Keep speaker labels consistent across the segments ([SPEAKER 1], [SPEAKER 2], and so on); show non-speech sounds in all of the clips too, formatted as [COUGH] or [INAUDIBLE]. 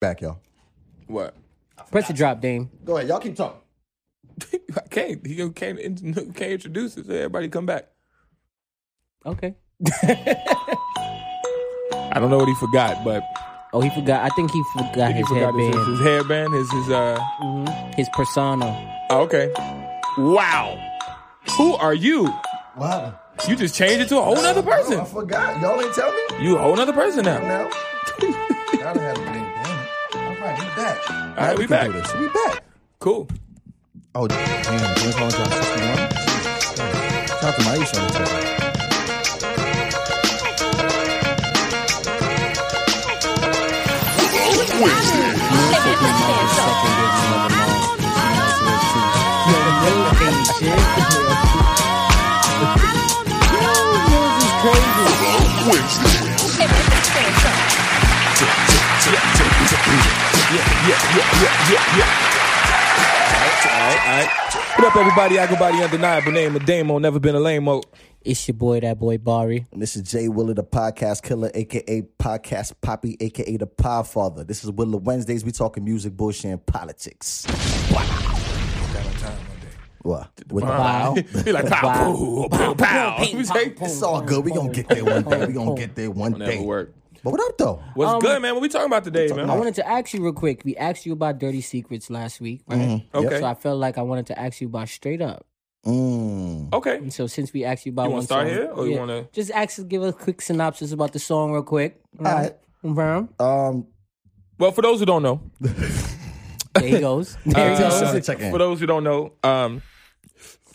[SPEAKER 1] back, y'all.
[SPEAKER 2] What?
[SPEAKER 3] Press the drop, Dame.
[SPEAKER 1] Go ahead, y'all keep talking.
[SPEAKER 2] I can't. He go- can't, in- [LAUGHS] can't introduce us. Everybody come back.
[SPEAKER 3] Okay.
[SPEAKER 2] I don't know what he forgot, but
[SPEAKER 3] Oh, he forgot. I think he forgot
[SPEAKER 2] he
[SPEAKER 3] his
[SPEAKER 2] forgot his,
[SPEAKER 3] headband,
[SPEAKER 2] his headband, his, his, uh,
[SPEAKER 3] his persona.
[SPEAKER 2] oh, okay. Wow. Who are you?
[SPEAKER 1] What happened?
[SPEAKER 2] You just changed it to a whole nother person.
[SPEAKER 1] I forgot. Y'all ain't tell me.
[SPEAKER 2] You a whole nother person
[SPEAKER 1] [LAUGHS]
[SPEAKER 2] now.
[SPEAKER 1] now. Gotta have a big damn. All right, we back. All
[SPEAKER 2] right, we back.
[SPEAKER 1] We back.
[SPEAKER 2] Cool.
[SPEAKER 1] Oh, damn. James Harden dropped 61. Shout out to Maisha on the top.
[SPEAKER 2] What up, everybody? I go by the undeniable name of Damo. Never been a lame mo.
[SPEAKER 3] It's your boy, that boy Bari.
[SPEAKER 1] And this is Jay Willer, the podcast killer, aka podcast poppy, aka the podfather. This is Willer Wednesdays. We talking music, bullshit, and politics. What? With the
[SPEAKER 3] [LAUGHS]
[SPEAKER 2] [LAUGHS]
[SPEAKER 3] Wow.
[SPEAKER 2] Be like pow, pow, pow, pow.
[SPEAKER 3] Ping,
[SPEAKER 2] We
[SPEAKER 3] pong,
[SPEAKER 2] say,
[SPEAKER 3] pong.
[SPEAKER 1] It's all good. We gonna get there one day. We gonna get there one
[SPEAKER 2] [LAUGHS] Never
[SPEAKER 1] day.
[SPEAKER 2] work.
[SPEAKER 1] But what up though?
[SPEAKER 2] What's good, man? What we Um, talking about today, man?
[SPEAKER 3] I wanted to ask you real quick. We asked you about dirty secrets last week, right?
[SPEAKER 2] Mm-hmm. Okay.
[SPEAKER 3] So I felt like I wanted to ask you about straight up.
[SPEAKER 1] Mm.
[SPEAKER 2] Okay.
[SPEAKER 3] And so since we asked you about
[SPEAKER 2] You wanna
[SPEAKER 3] one
[SPEAKER 2] start
[SPEAKER 3] song-
[SPEAKER 2] here, or you wanna-
[SPEAKER 3] just ask, give a quick synopsis about the song real quick.
[SPEAKER 1] All right.
[SPEAKER 3] Vroom.
[SPEAKER 2] Uh,
[SPEAKER 1] Um.
[SPEAKER 2] Well, for those who don't know,
[SPEAKER 3] There he goes.
[SPEAKER 2] [LAUGHS]
[SPEAKER 3] There he
[SPEAKER 1] tell us
[SPEAKER 3] goes.
[SPEAKER 1] Sorry, to check in.
[SPEAKER 2] For those who don't know, um,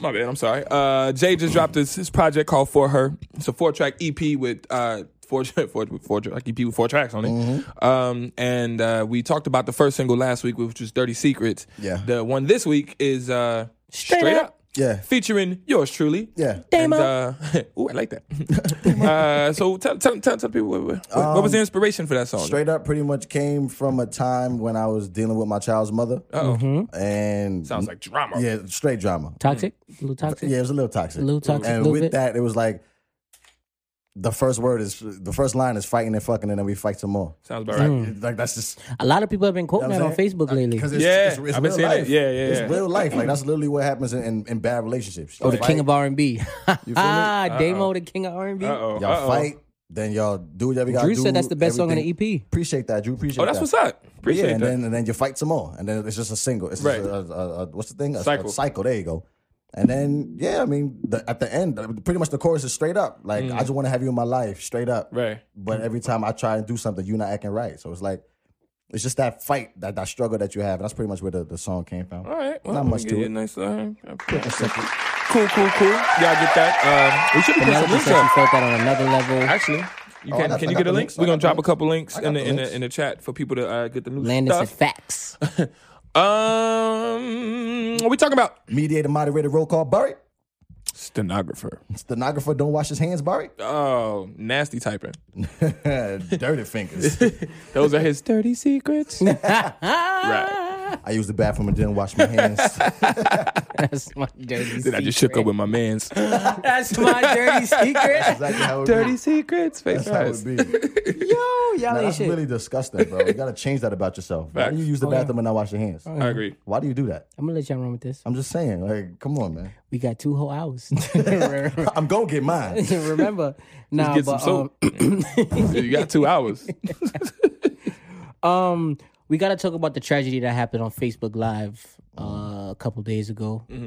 [SPEAKER 2] my bad, I'm sorry. Uh, Jay just dropped his, his project called For Her. It's a four track EP with uh, four, [LAUGHS] four, four track EP with four tracks on it.
[SPEAKER 1] Mm-hmm.
[SPEAKER 2] Um, and uh, we talked about the first single last week, which was Dirty Secrets.
[SPEAKER 1] Yeah.
[SPEAKER 2] The one this week is uh,
[SPEAKER 3] Straight
[SPEAKER 2] Straight,
[SPEAKER 3] Up.
[SPEAKER 2] up.
[SPEAKER 1] Yeah.
[SPEAKER 2] Featuring yours truly.
[SPEAKER 1] Yeah.
[SPEAKER 2] And,
[SPEAKER 3] Damo.
[SPEAKER 2] uh, [LAUGHS] ooh, I like that. [LAUGHS] uh, so tell, tell, tell, tell people what, what, what was the inspiration for that song?
[SPEAKER 1] Um, Straight up, pretty much came from a time when I was dealing with my child's mother,
[SPEAKER 2] Oh,
[SPEAKER 1] Mm-hmm. and
[SPEAKER 2] sounds like drama.
[SPEAKER 1] yeah, straight drama.
[SPEAKER 3] toxic? A little toxic?
[SPEAKER 1] Yeah, it was a little toxic.
[SPEAKER 3] A little toxic,
[SPEAKER 1] And
[SPEAKER 3] little
[SPEAKER 1] with
[SPEAKER 3] bit.
[SPEAKER 1] that, it was like the first word is the first line is fighting and fucking, and then we fight some more.
[SPEAKER 2] Sounds about right.
[SPEAKER 1] Like that's just
[SPEAKER 3] A lot of people have been quoting
[SPEAKER 1] You know
[SPEAKER 3] that
[SPEAKER 1] what
[SPEAKER 3] Hmm. on
[SPEAKER 1] I'm saying?
[SPEAKER 3] Facebook
[SPEAKER 2] Uh,
[SPEAKER 3] lately.
[SPEAKER 1] because
[SPEAKER 3] Oh,
[SPEAKER 1] it's,
[SPEAKER 2] Yeah,
[SPEAKER 1] it's, it's
[SPEAKER 2] I've been
[SPEAKER 1] real
[SPEAKER 2] seeing it.
[SPEAKER 1] life.
[SPEAKER 2] Yeah, yeah, yeah.
[SPEAKER 1] It's real life. Like that's literally what happens in, in, in bad relationships.
[SPEAKER 3] Oh, the king of R and B.
[SPEAKER 1] me?
[SPEAKER 3] Ah, [LAUGHS] Damo, the king of R and B.
[SPEAKER 2] Uh oh.
[SPEAKER 1] y'all fight, then y'all do whatever you got.
[SPEAKER 3] Drew
[SPEAKER 1] do,
[SPEAKER 3] said that's the E best song in
[SPEAKER 1] everything.
[SPEAKER 3] the EP.
[SPEAKER 1] Appreciate that, Drew. Appreciate
[SPEAKER 2] Oh, that's
[SPEAKER 1] that.
[SPEAKER 2] what's up. Appreciate
[SPEAKER 1] yeah, and
[SPEAKER 2] that.
[SPEAKER 1] then and then you fight some more, and then it's just a single. It's
[SPEAKER 2] Right.
[SPEAKER 1] just a, a, a, a- what's the thing? A, a
[SPEAKER 2] Cycle.
[SPEAKER 1] cycle. There you go. And then yeah, I mean, the, at the end, pretty much the chorus is straight up. Like I just want to have you in my life, straight up.
[SPEAKER 2] Mm. Right.
[SPEAKER 1] But every time I try and do something, you're not acting right. So it's like it's just that fight, that that struggle that you have. And that's pretty much where the, the song came from.
[SPEAKER 2] All right. Well,
[SPEAKER 1] Not
[SPEAKER 2] we
[SPEAKER 1] much
[SPEAKER 2] can
[SPEAKER 1] to
[SPEAKER 2] get
[SPEAKER 1] it.
[SPEAKER 2] Nice, uh, [LAUGHS] cool, cool, cool. Y'all get that? Um, we should have put some links
[SPEAKER 3] Penelope said she
[SPEAKER 2] up.
[SPEAKER 3] felt that on another level.
[SPEAKER 2] Actually, you
[SPEAKER 1] Oh, I
[SPEAKER 2] can.
[SPEAKER 1] got-
[SPEAKER 2] can
[SPEAKER 1] I
[SPEAKER 2] you
[SPEAKER 1] got the
[SPEAKER 2] get a link?
[SPEAKER 1] links. I
[SPEAKER 2] We're gonna
[SPEAKER 1] got
[SPEAKER 2] drop
[SPEAKER 1] the
[SPEAKER 2] a couple links
[SPEAKER 1] I got
[SPEAKER 2] in the,
[SPEAKER 1] the
[SPEAKER 2] in the
[SPEAKER 1] links.
[SPEAKER 2] in the chat for people to uh, get the new
[SPEAKER 3] Landon said
[SPEAKER 2] stuff.
[SPEAKER 3] facts. [LAUGHS]
[SPEAKER 2] Um, what we talking about?
[SPEAKER 1] Mediator, moderator, roll call, Barry.
[SPEAKER 2] Stenographer.
[SPEAKER 1] Stenographer, don't wash his hands, Barry.
[SPEAKER 2] Oh, nasty typing. Oh.
[SPEAKER 1] [LAUGHS] Dirty
[SPEAKER 2] [LAUGHS]
[SPEAKER 1] fingers.
[SPEAKER 2] Those
[SPEAKER 1] [LAUGHS]
[SPEAKER 2] are his dirty secrets. right.
[SPEAKER 1] I used the bathroom and didn't wash my
[SPEAKER 2] [LAUGHS]
[SPEAKER 1] hands.
[SPEAKER 3] That's my dirty secret.
[SPEAKER 2] Then I just shook up
[SPEAKER 3] [LAUGHS]
[SPEAKER 2] with my man's
[SPEAKER 3] That's my dirty secret.
[SPEAKER 1] exactly how it
[SPEAKER 2] dirty
[SPEAKER 1] be.
[SPEAKER 2] secrets. Face
[SPEAKER 1] That's how it
[SPEAKER 2] eyes.
[SPEAKER 1] be. Man,
[SPEAKER 3] [LAUGHS] Yo, y'all ain't
[SPEAKER 1] that's
[SPEAKER 3] shit.
[SPEAKER 1] really disgusting, bro. You gotta change that about yourself. Why do you
[SPEAKER 2] Facts.
[SPEAKER 3] Oh,
[SPEAKER 1] use the bathroom and not wash your hands?
[SPEAKER 2] I agree.
[SPEAKER 1] Why do you do that?
[SPEAKER 3] I'm gonna let y'all run with this.
[SPEAKER 1] I'm just saying, like, come on, man. [LAUGHS]
[SPEAKER 3] We got two whole [LAUGHS] hours.
[SPEAKER 1] I'm gonna get mine.
[SPEAKER 3] Remember, now,
[SPEAKER 2] Get some
[SPEAKER 3] but
[SPEAKER 2] soap. you got
[SPEAKER 1] [LAUGHS]
[SPEAKER 2] two hours.
[SPEAKER 3] um, [CLEARS THROAT] um, we gotta talk about the tragedy that happened on Facebook Live uh, a couple days ago. [LAUGHS] I don't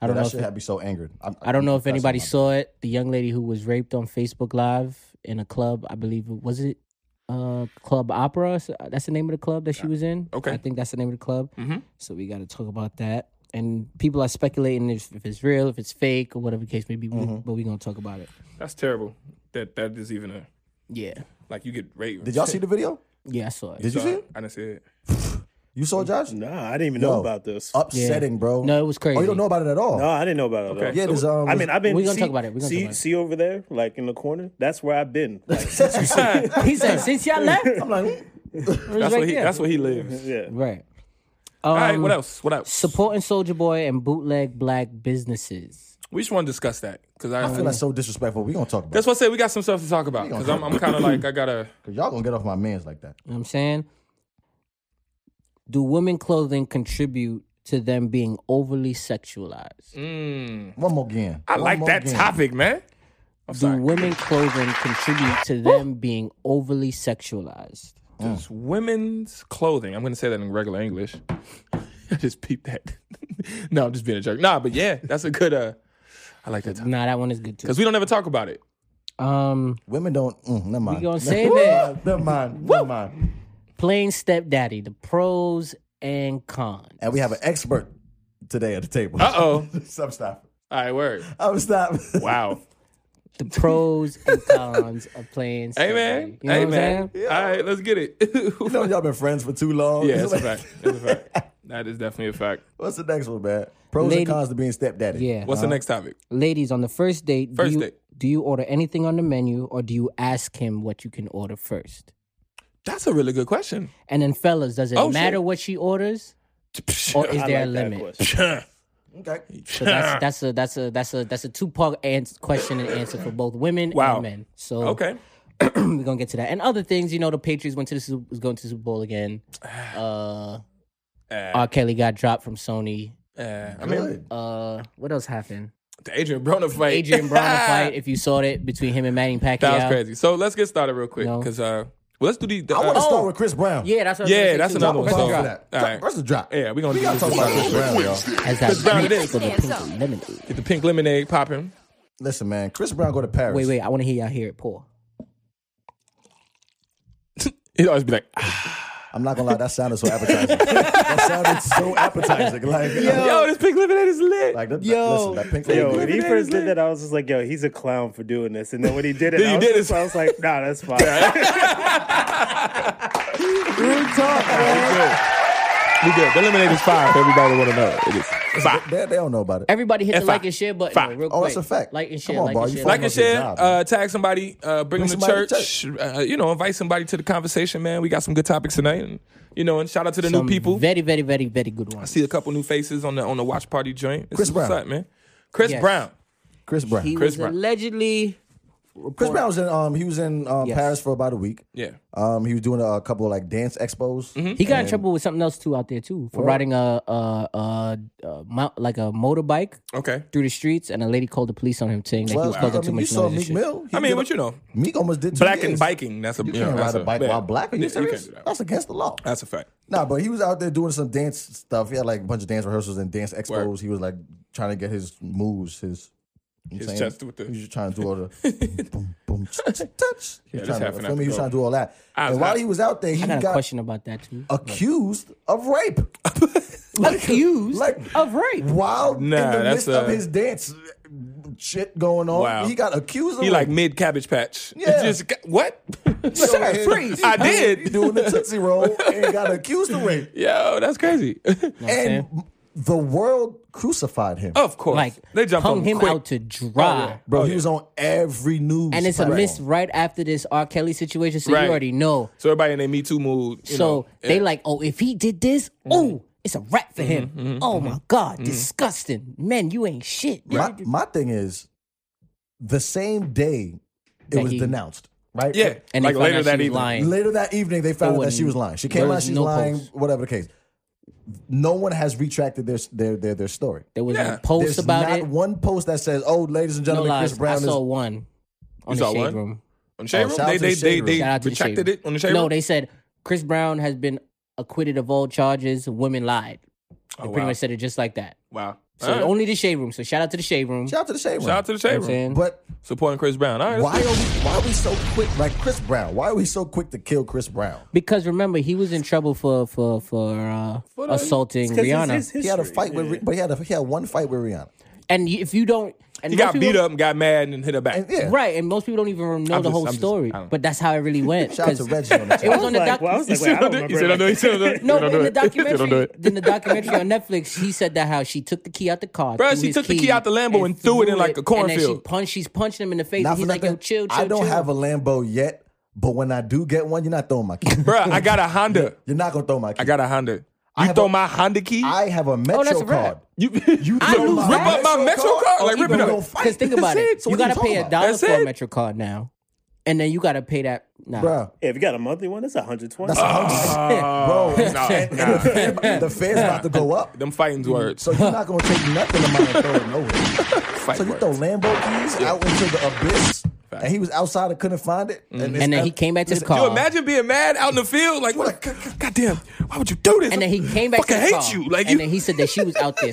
[SPEAKER 3] know.
[SPEAKER 1] That
[SPEAKER 3] If,
[SPEAKER 1] shit had me so angered. I'm-
[SPEAKER 3] I don't know if anybody saw it. The young lady who was raped on Facebook Live in a club, I believe, it was it uh, Club Opera? So- That's the name of the club that she was in.
[SPEAKER 2] Okay. Mm-hmm.
[SPEAKER 3] I think that's the name of the club. So we got to talk about that. And people are speculating if, if it's real, if it's fake, or whatever the case may be. we-
[SPEAKER 2] Mm-hmm.
[SPEAKER 3] But we're gonna talk about it.
[SPEAKER 2] That's terrible. That that is even a
[SPEAKER 3] Yeah,
[SPEAKER 2] like you get raped.
[SPEAKER 1] Did y'all see the video?
[SPEAKER 3] yeah, I saw it.
[SPEAKER 1] Did you see it?
[SPEAKER 2] I didn't see it.
[SPEAKER 1] You saw it, Josh?
[SPEAKER 4] Nah, I didn't even
[SPEAKER 1] Yo.
[SPEAKER 4] know about this.
[SPEAKER 1] Upsetting, bro.
[SPEAKER 3] No, it was crazy.
[SPEAKER 1] Oh, you don't know about it at all.
[SPEAKER 4] no, I didn't know about it. at all.
[SPEAKER 2] Okay.
[SPEAKER 1] Yeah, there's um.
[SPEAKER 4] I mean, I've been.
[SPEAKER 3] We gonna
[SPEAKER 4] see-
[SPEAKER 3] talk about it. We gonna
[SPEAKER 4] see,
[SPEAKER 3] talk about it.
[SPEAKER 4] see over there, like in the corner. That's where
[SPEAKER 1] [LAUGHS]
[SPEAKER 4] I've been. Like,
[SPEAKER 3] [LAUGHS] He said,
[SPEAKER 2] [LAUGHS]
[SPEAKER 3] "Since y'all left, I'm like,
[SPEAKER 2] That's what he. That's what he lives.
[SPEAKER 4] yeah.
[SPEAKER 3] right."
[SPEAKER 2] All right.
[SPEAKER 3] Um,
[SPEAKER 2] What else? What else?
[SPEAKER 3] Supporting Soldier Boy and bootleg black businesses.
[SPEAKER 2] We just want to discuss that because I.
[SPEAKER 1] I feel like so disrespectful. We gonna talk about
[SPEAKER 2] that's what I said. We got some stuff to talk about because I'm, I'm kind of like I gotta.
[SPEAKER 1] because y'all gonna get off my man's like that.
[SPEAKER 3] You know what I'm saying? do women clothing contribute to them being overly sexualized?
[SPEAKER 1] [CLEARS THROAT]
[SPEAKER 2] Mm,
[SPEAKER 1] One more game.
[SPEAKER 2] I like that topic, man. I'm
[SPEAKER 3] do
[SPEAKER 2] sorry.
[SPEAKER 3] women clothing contribute to them being overly sexualized?
[SPEAKER 1] Mm.
[SPEAKER 2] It's women's clothing. I'm going to say that in regular English. [LAUGHS] I just peeped that. [LAUGHS] no, I'm just being a jerk. Nah, but yeah, that's a good. uh I like that topic
[SPEAKER 3] Nah, that one is good too.
[SPEAKER 2] because we don't ever talk about it.
[SPEAKER 3] Um,
[SPEAKER 1] Women don't. Mm, never mind. [LAUGHS]
[SPEAKER 3] gonna save it.
[SPEAKER 1] Never mind. Never mind.
[SPEAKER 3] plain stepdaddy, the pros and cons.
[SPEAKER 1] And we have an expert today at the table.
[SPEAKER 2] Uh oh.
[SPEAKER 1] [LAUGHS] Stop. Stop.
[SPEAKER 2] All right, word.
[SPEAKER 1] I'm stop. [LAUGHS]
[SPEAKER 2] Wow. [LAUGHS]
[SPEAKER 3] The pros and cons of playing.
[SPEAKER 2] Hey man.
[SPEAKER 3] stepdaddy. You know
[SPEAKER 2] hey
[SPEAKER 3] what I'm
[SPEAKER 2] man.
[SPEAKER 3] saying?
[SPEAKER 2] All right, let's get it. [LAUGHS]
[SPEAKER 1] [LAUGHS] You know y'all been friends for too long. [LAUGHS]
[SPEAKER 2] yeah, that's a fact. That's a fact. That is definitely a fact.
[SPEAKER 1] What's the next one, man? Pros
[SPEAKER 3] Lady-
[SPEAKER 1] and cons to being stepdaddy.
[SPEAKER 3] Yeah.
[SPEAKER 2] What's the next topic?
[SPEAKER 3] Ladies, on the first date,
[SPEAKER 2] First
[SPEAKER 3] do you,
[SPEAKER 2] date.
[SPEAKER 3] do you order anything on the menu or do you ask him what you can order first?
[SPEAKER 2] That's a really good [LAUGHS] question.
[SPEAKER 3] And then, fellas, does it
[SPEAKER 2] Oh, shit.
[SPEAKER 3] matter what she orders or is
[SPEAKER 4] I
[SPEAKER 3] there a
[SPEAKER 4] like that
[SPEAKER 3] limit?
[SPEAKER 4] question.
[SPEAKER 1] Okay.
[SPEAKER 3] So that's that's a that's a that's a that's a two part ans- question and answer for both women
[SPEAKER 2] Wow.
[SPEAKER 3] and men. So
[SPEAKER 2] Okay.
[SPEAKER 3] we're gonna get to that and other things. You know, the Patriots went to the Super, was going to the Super
[SPEAKER 2] [SIGHS]
[SPEAKER 3] Bowl again. Uh,
[SPEAKER 2] Uh,
[SPEAKER 3] R. Kelly got dropped from Sony.
[SPEAKER 2] uh, I mean,
[SPEAKER 1] Good.
[SPEAKER 3] Uh, what else happened?
[SPEAKER 2] the Adrian Broner fight. [LAUGHS]
[SPEAKER 3] Adrian Broner fight. If you saw it between him and Manny Pacquiao,
[SPEAKER 2] That was crazy. So let's get started real quick
[SPEAKER 3] No.
[SPEAKER 2] because uh, well, let's do the. the
[SPEAKER 1] I want to
[SPEAKER 2] uh,
[SPEAKER 1] start with Chris Brown.
[SPEAKER 3] Oh. Yeah, that's what I was
[SPEAKER 2] Yeah,
[SPEAKER 3] gonna say,
[SPEAKER 2] that's
[SPEAKER 3] too.
[SPEAKER 2] another
[SPEAKER 1] Drop
[SPEAKER 2] one.
[SPEAKER 1] a
[SPEAKER 2] So-
[SPEAKER 1] bomb for that.
[SPEAKER 2] all right.
[SPEAKER 1] Where's the drop?
[SPEAKER 2] yeah, we're gonna
[SPEAKER 1] We
[SPEAKER 2] do
[SPEAKER 1] gotta
[SPEAKER 2] this
[SPEAKER 1] talk about
[SPEAKER 2] about
[SPEAKER 1] Chris Brown, y'all.
[SPEAKER 3] As that
[SPEAKER 2] Chris Brown it
[SPEAKER 3] mix
[SPEAKER 2] is.
[SPEAKER 3] for the pink and lemonade.
[SPEAKER 2] Get the pink lemonade popping.
[SPEAKER 1] Listen, man. Chris Brown go to Paris.
[SPEAKER 3] Wait, wait, I want to hear y'all hear it pour.
[SPEAKER 2] He'd always be like, ah,
[SPEAKER 1] I'm not gonna lie. That sounded so
[SPEAKER 3] [LAUGHS]
[SPEAKER 1] appetizing. that sounded so appetizing. Like,
[SPEAKER 2] "Yo, this pink lemonade is lit."
[SPEAKER 1] like that,
[SPEAKER 3] Yo.
[SPEAKER 1] listen, that pink
[SPEAKER 4] Yo,
[SPEAKER 1] lady-
[SPEAKER 4] when he first did that, I was just like, "Yo, he's a clown for doing this." And then when
[SPEAKER 1] [LAUGHS]
[SPEAKER 4] he did it,
[SPEAKER 2] Then you
[SPEAKER 4] I was,
[SPEAKER 2] did
[SPEAKER 4] just-
[SPEAKER 2] it.
[SPEAKER 4] I was like, "Nah, that's fine." Yeah,
[SPEAKER 2] we good. The lemonade is fire. If everybody want to know, it is fire.
[SPEAKER 1] They, they don't know about it.
[SPEAKER 3] Everybody hit the
[SPEAKER 2] F5.
[SPEAKER 3] like and share button though, real quick.
[SPEAKER 1] Oh, that's a fact.
[SPEAKER 3] Like and
[SPEAKER 1] Come
[SPEAKER 3] share,
[SPEAKER 1] on,
[SPEAKER 3] like
[SPEAKER 1] bro,
[SPEAKER 3] and
[SPEAKER 1] you
[SPEAKER 3] share.
[SPEAKER 1] fucking
[SPEAKER 2] Like and
[SPEAKER 1] Fuck your
[SPEAKER 2] share,
[SPEAKER 1] job,
[SPEAKER 2] uh, tag somebody, uh, bring, them to
[SPEAKER 1] somebody
[SPEAKER 2] church.
[SPEAKER 1] to
[SPEAKER 2] Uh, you know, invite somebody to the conversation, man. We got some good topics tonight, and you know, and shout out to the
[SPEAKER 3] Some
[SPEAKER 2] new people.
[SPEAKER 3] Very, very, very, very good ones.
[SPEAKER 2] See a couple new faces on the on the watch party joint. This
[SPEAKER 1] Chris
[SPEAKER 2] is what's
[SPEAKER 1] Brown.
[SPEAKER 2] up, man. Chris
[SPEAKER 3] Yes.
[SPEAKER 2] Brown.
[SPEAKER 1] Chris Brown.
[SPEAKER 3] He
[SPEAKER 2] Chris
[SPEAKER 3] was
[SPEAKER 2] Brown.
[SPEAKER 3] allegedly
[SPEAKER 1] Chris Brown was in. Um, he was in um,
[SPEAKER 3] Yes.
[SPEAKER 1] Paris for about a week.
[SPEAKER 2] Yeah. Mm-hmm.
[SPEAKER 1] Um, he was doing a couple of like dance expos.
[SPEAKER 3] He got in trouble with something else too out there too for riding a a, a, a mount, like a motorbike
[SPEAKER 2] Okay.
[SPEAKER 3] through the streets, and a lady called the police on him saying that he
[SPEAKER 1] Well,
[SPEAKER 3] was causing
[SPEAKER 1] I
[SPEAKER 3] too
[SPEAKER 1] mean, you
[SPEAKER 3] much
[SPEAKER 1] saw
[SPEAKER 3] noise. and
[SPEAKER 1] Meek
[SPEAKER 3] shit.
[SPEAKER 1] Mill. He
[SPEAKER 2] I mean,
[SPEAKER 1] did-
[SPEAKER 2] what you know?
[SPEAKER 1] Meek almost did two
[SPEAKER 2] Black and
[SPEAKER 1] years.
[SPEAKER 2] biking. That's a
[SPEAKER 1] You
[SPEAKER 2] yeah,
[SPEAKER 1] can't
[SPEAKER 2] that's
[SPEAKER 1] ride a bike
[SPEAKER 2] yeah.
[SPEAKER 1] while black. Are
[SPEAKER 2] Yeah,
[SPEAKER 1] you
[SPEAKER 2] you can't
[SPEAKER 1] serious?
[SPEAKER 2] do that.
[SPEAKER 1] That's against the law.
[SPEAKER 2] That's a fact.
[SPEAKER 1] Nah, but he was out there doing some dance stuff. He had like a bunch of dance rehearsals and dance expos.
[SPEAKER 2] Word.
[SPEAKER 1] He was like trying to get his moves, his you know
[SPEAKER 2] His
[SPEAKER 1] what I'm saying?
[SPEAKER 2] chest with the-
[SPEAKER 1] He was just trying to do all
[SPEAKER 2] [LAUGHS]
[SPEAKER 1] the boom, boom, ch- ch- touch. He was
[SPEAKER 2] this
[SPEAKER 1] trying to-
[SPEAKER 2] happened
[SPEAKER 1] feel
[SPEAKER 2] at
[SPEAKER 1] me?
[SPEAKER 2] the
[SPEAKER 1] He was
[SPEAKER 2] door.
[SPEAKER 1] trying to do all that.
[SPEAKER 2] I was
[SPEAKER 1] And while
[SPEAKER 2] out.
[SPEAKER 1] he was out there, he
[SPEAKER 3] I got a
[SPEAKER 1] got
[SPEAKER 3] question about that too.
[SPEAKER 1] accused of rape. [LAUGHS]
[SPEAKER 3] [LAUGHS]
[SPEAKER 1] Like-
[SPEAKER 3] Accused
[SPEAKER 1] like-
[SPEAKER 3] of rape.
[SPEAKER 1] While
[SPEAKER 2] Nah,
[SPEAKER 1] in the
[SPEAKER 2] that's
[SPEAKER 1] midst of
[SPEAKER 2] a-
[SPEAKER 1] his dance shit going on,
[SPEAKER 2] Wow.
[SPEAKER 1] he got accused of
[SPEAKER 2] [LAUGHS] He like
[SPEAKER 1] rape.
[SPEAKER 2] mid Cabbage Patch.
[SPEAKER 1] Oh. Yeah.
[SPEAKER 2] Just got- what? [LAUGHS]
[SPEAKER 1] Sir, freeze.
[SPEAKER 2] I did.
[SPEAKER 1] doing the tootsie roll and
[SPEAKER 2] [LAUGHS]
[SPEAKER 1] got accused of rape.
[SPEAKER 2] Yo, that's crazy. [LAUGHS]
[SPEAKER 1] and the world crucified him.
[SPEAKER 2] of course,
[SPEAKER 3] Like
[SPEAKER 2] they jumped
[SPEAKER 3] hung
[SPEAKER 2] on
[SPEAKER 3] him
[SPEAKER 2] quick.
[SPEAKER 3] out to dry.
[SPEAKER 2] yeah.
[SPEAKER 1] Bro,
[SPEAKER 2] Oh,
[SPEAKER 1] he was on every news.
[SPEAKER 3] And it's a
[SPEAKER 1] platform.
[SPEAKER 3] miss right after this R. Kelly situation, so
[SPEAKER 2] Right.
[SPEAKER 3] you already know.
[SPEAKER 2] So everybody in their Me Too mood. You
[SPEAKER 3] so
[SPEAKER 2] know, Mm-hmm.
[SPEAKER 3] they like, oh, if he did this, oh, it's a rap for him. oh my God, disgusting. Men, you ain't shit.
[SPEAKER 1] My, my thing is, the same day it
[SPEAKER 3] That
[SPEAKER 1] was
[SPEAKER 3] he-
[SPEAKER 1] denounced, right?
[SPEAKER 2] yeah,
[SPEAKER 3] And
[SPEAKER 2] like
[SPEAKER 3] they
[SPEAKER 2] later
[SPEAKER 3] found
[SPEAKER 2] that
[SPEAKER 3] out she was
[SPEAKER 2] evening.
[SPEAKER 3] lying.
[SPEAKER 1] Later that evening, they found
[SPEAKER 3] There
[SPEAKER 1] out that
[SPEAKER 3] was-
[SPEAKER 1] she was lying. She
[SPEAKER 3] there
[SPEAKER 1] came out,
[SPEAKER 3] was
[SPEAKER 1] she's
[SPEAKER 3] no
[SPEAKER 1] lying,
[SPEAKER 3] post.
[SPEAKER 1] whatever the case. No one has retracted their their their, their story.
[SPEAKER 3] There was
[SPEAKER 2] Yeah.
[SPEAKER 3] a post
[SPEAKER 1] There's
[SPEAKER 3] about
[SPEAKER 1] not
[SPEAKER 3] it.
[SPEAKER 1] one post that says, "Oh, ladies and
[SPEAKER 3] No
[SPEAKER 1] gentlemen,
[SPEAKER 3] lies.
[SPEAKER 1] Chris Brown
[SPEAKER 3] I
[SPEAKER 1] is."
[SPEAKER 3] saw one on
[SPEAKER 2] saw
[SPEAKER 3] the shade
[SPEAKER 2] one?
[SPEAKER 3] room.
[SPEAKER 2] On Shade
[SPEAKER 1] Oh,
[SPEAKER 2] Room?
[SPEAKER 1] shout out
[SPEAKER 2] They,
[SPEAKER 1] to the
[SPEAKER 2] they,
[SPEAKER 1] Shade
[SPEAKER 2] they,
[SPEAKER 1] Room.
[SPEAKER 2] they
[SPEAKER 3] Shout out to the Shade
[SPEAKER 2] retracted
[SPEAKER 3] Room.
[SPEAKER 2] it on the Shade
[SPEAKER 3] no,
[SPEAKER 2] Room?
[SPEAKER 3] they said Chris Brown has been acquitted of all charges. Women lied. They pretty
[SPEAKER 2] Oh, wow.
[SPEAKER 3] much said it just like that.
[SPEAKER 2] Wow.
[SPEAKER 3] So
[SPEAKER 2] All right.
[SPEAKER 3] only the shade room. So shout out to the shade room.
[SPEAKER 1] [LAUGHS] Shout out to the shade room.
[SPEAKER 2] Shout out to the Shade
[SPEAKER 3] I'm
[SPEAKER 2] Room.
[SPEAKER 3] saying?
[SPEAKER 1] But
[SPEAKER 2] Supporting Chris Brown. All right.
[SPEAKER 1] why
[SPEAKER 2] Why?
[SPEAKER 1] are we why are we so quick like Chris Brown? Why are we so quick to kill Chris Brown?
[SPEAKER 3] because remember he was in trouble for for for, uh,
[SPEAKER 2] the-
[SPEAKER 3] assaulting Rihanna.
[SPEAKER 1] He had a fight with, Rih- but he had a, he had one fight with Rihanna.
[SPEAKER 3] and you- if you don't, and
[SPEAKER 2] He got
[SPEAKER 3] most people-
[SPEAKER 2] beat up and got mad and hit her back.
[SPEAKER 1] And yeah,
[SPEAKER 2] [LAUGHS]
[SPEAKER 3] right? And most people don't even know
[SPEAKER 2] I'm
[SPEAKER 3] the
[SPEAKER 2] just-
[SPEAKER 3] whole
[SPEAKER 2] I'm just-
[SPEAKER 3] story.
[SPEAKER 2] I don't-
[SPEAKER 3] but that's how it really went.
[SPEAKER 1] Shout out to
[SPEAKER 3] 'cause
[SPEAKER 1] Reggie
[SPEAKER 3] [LAUGHS]
[SPEAKER 1] on the
[SPEAKER 3] It was on the
[SPEAKER 4] Like,
[SPEAKER 3] doc.
[SPEAKER 4] well, I was like,
[SPEAKER 2] He
[SPEAKER 4] wait, I
[SPEAKER 2] said,
[SPEAKER 4] don't
[SPEAKER 2] "Don't do it."
[SPEAKER 4] remember.
[SPEAKER 2] He said, "I
[SPEAKER 4] like,
[SPEAKER 2] know." He said, "I know." He
[SPEAKER 3] [LAUGHS] No,
[SPEAKER 2] said, "I know
[SPEAKER 3] in the
[SPEAKER 2] it." [LAUGHS] He said, "I know
[SPEAKER 3] documentary,
[SPEAKER 2] it."
[SPEAKER 3] in the documentary on Netflix, he said that how she took the key out the car,
[SPEAKER 2] Bruh,
[SPEAKER 3] threw
[SPEAKER 2] she
[SPEAKER 3] his
[SPEAKER 2] took the key out the Lambo and threw it in like a
[SPEAKER 3] And then she
[SPEAKER 2] cornfield.
[SPEAKER 3] punched, she's punching him in the face.
[SPEAKER 1] Not
[SPEAKER 3] and
[SPEAKER 1] for
[SPEAKER 3] he's like,
[SPEAKER 1] nothing,
[SPEAKER 3] "Yo, chill, chill,
[SPEAKER 1] I don't
[SPEAKER 3] chill."
[SPEAKER 1] have a Lambo yet, but when I do get one, you're not throwing my key.
[SPEAKER 2] Bruh, I got a Honda.
[SPEAKER 1] You're not gonna throw my key.
[SPEAKER 2] I got a Honda.
[SPEAKER 1] I
[SPEAKER 2] You
[SPEAKER 1] have
[SPEAKER 2] throw
[SPEAKER 1] a-
[SPEAKER 2] my Honda key?
[SPEAKER 1] I have a Metro
[SPEAKER 3] Oh, that's a
[SPEAKER 1] card.
[SPEAKER 3] wrap. [LAUGHS]
[SPEAKER 2] You, you
[SPEAKER 3] I
[SPEAKER 2] throw
[SPEAKER 3] lose
[SPEAKER 2] my,
[SPEAKER 3] that?
[SPEAKER 2] rip up my Metro card? Like, rip
[SPEAKER 1] even
[SPEAKER 2] it
[SPEAKER 1] gonna
[SPEAKER 2] up.
[SPEAKER 1] fight. [LAUGHS]
[SPEAKER 3] Because think about
[SPEAKER 1] That's
[SPEAKER 3] it,
[SPEAKER 1] So
[SPEAKER 3] you
[SPEAKER 1] what are
[SPEAKER 3] gotta
[SPEAKER 1] talking
[SPEAKER 3] pay a
[SPEAKER 1] about?
[SPEAKER 3] dollar
[SPEAKER 2] That's
[SPEAKER 3] for a
[SPEAKER 2] it.
[SPEAKER 3] MetroCard now. and then you gotta pay that. Nah,
[SPEAKER 1] bro.
[SPEAKER 4] If you got a monthly one, that's 120.
[SPEAKER 1] That's a hundred.
[SPEAKER 2] Oh,
[SPEAKER 1] Bro.
[SPEAKER 2] [LAUGHS] nah,
[SPEAKER 3] [LAUGHS]
[SPEAKER 1] [LAUGHS]
[SPEAKER 2] nah.
[SPEAKER 1] the fare's about to go up.
[SPEAKER 2] Them fighting words.
[SPEAKER 1] So you're not gonna take nothing of mine and throw it
[SPEAKER 2] [LAUGHS]
[SPEAKER 1] nowhere.
[SPEAKER 2] Fight
[SPEAKER 1] So you
[SPEAKER 2] words.
[SPEAKER 1] throw Lambo keys out into the abyss, and he was outside and couldn't find
[SPEAKER 2] Mm-hmm.
[SPEAKER 1] it. And, it's-
[SPEAKER 3] And then he came back to the
[SPEAKER 1] Listen,
[SPEAKER 2] You
[SPEAKER 3] car.
[SPEAKER 2] imagine being mad out in the field, like what? God, God- goddamn! Why would you do this?
[SPEAKER 3] and then he came back
[SPEAKER 2] Fucking
[SPEAKER 3] to the
[SPEAKER 2] hate
[SPEAKER 3] car,
[SPEAKER 2] you, like
[SPEAKER 3] and
[SPEAKER 2] you.
[SPEAKER 3] then he said that she was out there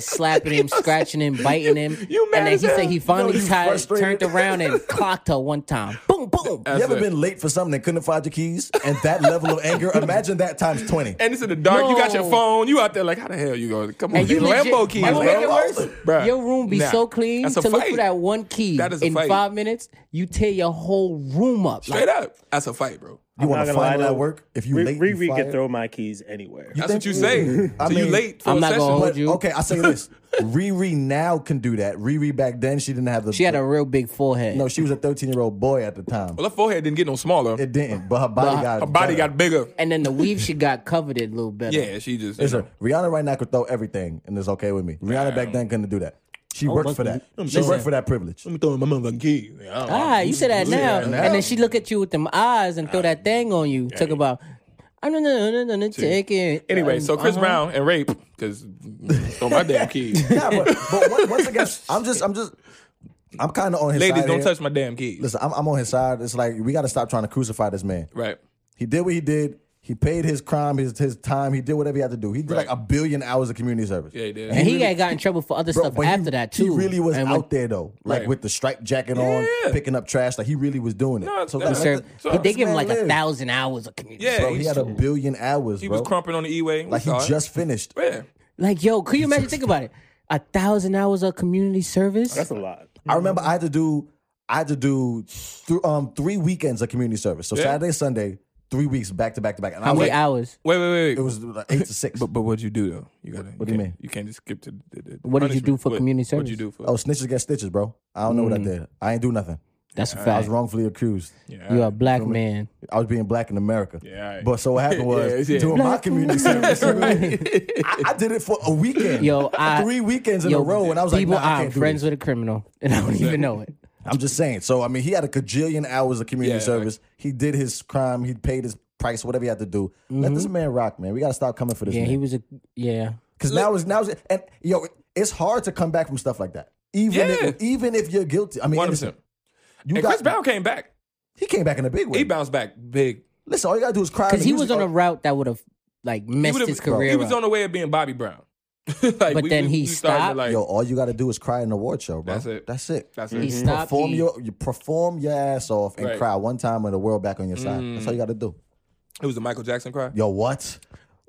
[SPEAKER 2] [LAUGHS]
[SPEAKER 3] slapping him, scratching him, biting him.
[SPEAKER 2] You mad
[SPEAKER 3] and then
[SPEAKER 2] as
[SPEAKER 3] he said
[SPEAKER 2] hell.
[SPEAKER 3] he finally
[SPEAKER 1] You
[SPEAKER 3] tied,
[SPEAKER 1] frustrated.
[SPEAKER 3] turned around and clocked her one time. Boom, boom.
[SPEAKER 1] You
[SPEAKER 2] That's
[SPEAKER 1] ever
[SPEAKER 2] it.
[SPEAKER 1] been late for something and couldn't find your keys? And that level of anger, imagine that times 20.
[SPEAKER 2] and it's in the dark. You got your
[SPEAKER 3] No.
[SPEAKER 2] phone. You out there like, how the hell you going? Come on,
[SPEAKER 3] And you legit-
[SPEAKER 2] Lambo keys.
[SPEAKER 3] and what make it
[SPEAKER 2] Lambo.
[SPEAKER 1] worse?
[SPEAKER 2] Bruh.
[SPEAKER 3] Your room be
[SPEAKER 2] Nah.
[SPEAKER 3] so clean
[SPEAKER 2] That's
[SPEAKER 3] to
[SPEAKER 2] a
[SPEAKER 3] look
[SPEAKER 2] fight.
[SPEAKER 3] for that one key
[SPEAKER 2] That is a
[SPEAKER 3] in
[SPEAKER 2] fight.
[SPEAKER 3] five minutes. You tear your whole room up. Like,
[SPEAKER 2] Straight up, that's a fight, bro.
[SPEAKER 1] You want
[SPEAKER 4] not
[SPEAKER 1] to
[SPEAKER 4] gonna lie,
[SPEAKER 1] find out at
[SPEAKER 4] though.
[SPEAKER 1] work? If you
[SPEAKER 4] Re-
[SPEAKER 1] late, you
[SPEAKER 4] Riri
[SPEAKER 1] fired?
[SPEAKER 4] could throw my keys anywhere.
[SPEAKER 2] That's what you
[SPEAKER 1] think-
[SPEAKER 2] say.
[SPEAKER 1] I
[SPEAKER 2] so you
[SPEAKER 1] mean,
[SPEAKER 2] late for
[SPEAKER 3] I'm
[SPEAKER 2] a
[SPEAKER 3] not gonna
[SPEAKER 2] session.
[SPEAKER 3] hold
[SPEAKER 1] But,
[SPEAKER 3] you.
[SPEAKER 1] okay, I say this. Riri now can do that. Riri back then, she didn't have the.
[SPEAKER 3] she had a real big forehead.
[SPEAKER 1] no, she was a 13 year old boy at the time.
[SPEAKER 2] Well, her forehead didn't get no smaller.
[SPEAKER 1] It didn't, but her body
[SPEAKER 3] But
[SPEAKER 1] got.
[SPEAKER 2] her body
[SPEAKER 1] better.
[SPEAKER 2] got bigger.
[SPEAKER 3] and then the weave she got covered it a little better.
[SPEAKER 2] Yeah, she just.
[SPEAKER 1] Listen, Rihanna right now could throw everything, and it's okay with me. Rihanna back then couldn't do that. She worked
[SPEAKER 3] look,
[SPEAKER 1] for that.
[SPEAKER 2] I'm
[SPEAKER 1] She
[SPEAKER 2] just
[SPEAKER 1] worked
[SPEAKER 2] saying.
[SPEAKER 1] for that privilege.
[SPEAKER 2] Let me throw in my motherfucking key.
[SPEAKER 3] Ah, you say that now.
[SPEAKER 1] now.
[SPEAKER 3] And then she look at you with them eyes and throw that thing on you. Talk about, I don't know, no, no, no, take it.
[SPEAKER 2] Anyway, so Chris
[SPEAKER 3] Uh-huh.
[SPEAKER 2] Brown and rape because throw
[SPEAKER 1] [LAUGHS]
[SPEAKER 2] my damn keys.
[SPEAKER 1] Yeah, but, but once- once
[SPEAKER 2] [LAUGHS]
[SPEAKER 1] again, I'm just, I'm just, I'm kind of on his
[SPEAKER 2] Ladies,
[SPEAKER 1] side.
[SPEAKER 2] don't
[SPEAKER 1] here.
[SPEAKER 2] touch my damn keys.
[SPEAKER 1] Listen, I'm, I'm on his side. It's like we got to stop trying to crucify this man.
[SPEAKER 2] Right.
[SPEAKER 1] He did what he did. He paid his crime, his his time. He did whatever he had to do. He did like a billion hours of community service.
[SPEAKER 2] Yeah, he did.
[SPEAKER 3] And he got got in trouble for other stuff
[SPEAKER 1] but he-
[SPEAKER 3] after that too.
[SPEAKER 1] He really was
[SPEAKER 3] And when-
[SPEAKER 1] out there though, like
[SPEAKER 2] Right.
[SPEAKER 1] with the stripe jacket
[SPEAKER 2] Yeah.
[SPEAKER 1] on, picking up trash. Like he really was doing it.
[SPEAKER 2] No,
[SPEAKER 1] so
[SPEAKER 2] that's-
[SPEAKER 1] let-
[SPEAKER 3] Sir,
[SPEAKER 1] let the-
[SPEAKER 2] So
[SPEAKER 3] but they
[SPEAKER 1] this
[SPEAKER 3] give him
[SPEAKER 1] man
[SPEAKER 3] like a
[SPEAKER 1] live.
[SPEAKER 3] thousand hours of community.
[SPEAKER 2] Yeah,
[SPEAKER 1] Bro, he had a billion hours.
[SPEAKER 2] He
[SPEAKER 1] bro.
[SPEAKER 2] was crumping on the E-way. We
[SPEAKER 1] Like he
[SPEAKER 2] saw it.
[SPEAKER 1] just finished.
[SPEAKER 2] Yeah.
[SPEAKER 3] Like, yo, could you imagine? Think about it. A thousand hours of community service.
[SPEAKER 4] That's a lot.
[SPEAKER 1] I remember I had to do I had to do th- um three weekends of community service. So
[SPEAKER 2] Yeah.
[SPEAKER 1] Saturday, Sunday, three weeks back to back to back. And I
[SPEAKER 3] How
[SPEAKER 1] was
[SPEAKER 3] many
[SPEAKER 1] like,
[SPEAKER 3] hours?
[SPEAKER 2] Wait, wait, wait.
[SPEAKER 1] it was like eight to six.
[SPEAKER 2] but but what'd you do though? You gotta. What
[SPEAKER 1] do you mean?
[SPEAKER 2] You can't just skip to. The, the
[SPEAKER 3] What did you do
[SPEAKER 2] punishment.
[SPEAKER 3] for
[SPEAKER 2] What-
[SPEAKER 3] community
[SPEAKER 2] What'd you do
[SPEAKER 3] service?
[SPEAKER 2] for? [LAUGHS]
[SPEAKER 1] oh, snitches get stitches, bro. I don't know
[SPEAKER 3] Mm.
[SPEAKER 1] what I did. I ain't do nothing.
[SPEAKER 3] That's a
[SPEAKER 1] I
[SPEAKER 3] fact.
[SPEAKER 1] was wrongfully accused.
[SPEAKER 2] yeah.
[SPEAKER 3] You're a black man.
[SPEAKER 1] I was being black in America.
[SPEAKER 2] Yeah, right.
[SPEAKER 1] But so what happened was
[SPEAKER 2] [LAUGHS] Yeah, yeah.
[SPEAKER 1] doing my community [LAUGHS] service.
[SPEAKER 2] right.
[SPEAKER 1] I, I did it for a weekend.
[SPEAKER 3] Yo, I-
[SPEAKER 1] three weekends in
[SPEAKER 3] Yo,
[SPEAKER 1] a row, and I was like,
[SPEAKER 3] people,
[SPEAKER 1] nah, I
[SPEAKER 3] I'm
[SPEAKER 1] can't do
[SPEAKER 3] friends
[SPEAKER 1] this.
[SPEAKER 3] with a criminal, and I don't even know it.
[SPEAKER 1] I'm just saying. So I mean, he had a cajillion hours of community
[SPEAKER 2] Yeah,
[SPEAKER 1] service. He did his crime. He paid his price. Whatever he had to do. Let this man rock, man. We got to stop coming for this
[SPEAKER 3] Mm-hmm. Yeah,
[SPEAKER 1] man.
[SPEAKER 3] he was a yeah.
[SPEAKER 1] Because now is now is and yo, it's hard to come back from stuff like that. Even
[SPEAKER 2] Yeah.
[SPEAKER 1] if, even if you're guilty, I mean,
[SPEAKER 2] One
[SPEAKER 1] innocent.
[SPEAKER 2] percent.
[SPEAKER 1] you
[SPEAKER 2] And
[SPEAKER 1] got
[SPEAKER 2] Chris Brown came back.
[SPEAKER 1] he came back in a big
[SPEAKER 2] He
[SPEAKER 1] way.
[SPEAKER 2] bounced back big.
[SPEAKER 1] Listen, all you gotta do is cry.
[SPEAKER 3] Because
[SPEAKER 1] to
[SPEAKER 3] he
[SPEAKER 1] music.
[SPEAKER 3] was on a route that would have like messed
[SPEAKER 2] would've-
[SPEAKER 3] his
[SPEAKER 2] bro,
[SPEAKER 3] career.
[SPEAKER 2] He was
[SPEAKER 3] up.
[SPEAKER 2] on the way of being Bobby Brown. [LAUGHS]
[SPEAKER 3] But then he
[SPEAKER 2] started to,
[SPEAKER 3] stopped.
[SPEAKER 2] Like,
[SPEAKER 1] yo, all you gotta do is cry in the award show, bro.
[SPEAKER 2] That's it.
[SPEAKER 1] That's it.
[SPEAKER 2] that's
[SPEAKER 3] he
[SPEAKER 2] it.
[SPEAKER 3] stopped.
[SPEAKER 1] perform
[SPEAKER 3] he-
[SPEAKER 1] your you perform your ass off and
[SPEAKER 2] Right. Mm.
[SPEAKER 1] cry one time with the world back on your side. That's all you gotta do.
[SPEAKER 2] It was the Michael Jackson cry.
[SPEAKER 1] Yo, what?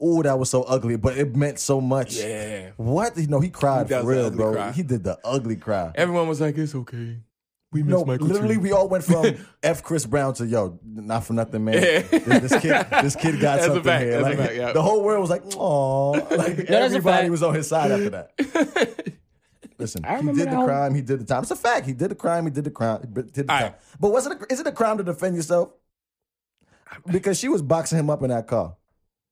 [SPEAKER 1] Oh, that was so ugly, but it meant so much.
[SPEAKER 2] Yeah.
[SPEAKER 1] What? No, he cried
[SPEAKER 2] He does
[SPEAKER 1] for
[SPEAKER 2] the
[SPEAKER 1] real,
[SPEAKER 2] ugly
[SPEAKER 1] bro.
[SPEAKER 2] cry.
[SPEAKER 1] He did the ugly cry.
[SPEAKER 2] Everyone was like, "It's okay. We miss
[SPEAKER 1] No,
[SPEAKER 2] Michael."
[SPEAKER 1] literally,
[SPEAKER 2] too.
[SPEAKER 1] we all went
[SPEAKER 2] [LAUGHS]
[SPEAKER 1] from F. Chris Brown to yo, not for nothing, man.
[SPEAKER 2] Yeah.
[SPEAKER 1] This, this kid, this
[SPEAKER 2] [LAUGHS]
[SPEAKER 1] kid got
[SPEAKER 2] That's a
[SPEAKER 1] something
[SPEAKER 2] fact,
[SPEAKER 1] here.
[SPEAKER 2] that's a
[SPEAKER 1] Like,
[SPEAKER 2] fact, yeah.
[SPEAKER 1] The whole world was like,
[SPEAKER 2] [LAUGHS]
[SPEAKER 1] oh, like
[SPEAKER 3] a
[SPEAKER 1] everybody
[SPEAKER 3] fact.
[SPEAKER 1] was on his side after that.
[SPEAKER 2] [LAUGHS]
[SPEAKER 1] Listen, he
[SPEAKER 3] remember
[SPEAKER 1] did
[SPEAKER 3] that
[SPEAKER 1] the
[SPEAKER 3] whole-
[SPEAKER 1] crime. He did the time. It's a fact. He did the crime. He did the crime. But did the
[SPEAKER 2] All
[SPEAKER 1] time.
[SPEAKER 2] right.
[SPEAKER 1] But was it? A, is it a crime to defend yourself? Because she was boxing him up in that car.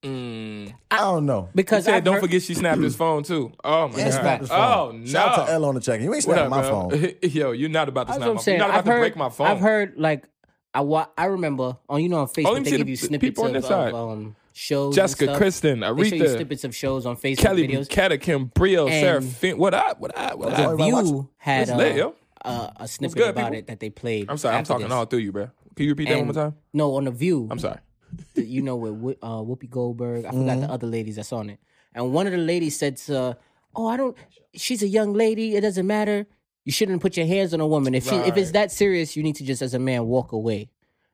[SPEAKER 2] Mm.
[SPEAKER 1] I don't know.
[SPEAKER 2] He
[SPEAKER 3] because
[SPEAKER 2] said,
[SPEAKER 3] I've
[SPEAKER 2] "Don't
[SPEAKER 3] heard-
[SPEAKER 2] forget she snapped his phone too." Oh my
[SPEAKER 1] And
[SPEAKER 2] god!
[SPEAKER 1] snapped his
[SPEAKER 2] Oh
[SPEAKER 1] phone.
[SPEAKER 2] no!
[SPEAKER 1] Shout out to L on the check. You ain't
[SPEAKER 2] What
[SPEAKER 1] snapping my
[SPEAKER 2] up, [LAUGHS]
[SPEAKER 1] phone.
[SPEAKER 2] bro? Yo, you're not about to
[SPEAKER 3] That's
[SPEAKER 2] snap my
[SPEAKER 3] what I'm
[SPEAKER 2] phone. You're
[SPEAKER 3] saying.
[SPEAKER 2] not about
[SPEAKER 3] I've
[SPEAKER 2] to
[SPEAKER 3] heard,
[SPEAKER 2] break my phone.
[SPEAKER 3] I've heard like I wa- I remember on you know on
[SPEAKER 2] Oh,
[SPEAKER 3] Facebook
[SPEAKER 2] let me see
[SPEAKER 3] they give
[SPEAKER 2] the
[SPEAKER 3] you
[SPEAKER 2] p-
[SPEAKER 3] snippets
[SPEAKER 2] people on
[SPEAKER 3] of,
[SPEAKER 2] this side.
[SPEAKER 3] of um, shows. and
[SPEAKER 2] Jessica,
[SPEAKER 3] stuff.
[SPEAKER 2] Kristen,
[SPEAKER 3] They show you
[SPEAKER 2] Aretha,
[SPEAKER 3] snippets of shows on Facebook
[SPEAKER 2] Kelly
[SPEAKER 3] videos.
[SPEAKER 2] Bucata, Kim Briel,
[SPEAKER 3] And-
[SPEAKER 2] Seraphim. What up? What up? What
[SPEAKER 1] Joy
[SPEAKER 2] up?
[SPEAKER 1] Rock- Everybody watch
[SPEAKER 3] View had
[SPEAKER 2] It's lit, yo.
[SPEAKER 3] a, a, a snippet
[SPEAKER 2] good,
[SPEAKER 3] about
[SPEAKER 2] people?
[SPEAKER 3] it that they played.
[SPEAKER 2] I'm sorry, I'm
[SPEAKER 3] after
[SPEAKER 2] talking
[SPEAKER 3] this.
[SPEAKER 2] all through you, bro. Can you repeat that one more
[SPEAKER 3] And-
[SPEAKER 2] time?
[SPEAKER 3] No, on the View.
[SPEAKER 2] I'm sorry.
[SPEAKER 3] that, you know, with Whoo- uh, Whoopi Goldberg. I forgot
[SPEAKER 2] Mm-hmm.
[SPEAKER 3] the other ladies that's on it. And one of the ladies said to, her, "Oh, I don't. She's a young lady. It doesn't matter. You shouldn't put your hands on a woman. If she, if it's
[SPEAKER 2] Right.
[SPEAKER 3] that serious, you need to just as a man walk away."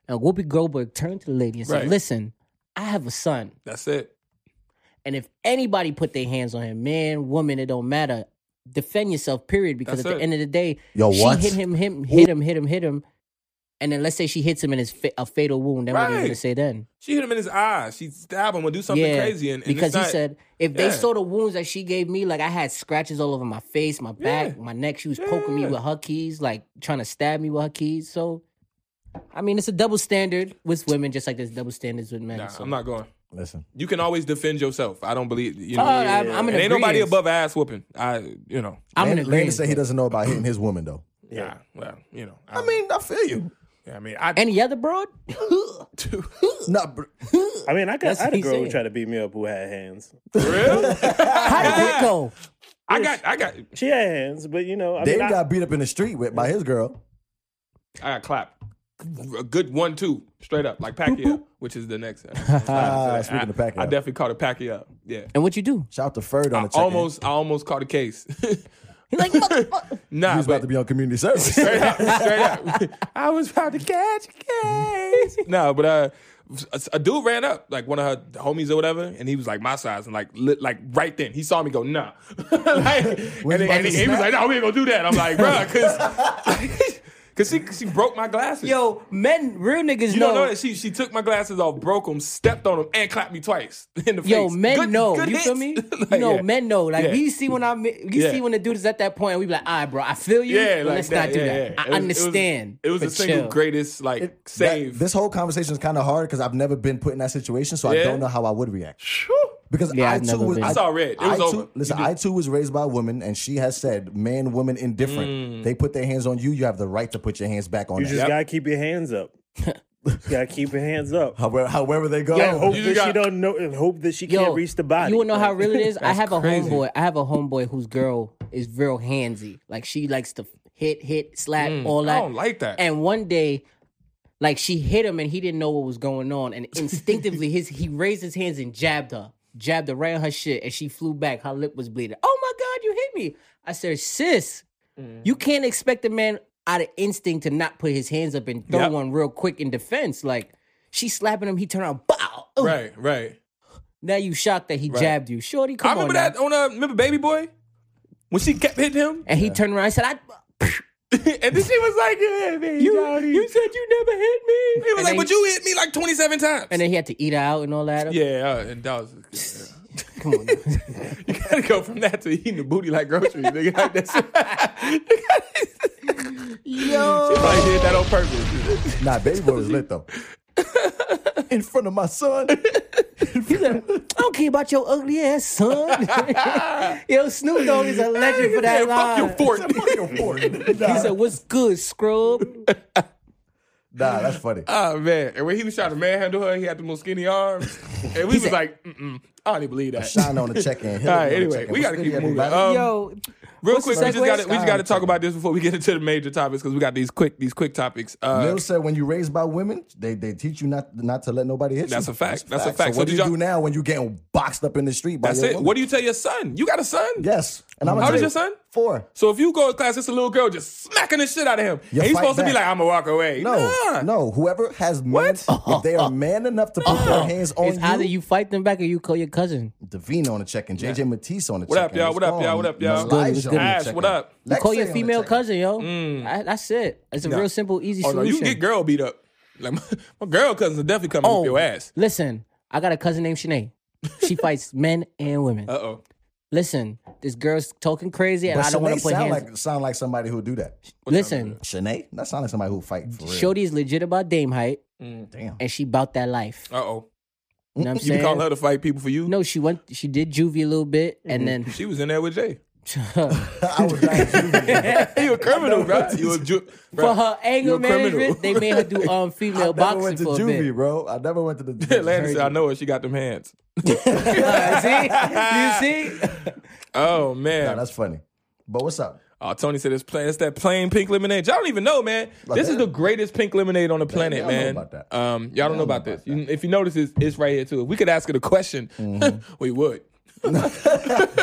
[SPEAKER 3] And Whoopi Goldberg turned to the lady and said,
[SPEAKER 2] Right.
[SPEAKER 3] "Listen, I have a son,
[SPEAKER 2] That's it.
[SPEAKER 3] and if anybody put their hands on him, man, woman, it don't matter. Defend yourself, period. Because
[SPEAKER 2] That's
[SPEAKER 3] at the
[SPEAKER 2] it.
[SPEAKER 3] end of the day,
[SPEAKER 1] Yo,
[SPEAKER 3] she
[SPEAKER 1] what?
[SPEAKER 3] hit him, him, hit him, hit him, hit him." And then let's say she hits him in his fa- a fatal wound. Then what are you
[SPEAKER 2] Right.
[SPEAKER 3] gonna say then?
[SPEAKER 2] She hit him in his eye. She stabbed him or do something crazy. And, and
[SPEAKER 3] because
[SPEAKER 2] it's not,
[SPEAKER 3] he said if they
[SPEAKER 2] Yeah.
[SPEAKER 3] saw the wounds that she gave me, like I had scratches all over my face, my back,
[SPEAKER 2] Yeah.
[SPEAKER 3] my neck. She was poking me
[SPEAKER 2] Yeah.
[SPEAKER 3] with her keys, like trying to stab me with her keys. So, I mean, it's a double standard with women, just like there's double standards with men.
[SPEAKER 2] nah,
[SPEAKER 3] so.
[SPEAKER 2] I'm not going.
[SPEAKER 1] Listen,
[SPEAKER 2] You can always defend yourself. I don't believe you know.
[SPEAKER 3] Oh, I'm, I'm in
[SPEAKER 2] and ain't nobody
[SPEAKER 3] agreeance.
[SPEAKER 2] above ass whooping. I, you know.
[SPEAKER 3] I'm
[SPEAKER 1] Landon,
[SPEAKER 3] in
[SPEAKER 1] Landon
[SPEAKER 3] agreement.
[SPEAKER 1] said he doesn't know about hitting his woman though.
[SPEAKER 2] Yeah. Well, you know.
[SPEAKER 1] I mean, I feel you.
[SPEAKER 2] Yeah, I mean, I
[SPEAKER 3] Any other
[SPEAKER 2] [LAUGHS]
[SPEAKER 3] broad?
[SPEAKER 1] No, br-
[SPEAKER 4] I mean, I got
[SPEAKER 3] That's
[SPEAKER 4] I had
[SPEAKER 3] what
[SPEAKER 4] a
[SPEAKER 3] he
[SPEAKER 4] girl who
[SPEAKER 3] said.
[SPEAKER 4] tried to beat me up who had hands.
[SPEAKER 2] real.
[SPEAKER 3] How did that go?
[SPEAKER 2] [LAUGHS] I got, I got,
[SPEAKER 4] She had hands, but you know, I
[SPEAKER 1] Dave
[SPEAKER 4] mean, I-
[SPEAKER 1] got beat up in the street with by his girl.
[SPEAKER 2] I got clapped. A good one-two, straight up, like Pacquiao, which is the next.
[SPEAKER 1] Ah, speaking
[SPEAKER 2] I,
[SPEAKER 1] of Pacquiao.
[SPEAKER 2] I definitely caught a Pacquiao. Yeah,
[SPEAKER 3] And what you do?
[SPEAKER 1] Shout out to Ferd on
[SPEAKER 2] I
[SPEAKER 1] the check.
[SPEAKER 2] almost, I almost caught a case. [LAUGHS]
[SPEAKER 3] He's like, motherfucker.
[SPEAKER 2] nah,
[SPEAKER 1] He was
[SPEAKER 2] but
[SPEAKER 1] about to be on community service. [LAUGHS]
[SPEAKER 2] [LAUGHS] straight up, straight up. [LAUGHS] I was about to catch a case. no, but uh, a, a dude ran up like one of her homies or whatever, and he was like my size, and like lit, like right then he saw me go nah, [LAUGHS] like, and,
[SPEAKER 1] Was he
[SPEAKER 2] then-
[SPEAKER 1] about
[SPEAKER 2] and
[SPEAKER 1] to
[SPEAKER 2] he, he was
[SPEAKER 1] snap?
[SPEAKER 2] like no, we ain't gonna do that. I'm like bruh, cause. [LAUGHS] Cause she, she broke my glasses.
[SPEAKER 3] Yo, men, real niggas
[SPEAKER 2] You
[SPEAKER 3] know.
[SPEAKER 2] don't know that she she took my glasses off, broke them, stepped on them, and clapped me twice [LAUGHS] in the face.
[SPEAKER 3] Yo, men
[SPEAKER 2] Good-
[SPEAKER 3] know.
[SPEAKER 2] good
[SPEAKER 3] you feel
[SPEAKER 2] hits.
[SPEAKER 3] me?
[SPEAKER 2] [LAUGHS] Like,
[SPEAKER 3] you know,
[SPEAKER 2] yeah.
[SPEAKER 3] men know. Like
[SPEAKER 2] Yeah.
[SPEAKER 3] we see when I'm, we
[SPEAKER 2] Yeah.
[SPEAKER 3] see when the dude is at that point, and we be like, all right, bro, I feel you.
[SPEAKER 2] Yeah,
[SPEAKER 3] but
[SPEAKER 2] like
[SPEAKER 3] let's
[SPEAKER 2] that.
[SPEAKER 3] not do
[SPEAKER 2] yeah,
[SPEAKER 3] that.
[SPEAKER 2] yeah.
[SPEAKER 3] I
[SPEAKER 2] It was-
[SPEAKER 3] understand.
[SPEAKER 2] It was, it was
[SPEAKER 3] but
[SPEAKER 2] the single
[SPEAKER 3] chill.
[SPEAKER 2] greatest like save.
[SPEAKER 1] That- this whole conversation is kind of hard because I've never been put in that situation, so I
[SPEAKER 2] Yeah.
[SPEAKER 1] don't know how I would react. Because
[SPEAKER 3] Yeah,
[SPEAKER 1] I
[SPEAKER 3] I've
[SPEAKER 1] too
[SPEAKER 3] never
[SPEAKER 1] was,
[SPEAKER 3] been.
[SPEAKER 1] I,
[SPEAKER 3] It's
[SPEAKER 2] all red. It was
[SPEAKER 1] I too,
[SPEAKER 2] over.
[SPEAKER 1] Listen, I too was raised by a woman, and she has said, "Man, woman, indifferent.
[SPEAKER 2] Mm.
[SPEAKER 1] They put their hands on you. You have the right to put your hands back on
[SPEAKER 4] you
[SPEAKER 1] that.
[SPEAKER 4] just gotta keep your hands
[SPEAKER 3] [LAUGHS]
[SPEAKER 4] up. you gotta keep your hands up.
[SPEAKER 1] However, however they go.
[SPEAKER 4] And hope
[SPEAKER 2] You
[SPEAKER 4] that
[SPEAKER 2] just
[SPEAKER 4] she
[SPEAKER 2] got-
[SPEAKER 4] don't know. And hope that she
[SPEAKER 3] Yo,
[SPEAKER 4] can't reach the body.
[SPEAKER 3] You wanna know how
[SPEAKER 4] Like,
[SPEAKER 3] real
[SPEAKER 4] [LAUGHS]
[SPEAKER 3] it
[SPEAKER 2] [LAUGHS]
[SPEAKER 3] is? I have a
[SPEAKER 2] crazy.
[SPEAKER 3] homeboy. I have a homeboy whose girl is real handsy. Like she likes to hit, hit, slap,
[SPEAKER 2] Mm.
[SPEAKER 3] all
[SPEAKER 2] I
[SPEAKER 3] that.
[SPEAKER 2] don't like that.
[SPEAKER 3] And one day, like she hit him and he didn't know what was going
[SPEAKER 2] [LAUGHS]
[SPEAKER 3] on. And instinctively, his he raised his hands and jabbed her, jabbed her right in her shit, and she flew back. Her lip was bleeding. Oh my god, you hit me! I said, sis,
[SPEAKER 2] Mm.
[SPEAKER 3] you can't expect a man out of instinct to not put his hands up and throw
[SPEAKER 2] Yep.
[SPEAKER 3] one real quick in defense. Like she slapping him, he turned around, bow. Ooh.
[SPEAKER 2] right, right.
[SPEAKER 3] Now you shocked that he jabbed you, shorty. Come
[SPEAKER 2] I remember
[SPEAKER 3] on now.
[SPEAKER 2] that on uh, remember Baby Boy when she kept hitting him, [LAUGHS]
[SPEAKER 3] And he turned around and said, I.
[SPEAKER 2] and then she was like, "Yeah, man,
[SPEAKER 3] You,
[SPEAKER 2] Johnny."
[SPEAKER 3] you said you never hit me.
[SPEAKER 2] He was
[SPEAKER 3] And
[SPEAKER 2] like,
[SPEAKER 3] then-
[SPEAKER 2] "But you hit me like twenty seven times."
[SPEAKER 3] And then he had to eat out and all
[SPEAKER 2] [LAUGHS]
[SPEAKER 3] that.
[SPEAKER 2] yeah, uh, and that was.
[SPEAKER 3] Come on. now.
[SPEAKER 2] [LAUGHS] You gotta go from that to eating the booty like groceries, nigga. [LAUGHS] Like that's Yo. She probably did that on purpose.
[SPEAKER 1] [LAUGHS] Nah, baby boy was lit
[SPEAKER 2] [LAUGHS]
[SPEAKER 1] though. in front of my son.
[SPEAKER 3] He's like, I don't care about your ugly
[SPEAKER 2] [LAUGHS]
[SPEAKER 3] ass son. Yo, Snoop Dogg is a legend for
[SPEAKER 2] Yeah,
[SPEAKER 3] that
[SPEAKER 2] fuck your
[SPEAKER 3] line.
[SPEAKER 2] fort. [LAUGHS]
[SPEAKER 1] nah,
[SPEAKER 3] He said, "What's good, scrub?"
[SPEAKER 1] nah, that's funny.
[SPEAKER 2] Oh man. And when he was trying to manhandle her, he had the most skinny arms. And we was like, mm-mm, I don't even believe that.
[SPEAKER 1] Shine on the check
[SPEAKER 2] [LAUGHS]
[SPEAKER 1] in.
[SPEAKER 2] All right, anyway, we gotta keep moving. Um,
[SPEAKER 3] Yo,
[SPEAKER 2] real
[SPEAKER 3] what's the
[SPEAKER 2] quick, we just
[SPEAKER 3] segue?
[SPEAKER 2] gotta we just gotta talk about this before we get into the major topics because we got these quick these quick topics. Uh,
[SPEAKER 1] Mill said, "When you raised by women, they, they teach you not not to let nobody hit
[SPEAKER 2] That's
[SPEAKER 1] you.
[SPEAKER 2] a fact. That's a
[SPEAKER 1] So,
[SPEAKER 2] fact. So
[SPEAKER 1] what do
[SPEAKER 2] did
[SPEAKER 1] you
[SPEAKER 2] y'all-
[SPEAKER 1] do now when you getting boxed up in the street by
[SPEAKER 2] that's
[SPEAKER 1] your
[SPEAKER 2] it.
[SPEAKER 1] woman?
[SPEAKER 2] What do you tell your son? You got a son?
[SPEAKER 1] Yes. And I'm
[SPEAKER 2] How old
[SPEAKER 1] does
[SPEAKER 2] is your son?
[SPEAKER 1] Four.
[SPEAKER 2] So if you go to class, it's a little girl just smacking the shit out of him.
[SPEAKER 1] You
[SPEAKER 2] and he's
[SPEAKER 1] fight
[SPEAKER 2] supposed to be
[SPEAKER 1] back.
[SPEAKER 2] like, I'm gonna walk away.
[SPEAKER 1] No,
[SPEAKER 2] Nah.
[SPEAKER 1] no. Whoever has man, if they are man enough to put
[SPEAKER 2] [LAUGHS]
[SPEAKER 1] their hands on
[SPEAKER 3] it's
[SPEAKER 1] you,
[SPEAKER 3] either you fight them back or you call your cousin.
[SPEAKER 1] Davina on the check and JJ Matisse on the
[SPEAKER 2] What
[SPEAKER 1] check.
[SPEAKER 2] up, y'all? What up, y'all? What up, y'all?
[SPEAKER 1] Elijah on the
[SPEAKER 2] Ash,
[SPEAKER 1] check-in.
[SPEAKER 2] what up?
[SPEAKER 3] You call
[SPEAKER 1] Lexi
[SPEAKER 3] your
[SPEAKER 1] on the
[SPEAKER 3] female
[SPEAKER 1] check-in.
[SPEAKER 3] cousin, yo. I, that's it. It's a real simple, easy
[SPEAKER 2] Mm. Oh no, you
[SPEAKER 3] solution.
[SPEAKER 2] can get girl beat up. Like [LAUGHS] my, my girl cousins are definitely coming
[SPEAKER 3] Oh,
[SPEAKER 2] up your ass.
[SPEAKER 3] Listen, I got a cousin named Shanae.
[SPEAKER 2] [LAUGHS]
[SPEAKER 3] She fights men and women.
[SPEAKER 2] Uh oh.
[SPEAKER 3] Listen, this girl's talking crazy, and
[SPEAKER 1] But
[SPEAKER 3] I don't want
[SPEAKER 1] Shanae
[SPEAKER 3] to put
[SPEAKER 1] sound
[SPEAKER 3] hands.
[SPEAKER 1] like sound like somebody who do that.
[SPEAKER 3] Listen,
[SPEAKER 1] Shanae, that sound like somebody who fight for real.
[SPEAKER 3] Shorty is legit about dame height,
[SPEAKER 1] Damn.
[SPEAKER 3] and she bout that life.
[SPEAKER 2] Uh oh.
[SPEAKER 3] You know what
[SPEAKER 2] Mm.
[SPEAKER 3] I'm
[SPEAKER 2] You be
[SPEAKER 3] saying?
[SPEAKER 2] calling her Mm-hmm. to fight people for you?
[SPEAKER 3] No, she went. She did juvie a little bit, and then
[SPEAKER 2] She was in there with
[SPEAKER 1] [LAUGHS]
[SPEAKER 2] Jay.
[SPEAKER 3] [LAUGHS]
[SPEAKER 1] I was not juvenile.
[SPEAKER 2] You a criminal, bro. [LAUGHS] You a ju-
[SPEAKER 3] for her anger
[SPEAKER 2] You're a criminal.
[SPEAKER 3] management, they made
[SPEAKER 2] [LAUGHS]
[SPEAKER 3] her do um
[SPEAKER 1] I
[SPEAKER 3] female
[SPEAKER 1] never
[SPEAKER 3] boxing
[SPEAKER 1] went to
[SPEAKER 3] for a
[SPEAKER 1] juvie,
[SPEAKER 3] [LAUGHS] bit.
[SPEAKER 1] bro. I never went to the
[SPEAKER 2] Atlanta
[SPEAKER 1] juvie.
[SPEAKER 2] said, I know her. She got them hands.
[SPEAKER 3] Uh, see,
[SPEAKER 2] [LAUGHS]
[SPEAKER 3] you see,
[SPEAKER 2] Oh man.
[SPEAKER 1] Nah, that's funny. But what's up?
[SPEAKER 2] oh, Tony said it's plain. It's that plain pink lemonade. Y'all don't even know, man. this is
[SPEAKER 1] that-
[SPEAKER 2] the greatest pink lemonade on the planet,
[SPEAKER 1] y'all know
[SPEAKER 2] man.
[SPEAKER 1] about that.
[SPEAKER 2] Um, y'all don't know about this. You- if you notice, it's, it's right here too. If we could ask it a question,
[SPEAKER 1] Mm-hmm.
[SPEAKER 2] [LAUGHS] we would.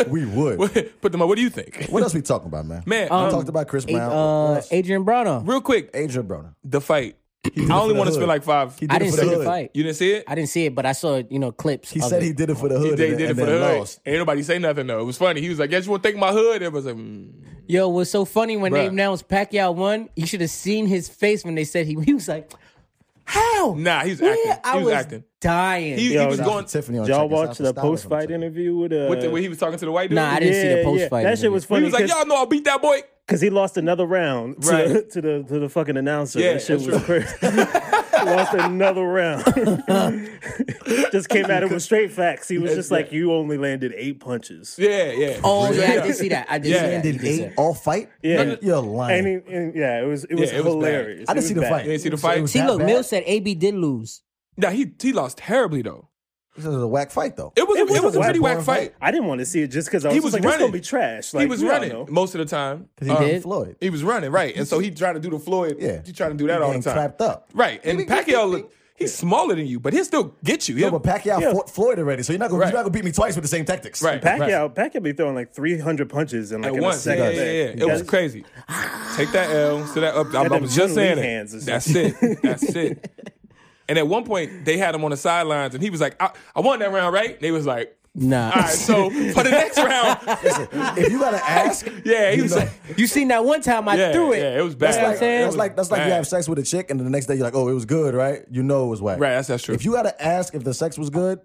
[SPEAKER 1] We would. what
[SPEAKER 2] Put them up. What do you think, [LAUGHS]
[SPEAKER 1] else we talking about, man?
[SPEAKER 2] man?
[SPEAKER 1] we
[SPEAKER 2] um,
[SPEAKER 1] talked about Chris
[SPEAKER 3] A-
[SPEAKER 1] Brown,
[SPEAKER 3] uh, Adrian Browner.
[SPEAKER 2] real quick,
[SPEAKER 1] Adrian Broner.
[SPEAKER 2] the fight. I
[SPEAKER 1] the
[SPEAKER 2] only want to
[SPEAKER 1] hood.
[SPEAKER 2] spend like five.
[SPEAKER 1] He did
[SPEAKER 3] I
[SPEAKER 1] it
[SPEAKER 3] didn't
[SPEAKER 1] for the
[SPEAKER 3] see the
[SPEAKER 1] hood.
[SPEAKER 3] fight.
[SPEAKER 2] You didn't see it?
[SPEAKER 3] I didn't see it, but I saw you know clips.
[SPEAKER 1] He
[SPEAKER 3] of
[SPEAKER 1] said
[SPEAKER 3] it.
[SPEAKER 1] he did it for the hood.
[SPEAKER 2] They
[SPEAKER 1] and
[SPEAKER 2] did it
[SPEAKER 1] and
[SPEAKER 2] for the
[SPEAKER 1] then
[SPEAKER 2] hood.
[SPEAKER 1] lost.
[SPEAKER 2] Ain't nobody say nothing though. It was funny. He was like, "Yes, you want to take my hood?" It was like, mm.
[SPEAKER 3] Yo, what's so funny when they
[SPEAKER 2] Bruh.
[SPEAKER 3] announced Pacquiao won? You should have seen his face when they said he. He was like, "How?
[SPEAKER 2] "Nah, he's
[SPEAKER 3] Where?"
[SPEAKER 2] acting. He
[SPEAKER 3] I
[SPEAKER 2] was,
[SPEAKER 3] was
[SPEAKER 2] acting."
[SPEAKER 3] dying.
[SPEAKER 2] He,
[SPEAKER 4] Yo,
[SPEAKER 2] he was
[SPEAKER 1] Shout out
[SPEAKER 2] going
[SPEAKER 1] to Tiffany on
[SPEAKER 4] y'all
[SPEAKER 1] check-in. Shout out
[SPEAKER 4] watch
[SPEAKER 1] to
[SPEAKER 4] the
[SPEAKER 1] Styles on
[SPEAKER 4] post fight
[SPEAKER 1] check-in.
[SPEAKER 4] interview with uh.
[SPEAKER 2] with the way he was talking to the white dude.
[SPEAKER 3] Nah, I
[SPEAKER 4] yeah,
[SPEAKER 3] didn't see the post
[SPEAKER 4] yeah.
[SPEAKER 3] fight.
[SPEAKER 4] That shit was
[SPEAKER 2] he
[SPEAKER 4] funny
[SPEAKER 2] was like, "Y'all know I beat that boy."
[SPEAKER 4] because he lost another round [LAUGHS] to,
[SPEAKER 2] Right.
[SPEAKER 4] to the to the fucking announcer.
[SPEAKER 2] Yeah, [LAUGHS]
[SPEAKER 4] that shit
[SPEAKER 2] that's
[SPEAKER 4] was crazy. lost
[SPEAKER 2] [LAUGHS]
[SPEAKER 4] another round. just came at it with straight facts. He was just like, "You only landed eight punches."
[SPEAKER 2] Yeah, yeah.
[SPEAKER 3] Oh yeah, I did see that. I did
[SPEAKER 2] Yeah.
[SPEAKER 3] see that.
[SPEAKER 1] And
[SPEAKER 3] You
[SPEAKER 1] did
[SPEAKER 3] did see
[SPEAKER 1] eight
[SPEAKER 3] that.
[SPEAKER 1] all fight?
[SPEAKER 4] Yeah.
[SPEAKER 1] Nigga, You're lying.
[SPEAKER 4] And, he, and yeah, it was it was
[SPEAKER 2] Yeah, it was bad.
[SPEAKER 4] hilarious.
[SPEAKER 1] I
[SPEAKER 4] It
[SPEAKER 1] didn't see
[SPEAKER 4] was
[SPEAKER 1] the
[SPEAKER 4] bad.
[SPEAKER 1] fight.
[SPEAKER 2] You didn't see the
[SPEAKER 1] So it
[SPEAKER 2] fight?
[SPEAKER 1] was
[SPEAKER 3] See,
[SPEAKER 1] that
[SPEAKER 3] look,
[SPEAKER 1] bad?
[SPEAKER 3] Mills said AB did lose.
[SPEAKER 2] Nah, he he lost terribly though.
[SPEAKER 1] This is a whack fight though.
[SPEAKER 2] It was it was,
[SPEAKER 4] was
[SPEAKER 2] a
[SPEAKER 4] a
[SPEAKER 2] pretty
[SPEAKER 1] boring
[SPEAKER 2] whack
[SPEAKER 1] fight.
[SPEAKER 2] fight.
[SPEAKER 4] I didn't want to see it just because I was,
[SPEAKER 2] He
[SPEAKER 4] just
[SPEAKER 2] was
[SPEAKER 4] like, "That's
[SPEAKER 2] running.
[SPEAKER 4] gonna be trash." Like
[SPEAKER 2] he was
[SPEAKER 4] we all
[SPEAKER 2] running
[SPEAKER 4] know.
[SPEAKER 2] most of the time.
[SPEAKER 1] he
[SPEAKER 2] Um,
[SPEAKER 3] did?
[SPEAKER 1] Floyd.
[SPEAKER 2] He was running right, and so he trying to do the Floyd.
[SPEAKER 1] Yeah.
[SPEAKER 2] he trying to do that all the
[SPEAKER 1] And
[SPEAKER 2] time.
[SPEAKER 1] clapped up.
[SPEAKER 2] Right, and Pacquiao, look- he's smaller than you, but he'll still get you.
[SPEAKER 1] No,
[SPEAKER 2] He'll-
[SPEAKER 1] but Pacquiao
[SPEAKER 4] Yeah.
[SPEAKER 1] fought Floyd already, so you're not gonna
[SPEAKER 2] Right.
[SPEAKER 1] you're not gonna beat me twice with the same tactics.
[SPEAKER 2] right, right.
[SPEAKER 4] Pacquiao, Pacquiao be throwing like 300 punches in like
[SPEAKER 2] At
[SPEAKER 4] in a
[SPEAKER 2] once, yeah, yeah,
[SPEAKER 4] second.
[SPEAKER 2] yeah,
[SPEAKER 4] thing.
[SPEAKER 2] yeah. It was crazy. Take that
[SPEAKER 1] [LAUGHS]
[SPEAKER 2] L, so that up. I, I
[SPEAKER 4] them
[SPEAKER 2] was just
[SPEAKER 4] Jun Lee
[SPEAKER 2] saying
[SPEAKER 4] hands or
[SPEAKER 2] it. That's it.
[SPEAKER 4] [LAUGHS]
[SPEAKER 2] That's it. And at one point, they had him on the sidelines, and he was like, "I, I won that round, right?" And they was like,
[SPEAKER 3] Nah.
[SPEAKER 2] All
[SPEAKER 1] [LAUGHS]
[SPEAKER 2] right, so for the next round,
[SPEAKER 1] If you gotta ask,
[SPEAKER 2] yeah, he
[SPEAKER 1] you
[SPEAKER 2] was
[SPEAKER 1] know.
[SPEAKER 2] like,
[SPEAKER 3] [LAUGHS] You seen that one time I
[SPEAKER 2] yeah,
[SPEAKER 3] threw it.
[SPEAKER 2] yeah, it was bad.
[SPEAKER 3] That's what I'm
[SPEAKER 1] Like,
[SPEAKER 3] saying?
[SPEAKER 1] that's like that's like you
[SPEAKER 2] Bad.
[SPEAKER 1] have sex with a chick, and then the next day you're like, oh, it was good, right? You know it was whack.
[SPEAKER 2] Right, that's- that's true.
[SPEAKER 1] If you gotta ask if the sex was good,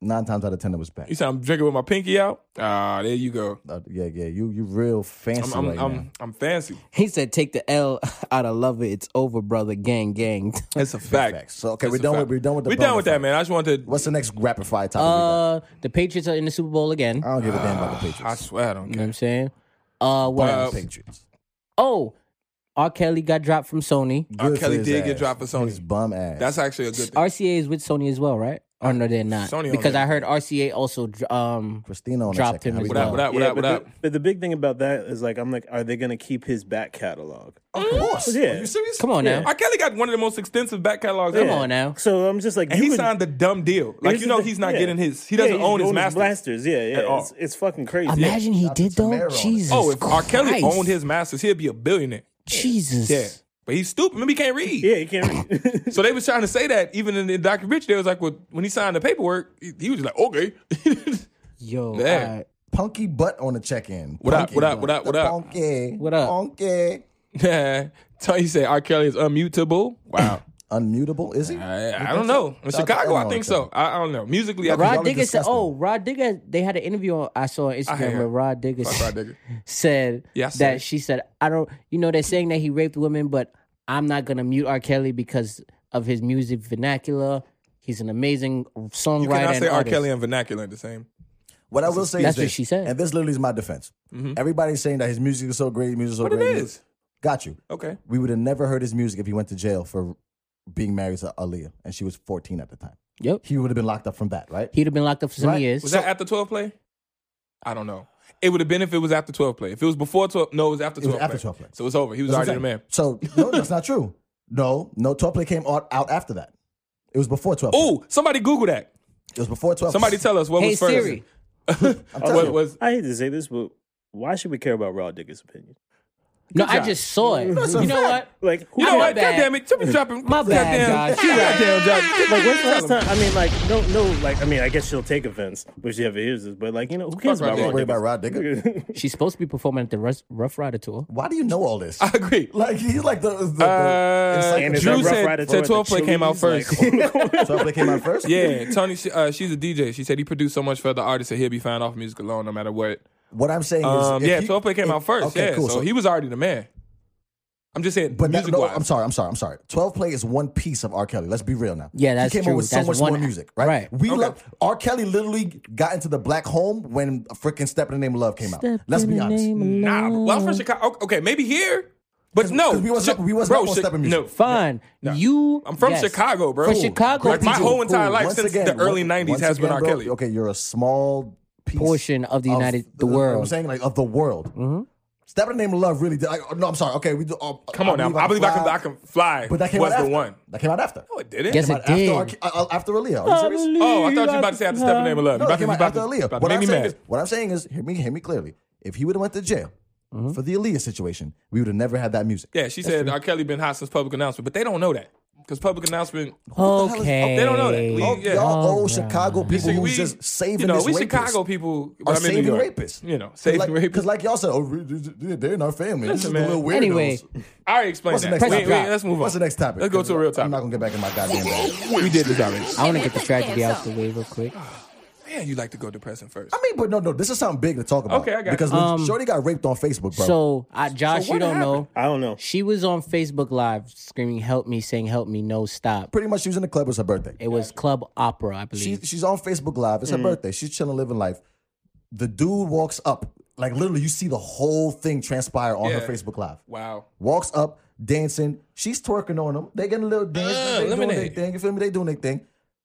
[SPEAKER 1] nine times out of ten it was bad.
[SPEAKER 2] You said I'm drinking with my pinky out. Ah, there you go.
[SPEAKER 1] Uh, yeah, yeah, you you real fancy
[SPEAKER 2] I'm I'm,
[SPEAKER 1] right now.
[SPEAKER 2] I'm, I'm fancy.
[SPEAKER 3] He said, "Take the L [LAUGHS] out of love it. It's over, brother. Gang, gang."
[SPEAKER 2] That's a fact.
[SPEAKER 1] Facts. So okay,
[SPEAKER 2] That's
[SPEAKER 1] we're
[SPEAKER 2] a
[SPEAKER 1] done
[SPEAKER 2] fact.
[SPEAKER 1] with we're done with the
[SPEAKER 2] We're done
[SPEAKER 1] bonus
[SPEAKER 2] with that,
[SPEAKER 1] fight.
[SPEAKER 2] man. I just wanted to.
[SPEAKER 1] What's the next rapid fire topic? we got?
[SPEAKER 3] Uh, the Patriots are in the Super Bowl
[SPEAKER 2] Uh,
[SPEAKER 3] again. You know
[SPEAKER 1] I don't give a damn about the
[SPEAKER 2] I
[SPEAKER 1] Patriots.
[SPEAKER 2] swear I don't
[SPEAKER 3] what
[SPEAKER 2] care.
[SPEAKER 3] I'm saying? Uh, what
[SPEAKER 2] But-
[SPEAKER 3] else?
[SPEAKER 1] Patriots.
[SPEAKER 3] Oh, R. Kelly got dropped from Sony.
[SPEAKER 2] R.
[SPEAKER 1] Good for
[SPEAKER 2] Kelly
[SPEAKER 1] his
[SPEAKER 2] did get
[SPEAKER 1] ass.
[SPEAKER 2] dropped for Sony.
[SPEAKER 1] His bum ass.
[SPEAKER 2] That's actually a good thing.
[SPEAKER 3] RCA is with Sony as well, right? Or no, they're not.
[SPEAKER 2] Sony on
[SPEAKER 3] because
[SPEAKER 2] there.
[SPEAKER 3] I heard RCA also dr- um
[SPEAKER 1] Christina on
[SPEAKER 3] dropped
[SPEAKER 1] the check.
[SPEAKER 3] him as
[SPEAKER 2] What up?
[SPEAKER 3] well.
[SPEAKER 2] What up? What
[SPEAKER 4] Yeah,
[SPEAKER 2] up? What
[SPEAKER 4] but,
[SPEAKER 2] up?
[SPEAKER 4] the, but the big thing about that is like, I'm like, are they gonna keep his back catalog?
[SPEAKER 2] Oh,
[SPEAKER 1] Of course.
[SPEAKER 4] Yeah.
[SPEAKER 1] Are you serious?
[SPEAKER 3] Come on now.
[SPEAKER 2] R. Kelly got one of the most extensive back catalogs
[SPEAKER 3] Come
[SPEAKER 2] ever.
[SPEAKER 3] on now.
[SPEAKER 4] So I'm just like,
[SPEAKER 2] And
[SPEAKER 4] you
[SPEAKER 2] he
[SPEAKER 4] would-
[SPEAKER 2] signed the dumb deal. Like
[SPEAKER 4] Here's
[SPEAKER 2] you know,
[SPEAKER 4] the-
[SPEAKER 2] he's not
[SPEAKER 4] yeah.
[SPEAKER 2] getting his. He
[SPEAKER 4] Yeah,
[SPEAKER 2] doesn't
[SPEAKER 4] he
[SPEAKER 2] own his
[SPEAKER 4] owned
[SPEAKER 2] masters.
[SPEAKER 4] blasters. Yeah, yeah.
[SPEAKER 2] At all.
[SPEAKER 4] It's, it's fucking crazy.
[SPEAKER 3] Imagine he
[SPEAKER 1] Shout out
[SPEAKER 3] did
[SPEAKER 1] to
[SPEAKER 3] though.
[SPEAKER 1] Tamara on it.
[SPEAKER 3] Jesus.
[SPEAKER 2] Oh, if R. Kelly
[SPEAKER 3] Christ.
[SPEAKER 2] owned his masters, he'd be a billionaire.
[SPEAKER 3] Jesus.
[SPEAKER 2] Yeah, but he's stupid. Maybe he can't read.
[SPEAKER 4] Yeah, he can't. [LAUGHS] read.
[SPEAKER 2] So they was trying to say that even in the Dr. Rich, they was like, well, when he signed the paperwork, he, he was like, okay. [LAUGHS]
[SPEAKER 3] Yo.
[SPEAKER 2] Yeah.
[SPEAKER 3] all right.
[SPEAKER 1] Punky butt on the check in.
[SPEAKER 2] What up, what up, what up, what up?
[SPEAKER 1] Punky.
[SPEAKER 3] What up?
[SPEAKER 1] Punky.
[SPEAKER 2] Yeah. Tony said R. Kelly is unmutable. Wow.
[SPEAKER 1] Unmutable, is he?
[SPEAKER 2] [CLEARS THROAT] I, I don't know. In
[SPEAKER 1] Shout out to
[SPEAKER 2] Chicago, I
[SPEAKER 1] Illinois,
[SPEAKER 2] think so. I, I don't know. Musically, I think
[SPEAKER 1] y'all
[SPEAKER 3] Rod
[SPEAKER 1] are
[SPEAKER 3] Digger said,
[SPEAKER 1] disgusting.
[SPEAKER 3] "Oh, Rod Digger." They had an interview on, I saw on
[SPEAKER 2] hear
[SPEAKER 3] Instagram where
[SPEAKER 2] it.
[SPEAKER 3] Rod Digger
[SPEAKER 2] Fuck Rod Digger.
[SPEAKER 3] [LAUGHS] said
[SPEAKER 2] Yeah, I see it.
[SPEAKER 3] that she said, "I don't." You know, they're saying that he raped women, but I'm not gonna mute R. Kelly because of his music vernacular. He's an amazing songwriter.
[SPEAKER 2] you cannot say
[SPEAKER 3] and
[SPEAKER 2] R.
[SPEAKER 3] artist.
[SPEAKER 2] Kelly and vernacular in the same.
[SPEAKER 1] What I will say
[SPEAKER 3] That's
[SPEAKER 1] is
[SPEAKER 3] what
[SPEAKER 1] this,
[SPEAKER 3] she said.
[SPEAKER 1] And this literally is my defense. Everybody's saying that his music is so great, his music is so
[SPEAKER 2] But Mm-hmm. it
[SPEAKER 1] great. his music-
[SPEAKER 2] is.
[SPEAKER 1] Got you.
[SPEAKER 2] Okay.
[SPEAKER 1] We would have never heard his music if he went to jail for being married to Aaliyah, and she was 14 at the time.
[SPEAKER 3] Yep.
[SPEAKER 1] He would have been locked up from that, right?
[SPEAKER 3] He'd have been locked up for some
[SPEAKER 1] Right.
[SPEAKER 3] years.
[SPEAKER 2] Was that after 12 play? I don't know. It would have been if it was after 12 play. If it was before 12, no, it was after
[SPEAKER 1] It
[SPEAKER 2] 12
[SPEAKER 1] was after 12 play.
[SPEAKER 2] So it's over. He was
[SPEAKER 1] That's what
[SPEAKER 2] already the
[SPEAKER 1] I'm
[SPEAKER 2] man.
[SPEAKER 1] saying. So no, that's not true. No, no, 12 play came out, out after that. It was before 12. play.
[SPEAKER 2] Oh, somebody Google that.
[SPEAKER 1] It was before 12.
[SPEAKER 2] Somebody tell us what
[SPEAKER 3] Hey,
[SPEAKER 2] was first.
[SPEAKER 3] Siri.
[SPEAKER 1] telling
[SPEAKER 2] what
[SPEAKER 1] you.
[SPEAKER 2] was
[SPEAKER 4] I hate to say this, but why should we care about Rod Digger's opinion?
[SPEAKER 3] no, I
[SPEAKER 2] job.
[SPEAKER 3] just
[SPEAKER 2] [LAUGHS]
[SPEAKER 3] saw it.
[SPEAKER 1] a
[SPEAKER 3] you know what?
[SPEAKER 1] fact.
[SPEAKER 4] Like, who
[SPEAKER 2] You know
[SPEAKER 3] My
[SPEAKER 2] what? God
[SPEAKER 3] bad.
[SPEAKER 2] damn it. Tell me dropping.
[SPEAKER 3] My bad,
[SPEAKER 2] goddamn,
[SPEAKER 3] guys.
[SPEAKER 2] Goddamn, Josh.
[SPEAKER 4] Like when's the last time? I mean, like no, no. Like I mean, I guess she'll take offense when she ever hears this. But like you know, who cares
[SPEAKER 2] Fuck
[SPEAKER 4] about
[SPEAKER 2] Rod
[SPEAKER 4] Rod
[SPEAKER 1] Worry
[SPEAKER 4] Digger?
[SPEAKER 1] about Rod Digger.
[SPEAKER 4] [LAUGHS]
[SPEAKER 3] She's supposed to be performing at the Rus- Rough Rider tour.
[SPEAKER 1] Why do you know all this?
[SPEAKER 2] I agree.
[SPEAKER 1] [LAUGHS] Like he's like the, the, the
[SPEAKER 2] Uh,
[SPEAKER 1] encyclopedia.
[SPEAKER 4] And it's
[SPEAKER 2] Drew
[SPEAKER 4] that Rough
[SPEAKER 2] said-
[SPEAKER 4] Rider
[SPEAKER 2] said
[SPEAKER 4] tour
[SPEAKER 2] 12
[SPEAKER 4] with the
[SPEAKER 2] play came out
[SPEAKER 4] Chili's,
[SPEAKER 2] first.
[SPEAKER 4] like- [LAUGHS]
[SPEAKER 1] So if they came out first.
[SPEAKER 2] [LAUGHS] Yeah, Tony. She, uh, she's a DJ. She said he produced so much for the artist that he'll be fine off music alone, no matter what.
[SPEAKER 1] What I'm saying is,
[SPEAKER 2] Um,
[SPEAKER 1] if
[SPEAKER 2] yeah,
[SPEAKER 1] you-
[SPEAKER 2] 12 Play came
[SPEAKER 1] if-
[SPEAKER 2] out first.
[SPEAKER 1] Okay,
[SPEAKER 2] yeah,
[SPEAKER 1] cool.
[SPEAKER 2] so, he was already the man. I'm just saying,
[SPEAKER 1] but that,
[SPEAKER 2] music
[SPEAKER 1] no,
[SPEAKER 2] wise.
[SPEAKER 1] I'm sorry, I'm sorry, I'm sorry. 12 Play is one piece of R. Kelly. Let's be real now.
[SPEAKER 3] Yeah, that's
[SPEAKER 1] he came
[SPEAKER 3] true.
[SPEAKER 1] up with so
[SPEAKER 3] That's
[SPEAKER 1] much
[SPEAKER 3] one-
[SPEAKER 1] more music, right?
[SPEAKER 3] right.
[SPEAKER 1] We
[SPEAKER 2] Okay.
[SPEAKER 1] love R. Kelly. Literally got into the black home when freaking "Step in the Name of Love" came out.
[SPEAKER 3] Step
[SPEAKER 1] Let's
[SPEAKER 3] in
[SPEAKER 1] be
[SPEAKER 3] the
[SPEAKER 1] honest.
[SPEAKER 3] name of
[SPEAKER 2] Nah, well, I'm from Chicago. Okay, maybe here, but no,
[SPEAKER 1] 'cause we wasn't-
[SPEAKER 2] Chi-
[SPEAKER 1] we wasn't up on
[SPEAKER 2] Chi-
[SPEAKER 1] Step in Music.
[SPEAKER 2] No,
[SPEAKER 3] Fine. You.
[SPEAKER 2] I'm from
[SPEAKER 3] yes.
[SPEAKER 2] Chicago, bro.
[SPEAKER 3] From Chicago,
[SPEAKER 2] Like my
[SPEAKER 3] people-
[SPEAKER 2] whole entire
[SPEAKER 1] Cool.
[SPEAKER 2] life
[SPEAKER 1] Once
[SPEAKER 2] since
[SPEAKER 1] again,
[SPEAKER 2] the early
[SPEAKER 1] once-
[SPEAKER 2] '90s
[SPEAKER 1] once
[SPEAKER 2] has been
[SPEAKER 1] again,
[SPEAKER 2] R.
[SPEAKER 1] bro,
[SPEAKER 2] Kelly.
[SPEAKER 1] Okay, you're a small piece
[SPEAKER 3] Portion of the United- the
[SPEAKER 1] you know what I'm
[SPEAKER 3] world.
[SPEAKER 1] saying like of the world.
[SPEAKER 2] Mm-hmm.
[SPEAKER 1] Step in the name of love. Really, did, I, no, I'm sorry. Okay, we do. uh,
[SPEAKER 2] Come on now, I believe I can.
[SPEAKER 1] Fly,
[SPEAKER 2] I can fly.
[SPEAKER 1] But that came
[SPEAKER 2] was
[SPEAKER 1] out
[SPEAKER 2] the
[SPEAKER 1] after.
[SPEAKER 2] one.
[SPEAKER 1] That came out after.
[SPEAKER 2] No, it didn't.
[SPEAKER 3] Yes,
[SPEAKER 1] Came
[SPEAKER 3] it
[SPEAKER 1] out
[SPEAKER 3] did.
[SPEAKER 1] after, R- uh, after Aaliyah. Are you serious?
[SPEAKER 2] Oh, I thought you were about to say after Step in the Name of Love.
[SPEAKER 1] No, that
[SPEAKER 2] You about to-
[SPEAKER 1] came
[SPEAKER 2] you
[SPEAKER 1] out
[SPEAKER 2] about
[SPEAKER 1] after
[SPEAKER 2] to-
[SPEAKER 1] Aaliyah.
[SPEAKER 2] about to
[SPEAKER 1] What
[SPEAKER 2] make
[SPEAKER 1] I'm,
[SPEAKER 2] me
[SPEAKER 1] saying
[SPEAKER 2] mad.
[SPEAKER 1] is, what I'm saying is, hear me, hear me clearly. If he would have went to jail for the Aaliyah situation, we would have never had that music.
[SPEAKER 2] Mm-hmm. Yeah, she said R. Kelly been hot since public announcement, but they don't know that because public announcement.
[SPEAKER 1] hell is-
[SPEAKER 3] Okay.
[SPEAKER 2] They don't know that. We-
[SPEAKER 1] Oh,
[SPEAKER 2] yeah.
[SPEAKER 1] Y'all
[SPEAKER 3] Oh,
[SPEAKER 1] old Chicago people
[SPEAKER 2] See,
[SPEAKER 1] who's
[SPEAKER 2] we-
[SPEAKER 1] just saving
[SPEAKER 2] you know,
[SPEAKER 1] this
[SPEAKER 2] we
[SPEAKER 1] rapist
[SPEAKER 2] Chicago people.
[SPEAKER 1] Are
[SPEAKER 2] but I'm in
[SPEAKER 1] saving
[SPEAKER 2] New York.
[SPEAKER 1] rapists.
[SPEAKER 2] You know, saving
[SPEAKER 1] like,
[SPEAKER 2] rapists.
[SPEAKER 1] Because like y'all said, oh, we- we- they're in our family. This is the
[SPEAKER 2] man.
[SPEAKER 1] little weirdos.
[SPEAKER 3] Anyway,
[SPEAKER 2] I already explained
[SPEAKER 1] What's the
[SPEAKER 2] that.
[SPEAKER 1] next
[SPEAKER 2] Wait,
[SPEAKER 1] topic?
[SPEAKER 2] wait, let's move on.
[SPEAKER 1] What's the next topic?
[SPEAKER 2] Let's go to a real
[SPEAKER 1] I'm
[SPEAKER 2] topic.
[SPEAKER 1] not gonna get back in my goddamn. bag. [LAUGHS]
[SPEAKER 2] We did this already.
[SPEAKER 3] I want to get the tragedy out the way real quick.
[SPEAKER 2] man, you like to go depressing first.
[SPEAKER 1] I mean, but no, no, this is something big to talk about.
[SPEAKER 2] Okay, I got it.
[SPEAKER 1] Because
[SPEAKER 3] Um,
[SPEAKER 1] Shorty got raped on Facebook, bro.
[SPEAKER 3] So, I, Josh,
[SPEAKER 2] So
[SPEAKER 3] you
[SPEAKER 2] what
[SPEAKER 3] don't know.
[SPEAKER 4] I don't know.
[SPEAKER 3] She was on Facebook Live screaming, "Help me!" saying, "Help me!" No stop.
[SPEAKER 1] Pretty much, she was in the club. It was her birthday.
[SPEAKER 3] It was Club Opera, I believe.
[SPEAKER 1] She, she's on Facebook Live.
[SPEAKER 2] Mm.
[SPEAKER 1] It's her birthday. She's chilling, living life. The dude walks up. Like, literally, you see the whole thing transpire on
[SPEAKER 2] Yeah.
[SPEAKER 1] her Facebook Live.
[SPEAKER 2] Wow.
[SPEAKER 1] Walks up, dancing. She's twerking on him. They getting a little dance.
[SPEAKER 2] Uh,
[SPEAKER 1] they doing their
[SPEAKER 2] lemonade.
[SPEAKER 1] thing. You feel me? They doing their thing.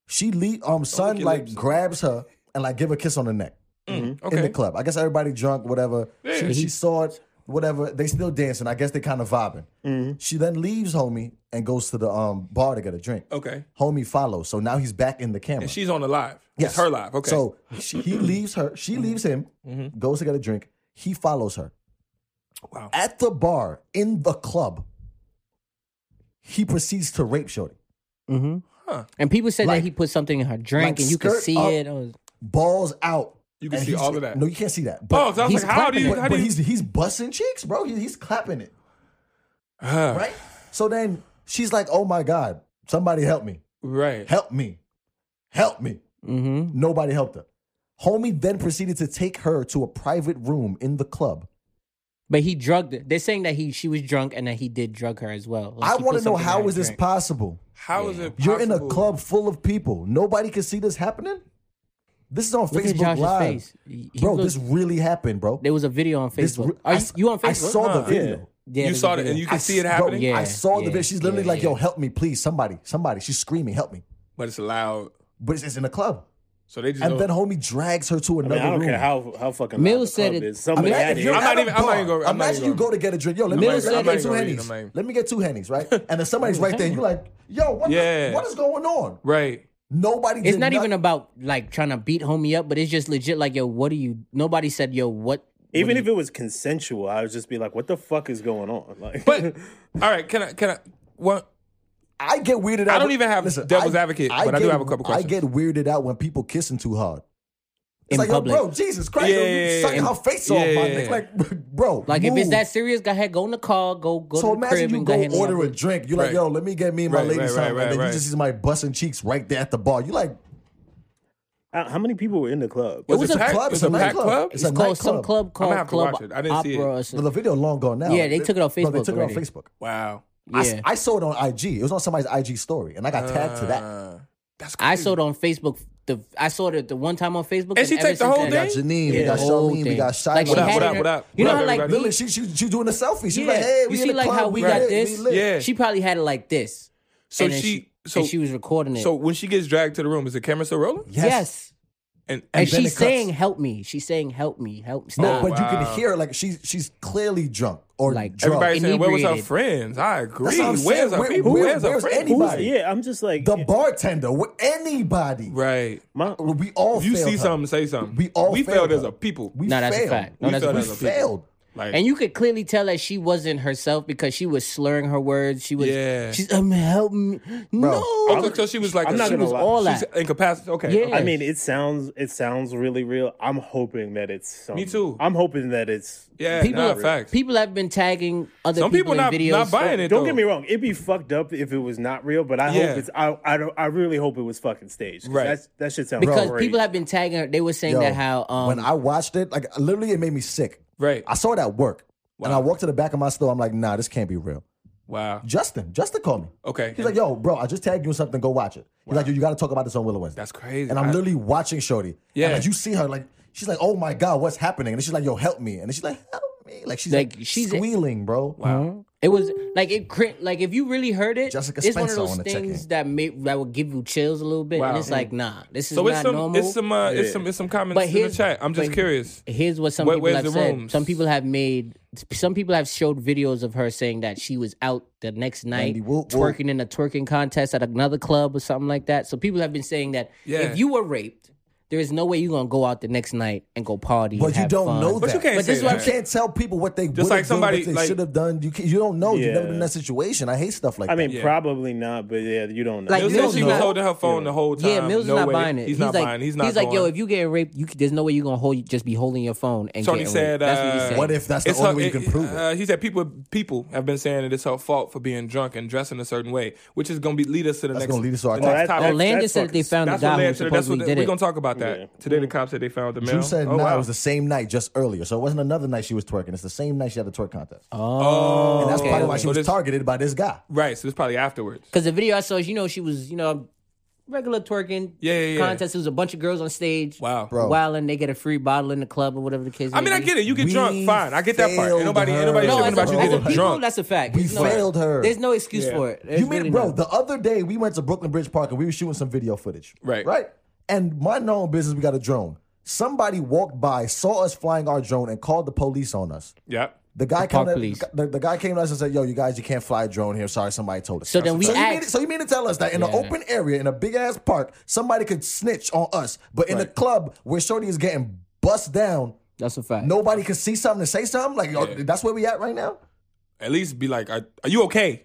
[SPEAKER 1] She lead um son
[SPEAKER 2] your
[SPEAKER 1] like
[SPEAKER 2] lips. Mm,
[SPEAKER 1] grabs her and like give a kiss on the neck in the
[SPEAKER 2] Okay.
[SPEAKER 1] club. I guess everybody drunk, whatever.
[SPEAKER 2] Yeah.
[SPEAKER 1] She, she saw it, whatever. They still dancing. I guess they kind of vibing.
[SPEAKER 2] Mm-hmm.
[SPEAKER 1] She then leaves homie and goes to the um bar to get a drink.
[SPEAKER 2] Okay.
[SPEAKER 1] Homie follows. So now he's back in the camera.
[SPEAKER 2] And she's on the live. It's her live. Okay. Mm-hmm.
[SPEAKER 1] So she, he leaves her. She leaves him. Goes to get a drink. He follows her.
[SPEAKER 2] Wow.
[SPEAKER 1] At the bar in the club, he proceeds to rape Shorty.
[SPEAKER 3] hmm
[SPEAKER 2] Huh.
[SPEAKER 3] And people said
[SPEAKER 1] Like-
[SPEAKER 3] that he put something in her drink,
[SPEAKER 1] like
[SPEAKER 3] and you could
[SPEAKER 1] skirt
[SPEAKER 3] see
[SPEAKER 1] up.
[SPEAKER 3] it. I was-
[SPEAKER 1] Balls out.
[SPEAKER 2] You can
[SPEAKER 1] And
[SPEAKER 2] see
[SPEAKER 1] he's-
[SPEAKER 2] all of that.
[SPEAKER 1] No, you can't see that.
[SPEAKER 2] Oh, 'cause I was
[SPEAKER 1] he's
[SPEAKER 2] like, how do
[SPEAKER 1] clapping
[SPEAKER 2] you-
[SPEAKER 1] it.
[SPEAKER 2] how do
[SPEAKER 1] But
[SPEAKER 2] you-
[SPEAKER 1] he's he's busting cheeks, bro. He, he's clapping it.
[SPEAKER 2] Ah,
[SPEAKER 1] right? So then she's like, "Oh my God, somebody help me,
[SPEAKER 2] [SIGHS] Right.
[SPEAKER 1] help me, help me."
[SPEAKER 3] Mhm.
[SPEAKER 1] Nobody helped her. Homie then proceeded to take her to a private room in the club.
[SPEAKER 3] But he drugged her. They're saying that he she was drunk and that he did drug her as well. Like,
[SPEAKER 1] I
[SPEAKER 3] he
[SPEAKER 1] want
[SPEAKER 3] put
[SPEAKER 1] to know
[SPEAKER 3] something in
[SPEAKER 1] how
[SPEAKER 3] her
[SPEAKER 1] is this
[SPEAKER 3] drink.
[SPEAKER 1] possible?
[SPEAKER 2] How is it?
[SPEAKER 1] You're in a
[SPEAKER 2] possible?
[SPEAKER 1] club full of people. Nobody can see this happening. This is on
[SPEAKER 3] Look at
[SPEAKER 1] Facebook
[SPEAKER 3] Josh's
[SPEAKER 1] Live,
[SPEAKER 3] face. He- he
[SPEAKER 1] bro.
[SPEAKER 3] looked-
[SPEAKER 1] this really happened, bro.
[SPEAKER 3] there was a video on
[SPEAKER 1] This
[SPEAKER 3] Facebook.
[SPEAKER 1] re-
[SPEAKER 3] Are
[SPEAKER 1] I
[SPEAKER 3] you,
[SPEAKER 1] s-
[SPEAKER 3] you on Facebook?
[SPEAKER 1] I saw the
[SPEAKER 2] Huh.
[SPEAKER 1] video.
[SPEAKER 3] Yeah,
[SPEAKER 2] you
[SPEAKER 3] there's a
[SPEAKER 2] saw it,
[SPEAKER 3] video.
[SPEAKER 2] and you can
[SPEAKER 1] I
[SPEAKER 2] see it
[SPEAKER 1] s- bro,
[SPEAKER 2] happening.
[SPEAKER 3] Yeah.
[SPEAKER 1] I saw the
[SPEAKER 3] yeah,
[SPEAKER 1] video. She's literally
[SPEAKER 3] yeah,
[SPEAKER 1] like, "Yo,
[SPEAKER 3] yeah.
[SPEAKER 1] help me, please, somebody, somebody." She's screaming, "Help me!"
[SPEAKER 2] But it's loud.
[SPEAKER 1] But it's, it's in a club,
[SPEAKER 2] So they just.
[SPEAKER 1] and
[SPEAKER 2] don't-
[SPEAKER 1] then homie drags her to
[SPEAKER 4] I,
[SPEAKER 1] another
[SPEAKER 4] mean, I don't
[SPEAKER 1] room.
[SPEAKER 4] care how how fucking
[SPEAKER 3] Mills
[SPEAKER 4] Mills
[SPEAKER 3] said
[SPEAKER 4] said club
[SPEAKER 3] it-
[SPEAKER 4] is. Somebody
[SPEAKER 3] Imagine
[SPEAKER 4] had
[SPEAKER 1] if
[SPEAKER 4] it.
[SPEAKER 1] you're
[SPEAKER 2] I'm
[SPEAKER 1] at
[SPEAKER 2] not
[SPEAKER 1] a
[SPEAKER 2] even- I'm not
[SPEAKER 1] bar,
[SPEAKER 2] even gonna- I'm not
[SPEAKER 1] imagine
[SPEAKER 2] even
[SPEAKER 1] you go to get a drink. Yo, let me,
[SPEAKER 3] Mills
[SPEAKER 1] let me
[SPEAKER 3] said-
[SPEAKER 1] get
[SPEAKER 3] I'm
[SPEAKER 1] two
[SPEAKER 2] not even gonna read, I'm
[SPEAKER 1] hennies.
[SPEAKER 2] not even-
[SPEAKER 1] Let me get two hennies, right?
[SPEAKER 2] [LAUGHS]
[SPEAKER 1] And then somebody's right there. and You're like, yo, what,
[SPEAKER 2] Yeah.
[SPEAKER 1] is, what is going on?
[SPEAKER 2] [LAUGHS] Right.
[SPEAKER 1] Nobody.
[SPEAKER 3] It's
[SPEAKER 1] did
[SPEAKER 3] not
[SPEAKER 1] noth-
[SPEAKER 3] even about like trying to beat homie up, but it's just legit. Like, yo, what do you? Nobody said, yo, what?
[SPEAKER 4] Even if it was consensual, I would just be like, "What the fuck is going on?" [LAUGHS] Like,
[SPEAKER 1] [LAUGHS]
[SPEAKER 2] But all right. Can I? Can I? What?
[SPEAKER 1] I get weirded out.
[SPEAKER 2] I don't
[SPEAKER 1] when-
[SPEAKER 2] even have devil's advocate, but I do
[SPEAKER 1] get-
[SPEAKER 2] have a couple
[SPEAKER 1] I get weirded out when people kissing too hard. It's
[SPEAKER 3] In
[SPEAKER 1] like, yo,
[SPEAKER 3] public.
[SPEAKER 1] bro, Jesus Christ,
[SPEAKER 2] Yeah,
[SPEAKER 1] yo,
[SPEAKER 2] yeah,
[SPEAKER 1] you
[SPEAKER 2] yeah,
[SPEAKER 1] suck
[SPEAKER 2] yeah.
[SPEAKER 1] her face
[SPEAKER 2] Yeah,
[SPEAKER 1] off my
[SPEAKER 2] yeah,
[SPEAKER 1] neck.
[SPEAKER 2] yeah.
[SPEAKER 1] Like, [LAUGHS] bro,
[SPEAKER 3] Like, if it's
[SPEAKER 1] move.
[SPEAKER 3] that serious, go ahead, go in the car, go go
[SPEAKER 1] So
[SPEAKER 3] to the crib
[SPEAKER 1] imagine you
[SPEAKER 3] and go,
[SPEAKER 1] go
[SPEAKER 3] ahead and
[SPEAKER 1] order a
[SPEAKER 3] have
[SPEAKER 1] drink. You're like,
[SPEAKER 2] Right.
[SPEAKER 1] yo, let me get me and my
[SPEAKER 2] Right,
[SPEAKER 1] lady
[SPEAKER 2] right,
[SPEAKER 1] something.
[SPEAKER 2] right,
[SPEAKER 1] and then
[SPEAKER 2] right,
[SPEAKER 1] you
[SPEAKER 2] right.
[SPEAKER 1] just see my busting cheeks right there at the bar. You're like,
[SPEAKER 4] how how many people were in the club?
[SPEAKER 1] it was
[SPEAKER 2] it
[SPEAKER 1] a
[SPEAKER 2] packed?
[SPEAKER 1] club. It's
[SPEAKER 2] It's a
[SPEAKER 1] a
[SPEAKER 2] packed
[SPEAKER 1] nightclub.
[SPEAKER 2] club?
[SPEAKER 1] It's a
[SPEAKER 3] It's called some
[SPEAKER 1] nightclub.
[SPEAKER 3] club
[SPEAKER 2] gonna
[SPEAKER 3] called
[SPEAKER 2] have to
[SPEAKER 3] Club
[SPEAKER 2] watch it. I didn't
[SPEAKER 3] Opera.
[SPEAKER 2] see it.
[SPEAKER 3] Or
[SPEAKER 1] Well,
[SPEAKER 3] something.
[SPEAKER 1] the video long gone now.
[SPEAKER 3] Yeah, they took it off
[SPEAKER 1] Bro, they
[SPEAKER 3] Facebook
[SPEAKER 1] took it on
[SPEAKER 3] already.
[SPEAKER 1] Facebook.
[SPEAKER 2] Wow.
[SPEAKER 1] I s-
[SPEAKER 3] Yeah.
[SPEAKER 1] I, saw it on IG. It was on somebody's IG story, and I got tagged to that.
[SPEAKER 2] Uh, that's. Crazy.
[SPEAKER 3] I saw it on Facebook. The I saw it the one time on Facebook,
[SPEAKER 2] she
[SPEAKER 3] ever
[SPEAKER 2] take the
[SPEAKER 3] since
[SPEAKER 2] whole
[SPEAKER 1] We
[SPEAKER 3] then-
[SPEAKER 1] got
[SPEAKER 2] thing?
[SPEAKER 1] Janine, we
[SPEAKER 3] Yeah,
[SPEAKER 1] got
[SPEAKER 3] the whole
[SPEAKER 1] Charlene, we
[SPEAKER 3] thing.
[SPEAKER 1] got Shia.
[SPEAKER 3] Like,
[SPEAKER 1] we
[SPEAKER 3] she
[SPEAKER 1] got-
[SPEAKER 2] What
[SPEAKER 3] had
[SPEAKER 2] up,
[SPEAKER 3] it-
[SPEAKER 2] what up,
[SPEAKER 3] You
[SPEAKER 2] what
[SPEAKER 3] know
[SPEAKER 2] up,
[SPEAKER 3] how like
[SPEAKER 2] everybody?
[SPEAKER 1] Lily, she, she she doing a selfie. She's
[SPEAKER 3] Yeah.
[SPEAKER 1] like, hey, we
[SPEAKER 3] you
[SPEAKER 1] in
[SPEAKER 3] see
[SPEAKER 1] the
[SPEAKER 3] like
[SPEAKER 1] club,
[SPEAKER 3] how we
[SPEAKER 1] lit,
[SPEAKER 3] got
[SPEAKER 1] we
[SPEAKER 3] this.
[SPEAKER 1] lit.
[SPEAKER 2] Yeah.
[SPEAKER 3] She probably had it like this.
[SPEAKER 2] So
[SPEAKER 3] and then
[SPEAKER 2] she.
[SPEAKER 3] so
[SPEAKER 2] So
[SPEAKER 3] she was recording it.
[SPEAKER 2] So when she gets dragged to the room, is the camera still rolling?
[SPEAKER 3] yes.
[SPEAKER 2] And
[SPEAKER 3] And,
[SPEAKER 2] and
[SPEAKER 1] then it
[SPEAKER 3] she's
[SPEAKER 1] cuts.
[SPEAKER 3] saying, "Help me." She's saying, "Help me, help
[SPEAKER 1] No,
[SPEAKER 3] stop."
[SPEAKER 1] but you
[SPEAKER 2] Oh, wow.
[SPEAKER 1] can hear like she's she's clearly drunk or
[SPEAKER 3] Like,
[SPEAKER 1] like
[SPEAKER 2] everybody's saying, "Where was her
[SPEAKER 3] inebriated.
[SPEAKER 2] friends?" I agree.
[SPEAKER 1] That's what I'm
[SPEAKER 2] Where's
[SPEAKER 1] saying.
[SPEAKER 2] her
[SPEAKER 1] Where-
[SPEAKER 2] people?
[SPEAKER 1] where-
[SPEAKER 2] Where's her
[SPEAKER 1] where's
[SPEAKER 2] friends?
[SPEAKER 1] anybody?
[SPEAKER 4] Who's- yeah, I'm just like
[SPEAKER 1] The bartender, wh- anybody.
[SPEAKER 2] Right.
[SPEAKER 4] my,
[SPEAKER 1] We all
[SPEAKER 2] If you
[SPEAKER 1] failed
[SPEAKER 2] see
[SPEAKER 1] her.
[SPEAKER 2] something, say something.
[SPEAKER 1] We all
[SPEAKER 2] we
[SPEAKER 1] failed
[SPEAKER 2] failed as
[SPEAKER 1] her.
[SPEAKER 2] a people.
[SPEAKER 1] We
[SPEAKER 3] No,
[SPEAKER 1] failed.
[SPEAKER 3] that's a fact. No,
[SPEAKER 1] we
[SPEAKER 3] that's a
[SPEAKER 1] failed.
[SPEAKER 3] fact.
[SPEAKER 1] We failed.
[SPEAKER 2] like,
[SPEAKER 3] and you could clearly tell that she wasn't herself because she was slurring her words. She was,
[SPEAKER 2] Yeah.
[SPEAKER 3] she's, um, help me. No.
[SPEAKER 2] okay, so she was like,
[SPEAKER 4] I'm
[SPEAKER 2] a-
[SPEAKER 4] not
[SPEAKER 2] she
[SPEAKER 4] gonna
[SPEAKER 2] was
[SPEAKER 4] lie.
[SPEAKER 3] all
[SPEAKER 2] she's
[SPEAKER 3] that.
[SPEAKER 2] incapacitated. Okay.
[SPEAKER 3] Yeah.
[SPEAKER 2] okay.
[SPEAKER 4] I mean, it sounds it sounds really real. I'm hoping that it's some,
[SPEAKER 2] Me too.
[SPEAKER 4] I'm hoping that it's
[SPEAKER 2] Yeah.
[SPEAKER 3] People,
[SPEAKER 2] nah, facts.
[SPEAKER 3] people have been tagging other
[SPEAKER 2] Some people
[SPEAKER 3] people, in
[SPEAKER 2] not
[SPEAKER 3] videos.
[SPEAKER 2] not buying it.
[SPEAKER 4] Don't
[SPEAKER 2] though.
[SPEAKER 4] get me wrong. It'd be fucked up if it was not real, but I
[SPEAKER 2] Yeah.
[SPEAKER 4] hope it's. I I, don't, I really hope it was fucking staged. 'cause
[SPEAKER 2] Right.
[SPEAKER 4] That's, that shit sounds
[SPEAKER 3] because
[SPEAKER 4] great.
[SPEAKER 3] people have been tagging her. They were saying
[SPEAKER 1] Yo,
[SPEAKER 3] that how um,
[SPEAKER 1] when I watched it, like literally, it made me sick.
[SPEAKER 2] Right.
[SPEAKER 1] I saw it at work, and I walked to the back of my store. I'm like, nah, this can't be real.
[SPEAKER 2] Wow.
[SPEAKER 1] Justin, Justin called me.
[SPEAKER 2] Okay.
[SPEAKER 1] He's like, yo, bro, I just tagged you in something. Go watch it. He's like, yo, you got to talk about this on Willow Wednesday.
[SPEAKER 2] That's crazy.
[SPEAKER 1] And I'm
[SPEAKER 2] I-
[SPEAKER 1] literally watching Shorty.
[SPEAKER 2] Yeah.
[SPEAKER 1] And like, you see her, like, she's like, oh my God, what's happening? And then she's like, yo, help me. And then she's like, help me. Like, she's like,
[SPEAKER 3] Like, she's-
[SPEAKER 1] squealing, bro.
[SPEAKER 3] It was like it crin- like if you really heard it,
[SPEAKER 1] Jessica
[SPEAKER 3] it's one of
[SPEAKER 1] Spencer
[SPEAKER 3] those
[SPEAKER 1] on the check-in.
[SPEAKER 3] things that may that will give you chills a little bit,
[SPEAKER 2] Wow.
[SPEAKER 3] and it's like nah, this is
[SPEAKER 2] So
[SPEAKER 3] not
[SPEAKER 2] it's some,
[SPEAKER 3] normal.
[SPEAKER 2] it's some, uh, it's
[SPEAKER 4] Yeah.
[SPEAKER 2] some, it's some
[SPEAKER 3] But
[SPEAKER 2] comments in the
[SPEAKER 3] here's-
[SPEAKER 2] chat. I'm just
[SPEAKER 3] but-
[SPEAKER 2] curious.
[SPEAKER 3] Here's what some
[SPEAKER 2] Where-
[SPEAKER 3] people
[SPEAKER 2] where's
[SPEAKER 3] have
[SPEAKER 2] the
[SPEAKER 3] said.
[SPEAKER 2] rooms?
[SPEAKER 3] Some people have made some people have showed videos of her saying that she was out the next night
[SPEAKER 1] Randy, whoop, whoop.
[SPEAKER 3] twerking in a twerking contest at another club or something like that. So people have been saying that
[SPEAKER 2] Yeah.
[SPEAKER 3] if you were raped, there is no way you're gonna go out the next night and go party.
[SPEAKER 1] But
[SPEAKER 3] and
[SPEAKER 1] you
[SPEAKER 3] have
[SPEAKER 1] don't
[SPEAKER 3] fun.
[SPEAKER 1] know that.
[SPEAKER 2] But you can't
[SPEAKER 3] But
[SPEAKER 2] say
[SPEAKER 3] this is what
[SPEAKER 2] that.
[SPEAKER 3] I'm
[SPEAKER 1] You can't tell people what they
[SPEAKER 2] Just
[SPEAKER 1] would've
[SPEAKER 2] like
[SPEAKER 1] done,
[SPEAKER 2] somebody,
[SPEAKER 1] what they
[SPEAKER 2] like-
[SPEAKER 1] should have done. You can, you don't know. You've never
[SPEAKER 4] Yeah.
[SPEAKER 1] been in that situation. I hate stuff like
[SPEAKER 4] I
[SPEAKER 1] that.
[SPEAKER 4] mean, probably not, but yeah, you don't know.
[SPEAKER 3] Like,
[SPEAKER 2] Mills
[SPEAKER 3] Mills
[SPEAKER 2] said
[SPEAKER 3] is
[SPEAKER 2] she was
[SPEAKER 3] not-
[SPEAKER 2] holding her phone the whole time.
[SPEAKER 3] Yeah, Mills
[SPEAKER 2] no
[SPEAKER 3] is not
[SPEAKER 2] way.
[SPEAKER 3] buying it.
[SPEAKER 2] He's, not
[SPEAKER 3] like,
[SPEAKER 2] buying. it. He's not.
[SPEAKER 3] He's like, yo,
[SPEAKER 2] going.
[SPEAKER 3] if you getting raped, you, c- there's no way you're gonna hold. Just be holding your phone and
[SPEAKER 2] Tony
[SPEAKER 3] getting
[SPEAKER 2] said,
[SPEAKER 3] raped. That's what he
[SPEAKER 2] uh,
[SPEAKER 3] said.
[SPEAKER 1] what if that's the
[SPEAKER 2] It's
[SPEAKER 1] only
[SPEAKER 2] her-
[SPEAKER 1] way you can prove it?
[SPEAKER 2] Uh, he said people people have been saying that it's her fault for being drunk and dressing a certain way, which is going to be lead us to the
[SPEAKER 1] That's
[SPEAKER 2] next.
[SPEAKER 1] gonna lead us to our
[SPEAKER 2] the next
[SPEAKER 4] topic.
[SPEAKER 2] topic.
[SPEAKER 4] Well,
[SPEAKER 3] Landon
[SPEAKER 4] that's
[SPEAKER 3] said that they
[SPEAKER 4] fucking-
[SPEAKER 3] found a
[SPEAKER 2] that's what
[SPEAKER 3] guy
[SPEAKER 2] led
[SPEAKER 3] who
[SPEAKER 2] to the. That's
[SPEAKER 3] supposedly
[SPEAKER 2] what
[SPEAKER 3] did
[SPEAKER 2] we're
[SPEAKER 3] it.
[SPEAKER 2] going to talk about about that.
[SPEAKER 4] Yeah.
[SPEAKER 2] Today the cops said they found the mail.
[SPEAKER 1] You said
[SPEAKER 2] oh,
[SPEAKER 1] nah,
[SPEAKER 2] wow.
[SPEAKER 1] it was the same night, just earlier. So it wasn't another night she was twerking. It's the same night she had the twerk contest.
[SPEAKER 2] oh,
[SPEAKER 1] and that's
[SPEAKER 3] okay,
[SPEAKER 1] probably why she
[SPEAKER 2] So
[SPEAKER 1] was
[SPEAKER 2] this-
[SPEAKER 1] targeted by this guy.
[SPEAKER 2] Right, so it's probably afterwards.
[SPEAKER 3] Because the video I saw, you know, she was, you know, regular twerking
[SPEAKER 2] Yeah, yeah, yeah.
[SPEAKER 3] contest. It was a bunch of girls on stage.
[SPEAKER 2] Wow.
[SPEAKER 1] Bro.
[SPEAKER 3] Wilding. They get a free bottle in the club or whatever the case
[SPEAKER 2] I mean, I get it. You get
[SPEAKER 1] We
[SPEAKER 2] drunk, fine. I get that part. Ain't
[SPEAKER 1] failed
[SPEAKER 2] nobody, ain't nobody
[SPEAKER 1] her.
[SPEAKER 3] No,
[SPEAKER 2] tripping
[SPEAKER 3] as a,
[SPEAKER 2] about you
[SPEAKER 3] as a
[SPEAKER 2] getting
[SPEAKER 3] people,
[SPEAKER 2] drunk.
[SPEAKER 3] that's a fact.
[SPEAKER 1] We
[SPEAKER 3] There's no-
[SPEAKER 1] failed her.
[SPEAKER 3] There's no excuse
[SPEAKER 2] Yeah.
[SPEAKER 3] for it. There's
[SPEAKER 1] You mean,
[SPEAKER 3] really
[SPEAKER 1] bro,
[SPEAKER 3] none.
[SPEAKER 1] the other day we went to Brooklyn Bridge Park and we were shooting some video footage.
[SPEAKER 2] Right.
[SPEAKER 1] Right. And my known business, we got a drone. Somebody walked by, saw us flying our drone, and called the police on us.
[SPEAKER 2] Yeah.
[SPEAKER 1] The guy
[SPEAKER 3] park
[SPEAKER 1] came.
[SPEAKER 3] police.
[SPEAKER 1] To, the, the guy came to us and said, "Yo, you guys, you can't fly a drone here. Sorry, somebody told us."
[SPEAKER 3] So then we
[SPEAKER 1] so You mean,
[SPEAKER 3] asked-
[SPEAKER 1] so you mean to tell us that in an
[SPEAKER 3] Yeah.
[SPEAKER 1] open area, in a big ass park, somebody could snitch on us, but in a club where Shorty is getting bust down,
[SPEAKER 3] That's a fact.
[SPEAKER 1] nobody can see something and say something. Like yo, that's where we at right now,
[SPEAKER 2] At least be like, are, are you okay?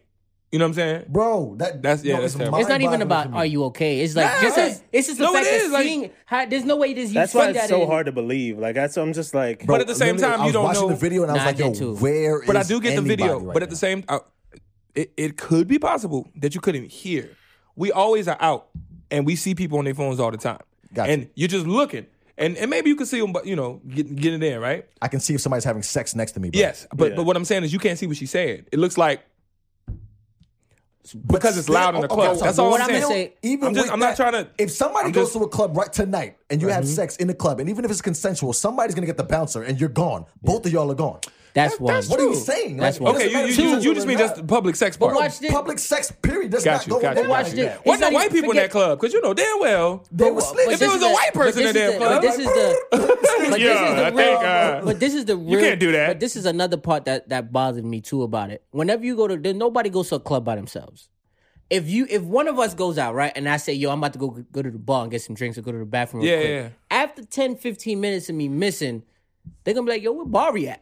[SPEAKER 2] You know what I'm saying?
[SPEAKER 1] bro. That
[SPEAKER 2] That's- yeah,
[SPEAKER 1] yo,
[SPEAKER 2] that's terrible.
[SPEAKER 3] It's not even
[SPEAKER 1] mind-boggling
[SPEAKER 3] about
[SPEAKER 1] to me.
[SPEAKER 3] are you okay. It's like
[SPEAKER 2] Nah,
[SPEAKER 3] just
[SPEAKER 2] right.
[SPEAKER 3] a, it's just the
[SPEAKER 2] No, it
[SPEAKER 3] fact that
[SPEAKER 2] is, like-
[SPEAKER 3] seeing how, there's no way this you
[SPEAKER 4] That's
[SPEAKER 3] see
[SPEAKER 4] why
[SPEAKER 3] that
[SPEAKER 4] it's so
[SPEAKER 3] in-
[SPEAKER 4] hard to believe. Like that's I'm just like
[SPEAKER 2] But at the same
[SPEAKER 1] literally,
[SPEAKER 2] time,
[SPEAKER 1] I
[SPEAKER 2] you
[SPEAKER 1] was
[SPEAKER 2] don't
[SPEAKER 1] watching
[SPEAKER 2] know-
[SPEAKER 1] the video and I was
[SPEAKER 3] Nah, I
[SPEAKER 1] like, yo,
[SPEAKER 3] did too.
[SPEAKER 1] where
[SPEAKER 2] But I
[SPEAKER 1] is
[SPEAKER 2] do get the
[SPEAKER 1] anybody
[SPEAKER 2] video.
[SPEAKER 1] right
[SPEAKER 2] but at the
[SPEAKER 1] now?
[SPEAKER 2] same, I, it it could be possible that you couldn't hear. We always are out, and we see people on their phones all the time.
[SPEAKER 1] Gotcha.
[SPEAKER 2] And you're just looking, and and maybe you can see them, but you know, get, get it in, right?
[SPEAKER 1] I can see if somebody's having sex next to me. Bro.
[SPEAKER 2] Yes, but
[SPEAKER 4] Yeah.
[SPEAKER 2] but what I'm saying is you can't see what she's saying. It looks like because it's
[SPEAKER 1] still-
[SPEAKER 2] loud in the
[SPEAKER 1] okay,
[SPEAKER 2] club.
[SPEAKER 1] so
[SPEAKER 2] That's all
[SPEAKER 3] what
[SPEAKER 2] I'm
[SPEAKER 3] I'm
[SPEAKER 2] saying.
[SPEAKER 3] gonna say-
[SPEAKER 1] Even
[SPEAKER 2] I'm just-
[SPEAKER 1] with
[SPEAKER 2] I'm not
[SPEAKER 1] that,
[SPEAKER 2] trying to-
[SPEAKER 1] If somebody
[SPEAKER 2] I'm
[SPEAKER 1] goes
[SPEAKER 2] just- Mm-hmm.
[SPEAKER 1] to a club right tonight and you have sex in the club, and even if it's consensual, somebody's gonna get the bouncer and you're gone. Both of y'all are gone.
[SPEAKER 3] That's one.
[SPEAKER 1] What are you saying?
[SPEAKER 3] That's
[SPEAKER 1] Like,
[SPEAKER 3] one.
[SPEAKER 1] it doesn't
[SPEAKER 2] okay, you,
[SPEAKER 1] matter
[SPEAKER 2] you,
[SPEAKER 1] if
[SPEAKER 2] you,
[SPEAKER 1] it's
[SPEAKER 2] you just mean
[SPEAKER 1] or not.
[SPEAKER 2] just the public sex part.
[SPEAKER 3] watch this.
[SPEAKER 1] Public sex, period. That's
[SPEAKER 2] Got
[SPEAKER 1] not
[SPEAKER 2] you,
[SPEAKER 1] going
[SPEAKER 2] got you.
[SPEAKER 1] on.
[SPEAKER 3] watch
[SPEAKER 2] got you.
[SPEAKER 3] this.
[SPEAKER 2] Why
[SPEAKER 3] It's
[SPEAKER 2] not
[SPEAKER 3] not
[SPEAKER 2] white
[SPEAKER 3] even-
[SPEAKER 2] people in that
[SPEAKER 3] forget-
[SPEAKER 2] club? Because you know damn well.
[SPEAKER 1] They were sleeping.
[SPEAKER 2] If it
[SPEAKER 3] this
[SPEAKER 2] was
[SPEAKER 3] is
[SPEAKER 2] a white
[SPEAKER 3] but
[SPEAKER 2] person
[SPEAKER 3] this
[SPEAKER 2] in
[SPEAKER 3] is
[SPEAKER 2] that
[SPEAKER 3] the-
[SPEAKER 2] club.
[SPEAKER 3] But this is the. But this
[SPEAKER 2] [LAUGHS] Yeah,
[SPEAKER 3] is
[SPEAKER 2] I
[SPEAKER 3] the real.
[SPEAKER 2] think, uh,
[SPEAKER 3] but this is the real.
[SPEAKER 2] can't do that.
[SPEAKER 3] But this is another part that that bothered me too about it. Whenever you go to, then nobody goes to a club by themselves. If you, if one of us goes out, right, and I say, "Yo, I'm about to go go to the bar and get some drinks or go to the bathroom," real
[SPEAKER 2] Yeah,
[SPEAKER 3] quick.
[SPEAKER 2] yeah, yeah.
[SPEAKER 3] After 10, 15 minutes of me missing, they're gonna be like, "Yo, where bar we at?"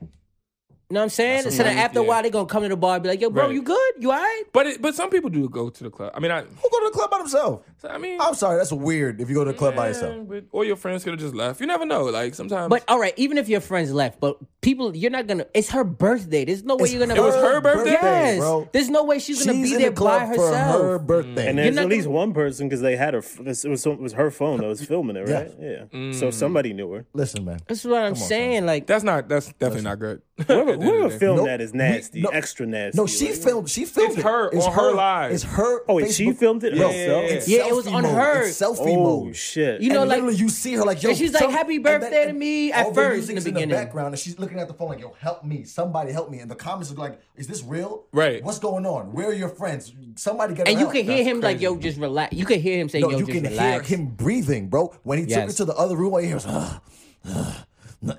[SPEAKER 3] You know what I'm saying? so then after a
[SPEAKER 2] yeah.
[SPEAKER 3] while, they're gonna come to the bar and be like, "Yo, bro,
[SPEAKER 2] Right.
[SPEAKER 3] you good? You alright?"
[SPEAKER 2] But it, but some people do go to the club. I mean, I
[SPEAKER 1] Who go to the club by themselves?
[SPEAKER 2] I mean,
[SPEAKER 1] I'm sorry, that's weird. If you go to the club by yourself,
[SPEAKER 2] but- or your friends could have just left. You never know. Like sometimes,
[SPEAKER 3] But all right, even if your friends left, but people, you're not gonna. It's her birthday. There's no way
[SPEAKER 1] It's
[SPEAKER 3] you're gonna.
[SPEAKER 2] It was her birthday?
[SPEAKER 3] Yes.
[SPEAKER 1] bro.
[SPEAKER 3] There's no way she's, gonna
[SPEAKER 1] She's
[SPEAKER 3] be
[SPEAKER 1] in
[SPEAKER 3] there
[SPEAKER 1] the club
[SPEAKER 3] by
[SPEAKER 1] for
[SPEAKER 3] herself. Mm.
[SPEAKER 1] her birthday.
[SPEAKER 4] And there's
[SPEAKER 3] not
[SPEAKER 4] at least
[SPEAKER 3] gonna-
[SPEAKER 4] one person because they had her. f- This it was some- it was her phone that was filming it, right? Yeah. So somebody knew her.
[SPEAKER 1] Listen, man.
[SPEAKER 3] That's what I'm saying. Like
[SPEAKER 2] that's not that's definitely
[SPEAKER 1] [LAUGHS]
[SPEAKER 2] not good.
[SPEAKER 4] Whoever, whoever filmed
[SPEAKER 1] Nope.
[SPEAKER 4] that is
[SPEAKER 1] We-
[SPEAKER 4] nasty,
[SPEAKER 1] no.
[SPEAKER 4] extra nasty.
[SPEAKER 1] No, she
[SPEAKER 4] like-
[SPEAKER 1] filmed. She filmed.
[SPEAKER 2] It's
[SPEAKER 1] it.
[SPEAKER 2] her on her live.
[SPEAKER 1] It's her.
[SPEAKER 4] Oh, wait, she
[SPEAKER 1] Facebook-
[SPEAKER 4] filmed it
[SPEAKER 1] Bro,
[SPEAKER 4] herself?
[SPEAKER 1] it's
[SPEAKER 3] Yeah, it was
[SPEAKER 1] selfie
[SPEAKER 3] on
[SPEAKER 1] mode.
[SPEAKER 3] her.
[SPEAKER 1] It's selfie
[SPEAKER 4] Oh
[SPEAKER 1] mode.
[SPEAKER 4] shit!
[SPEAKER 3] You know,
[SPEAKER 1] and
[SPEAKER 3] like-
[SPEAKER 1] literally you see her like yo.
[SPEAKER 3] And she's like,
[SPEAKER 1] some-
[SPEAKER 3] "Happy
[SPEAKER 1] and then-
[SPEAKER 3] birthday to
[SPEAKER 1] and
[SPEAKER 3] me,"
[SPEAKER 1] all
[SPEAKER 3] at
[SPEAKER 1] the
[SPEAKER 3] first
[SPEAKER 1] music's
[SPEAKER 3] in the
[SPEAKER 1] the
[SPEAKER 3] beginning.
[SPEAKER 1] background, and she's looking at the phone like, "Yo, help me! Somebody help me!" And the comments are like, "Is this real?
[SPEAKER 2] Right.
[SPEAKER 1] What's going on? Where are your friends? Somebody get
[SPEAKER 3] and
[SPEAKER 1] her
[SPEAKER 3] you
[SPEAKER 1] help."
[SPEAKER 3] can hear
[SPEAKER 2] That's
[SPEAKER 3] him like,
[SPEAKER 2] crazy.
[SPEAKER 3] "Yo, just relax." You can hear him say,
[SPEAKER 1] No,
[SPEAKER 3] "Yo,
[SPEAKER 1] you
[SPEAKER 3] just
[SPEAKER 1] can
[SPEAKER 3] relax."
[SPEAKER 1] hear him breathing, bro. When he took
[SPEAKER 3] Yes.
[SPEAKER 1] her to the other room, all you hear was, "Ugh, ugh,"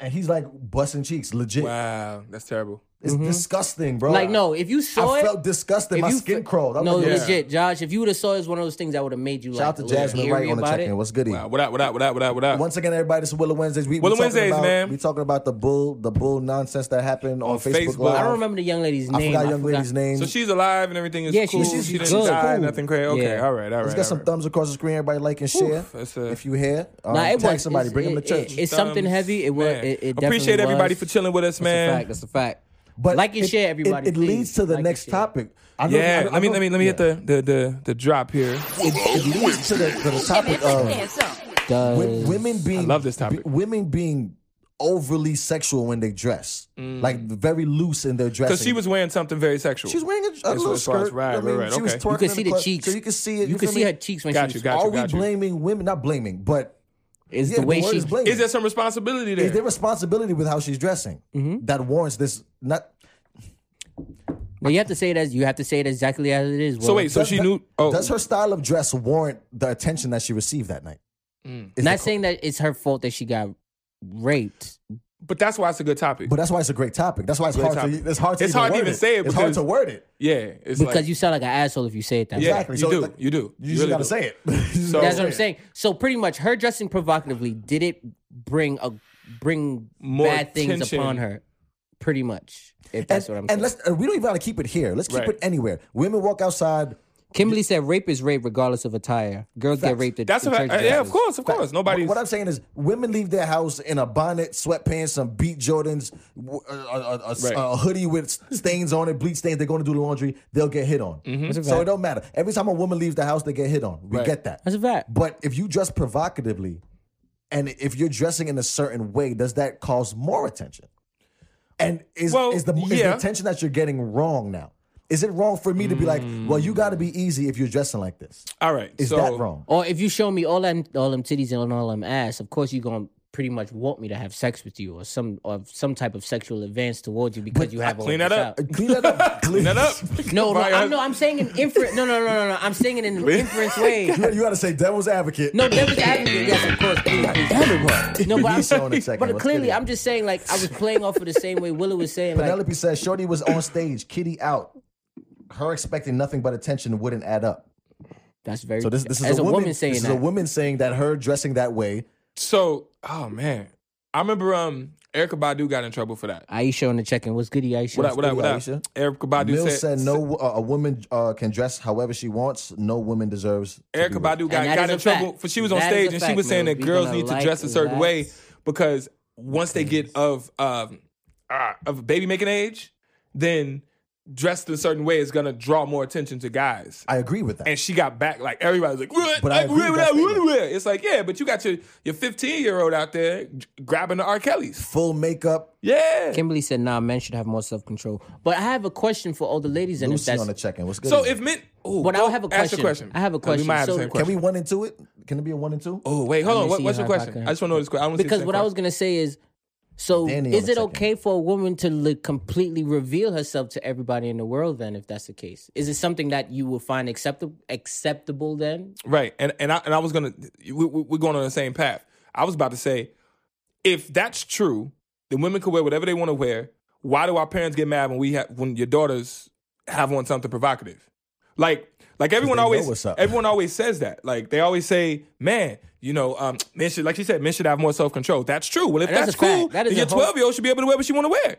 [SPEAKER 1] and he's like busting cheeks, legit.
[SPEAKER 2] Wow, that's terrible.
[SPEAKER 1] It's disgusting, bro.
[SPEAKER 3] Mm-hmm. Like no, if you saw
[SPEAKER 1] I
[SPEAKER 3] it,
[SPEAKER 1] felt disgusted.
[SPEAKER 3] if
[SPEAKER 1] My
[SPEAKER 3] you
[SPEAKER 1] skin
[SPEAKER 3] fe-
[SPEAKER 1] crawled. I'm
[SPEAKER 3] No,
[SPEAKER 1] like, yo,
[SPEAKER 2] Yeah.
[SPEAKER 3] legit, Josh. If you would have saw it, it's one of those things that would have made you
[SPEAKER 1] Shout out
[SPEAKER 3] like
[SPEAKER 1] to
[SPEAKER 3] a little
[SPEAKER 1] Jasmine
[SPEAKER 3] eerie
[SPEAKER 1] Wright on the
[SPEAKER 3] about
[SPEAKER 1] check in.
[SPEAKER 3] it.
[SPEAKER 1] What's good?
[SPEAKER 2] Wow, what up? What up? What up? What up? What up?
[SPEAKER 1] Once again, everybody, this is Willow Wednesdays. We, we
[SPEAKER 2] Willow
[SPEAKER 1] talking
[SPEAKER 2] Wednesdays,
[SPEAKER 1] about,
[SPEAKER 2] man.
[SPEAKER 1] We talking about the bull, the bull nonsense that happened on,
[SPEAKER 2] On
[SPEAKER 1] Facebook,
[SPEAKER 2] Facebook.
[SPEAKER 1] Live.
[SPEAKER 2] I
[SPEAKER 3] I don't remember the young lady's
[SPEAKER 1] I
[SPEAKER 3] name.
[SPEAKER 1] forgot young lady's name.
[SPEAKER 2] So she's alive and everything is
[SPEAKER 3] Yeah,
[SPEAKER 2] cool.
[SPEAKER 3] she's-
[SPEAKER 2] she didn't
[SPEAKER 3] she's
[SPEAKER 2] die.
[SPEAKER 1] cool.
[SPEAKER 2] Nothing crazy. Okay,
[SPEAKER 3] Yeah.
[SPEAKER 2] all right, all right.
[SPEAKER 1] Let's get some
[SPEAKER 2] all right.
[SPEAKER 1] thumbs across the screen. Everybody like and share.
[SPEAKER 2] that's a-
[SPEAKER 1] if you hear, um,
[SPEAKER 3] Nah, it
[SPEAKER 1] tag
[SPEAKER 3] was-
[SPEAKER 1] somebody.
[SPEAKER 3] it's-
[SPEAKER 1] Bring them to
[SPEAKER 3] it-
[SPEAKER 1] church.
[SPEAKER 3] it- it's something
[SPEAKER 2] Thumbs,
[SPEAKER 3] heavy. It was.
[SPEAKER 2] man.
[SPEAKER 3] It, it
[SPEAKER 2] Appreciate
[SPEAKER 3] definitely
[SPEAKER 2] everybody
[SPEAKER 3] was.
[SPEAKER 2] for chilling with us,
[SPEAKER 3] That's
[SPEAKER 2] man.
[SPEAKER 3] a fact. That's a fact. But like and
[SPEAKER 1] it-
[SPEAKER 3] share, everybody.
[SPEAKER 1] It, it leads
[SPEAKER 3] please.
[SPEAKER 1] to the
[SPEAKER 3] Like and
[SPEAKER 1] next
[SPEAKER 3] share.
[SPEAKER 1] topic. I know- I
[SPEAKER 2] yeah,
[SPEAKER 1] know-
[SPEAKER 2] let me
[SPEAKER 1] I know-
[SPEAKER 2] let me let me
[SPEAKER 1] yeah.
[SPEAKER 2] hit the, the the the drop here.
[SPEAKER 1] It, it leads to the, to the topic of wi- women being.
[SPEAKER 2] love this topic.
[SPEAKER 1] b- women being overly sexual when they dress,
[SPEAKER 3] Mm.
[SPEAKER 1] like very loose in their dressing.
[SPEAKER 2] Because she was wearing something very sexual.
[SPEAKER 1] She was wearing a, a
[SPEAKER 2] As
[SPEAKER 1] little
[SPEAKER 2] far as-
[SPEAKER 1] skirt.
[SPEAKER 2] right,
[SPEAKER 1] I mean,
[SPEAKER 2] right, right,
[SPEAKER 1] She was
[SPEAKER 2] okay.
[SPEAKER 1] twerking
[SPEAKER 3] You
[SPEAKER 1] in
[SPEAKER 3] could
[SPEAKER 1] the
[SPEAKER 3] see the
[SPEAKER 1] club,
[SPEAKER 3] cheeks.
[SPEAKER 1] So you could see it.
[SPEAKER 3] You
[SPEAKER 1] feel
[SPEAKER 3] could see
[SPEAKER 1] me?
[SPEAKER 3] her cheeks when
[SPEAKER 2] Got
[SPEAKER 3] she
[SPEAKER 2] you,
[SPEAKER 3] was
[SPEAKER 2] got you.
[SPEAKER 1] Are we blaming women? Not blaming, but
[SPEAKER 3] It's
[SPEAKER 1] yeah,
[SPEAKER 3] the way
[SPEAKER 1] word
[SPEAKER 3] she
[SPEAKER 1] is blaming.
[SPEAKER 2] Is there some responsibility there?
[SPEAKER 1] Is there responsibility with how she's dressing
[SPEAKER 3] Mm-hmm.
[SPEAKER 1] that warrants this? Not
[SPEAKER 3] But you have to say it as you have to say it exactly as it is.
[SPEAKER 2] so
[SPEAKER 3] Will.
[SPEAKER 2] wait, so
[SPEAKER 1] does
[SPEAKER 2] she
[SPEAKER 1] that-
[SPEAKER 2] knew. Oh,
[SPEAKER 1] Does her style of dress warrant the attention that she received that night? Is
[SPEAKER 3] not
[SPEAKER 1] the-
[SPEAKER 3] saying that it's her fault that she got raped.
[SPEAKER 2] but that's why it's a good topic.
[SPEAKER 1] but that's why it's a great topic. That's why it's
[SPEAKER 2] Great
[SPEAKER 1] hard.
[SPEAKER 2] topic.
[SPEAKER 1] To, it's hard to
[SPEAKER 2] It's
[SPEAKER 1] even
[SPEAKER 2] hard to
[SPEAKER 1] word
[SPEAKER 2] even say it
[SPEAKER 1] It's hard
[SPEAKER 2] because-
[SPEAKER 1] to word it.
[SPEAKER 2] yeah, it's
[SPEAKER 3] Because
[SPEAKER 2] like,
[SPEAKER 3] you sound like an asshole if you say it that
[SPEAKER 2] Yeah,
[SPEAKER 3] way.
[SPEAKER 1] Exactly.
[SPEAKER 2] you
[SPEAKER 1] So,
[SPEAKER 2] do,
[SPEAKER 1] like,
[SPEAKER 2] you do.
[SPEAKER 1] You
[SPEAKER 2] You
[SPEAKER 1] just
[SPEAKER 2] really
[SPEAKER 1] gotta
[SPEAKER 2] do.
[SPEAKER 1] say it. You just
[SPEAKER 2] So-
[SPEAKER 1] gotta
[SPEAKER 3] That's what I'm
[SPEAKER 1] say it.
[SPEAKER 3] saying. So pretty much her dressing provocatively did it bring a bring
[SPEAKER 2] More
[SPEAKER 3] bad things
[SPEAKER 2] attention.
[SPEAKER 3] upon her. Pretty much. If that's what I'm
[SPEAKER 1] And
[SPEAKER 3] saying.
[SPEAKER 1] let's uh, we don't even gotta keep it here. Let's keep
[SPEAKER 2] Right.
[SPEAKER 1] it anywhere. Women walk outside.
[SPEAKER 3] Kimberly said rape is rape regardless of attire. Girls get raped at
[SPEAKER 2] that's
[SPEAKER 3] in
[SPEAKER 2] what.
[SPEAKER 3] church
[SPEAKER 2] I, uh, yeah, of
[SPEAKER 3] dresses.
[SPEAKER 2] course, of course. Nobody's.
[SPEAKER 1] What I'm saying is, women leave their house in a bonnet, sweatpants, some beat Jordans, w- a, a- a- a-
[SPEAKER 2] Right.
[SPEAKER 1] a hoodie with stains on it, bleach stains. They're going to do the laundry. They'll get hit on.
[SPEAKER 2] Mm-hmm.
[SPEAKER 1] So it don't matter. Every time a woman leaves the house, they get hit on. We
[SPEAKER 2] Right.
[SPEAKER 1] get that.
[SPEAKER 3] That's a fact.
[SPEAKER 1] But if you dress provocatively, And if you're dressing in a certain way, does that cause more attention? And is
[SPEAKER 2] Well,
[SPEAKER 1] is, the, is the
[SPEAKER 2] yeah.
[SPEAKER 1] attention that you're getting wrong now? Is it wrong for me to be like, well, you got to be easy if you're dressing like this?
[SPEAKER 2] All right.
[SPEAKER 1] Is
[SPEAKER 2] Uh, so,
[SPEAKER 1] that wrong?
[SPEAKER 3] Or if you show me all them all them titties and all them ass, of course you're gonna pretty much want me to have sex with you or some or some type of sexual advance towards you because you have all
[SPEAKER 2] Clean
[SPEAKER 3] this
[SPEAKER 2] that up.
[SPEAKER 3] out.
[SPEAKER 1] Clean that
[SPEAKER 2] [LAUGHS]
[SPEAKER 1] up. Clean
[SPEAKER 2] That up.
[SPEAKER 3] No, no,
[SPEAKER 2] Fire-
[SPEAKER 3] I'm, no, I'm saying an inference. No, no, no, no, no. I'm saying it in an inference
[SPEAKER 1] [LAUGHS]
[SPEAKER 3] way.
[SPEAKER 1] You got to say devil's advocate.
[SPEAKER 3] No, devil's advocate. Yes, of course. please,
[SPEAKER 1] [LAUGHS]
[SPEAKER 3] please. [LAUGHS] No, but I'm,
[SPEAKER 1] He's showing a second.
[SPEAKER 3] but
[SPEAKER 1] Let's
[SPEAKER 3] clearly,
[SPEAKER 1] get it.
[SPEAKER 3] I'm just saying like I was playing off of the same way Willow was saying. Like,
[SPEAKER 1] Penelope says Shorty was on stage, Kitty out. Her expecting nothing but attention wouldn't add up.
[SPEAKER 3] that's very.
[SPEAKER 1] So this this is
[SPEAKER 3] as
[SPEAKER 1] a woman,
[SPEAKER 3] saying
[SPEAKER 1] this is
[SPEAKER 3] that.
[SPEAKER 1] a woman saying that her dressing that way.
[SPEAKER 2] So, oh man, I remember um Erica Badu got in trouble for that.
[SPEAKER 3] Aisha on the check-in. What's good, Aisha?
[SPEAKER 2] What up? What up? What
[SPEAKER 1] Aisha.
[SPEAKER 2] up? Erica Badu
[SPEAKER 1] Mill
[SPEAKER 2] said,
[SPEAKER 1] said no. Uh, a woman uh, can dress however she wants. No woman deserves. to be
[SPEAKER 2] Erica
[SPEAKER 1] raped.
[SPEAKER 2] Badu got,
[SPEAKER 3] And that
[SPEAKER 2] got
[SPEAKER 3] is
[SPEAKER 2] in
[SPEAKER 3] a
[SPEAKER 2] trouble
[SPEAKER 3] fact.
[SPEAKER 2] for she was on
[SPEAKER 3] That is
[SPEAKER 2] stage
[SPEAKER 3] a
[SPEAKER 2] and she
[SPEAKER 3] fact,
[SPEAKER 2] was saying
[SPEAKER 3] Mil.
[SPEAKER 2] that
[SPEAKER 3] We
[SPEAKER 2] girls
[SPEAKER 3] gonna
[SPEAKER 2] need to
[SPEAKER 3] like
[SPEAKER 2] dress a certain way
[SPEAKER 3] that.
[SPEAKER 2] because once they get of um uh, of baby making age, then dressed a certain way is gonna draw more attention to guys.
[SPEAKER 1] I agree with that.
[SPEAKER 2] and she got back like everybody's like what?
[SPEAKER 1] But I
[SPEAKER 2] like,
[SPEAKER 1] agree with
[SPEAKER 2] what-
[SPEAKER 1] that
[SPEAKER 2] what-
[SPEAKER 1] statement.
[SPEAKER 2] what- It's like yeah, but you got your your 15 year old out there g- grabbing the R. Kelly's.
[SPEAKER 1] Full makeup.
[SPEAKER 2] Yeah.
[SPEAKER 3] Kimberly said, "Nah, men should have more self-control." But I have a question for all the ladies, and if
[SPEAKER 1] Lucy
[SPEAKER 3] that's
[SPEAKER 1] on the check-in. What's good?
[SPEAKER 2] So if men, oh,
[SPEAKER 3] But I have a
[SPEAKER 2] Ask your
[SPEAKER 3] question.
[SPEAKER 2] question.
[SPEAKER 3] I have a
[SPEAKER 2] Uh, We
[SPEAKER 3] question.
[SPEAKER 2] might have
[SPEAKER 3] So-
[SPEAKER 2] the same
[SPEAKER 1] can
[SPEAKER 2] question.
[SPEAKER 1] we one and two it? Can it be a one and two?
[SPEAKER 2] oh wait, hold
[SPEAKER 3] Let
[SPEAKER 2] on.
[SPEAKER 3] me
[SPEAKER 2] What,
[SPEAKER 3] see
[SPEAKER 2] what's your
[SPEAKER 3] how I
[SPEAKER 2] question?
[SPEAKER 3] can-
[SPEAKER 2] I just want to know this question. I want to
[SPEAKER 3] because what I was gonna say is, so
[SPEAKER 1] Danny on
[SPEAKER 3] is
[SPEAKER 1] the
[SPEAKER 3] it
[SPEAKER 1] check-in.
[SPEAKER 3] okay for a woman to li- completely reveal herself to everybody in the world? Then, if that's the case, is it something that you will find acceptable? Acceptable then?
[SPEAKER 2] right, and and I and I was gonna we, we, we're going on the same path. I was about to say, if that's true, then women can wear whatever they want to wear. Why do our parents get mad when we have when your daughters have on something provocative? Like like everyone
[SPEAKER 1] they know
[SPEAKER 2] always
[SPEAKER 1] what's up.
[SPEAKER 2] everyone always says that. Like they always say, man, you know, um, men should like she said, men should have more self control. That's true. Well, if
[SPEAKER 3] And that's
[SPEAKER 2] that's,
[SPEAKER 3] a fact.
[SPEAKER 2] cool,
[SPEAKER 3] That is
[SPEAKER 2] then your
[SPEAKER 3] a whole-
[SPEAKER 2] twelve year old should be able to wear what she want to wear.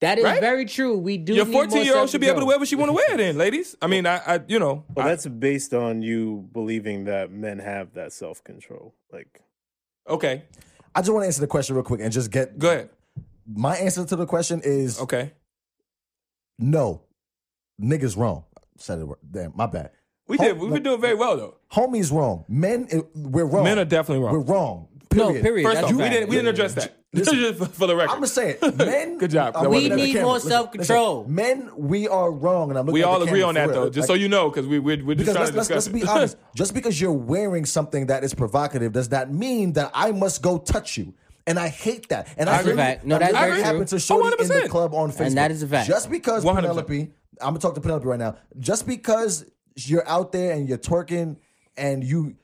[SPEAKER 3] That is
[SPEAKER 2] Right?
[SPEAKER 3] very true. We do.
[SPEAKER 2] Your
[SPEAKER 3] need more
[SPEAKER 2] 14 year old should be able to
[SPEAKER 3] self-control.
[SPEAKER 2] wear what she want to wear then, ladies. I mean, I, I you know,
[SPEAKER 4] Well,
[SPEAKER 2] I-
[SPEAKER 4] that's based on you believing that men have that self control. Like,
[SPEAKER 2] okay.
[SPEAKER 1] I just want to answer the question real quick and just get
[SPEAKER 2] Go ahead.
[SPEAKER 1] my answer to the question is
[SPEAKER 2] Okay.
[SPEAKER 1] no. Niggas wrong. Said it. wrong. Damn, my bad.
[SPEAKER 2] We
[SPEAKER 1] Hom-
[SPEAKER 2] did. We've been doing very well though.
[SPEAKER 1] Homies wrong. Men, eh, we're wrong.
[SPEAKER 2] Men are definitely
[SPEAKER 1] We're
[SPEAKER 2] wrong.
[SPEAKER 1] wrong.
[SPEAKER 3] No,
[SPEAKER 1] Period.
[SPEAKER 3] period.
[SPEAKER 2] First
[SPEAKER 3] That's
[SPEAKER 2] off,
[SPEAKER 3] a
[SPEAKER 2] we
[SPEAKER 3] fact.
[SPEAKER 2] didn't we didn't address that. [LAUGHS] Just for- for the record.
[SPEAKER 1] I'm gonna
[SPEAKER 2] [LAUGHS]
[SPEAKER 1] say it. Men.
[SPEAKER 2] Good job.
[SPEAKER 1] I'm
[SPEAKER 2] That
[SPEAKER 1] looking
[SPEAKER 2] wasn't
[SPEAKER 1] at the
[SPEAKER 2] bad. We need
[SPEAKER 1] camera.
[SPEAKER 3] more
[SPEAKER 1] Listen,
[SPEAKER 3] self-control.
[SPEAKER 1] listen. Men, we are wrong, and I'm looking.
[SPEAKER 2] we
[SPEAKER 1] at
[SPEAKER 2] all
[SPEAKER 1] the
[SPEAKER 2] agree
[SPEAKER 1] camera
[SPEAKER 2] on
[SPEAKER 1] for
[SPEAKER 2] that
[SPEAKER 1] real.
[SPEAKER 2] though, just
[SPEAKER 1] Like,
[SPEAKER 2] so you know, because we we're, we're just
[SPEAKER 1] Because
[SPEAKER 2] trying
[SPEAKER 1] let's,
[SPEAKER 2] to
[SPEAKER 1] let's,
[SPEAKER 2] discuss.
[SPEAKER 1] let's be
[SPEAKER 2] it.
[SPEAKER 1] honest. Just because you're wearing something that is provocative does not mean that I must go touch you. And I hate that. And I
[SPEAKER 2] agree.
[SPEAKER 1] really-
[SPEAKER 3] No,
[SPEAKER 1] I
[SPEAKER 3] that's
[SPEAKER 1] really
[SPEAKER 2] very
[SPEAKER 1] happened
[SPEAKER 2] true.
[SPEAKER 1] to Shorty in the
[SPEAKER 2] Oh, 100%.
[SPEAKER 1] club on Facebook.
[SPEAKER 3] And that is a fact.
[SPEAKER 1] Just because
[SPEAKER 2] 100%.
[SPEAKER 1] Penelope, I'm gonna talk to Penelope right now. Just because you're out there and you're twerking and you,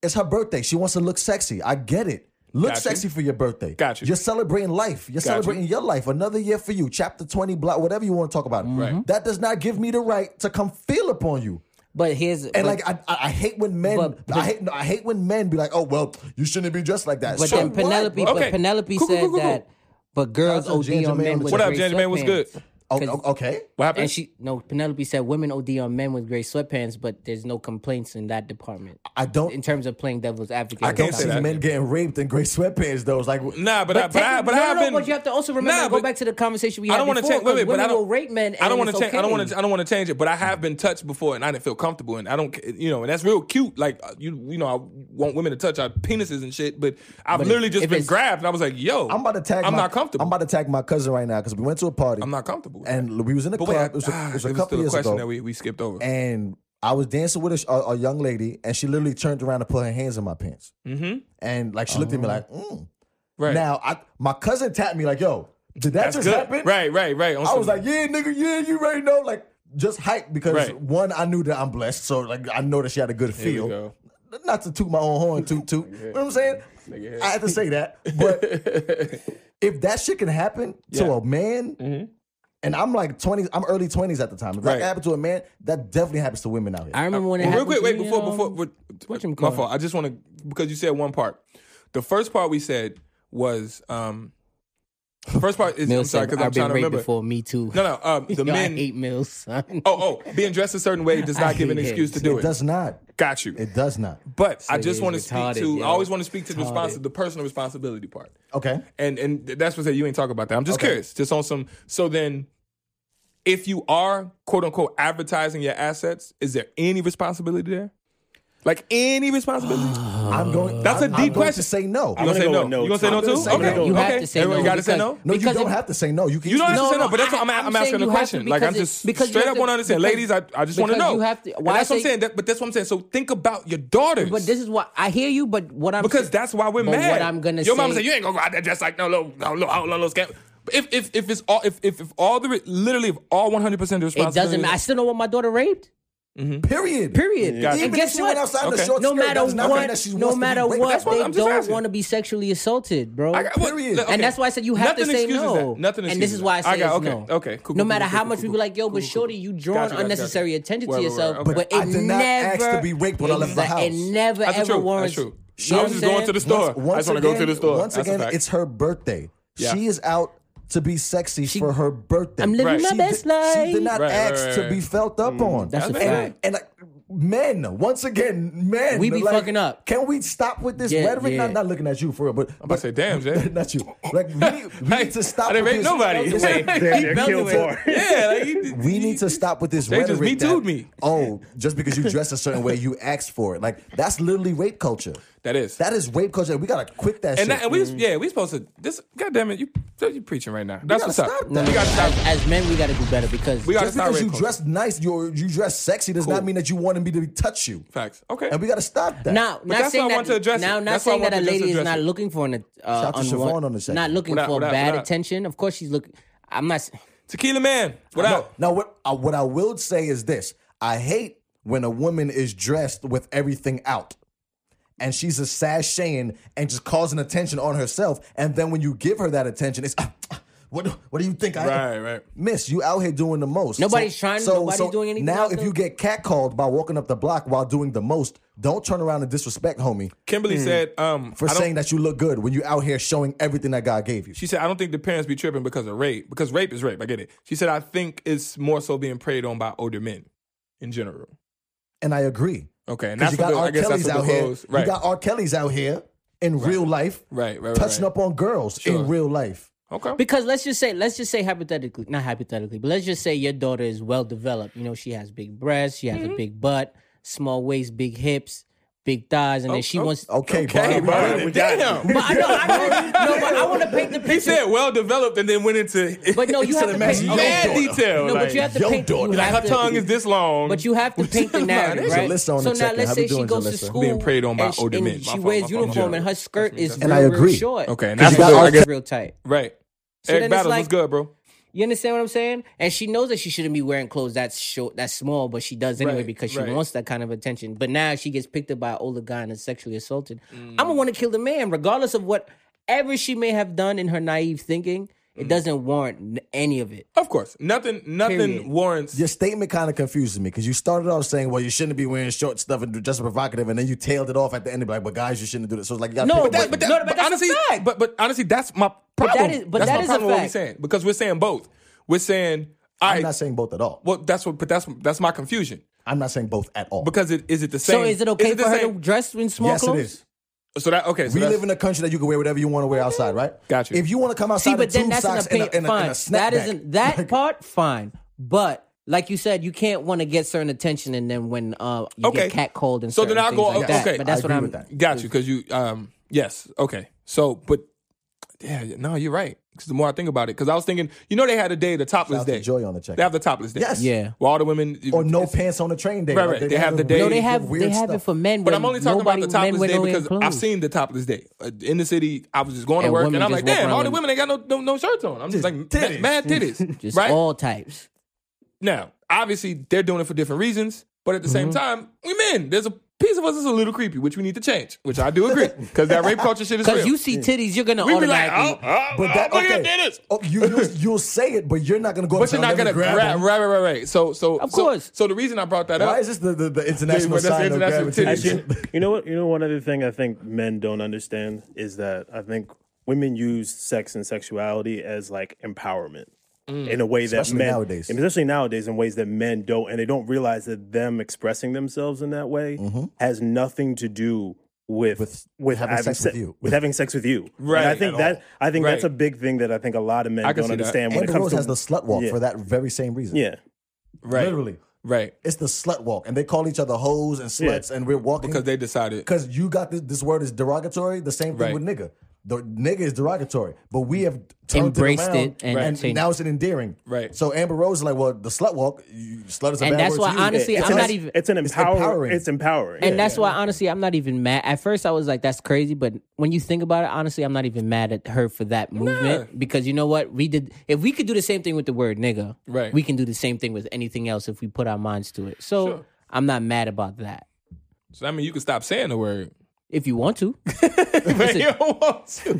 [SPEAKER 1] it's her birthday. She wants to look sexy. I get it. Look
[SPEAKER 2] Got you.
[SPEAKER 1] sexy for your birthday.
[SPEAKER 2] Got you.
[SPEAKER 1] You're celebrating life. You're
[SPEAKER 2] Got you.
[SPEAKER 1] celebrating your life. Another year for you. Chapter 20, block, whatever you want to talk about.
[SPEAKER 3] Mm-hmm.
[SPEAKER 2] Right.
[SPEAKER 1] That does not give me the right to come feel upon you.
[SPEAKER 3] But here's
[SPEAKER 1] And
[SPEAKER 3] but-
[SPEAKER 1] like I, I I hate when men,
[SPEAKER 3] But-
[SPEAKER 1] I hate, no, I hate when men be like, oh well, you shouldn't be dressed like that.
[SPEAKER 3] But
[SPEAKER 1] So
[SPEAKER 3] then
[SPEAKER 1] what?
[SPEAKER 3] Penelope,
[SPEAKER 2] Okay.
[SPEAKER 3] but Penelope
[SPEAKER 2] Cool, cool,
[SPEAKER 3] said
[SPEAKER 2] cool, cool, cool.
[SPEAKER 3] that. But girls
[SPEAKER 1] Shout out
[SPEAKER 3] OD
[SPEAKER 1] to Jan
[SPEAKER 3] on
[SPEAKER 1] Jermaine on
[SPEAKER 3] men
[SPEAKER 1] the
[SPEAKER 3] with
[SPEAKER 1] What
[SPEAKER 2] up,
[SPEAKER 3] gray
[SPEAKER 2] Jan Jermaine? What's
[SPEAKER 3] sweatpants.
[SPEAKER 2] good?
[SPEAKER 1] Oh,
[SPEAKER 3] 'Cause-
[SPEAKER 1] oh, okay,
[SPEAKER 2] what happened?
[SPEAKER 3] And she no Penelope said women OD on men with gray sweatpants, but there's no complaints in that department
[SPEAKER 1] I
[SPEAKER 3] in
[SPEAKER 1] don't,
[SPEAKER 3] terms of playing devil's advocate.
[SPEAKER 1] I don't
[SPEAKER 2] say
[SPEAKER 1] see
[SPEAKER 2] that.
[SPEAKER 1] men getting raped in gray [LAUGHS] sweatpants though. It's like,
[SPEAKER 2] [LAUGHS] nah, but, I, but I
[SPEAKER 3] technically-
[SPEAKER 2] but
[SPEAKER 3] no,
[SPEAKER 2] I've
[SPEAKER 3] no, no,
[SPEAKER 2] been.
[SPEAKER 3] But you have to also remember.
[SPEAKER 2] Nah,
[SPEAKER 3] go
[SPEAKER 2] but-
[SPEAKER 3] back to the conversation we
[SPEAKER 2] I
[SPEAKER 3] had
[SPEAKER 2] don't want to
[SPEAKER 3] before.
[SPEAKER 2] change. Wait,
[SPEAKER 3] 'cause
[SPEAKER 2] wait, but I
[SPEAKER 3] women
[SPEAKER 2] don't
[SPEAKER 3] will rape men.
[SPEAKER 2] I don't
[SPEAKER 3] want to
[SPEAKER 2] change. I don't want to. I don't want to change it. But I have been touched before, and I didn't feel comfortable, and I don't. ca- You know, and that's real cute. Like uh, you, you know, I want women to touch our penises and shit. But I've
[SPEAKER 3] But if-
[SPEAKER 2] literally just
[SPEAKER 3] if
[SPEAKER 2] been
[SPEAKER 3] it's-
[SPEAKER 2] grabbed, and I was like, "Yo,
[SPEAKER 1] I'm about to tag.
[SPEAKER 2] I'm
[SPEAKER 1] my-
[SPEAKER 2] not comfortable.
[SPEAKER 1] I'm about to tag my cousin right now because we went to a party.
[SPEAKER 2] I'm not comfortable."
[SPEAKER 1] and we was in the
[SPEAKER 2] but
[SPEAKER 1] club.
[SPEAKER 2] wait, I-
[SPEAKER 1] it was a,
[SPEAKER 2] ah,
[SPEAKER 1] it was a couple
[SPEAKER 2] still a
[SPEAKER 1] years
[SPEAKER 2] question
[SPEAKER 1] ago,
[SPEAKER 2] that we, we skipped over.
[SPEAKER 1] and I was dancing with a, sh- a, a young lady, and she literally turned around and put her hands in my pants,
[SPEAKER 2] mm-hmm.
[SPEAKER 1] and like she looked at
[SPEAKER 3] Oh.
[SPEAKER 1] me like, mm.
[SPEAKER 2] Right.
[SPEAKER 1] now I, my cousin tapped me like, yo, did that
[SPEAKER 2] that's
[SPEAKER 1] just
[SPEAKER 2] good.
[SPEAKER 1] happen?
[SPEAKER 2] Right, right, right. On
[SPEAKER 1] I was
[SPEAKER 2] some-
[SPEAKER 1] like, yeah, nigga, yeah, you already know. Like, just hype because
[SPEAKER 2] Right.
[SPEAKER 1] one, I knew that I'm blessed, so like I know that she had a good
[SPEAKER 2] Here we
[SPEAKER 1] feel.
[SPEAKER 2] go.
[SPEAKER 1] Not to toot my own horn, toot
[SPEAKER 2] [LAUGHS]
[SPEAKER 1] toot. You know what I'm saying? I had to say that, but
[SPEAKER 2] [LAUGHS]
[SPEAKER 1] if that shit can happen to
[SPEAKER 2] Yeah. Mm-hmm.
[SPEAKER 1] a man, and I'm like 20, I'm early 20s at the time. If that
[SPEAKER 2] Right.
[SPEAKER 1] can happen to a man, that definitely happens to women out here.
[SPEAKER 3] I remember when it
[SPEAKER 2] Well, real
[SPEAKER 3] happened.
[SPEAKER 2] quick,
[SPEAKER 3] to
[SPEAKER 2] wait
[SPEAKER 3] me,
[SPEAKER 2] before
[SPEAKER 3] um,
[SPEAKER 2] before
[SPEAKER 3] what
[SPEAKER 2] what,
[SPEAKER 3] you
[SPEAKER 2] my
[SPEAKER 3] call it?
[SPEAKER 2] fault. I just want to because you said one part. The first part we said was um. The first part is I'm
[SPEAKER 3] Mills
[SPEAKER 2] sorry
[SPEAKER 3] said,
[SPEAKER 2] because I'm
[SPEAKER 3] I've
[SPEAKER 2] trying
[SPEAKER 3] been
[SPEAKER 2] to
[SPEAKER 3] raped
[SPEAKER 2] remember.
[SPEAKER 3] before. Me too.
[SPEAKER 2] No, no. Um, the
[SPEAKER 3] Yo,
[SPEAKER 2] men.
[SPEAKER 3] I hate Mills. Son.
[SPEAKER 2] Oh, oh, being dressed a certain
[SPEAKER 3] [LAUGHS]
[SPEAKER 2] way does not give an
[SPEAKER 3] hate
[SPEAKER 2] excuse
[SPEAKER 3] it.
[SPEAKER 2] to do
[SPEAKER 1] it
[SPEAKER 2] it.
[SPEAKER 1] does not.
[SPEAKER 2] Got you.
[SPEAKER 1] It does not.
[SPEAKER 2] But I
[SPEAKER 3] Nigga
[SPEAKER 2] just
[SPEAKER 3] is
[SPEAKER 2] want to speak
[SPEAKER 3] retarded,
[SPEAKER 2] to.
[SPEAKER 3] yo.
[SPEAKER 2] I always want to speak to the response,
[SPEAKER 3] Retarded.
[SPEAKER 2] the personal responsibility part,
[SPEAKER 1] Okay.
[SPEAKER 2] and and th- that's what I said. You ain't talk about that. I'm just
[SPEAKER 1] Okay.
[SPEAKER 2] curious, just on some. So then, if you are quote unquote advertising your assets, is there any responsibility there? Like any
[SPEAKER 4] [SIGHS]
[SPEAKER 2] responsibility?
[SPEAKER 1] I'm going.
[SPEAKER 2] That's a
[SPEAKER 1] a
[SPEAKER 2] deep question.
[SPEAKER 1] To say no.
[SPEAKER 2] You gonna
[SPEAKER 4] gonna
[SPEAKER 2] say
[SPEAKER 4] go
[SPEAKER 2] no?
[SPEAKER 4] with no.
[SPEAKER 2] You gonna say
[SPEAKER 4] I'm
[SPEAKER 2] no
[SPEAKER 4] gonna
[SPEAKER 2] too?
[SPEAKER 1] say no.
[SPEAKER 2] Okay.
[SPEAKER 3] You have
[SPEAKER 2] okay.
[SPEAKER 3] to say
[SPEAKER 2] Everybody
[SPEAKER 3] no
[SPEAKER 2] gotta say
[SPEAKER 3] because-
[SPEAKER 2] no.
[SPEAKER 1] no, you
[SPEAKER 3] because
[SPEAKER 1] don't
[SPEAKER 3] if-
[SPEAKER 1] have to say no. You can.
[SPEAKER 2] You don't have
[SPEAKER 1] just-
[SPEAKER 2] to say no,
[SPEAKER 3] no,
[SPEAKER 2] but that's
[SPEAKER 3] I-
[SPEAKER 2] what I'm,
[SPEAKER 3] I'm
[SPEAKER 2] I'm
[SPEAKER 3] saying
[SPEAKER 2] asking a
[SPEAKER 3] you have to
[SPEAKER 2] question. like I'm
[SPEAKER 3] because it-
[SPEAKER 2] just
[SPEAKER 3] because you
[SPEAKER 2] straight
[SPEAKER 3] have
[SPEAKER 2] up
[SPEAKER 3] to-
[SPEAKER 2] want to understand,
[SPEAKER 3] because-
[SPEAKER 2] ladies. I, I just want to
[SPEAKER 3] because
[SPEAKER 2] know.
[SPEAKER 3] you have to-
[SPEAKER 2] And
[SPEAKER 3] why I
[SPEAKER 2] that's what I'm
[SPEAKER 3] say-
[SPEAKER 2] saying. That, but that's what I'm saying. So think about your daughters.
[SPEAKER 3] But this is what I hear you. But what I'm
[SPEAKER 2] because that's why we're
[SPEAKER 3] but
[SPEAKER 2] mad.
[SPEAKER 3] What I'm gonna
[SPEAKER 2] your
[SPEAKER 3] say,
[SPEAKER 2] mom said you ain't gonna go out there dressed like no little no little outlaw little scam. If if if it's all if if, if all the re- literally if all 100 percent of the
[SPEAKER 3] it doesn't.
[SPEAKER 2] responsibility.
[SPEAKER 3] matter. I still don't want my daughter raped.
[SPEAKER 1] Period.
[SPEAKER 3] Period.
[SPEAKER 1] Even
[SPEAKER 3] And
[SPEAKER 1] if
[SPEAKER 3] guess
[SPEAKER 1] she
[SPEAKER 3] what?
[SPEAKER 1] went outside in
[SPEAKER 2] Okay.
[SPEAKER 1] a short
[SPEAKER 3] no
[SPEAKER 1] skirt, that
[SPEAKER 3] matter
[SPEAKER 1] does not mean
[SPEAKER 3] what,
[SPEAKER 1] that she
[SPEAKER 3] no
[SPEAKER 1] wants to be
[SPEAKER 3] matter
[SPEAKER 1] raped.
[SPEAKER 3] what,
[SPEAKER 1] That's
[SPEAKER 2] what
[SPEAKER 3] they
[SPEAKER 2] I'm just
[SPEAKER 3] don't
[SPEAKER 2] asking.
[SPEAKER 3] want to be sexually assaulted, bro.
[SPEAKER 2] I got- what-
[SPEAKER 1] Period.
[SPEAKER 2] look,
[SPEAKER 1] And
[SPEAKER 2] okay.
[SPEAKER 3] And that's why I said you have
[SPEAKER 2] Nothing
[SPEAKER 3] to say
[SPEAKER 2] excuses
[SPEAKER 3] no.
[SPEAKER 2] That. Nothing
[SPEAKER 3] and this
[SPEAKER 2] excuses
[SPEAKER 3] is why I
[SPEAKER 2] that.
[SPEAKER 3] say
[SPEAKER 2] got-
[SPEAKER 3] it's
[SPEAKER 2] okay,
[SPEAKER 3] no.
[SPEAKER 2] Okay, cool.
[SPEAKER 3] no
[SPEAKER 2] cool,
[SPEAKER 3] matter
[SPEAKER 2] cool,
[SPEAKER 3] how
[SPEAKER 2] cool,
[SPEAKER 3] much
[SPEAKER 2] cool,
[SPEAKER 3] people
[SPEAKER 2] cool.
[SPEAKER 3] like, yo, but shorty, you drawing
[SPEAKER 2] Gotcha, gotcha,
[SPEAKER 3] unnecessary
[SPEAKER 2] gotcha.
[SPEAKER 3] attention
[SPEAKER 2] Word,
[SPEAKER 3] to
[SPEAKER 2] word,
[SPEAKER 3] yourself.
[SPEAKER 2] word, okay.
[SPEAKER 3] But it
[SPEAKER 1] I did
[SPEAKER 3] never,
[SPEAKER 1] not ask to be raped when I left the house.
[SPEAKER 3] It never
[SPEAKER 2] That's
[SPEAKER 3] ever
[SPEAKER 2] true.
[SPEAKER 3] warrants.
[SPEAKER 2] That's true.
[SPEAKER 3] you
[SPEAKER 2] I
[SPEAKER 3] know what
[SPEAKER 2] was
[SPEAKER 3] I'm
[SPEAKER 2] just going
[SPEAKER 3] saying?
[SPEAKER 2] to the store. I
[SPEAKER 1] Once
[SPEAKER 2] just want to go to
[SPEAKER 1] again-
[SPEAKER 2] the store.
[SPEAKER 1] Once
[SPEAKER 2] That's a
[SPEAKER 1] again,
[SPEAKER 2] fact.
[SPEAKER 1] it's her birthday.
[SPEAKER 2] Yeah.
[SPEAKER 1] She is out to be sexy for her birthday.
[SPEAKER 3] I'm living
[SPEAKER 2] Right.
[SPEAKER 3] my
[SPEAKER 2] She
[SPEAKER 3] best
[SPEAKER 1] She
[SPEAKER 3] life.
[SPEAKER 1] did not
[SPEAKER 2] Right, right,
[SPEAKER 1] ask
[SPEAKER 2] right,
[SPEAKER 1] to be
[SPEAKER 2] right.
[SPEAKER 1] felt up on.
[SPEAKER 3] That's
[SPEAKER 2] a
[SPEAKER 1] and,
[SPEAKER 2] fact.
[SPEAKER 1] And like, men, once again, men,
[SPEAKER 3] We be
[SPEAKER 1] like,
[SPEAKER 3] fucking up.
[SPEAKER 1] Can we stop with this
[SPEAKER 3] Yeah,
[SPEAKER 1] rhetoric?
[SPEAKER 3] yeah.
[SPEAKER 1] Not, not looking at you for real, but I'm
[SPEAKER 2] about to
[SPEAKER 1] [LAUGHS]
[SPEAKER 2] say, damn, Jay.
[SPEAKER 1] not you. Like we need,
[SPEAKER 2] [LAUGHS]
[SPEAKER 1] we need to stop.
[SPEAKER 2] I didn't
[SPEAKER 1] with
[SPEAKER 2] rape
[SPEAKER 1] this- [LAUGHS]
[SPEAKER 2] nobody.
[SPEAKER 4] They're
[SPEAKER 3] felt
[SPEAKER 4] killed
[SPEAKER 3] the way-
[SPEAKER 2] [LAUGHS]
[SPEAKER 4] for.
[SPEAKER 2] yeah, like you,
[SPEAKER 1] We need to stop with this
[SPEAKER 2] They just
[SPEAKER 1] rhetoric.
[SPEAKER 2] Me
[SPEAKER 1] that,
[SPEAKER 2] Too'd me.
[SPEAKER 1] Oh, just because you dress a certain way, you asked for it. Like that's literally rape culture.
[SPEAKER 2] That is.
[SPEAKER 1] That is rape culture. We gotta quit that shit.
[SPEAKER 2] and, that, and we was, yeah, we supposed to. This goddamn it, you you preaching right now. That's
[SPEAKER 1] gotta
[SPEAKER 2] what's up.
[SPEAKER 1] stop
[SPEAKER 2] We
[SPEAKER 1] that.
[SPEAKER 2] gotta stop.
[SPEAKER 3] As, as men, we got to do better because
[SPEAKER 2] We gotta
[SPEAKER 1] just
[SPEAKER 2] stop
[SPEAKER 1] because
[SPEAKER 2] rape
[SPEAKER 1] you
[SPEAKER 2] culture.
[SPEAKER 1] dress nice, you you dress sexy does
[SPEAKER 2] Cool.
[SPEAKER 1] not mean that you wanted me to touch you.
[SPEAKER 2] Facts. Okay.
[SPEAKER 1] And we gotta stop that.
[SPEAKER 3] Now, not
[SPEAKER 2] that's
[SPEAKER 3] saying
[SPEAKER 2] why I
[SPEAKER 3] that,
[SPEAKER 2] want to address it.
[SPEAKER 3] now, not
[SPEAKER 2] That's why I
[SPEAKER 3] saying that
[SPEAKER 2] wanted to
[SPEAKER 3] a
[SPEAKER 2] just
[SPEAKER 3] lady is
[SPEAKER 2] address
[SPEAKER 3] not
[SPEAKER 2] it.
[SPEAKER 3] looking for an uh,
[SPEAKER 1] Shout out to
[SPEAKER 3] unwa-
[SPEAKER 1] Siobhan on the second.
[SPEAKER 3] not looking
[SPEAKER 2] What up,
[SPEAKER 3] for
[SPEAKER 2] what up,
[SPEAKER 3] bad
[SPEAKER 2] what up?
[SPEAKER 3] attention. Of course, she's looking. I'm not. s-
[SPEAKER 2] Tequila man. What
[SPEAKER 1] now,
[SPEAKER 2] up?
[SPEAKER 1] now what I, what I will say is this: I hate when a woman is dressed with everything out, and she's a sashaying and just causing attention on herself. And then when you give her that attention, it's "Ah, ah, what what do you think I am?"
[SPEAKER 2] Right, right.
[SPEAKER 1] Miss, you out here doing the most.
[SPEAKER 3] Nobody's trying- nobody's doing anything
[SPEAKER 1] Now,
[SPEAKER 3] out
[SPEAKER 1] if
[SPEAKER 3] there.
[SPEAKER 1] you get catcalled by walking up the block while doing the most, don't turn around and disrespect, homie,
[SPEAKER 2] Kimberly said, um,
[SPEAKER 1] Hmm. for
[SPEAKER 2] I don't-
[SPEAKER 1] saying that you look good when you out here showing everything that God gave you.
[SPEAKER 2] She said, I don't think the parents be tripping because of rape, because rape is rape. I get it. She said, I think it's more so being preyed on by older men in general.
[SPEAKER 1] and I agree.
[SPEAKER 2] Okay, and
[SPEAKER 1] 'Cause
[SPEAKER 2] that's
[SPEAKER 1] you got
[SPEAKER 2] what the- I
[SPEAKER 1] R.
[SPEAKER 2] guess that's
[SPEAKER 1] Kelly's
[SPEAKER 2] what
[SPEAKER 1] out
[SPEAKER 2] the
[SPEAKER 1] here.
[SPEAKER 2] clothes- right.
[SPEAKER 1] You got R. Kelly's out here in real life,
[SPEAKER 2] Right, right, right,
[SPEAKER 1] touching
[SPEAKER 2] right.
[SPEAKER 1] up on girls
[SPEAKER 2] Sure.
[SPEAKER 1] in real life.
[SPEAKER 2] Okay.
[SPEAKER 3] Because let's just say, let's just say hypothetically, not hypothetically, but let's just say your daughter is well developed. You know, she has big breasts, she has
[SPEAKER 2] Mm-hmm.
[SPEAKER 3] a big butt, small waist, big hips, big thighs, and then she
[SPEAKER 2] oh,
[SPEAKER 3] wants.
[SPEAKER 1] Okay,
[SPEAKER 2] okay,
[SPEAKER 1] Bob.
[SPEAKER 2] bro.
[SPEAKER 4] we got
[SPEAKER 1] [LAUGHS]
[SPEAKER 4] it.
[SPEAKER 2] Damn.
[SPEAKER 3] But I know, I know, no, but I want to paint the
[SPEAKER 2] He
[SPEAKER 3] picture.
[SPEAKER 2] said well developed and then went into
[SPEAKER 3] [LAUGHS] But no, you
[SPEAKER 1] Instead
[SPEAKER 3] have
[SPEAKER 1] of
[SPEAKER 3] to
[SPEAKER 1] Max,
[SPEAKER 3] paint.
[SPEAKER 1] you
[SPEAKER 3] okay.
[SPEAKER 1] Mad
[SPEAKER 2] mad
[SPEAKER 1] daughter.
[SPEAKER 2] detail.
[SPEAKER 3] No,
[SPEAKER 2] like,
[SPEAKER 3] but you have to
[SPEAKER 1] yo,
[SPEAKER 3] paint.
[SPEAKER 1] daughter.
[SPEAKER 3] You
[SPEAKER 2] like,
[SPEAKER 3] have
[SPEAKER 2] her
[SPEAKER 3] to-
[SPEAKER 2] tongue is this long.
[SPEAKER 3] But you have to paint the
[SPEAKER 2] Nah,
[SPEAKER 3] narrative,
[SPEAKER 2] there's a
[SPEAKER 3] right?
[SPEAKER 1] list on
[SPEAKER 3] so
[SPEAKER 1] the
[SPEAKER 3] now
[SPEAKER 1] check-in.
[SPEAKER 3] let's
[SPEAKER 1] How we
[SPEAKER 3] say she
[SPEAKER 1] doing,
[SPEAKER 3] goes to
[SPEAKER 1] Jalissa?
[SPEAKER 3] school
[SPEAKER 2] Being preyed on by
[SPEAKER 3] and she,
[SPEAKER 2] older
[SPEAKER 3] and
[SPEAKER 2] men. My
[SPEAKER 3] she
[SPEAKER 2] fault, my
[SPEAKER 3] wears
[SPEAKER 2] fault, my
[SPEAKER 3] uniform
[SPEAKER 2] fault.
[SPEAKER 3] and her skirt is
[SPEAKER 1] And
[SPEAKER 3] real,
[SPEAKER 1] I
[SPEAKER 3] real
[SPEAKER 1] agree.
[SPEAKER 3] short.
[SPEAKER 2] Okay, and
[SPEAKER 3] Her
[SPEAKER 2] that's
[SPEAKER 1] what I
[SPEAKER 3] skirt is
[SPEAKER 1] guess-
[SPEAKER 3] real tight.
[SPEAKER 2] right.
[SPEAKER 3] So
[SPEAKER 2] Eric
[SPEAKER 3] then it's
[SPEAKER 2] Battles, what's
[SPEAKER 3] like-
[SPEAKER 2] good, bro?
[SPEAKER 3] You understand what I'm saying? And she knows that she shouldn't be wearing clothes that's short, that's small, but she does anyway
[SPEAKER 2] Right,
[SPEAKER 3] because she
[SPEAKER 2] right.
[SPEAKER 3] wants that kind of attention. But now she gets picked up by an older guy and is sexually assaulted.
[SPEAKER 2] Mm.
[SPEAKER 3] I'm gonna want to kill the man, regardless of whatever she may have done in her naive thinking.
[SPEAKER 2] Mm.
[SPEAKER 3] It doesn't warrant n- any of it.
[SPEAKER 2] Of course, nothing, nothing
[SPEAKER 3] Period.
[SPEAKER 2] warrants.
[SPEAKER 1] Your statement kind of confuses me because you started off saying, "Well, you shouldn't be wearing short stuff and just provocative," and then you tailed it off at the end, and be like, "But guys, you shouldn't do this." So it's like, you gotta pick
[SPEAKER 3] No,
[SPEAKER 1] a
[SPEAKER 2] But, that,
[SPEAKER 1] point.
[SPEAKER 2] but, that,
[SPEAKER 3] No,
[SPEAKER 2] but,
[SPEAKER 3] but that's a
[SPEAKER 2] honestly,
[SPEAKER 3] fact.
[SPEAKER 2] but but honestly, that's my problem.
[SPEAKER 3] that is- but
[SPEAKER 2] that's
[SPEAKER 3] that
[SPEAKER 2] my
[SPEAKER 3] is a
[SPEAKER 2] problem with what we're
[SPEAKER 3] fact.
[SPEAKER 2] saying because we're saying both. We're saying, all
[SPEAKER 1] I'm
[SPEAKER 2] right,
[SPEAKER 1] not saying both at all.
[SPEAKER 2] well, that's what, but that's that's my confusion
[SPEAKER 1] I'm not saying both at all.
[SPEAKER 2] because it is it the same.
[SPEAKER 3] So is it okay
[SPEAKER 2] the
[SPEAKER 3] for her to
[SPEAKER 2] same?
[SPEAKER 3] dress in small
[SPEAKER 1] yes,
[SPEAKER 3] clothes?
[SPEAKER 1] it is.
[SPEAKER 2] So that okay. So
[SPEAKER 1] We
[SPEAKER 2] that's-
[SPEAKER 1] live in a country that you can wear whatever you want to wear outside, right?
[SPEAKER 2] Gotcha.
[SPEAKER 1] If you want to come outside
[SPEAKER 3] See, but
[SPEAKER 1] in
[SPEAKER 3] then
[SPEAKER 1] tube
[SPEAKER 3] that's an
[SPEAKER 1] socks and
[SPEAKER 3] opinion.
[SPEAKER 1] a, and a,
[SPEAKER 3] fine.
[SPEAKER 1] and a
[SPEAKER 3] that
[SPEAKER 1] snapback, [LAUGHS]
[SPEAKER 3] isn't that part fine, but. Like you said, you can't want to get certain attention, and then when uh, you
[SPEAKER 2] Okay.
[SPEAKER 3] get cat cold and
[SPEAKER 2] So then
[SPEAKER 3] certain
[SPEAKER 2] I'll
[SPEAKER 3] things
[SPEAKER 2] go,
[SPEAKER 3] like that.
[SPEAKER 2] okay.
[SPEAKER 3] But
[SPEAKER 1] I
[SPEAKER 3] that's what
[SPEAKER 1] agree
[SPEAKER 3] I'm.
[SPEAKER 1] with that.
[SPEAKER 2] Got you, because you, um, yes, okay. So, but yeah, yeah, no, you're right. Because the more I think about it, because I was thinking, you know, they had a day, the topless
[SPEAKER 1] out to
[SPEAKER 2] day.
[SPEAKER 1] Joy on the check.
[SPEAKER 2] They have the topless day.
[SPEAKER 1] Yes.
[SPEAKER 3] Yeah.
[SPEAKER 2] Where all the women
[SPEAKER 1] or no pants on the train day.
[SPEAKER 2] Right,
[SPEAKER 1] Like,
[SPEAKER 2] right. They have the day-
[SPEAKER 1] weird-
[SPEAKER 3] No, they have
[SPEAKER 1] weird
[SPEAKER 3] they have
[SPEAKER 1] stuff.
[SPEAKER 3] it for men.
[SPEAKER 2] But
[SPEAKER 3] where
[SPEAKER 2] I'm only talking about
[SPEAKER 3] nobody-
[SPEAKER 2] the
[SPEAKER 3] men
[SPEAKER 2] topless
[SPEAKER 3] wear
[SPEAKER 2] day
[SPEAKER 3] no
[SPEAKER 2] because I've
[SPEAKER 3] clothes.
[SPEAKER 2] seen the topless day Uh, in the city. I was just going to
[SPEAKER 3] And
[SPEAKER 2] work,
[SPEAKER 3] women
[SPEAKER 2] and I'm
[SPEAKER 3] just
[SPEAKER 2] like,
[SPEAKER 3] walk
[SPEAKER 2] damn,
[SPEAKER 3] around
[SPEAKER 2] all the
[SPEAKER 3] with-
[SPEAKER 2] women ain't got no no, no shirts on. I'm just, like
[SPEAKER 1] titties.
[SPEAKER 2] mad, mad titties,
[SPEAKER 3] [LAUGHS] just
[SPEAKER 2] right?
[SPEAKER 3] all types.
[SPEAKER 2] Now, obviously, they're doing it for different reasons, but at the
[SPEAKER 3] Mm-hmm.
[SPEAKER 2] same time, we men. There's a piece of us that's a little creepy, which we need to change, which I do agree, because that rape culture
[SPEAKER 3] [LAUGHS]
[SPEAKER 2] shit is real.
[SPEAKER 3] Because you see titties, you're gonna
[SPEAKER 2] we be like,
[SPEAKER 3] automatically.
[SPEAKER 2] oh, oh,
[SPEAKER 1] But that
[SPEAKER 2] oh, look
[SPEAKER 1] okay.
[SPEAKER 2] at this.
[SPEAKER 1] Oh, you you'll, you'll say it, but you're not gonna go. up
[SPEAKER 2] But
[SPEAKER 1] to
[SPEAKER 2] you're
[SPEAKER 1] her,
[SPEAKER 2] not
[SPEAKER 1] "Let me
[SPEAKER 2] gonna grab,
[SPEAKER 1] them."
[SPEAKER 2] right, right, right, right. So, so,
[SPEAKER 3] Of
[SPEAKER 2] so-
[SPEAKER 3] course.
[SPEAKER 2] So, the reason I brought that
[SPEAKER 1] Why
[SPEAKER 2] up,
[SPEAKER 1] is this the the, the international
[SPEAKER 2] Yeah, but that's
[SPEAKER 1] sign
[SPEAKER 2] the
[SPEAKER 1] of
[SPEAKER 2] international
[SPEAKER 1] gravity?
[SPEAKER 2] titties.
[SPEAKER 4] You know what? You know one other thing I think men don't understand is that I think women use sex and sexuality as like empowerment
[SPEAKER 2] Mm.
[SPEAKER 4] in a way that
[SPEAKER 1] Especially
[SPEAKER 4] men
[SPEAKER 1] nowadays.
[SPEAKER 4] especially nowadays, in ways that men don't, and they don't realize that them expressing themselves in that way has nothing to do with
[SPEAKER 1] Mm-hmm. With
[SPEAKER 4] with,
[SPEAKER 1] having sex with you.
[SPEAKER 4] with having sex with you. And I
[SPEAKER 2] Right,
[SPEAKER 4] think
[SPEAKER 2] at
[SPEAKER 4] that
[SPEAKER 2] all.
[SPEAKER 4] I think that's a
[SPEAKER 2] Right.
[SPEAKER 4] big thing that I think a lot of men
[SPEAKER 2] I can
[SPEAKER 4] don't
[SPEAKER 2] see that.
[SPEAKER 4] understand when
[SPEAKER 1] Amber
[SPEAKER 4] it comes
[SPEAKER 1] Rose
[SPEAKER 4] to
[SPEAKER 1] has the slut walk
[SPEAKER 4] [LAUGHS] Yeah.
[SPEAKER 1] for that very same reason.
[SPEAKER 4] yeah.
[SPEAKER 2] right?
[SPEAKER 1] literally.
[SPEAKER 2] right?
[SPEAKER 1] It's the slut walk, and they call each other hoes and sluts, and we're walking
[SPEAKER 2] Because they decided
[SPEAKER 1] because you got this, this word is derogatory. The same thing
[SPEAKER 2] Right.
[SPEAKER 1] with nigga. The nigga is derogatory, but we have turned
[SPEAKER 3] Embraced
[SPEAKER 1] it,
[SPEAKER 3] it
[SPEAKER 1] around
[SPEAKER 3] and changed
[SPEAKER 1] now it's an endearing.
[SPEAKER 2] Right.
[SPEAKER 1] So Amber Rose is like, well, the slut walk, you, slut is a
[SPEAKER 3] And
[SPEAKER 1] bad
[SPEAKER 3] that's
[SPEAKER 1] word
[SPEAKER 3] why
[SPEAKER 1] to use.
[SPEAKER 3] honestly,
[SPEAKER 1] It's
[SPEAKER 3] I'm
[SPEAKER 1] an-
[SPEAKER 3] not even-
[SPEAKER 4] It's an
[SPEAKER 1] It's
[SPEAKER 4] empower. It's
[SPEAKER 1] empowering.
[SPEAKER 4] empowering.
[SPEAKER 3] And
[SPEAKER 4] Yeah.
[SPEAKER 3] that's why, honestly, I'm not even mad. At first, I was like, "That's crazy," but when you think about it, honestly, I'm not even mad at her for that movement because you know what? We did. If we could do the same thing with the word "nigga,"
[SPEAKER 2] Right.
[SPEAKER 3] We can do the same thing with anything else if we put our minds to it. So
[SPEAKER 2] Sure.
[SPEAKER 3] I'm not mad about that.
[SPEAKER 2] So that means you can stop saying the word.
[SPEAKER 3] If you want to, [LAUGHS]
[SPEAKER 2] [LAUGHS] But you don't want to.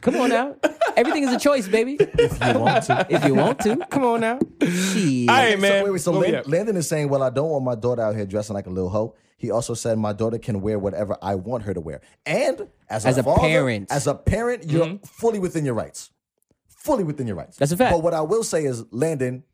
[SPEAKER 3] come on now. Everything is a choice, baby. If you want to, if you want to, come on now. Shit.
[SPEAKER 2] All right,
[SPEAKER 1] So,
[SPEAKER 2] man. Oh,
[SPEAKER 1] wait, wait, so
[SPEAKER 2] Where we
[SPEAKER 1] Lan-
[SPEAKER 2] at?
[SPEAKER 1] Landon is saying, well, I don't want my daughter out here dressing like a little hoe. He also said my daughter can wear whatever I want her to wear. And as,
[SPEAKER 3] As a
[SPEAKER 1] father-
[SPEAKER 3] parent.
[SPEAKER 1] as a parent, you're
[SPEAKER 2] Mm-hmm.
[SPEAKER 1] fully within your rights. Fully within your rights.
[SPEAKER 3] That's a fact.
[SPEAKER 1] But what I will say is, Landon,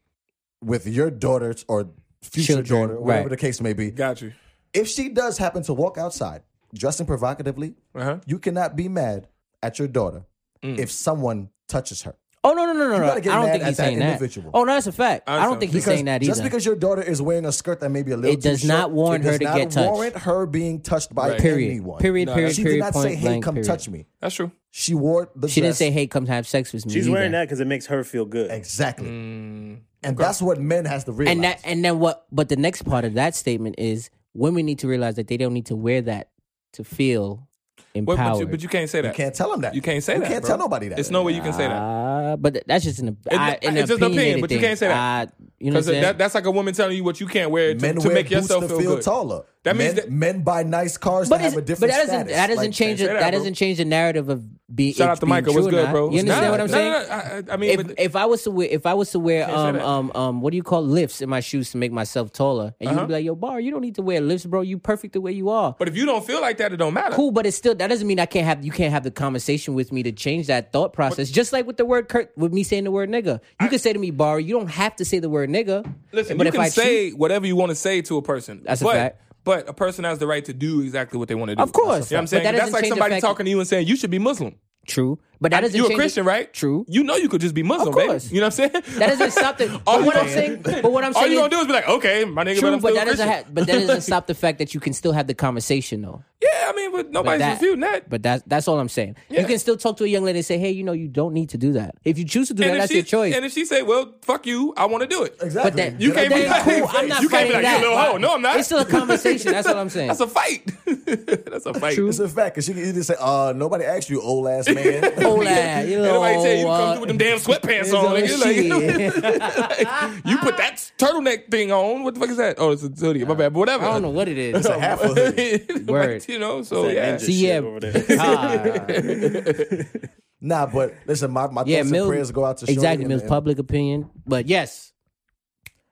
[SPEAKER 1] with your daughters or future
[SPEAKER 3] Children,
[SPEAKER 1] daughter, whatever
[SPEAKER 3] right.
[SPEAKER 1] the case may be,
[SPEAKER 2] Got you.
[SPEAKER 1] if she does happen to walk outside dressing provocatively,
[SPEAKER 2] Uh-huh. Mm.
[SPEAKER 1] you cannot be mad at your daughter if someone touches her.
[SPEAKER 3] Oh no, no, no, no, no! I
[SPEAKER 1] gotta get
[SPEAKER 3] don't
[SPEAKER 1] mad
[SPEAKER 3] think
[SPEAKER 1] at
[SPEAKER 3] he's
[SPEAKER 1] that
[SPEAKER 3] saying that.
[SPEAKER 1] individual.
[SPEAKER 3] Oh no, that's a fact. I don't
[SPEAKER 2] understand.
[SPEAKER 3] think he's
[SPEAKER 1] Because
[SPEAKER 3] saying that either.
[SPEAKER 1] just because your daughter is wearing a skirt that may be a little
[SPEAKER 3] It does
[SPEAKER 1] too
[SPEAKER 3] not
[SPEAKER 1] short,
[SPEAKER 3] warrant
[SPEAKER 1] it
[SPEAKER 3] her
[SPEAKER 1] does
[SPEAKER 3] to
[SPEAKER 1] not
[SPEAKER 3] get touched.
[SPEAKER 1] warrant her being touched by
[SPEAKER 2] Right.
[SPEAKER 3] period,
[SPEAKER 1] anyone.
[SPEAKER 3] period, period,
[SPEAKER 1] She
[SPEAKER 3] period,
[SPEAKER 1] did not
[SPEAKER 3] point
[SPEAKER 1] say, "Hey,
[SPEAKER 3] blank,
[SPEAKER 1] come
[SPEAKER 3] period.
[SPEAKER 1] touch me."
[SPEAKER 2] That's true.
[SPEAKER 1] She wore the.
[SPEAKER 3] She didn't
[SPEAKER 1] dress.
[SPEAKER 3] say, "Hey, come have sex with me."
[SPEAKER 4] She's wearing
[SPEAKER 3] either.
[SPEAKER 4] that because it makes her feel good.
[SPEAKER 2] Mm,
[SPEAKER 1] exactly, and that's what men has to realize.
[SPEAKER 3] and that, and then what? But the next part of that statement is women need to realize that they don't need to wear that to feel
[SPEAKER 2] What,
[SPEAKER 3] empowered.
[SPEAKER 2] but, you, but you can't say that.
[SPEAKER 1] you can't tell them that.
[SPEAKER 2] You can't say
[SPEAKER 1] You
[SPEAKER 2] that.
[SPEAKER 1] can't
[SPEAKER 2] bro.
[SPEAKER 1] tell nobody that.
[SPEAKER 2] There's no way you can say that.
[SPEAKER 3] Ah, but that's just an, I,
[SPEAKER 2] It-
[SPEAKER 3] an
[SPEAKER 2] it's just an opinion,
[SPEAKER 3] opinionated
[SPEAKER 2] but you
[SPEAKER 3] thing.
[SPEAKER 2] can't say that.
[SPEAKER 3] Ah, you know what I'm
[SPEAKER 2] Because
[SPEAKER 3] saying?
[SPEAKER 2] that, that's like a woman telling you what you can't wear to,
[SPEAKER 1] men
[SPEAKER 2] to
[SPEAKER 1] wear
[SPEAKER 2] make
[SPEAKER 1] boots
[SPEAKER 2] yourself
[SPEAKER 1] to
[SPEAKER 2] feel,
[SPEAKER 1] feel,
[SPEAKER 2] good.
[SPEAKER 1] taller.
[SPEAKER 2] That means
[SPEAKER 1] men,
[SPEAKER 2] that-
[SPEAKER 1] men buy nice cars
[SPEAKER 3] but,
[SPEAKER 1] to have a
[SPEAKER 3] it's- but
[SPEAKER 1] different
[SPEAKER 3] that doesn't
[SPEAKER 1] status.
[SPEAKER 3] that doesn't
[SPEAKER 1] Like,
[SPEAKER 3] change it.
[SPEAKER 2] that,
[SPEAKER 3] That,
[SPEAKER 2] bro.
[SPEAKER 3] doesn't change the narrative of be,
[SPEAKER 2] Shout
[SPEAKER 3] it
[SPEAKER 2] out to
[SPEAKER 3] being
[SPEAKER 2] Michael.
[SPEAKER 3] true
[SPEAKER 2] What's
[SPEAKER 3] or
[SPEAKER 2] good,
[SPEAKER 3] not.
[SPEAKER 2] bro?
[SPEAKER 3] You understand
[SPEAKER 2] Nah,
[SPEAKER 3] what I'm
[SPEAKER 2] nah,
[SPEAKER 3] saying?
[SPEAKER 2] nah, I, I- I mean,
[SPEAKER 3] if
[SPEAKER 2] but-
[SPEAKER 3] if I was to wear if I was to wear
[SPEAKER 2] say
[SPEAKER 3] um
[SPEAKER 2] that. Uh-huh.
[SPEAKER 3] um um what do you call lifts in my shoes to make myself taller, and you'd be like, "Yo, bar, you don't need to wear lifts, bro. You perfect the way you are."
[SPEAKER 2] but if you don't feel like that, it don't matter.
[SPEAKER 3] cool, but it's still that doesn't mean I can't have you can't have the conversation with me to change that thought process. Just like with the word cur- with me saying the word nigga, you can say to me, "Bar, you don't have to say the word nigga."
[SPEAKER 2] Listen,
[SPEAKER 3] but
[SPEAKER 2] you
[SPEAKER 3] if
[SPEAKER 2] can
[SPEAKER 3] I
[SPEAKER 2] say whatever you want to say to a person.
[SPEAKER 3] That's a
[SPEAKER 2] but,
[SPEAKER 3] fact.
[SPEAKER 2] But a person has the right to do exactly what they want to do.
[SPEAKER 3] Of course.
[SPEAKER 2] You know what I'm
[SPEAKER 3] But
[SPEAKER 2] saying?
[SPEAKER 3] that
[SPEAKER 2] That's
[SPEAKER 3] doesn't
[SPEAKER 2] like
[SPEAKER 3] change the
[SPEAKER 2] somebody
[SPEAKER 3] fact-
[SPEAKER 2] talking to you and saying, you should be Muslim.
[SPEAKER 3] true, but that doesn't
[SPEAKER 2] You're a
[SPEAKER 3] change the-
[SPEAKER 2] Christian, right?
[SPEAKER 3] True.
[SPEAKER 2] You know you could just be Muslim,
[SPEAKER 3] Of
[SPEAKER 2] baby.
[SPEAKER 3] course.
[SPEAKER 2] You know what I'm saying?
[SPEAKER 3] That doesn't stop the.
[SPEAKER 2] [LAUGHS] All
[SPEAKER 3] but
[SPEAKER 2] you
[SPEAKER 3] what I'm
[SPEAKER 2] can-
[SPEAKER 3] saying, but what I'm saying,
[SPEAKER 2] All you're
[SPEAKER 3] is-
[SPEAKER 2] gonna do is be like, okay, my nigga, but
[SPEAKER 3] true,
[SPEAKER 2] I'm
[SPEAKER 3] but
[SPEAKER 2] still
[SPEAKER 3] that
[SPEAKER 2] a
[SPEAKER 3] doesn't
[SPEAKER 2] Christian.
[SPEAKER 3] ha- but that
[SPEAKER 2] [LAUGHS]
[SPEAKER 3] doesn't stop the fact that you can still have the conversation though.
[SPEAKER 2] yeah, I mean, but nobody's
[SPEAKER 3] that-
[SPEAKER 2] refuting that.
[SPEAKER 3] But that's that's all I'm saying. You
[SPEAKER 2] Yeah.
[SPEAKER 3] can still talk to a young lady and say, "Hey, you know, you don't need to do that. If you choose to do that,
[SPEAKER 2] and if
[SPEAKER 3] that's
[SPEAKER 2] she,
[SPEAKER 3] your choice."
[SPEAKER 2] And if she say, well, fuck you, I want to do it.
[SPEAKER 1] Exactly.
[SPEAKER 3] But that-
[SPEAKER 2] You
[SPEAKER 1] Get
[SPEAKER 2] can't
[SPEAKER 1] up
[SPEAKER 2] be
[SPEAKER 1] there.
[SPEAKER 2] like,
[SPEAKER 3] But then, cool, I'm not
[SPEAKER 2] you can't be like,
[SPEAKER 3] fighting
[SPEAKER 2] you
[SPEAKER 3] that.
[SPEAKER 2] little hoe. No, I'm not.
[SPEAKER 3] It's still a conversation.
[SPEAKER 2] [LAUGHS]
[SPEAKER 3] That's what I'm saying.
[SPEAKER 2] That's a fight. That's a fight.
[SPEAKER 3] True.
[SPEAKER 1] It's a fact because she can either say, "Uh, nobody asked you, old
[SPEAKER 3] [LAUGHS]
[SPEAKER 1] ass man."
[SPEAKER 3] Old ass, you
[SPEAKER 2] Everybody
[SPEAKER 3] know,
[SPEAKER 2] tell you to
[SPEAKER 3] uh,
[SPEAKER 2] come through with them damn sweatpants on.
[SPEAKER 3] it's all
[SPEAKER 2] nigga. Like,
[SPEAKER 3] [LAUGHS]
[SPEAKER 2] [LAUGHS] you put that turtleneck thing on. What the fuck is that? Oh, it's a hoodie. My bad. But whatever.
[SPEAKER 3] I don't know what
[SPEAKER 2] [LAUGHS]
[SPEAKER 3] it is.
[SPEAKER 1] [LAUGHS] Half of it.
[SPEAKER 3] Word.
[SPEAKER 2] you know, so
[SPEAKER 4] That
[SPEAKER 2] yeah.
[SPEAKER 4] ninja
[SPEAKER 3] See,
[SPEAKER 4] shit
[SPEAKER 3] yeah.
[SPEAKER 4] over there.
[SPEAKER 1] [LAUGHS]
[SPEAKER 3] Ah,
[SPEAKER 1] Nah, but listen, my, my
[SPEAKER 3] yeah,
[SPEAKER 1] thoughts
[SPEAKER 3] Mills.
[SPEAKER 1] and prayers go out to Shorty
[SPEAKER 3] exactly
[SPEAKER 1] and-
[SPEAKER 3] Mills.
[SPEAKER 1] and-
[SPEAKER 3] Public opinion, but yes,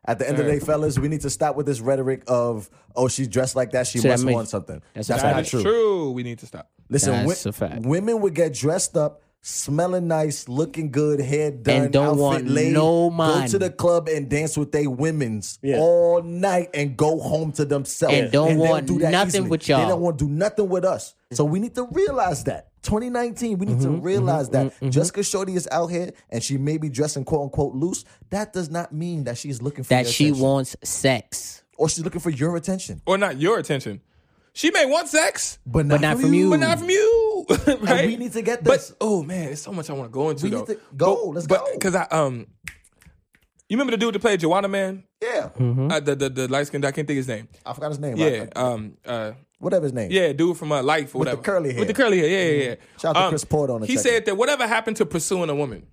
[SPEAKER 1] At the end of the day, fellas, we need to stop with this rhetoric of "Oh, she's dressed like that. She
[SPEAKER 3] So that
[SPEAKER 1] must
[SPEAKER 3] means-
[SPEAKER 1] want something."
[SPEAKER 3] that's
[SPEAKER 1] That's,
[SPEAKER 3] a fact.
[SPEAKER 1] not
[SPEAKER 2] That's
[SPEAKER 1] true.
[SPEAKER 2] true. We need to stop.
[SPEAKER 1] Listen,
[SPEAKER 3] That's
[SPEAKER 1] wo-
[SPEAKER 3] a fact.
[SPEAKER 1] women would get dressed up, smelling nice, looking good, hair done,
[SPEAKER 3] And don't
[SPEAKER 1] outfit
[SPEAKER 3] want
[SPEAKER 1] laid,
[SPEAKER 3] no
[SPEAKER 1] Go
[SPEAKER 3] man.
[SPEAKER 1] to the club and dance with they women's
[SPEAKER 4] Yeah.
[SPEAKER 1] all night and go home to themselves.
[SPEAKER 3] And don't
[SPEAKER 1] they'll
[SPEAKER 3] want nothing with y'all. Mm-hmm.
[SPEAKER 1] They don't want to do nothing with us. So we need to realize that. 2019, we need to realize
[SPEAKER 3] mm-hmm,
[SPEAKER 1] that just because Shorty is out here and she may be dressing quote unquote loose, that does not mean that she's looking for
[SPEAKER 3] that
[SPEAKER 1] your
[SPEAKER 3] she
[SPEAKER 1] attention.
[SPEAKER 3] wants sex,
[SPEAKER 1] or she's looking for your attention,
[SPEAKER 2] Or not your attention. She may want sex,
[SPEAKER 1] but not,
[SPEAKER 3] not
[SPEAKER 1] from,
[SPEAKER 3] from you.
[SPEAKER 1] you.
[SPEAKER 2] but not from you. [LAUGHS] right?
[SPEAKER 1] And we need to get this.
[SPEAKER 2] But oh man, there's so much I want to go into
[SPEAKER 1] We
[SPEAKER 2] though.
[SPEAKER 1] need to go. Let's go.
[SPEAKER 2] Because I um, you remember the dude that played Joanna Man?
[SPEAKER 1] yeah,
[SPEAKER 3] Mm-hmm.
[SPEAKER 2] Uh, the the, the light skinned I can't think his name.
[SPEAKER 1] I forgot his name. I-
[SPEAKER 2] Yeah.
[SPEAKER 1] I-
[SPEAKER 2] Um. Uh.
[SPEAKER 1] whatever his name.
[SPEAKER 2] Yeah. Dude from uh, Life or
[SPEAKER 1] With the
[SPEAKER 2] whatever.
[SPEAKER 1] curly hair. Mm-hmm.
[SPEAKER 2] With the curly hair. Yeah. Yeah. yeah.
[SPEAKER 1] Shout out to Chris Porter on the
[SPEAKER 2] He
[SPEAKER 1] second.
[SPEAKER 2] said that whatever happened to pursuing a woman.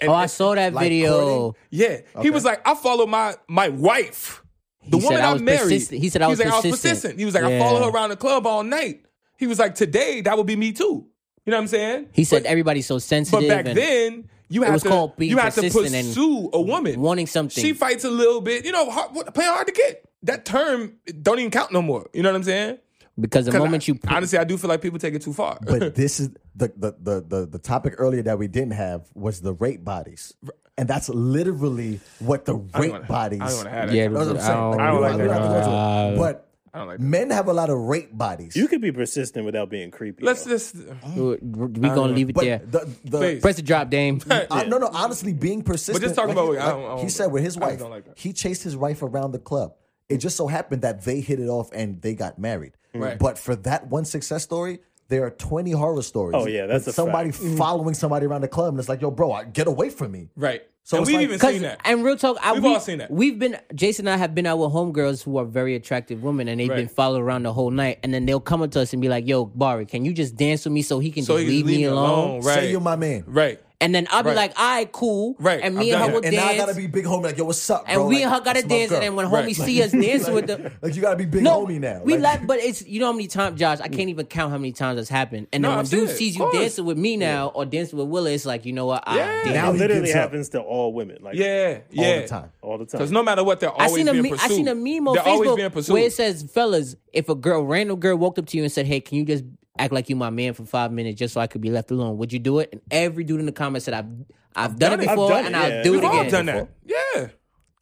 [SPEAKER 2] And-
[SPEAKER 3] Oh, I
[SPEAKER 2] and-
[SPEAKER 3] saw that
[SPEAKER 1] Like
[SPEAKER 3] video.
[SPEAKER 1] courting?
[SPEAKER 2] Yeah. He was like, I follow my my wife, the
[SPEAKER 3] He
[SPEAKER 2] woman
[SPEAKER 3] said I
[SPEAKER 2] I,
[SPEAKER 3] was
[SPEAKER 2] married.
[SPEAKER 3] persistent. He said I was
[SPEAKER 2] like, I was
[SPEAKER 3] persistent.
[SPEAKER 2] persistent. He was like, I
[SPEAKER 3] Yeah.
[SPEAKER 2] follow her around the club all night. He was like, today that would be me too. You know what I'm saying?
[SPEAKER 3] He said everybody's so sensitive.
[SPEAKER 2] But back
[SPEAKER 3] and-
[SPEAKER 2] then, you had
[SPEAKER 3] was
[SPEAKER 2] to
[SPEAKER 3] called being
[SPEAKER 2] you had to
[SPEAKER 3] persistent and
[SPEAKER 2] pursue a woman
[SPEAKER 3] wanting something.
[SPEAKER 2] She fights a little bit, you know, hard, what- play hard to get. That term don't even count no more. You know what I'm saying?
[SPEAKER 3] because the
[SPEAKER 2] 'Cause
[SPEAKER 3] moment
[SPEAKER 2] I-
[SPEAKER 3] you put,
[SPEAKER 2] honestly, I do feel like people take it too far. [LAUGHS]
[SPEAKER 1] But this is the the, the the the topic earlier that we didn't have was the rape bodies, and that's literally what the rape
[SPEAKER 2] wanna- I
[SPEAKER 1] bodies.
[SPEAKER 2] don't wanna have that
[SPEAKER 3] yeah,
[SPEAKER 2] kind
[SPEAKER 1] That's what I'm saying.
[SPEAKER 3] I don't
[SPEAKER 1] Like, we
[SPEAKER 2] like
[SPEAKER 1] don't
[SPEAKER 2] that.
[SPEAKER 1] have to go into it. But
[SPEAKER 2] I don't like that.
[SPEAKER 1] Men have a lot of rape bodies.
[SPEAKER 4] You could be persistent without being creepy.
[SPEAKER 2] Let's
[SPEAKER 4] though.
[SPEAKER 2] just.
[SPEAKER 3] We're gonna leave it
[SPEAKER 1] but
[SPEAKER 3] there.
[SPEAKER 1] the the
[SPEAKER 2] Please.
[SPEAKER 3] Press the drop, Dame.
[SPEAKER 1] I, no, no. Honestly, being persistent.
[SPEAKER 2] talk about-
[SPEAKER 1] he-
[SPEAKER 2] I don't- I don't-
[SPEAKER 1] he said with his
[SPEAKER 2] I don't
[SPEAKER 1] wife,
[SPEAKER 2] like that.
[SPEAKER 1] he chased his wife around the club. It just so happened that they hit it off and they got married.
[SPEAKER 2] Mm. Right.
[SPEAKER 1] But for that one success story, there are twenty horror stories.
[SPEAKER 4] Oh, yeah, that's
[SPEAKER 1] with
[SPEAKER 4] a Mm.
[SPEAKER 1] somebody following somebody around the club, and it's like, yo, bro, I- get away from me.
[SPEAKER 2] Right.
[SPEAKER 1] So
[SPEAKER 2] So and
[SPEAKER 1] it's
[SPEAKER 2] we've
[SPEAKER 1] like-
[SPEAKER 2] even
[SPEAKER 3] Cause,
[SPEAKER 2] seen that.
[SPEAKER 3] and real talk, I,
[SPEAKER 2] We've
[SPEAKER 3] we,
[SPEAKER 2] all seen that.
[SPEAKER 3] We've been Jason and I have been out with homegirls who are very attractive women, and they've been
[SPEAKER 2] Right.
[SPEAKER 3] followed around the whole night. And then they'll come up to us and be like, "Yo, Bari, can you just dance with me so he can
[SPEAKER 2] so
[SPEAKER 3] just
[SPEAKER 2] you
[SPEAKER 3] leave, me alone?"
[SPEAKER 2] Right.
[SPEAKER 1] Say you're my man.
[SPEAKER 2] right.
[SPEAKER 3] And then I'll be
[SPEAKER 2] Right.
[SPEAKER 3] like, "All right, cool."
[SPEAKER 2] Right.
[SPEAKER 3] And
[SPEAKER 2] I've
[SPEAKER 3] me
[SPEAKER 2] done
[SPEAKER 3] and her
[SPEAKER 2] that.
[SPEAKER 3] will
[SPEAKER 1] And now I
[SPEAKER 3] dance,
[SPEAKER 1] gotta be big homie. Like, yo, what's up?
[SPEAKER 3] and
[SPEAKER 1] bro?
[SPEAKER 3] we
[SPEAKER 1] Like,
[SPEAKER 3] and her gotta
[SPEAKER 1] that's my
[SPEAKER 3] dance.
[SPEAKER 1] girl.
[SPEAKER 3] And then when
[SPEAKER 2] Right.
[SPEAKER 3] homies see us dancing with the
[SPEAKER 1] like you gotta be big homie now.
[SPEAKER 3] We
[SPEAKER 1] Like-
[SPEAKER 2] [LAUGHS]
[SPEAKER 3] laugh, but it's you know how many times, Josh. I can't even count how many times that's happened. And then
[SPEAKER 2] No,
[SPEAKER 3] when
[SPEAKER 2] I've seen
[SPEAKER 3] dude
[SPEAKER 2] it,
[SPEAKER 3] sees you
[SPEAKER 2] of course.
[SPEAKER 3] dancing with me now or dancing with Willa, it's like you know what? I,
[SPEAKER 2] Yeah.
[SPEAKER 3] damn.
[SPEAKER 1] Now
[SPEAKER 4] It
[SPEAKER 1] he
[SPEAKER 4] literally
[SPEAKER 1] gives up.
[SPEAKER 4] happens to all women. Like
[SPEAKER 2] Yeah. Yeah.
[SPEAKER 1] all the time.
[SPEAKER 4] all the time.
[SPEAKER 2] Because no matter what, they're
[SPEAKER 3] I
[SPEAKER 2] always
[SPEAKER 3] seen a
[SPEAKER 2] being
[SPEAKER 3] me- I
[SPEAKER 2] pursued.
[SPEAKER 3] seen a meme on
[SPEAKER 2] they're always being
[SPEAKER 3] Facebook
[SPEAKER 2] pursued.
[SPEAKER 3] where it says, "Fellas, if a girl, random girl, walked up to you and said, hey, can you just act like you my man for five minutes just so I could be left alone? Would you do it?' And every dude in the comments said, "I've I've, done,
[SPEAKER 2] done
[SPEAKER 3] it
[SPEAKER 2] it.
[SPEAKER 3] before,
[SPEAKER 4] I've done
[SPEAKER 3] and
[SPEAKER 4] it,
[SPEAKER 3] I'll
[SPEAKER 4] yeah.
[SPEAKER 3] do
[SPEAKER 2] We've
[SPEAKER 3] it
[SPEAKER 2] all
[SPEAKER 3] again."
[SPEAKER 2] done that. Yeah.
[SPEAKER 1] Cause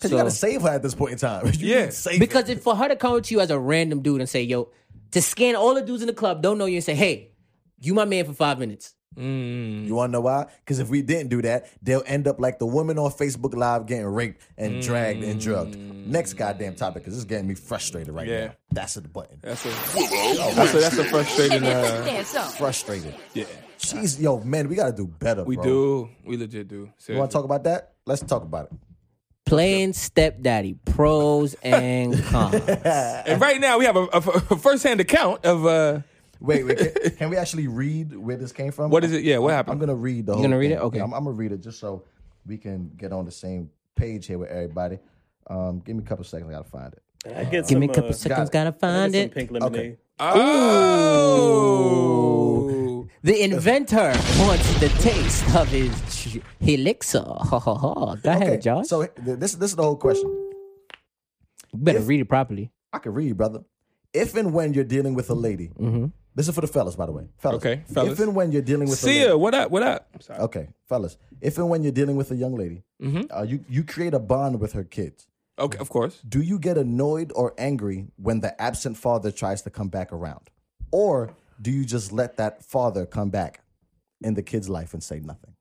[SPEAKER 3] So-
[SPEAKER 1] you gotta save her at this point in time. [LAUGHS] You
[SPEAKER 2] Yeah.
[SPEAKER 1] need to save her.
[SPEAKER 3] Because if for her to come up to you as a random dude and say, yo, to scan all the dudes in the club, don't know you and say, hey, you my man for five minutes.
[SPEAKER 1] You wanna know why? Because if we didn't do that, they'll end up like the woman on Facebook Live getting raped and dragged and drugged. Next goddamn topic, because this is getting me frustrated right
[SPEAKER 2] Yeah.
[SPEAKER 1] now. That's at the button.
[SPEAKER 2] That's a, that's a, that's a frustrating. Uh,
[SPEAKER 1] Frustrated.
[SPEAKER 2] yeah.
[SPEAKER 1] Jeez, yo, man, we gotta do better.
[SPEAKER 2] We
[SPEAKER 1] bro.
[SPEAKER 2] do. We legit do.
[SPEAKER 1] You wanna
[SPEAKER 2] Seriously.
[SPEAKER 1] talk about that? Let's talk about it.
[SPEAKER 3] Playing stepdaddy, pros and cons.
[SPEAKER 2] And right now, we have a, a, a first-hand account of uh,
[SPEAKER 1] Wait, wait. Can, can we actually read where this came from?
[SPEAKER 2] what is it? Yeah, what
[SPEAKER 1] I'm
[SPEAKER 2] happened?
[SPEAKER 1] gonna read the whole.
[SPEAKER 3] gonna read
[SPEAKER 1] thing.
[SPEAKER 3] it? Okay.
[SPEAKER 1] Yeah, I'm, I'm gonna read it just so we can get on the same page here with everybody. Um, give me a couple seconds. I gotta find it.
[SPEAKER 4] I get
[SPEAKER 3] Give
[SPEAKER 4] some,
[SPEAKER 3] me a couple
[SPEAKER 4] uh,
[SPEAKER 3] seconds,
[SPEAKER 1] it.
[SPEAKER 3] gotta
[SPEAKER 4] I
[SPEAKER 3] find
[SPEAKER 4] get some
[SPEAKER 3] it.
[SPEAKER 4] pink lemonade.
[SPEAKER 2] Oh.
[SPEAKER 3] The inventor wants the taste of his j- elixir. [LAUGHS] Ho, ho, ho. Go ahead, Josh.
[SPEAKER 1] So th- this this is the whole question.
[SPEAKER 3] you better read it properly.
[SPEAKER 1] I can read, brother. If and when you're dealing with a lady, this is for the fellas, by the way. Fellas.
[SPEAKER 2] Okay, fellas.
[SPEAKER 1] If and when you're dealing with
[SPEAKER 2] See
[SPEAKER 1] a
[SPEAKER 2] ya.
[SPEAKER 1] lady,
[SPEAKER 2] What up? What up? Sorry.
[SPEAKER 1] okay, fellas. If and when you're dealing with a young lady, uh, you you create a bond with her kids.
[SPEAKER 2] Okay, of course.
[SPEAKER 1] Do you get annoyed or angry when the absent father tries to come back around? Or do you just let that father come back in the kid's life and say nothing?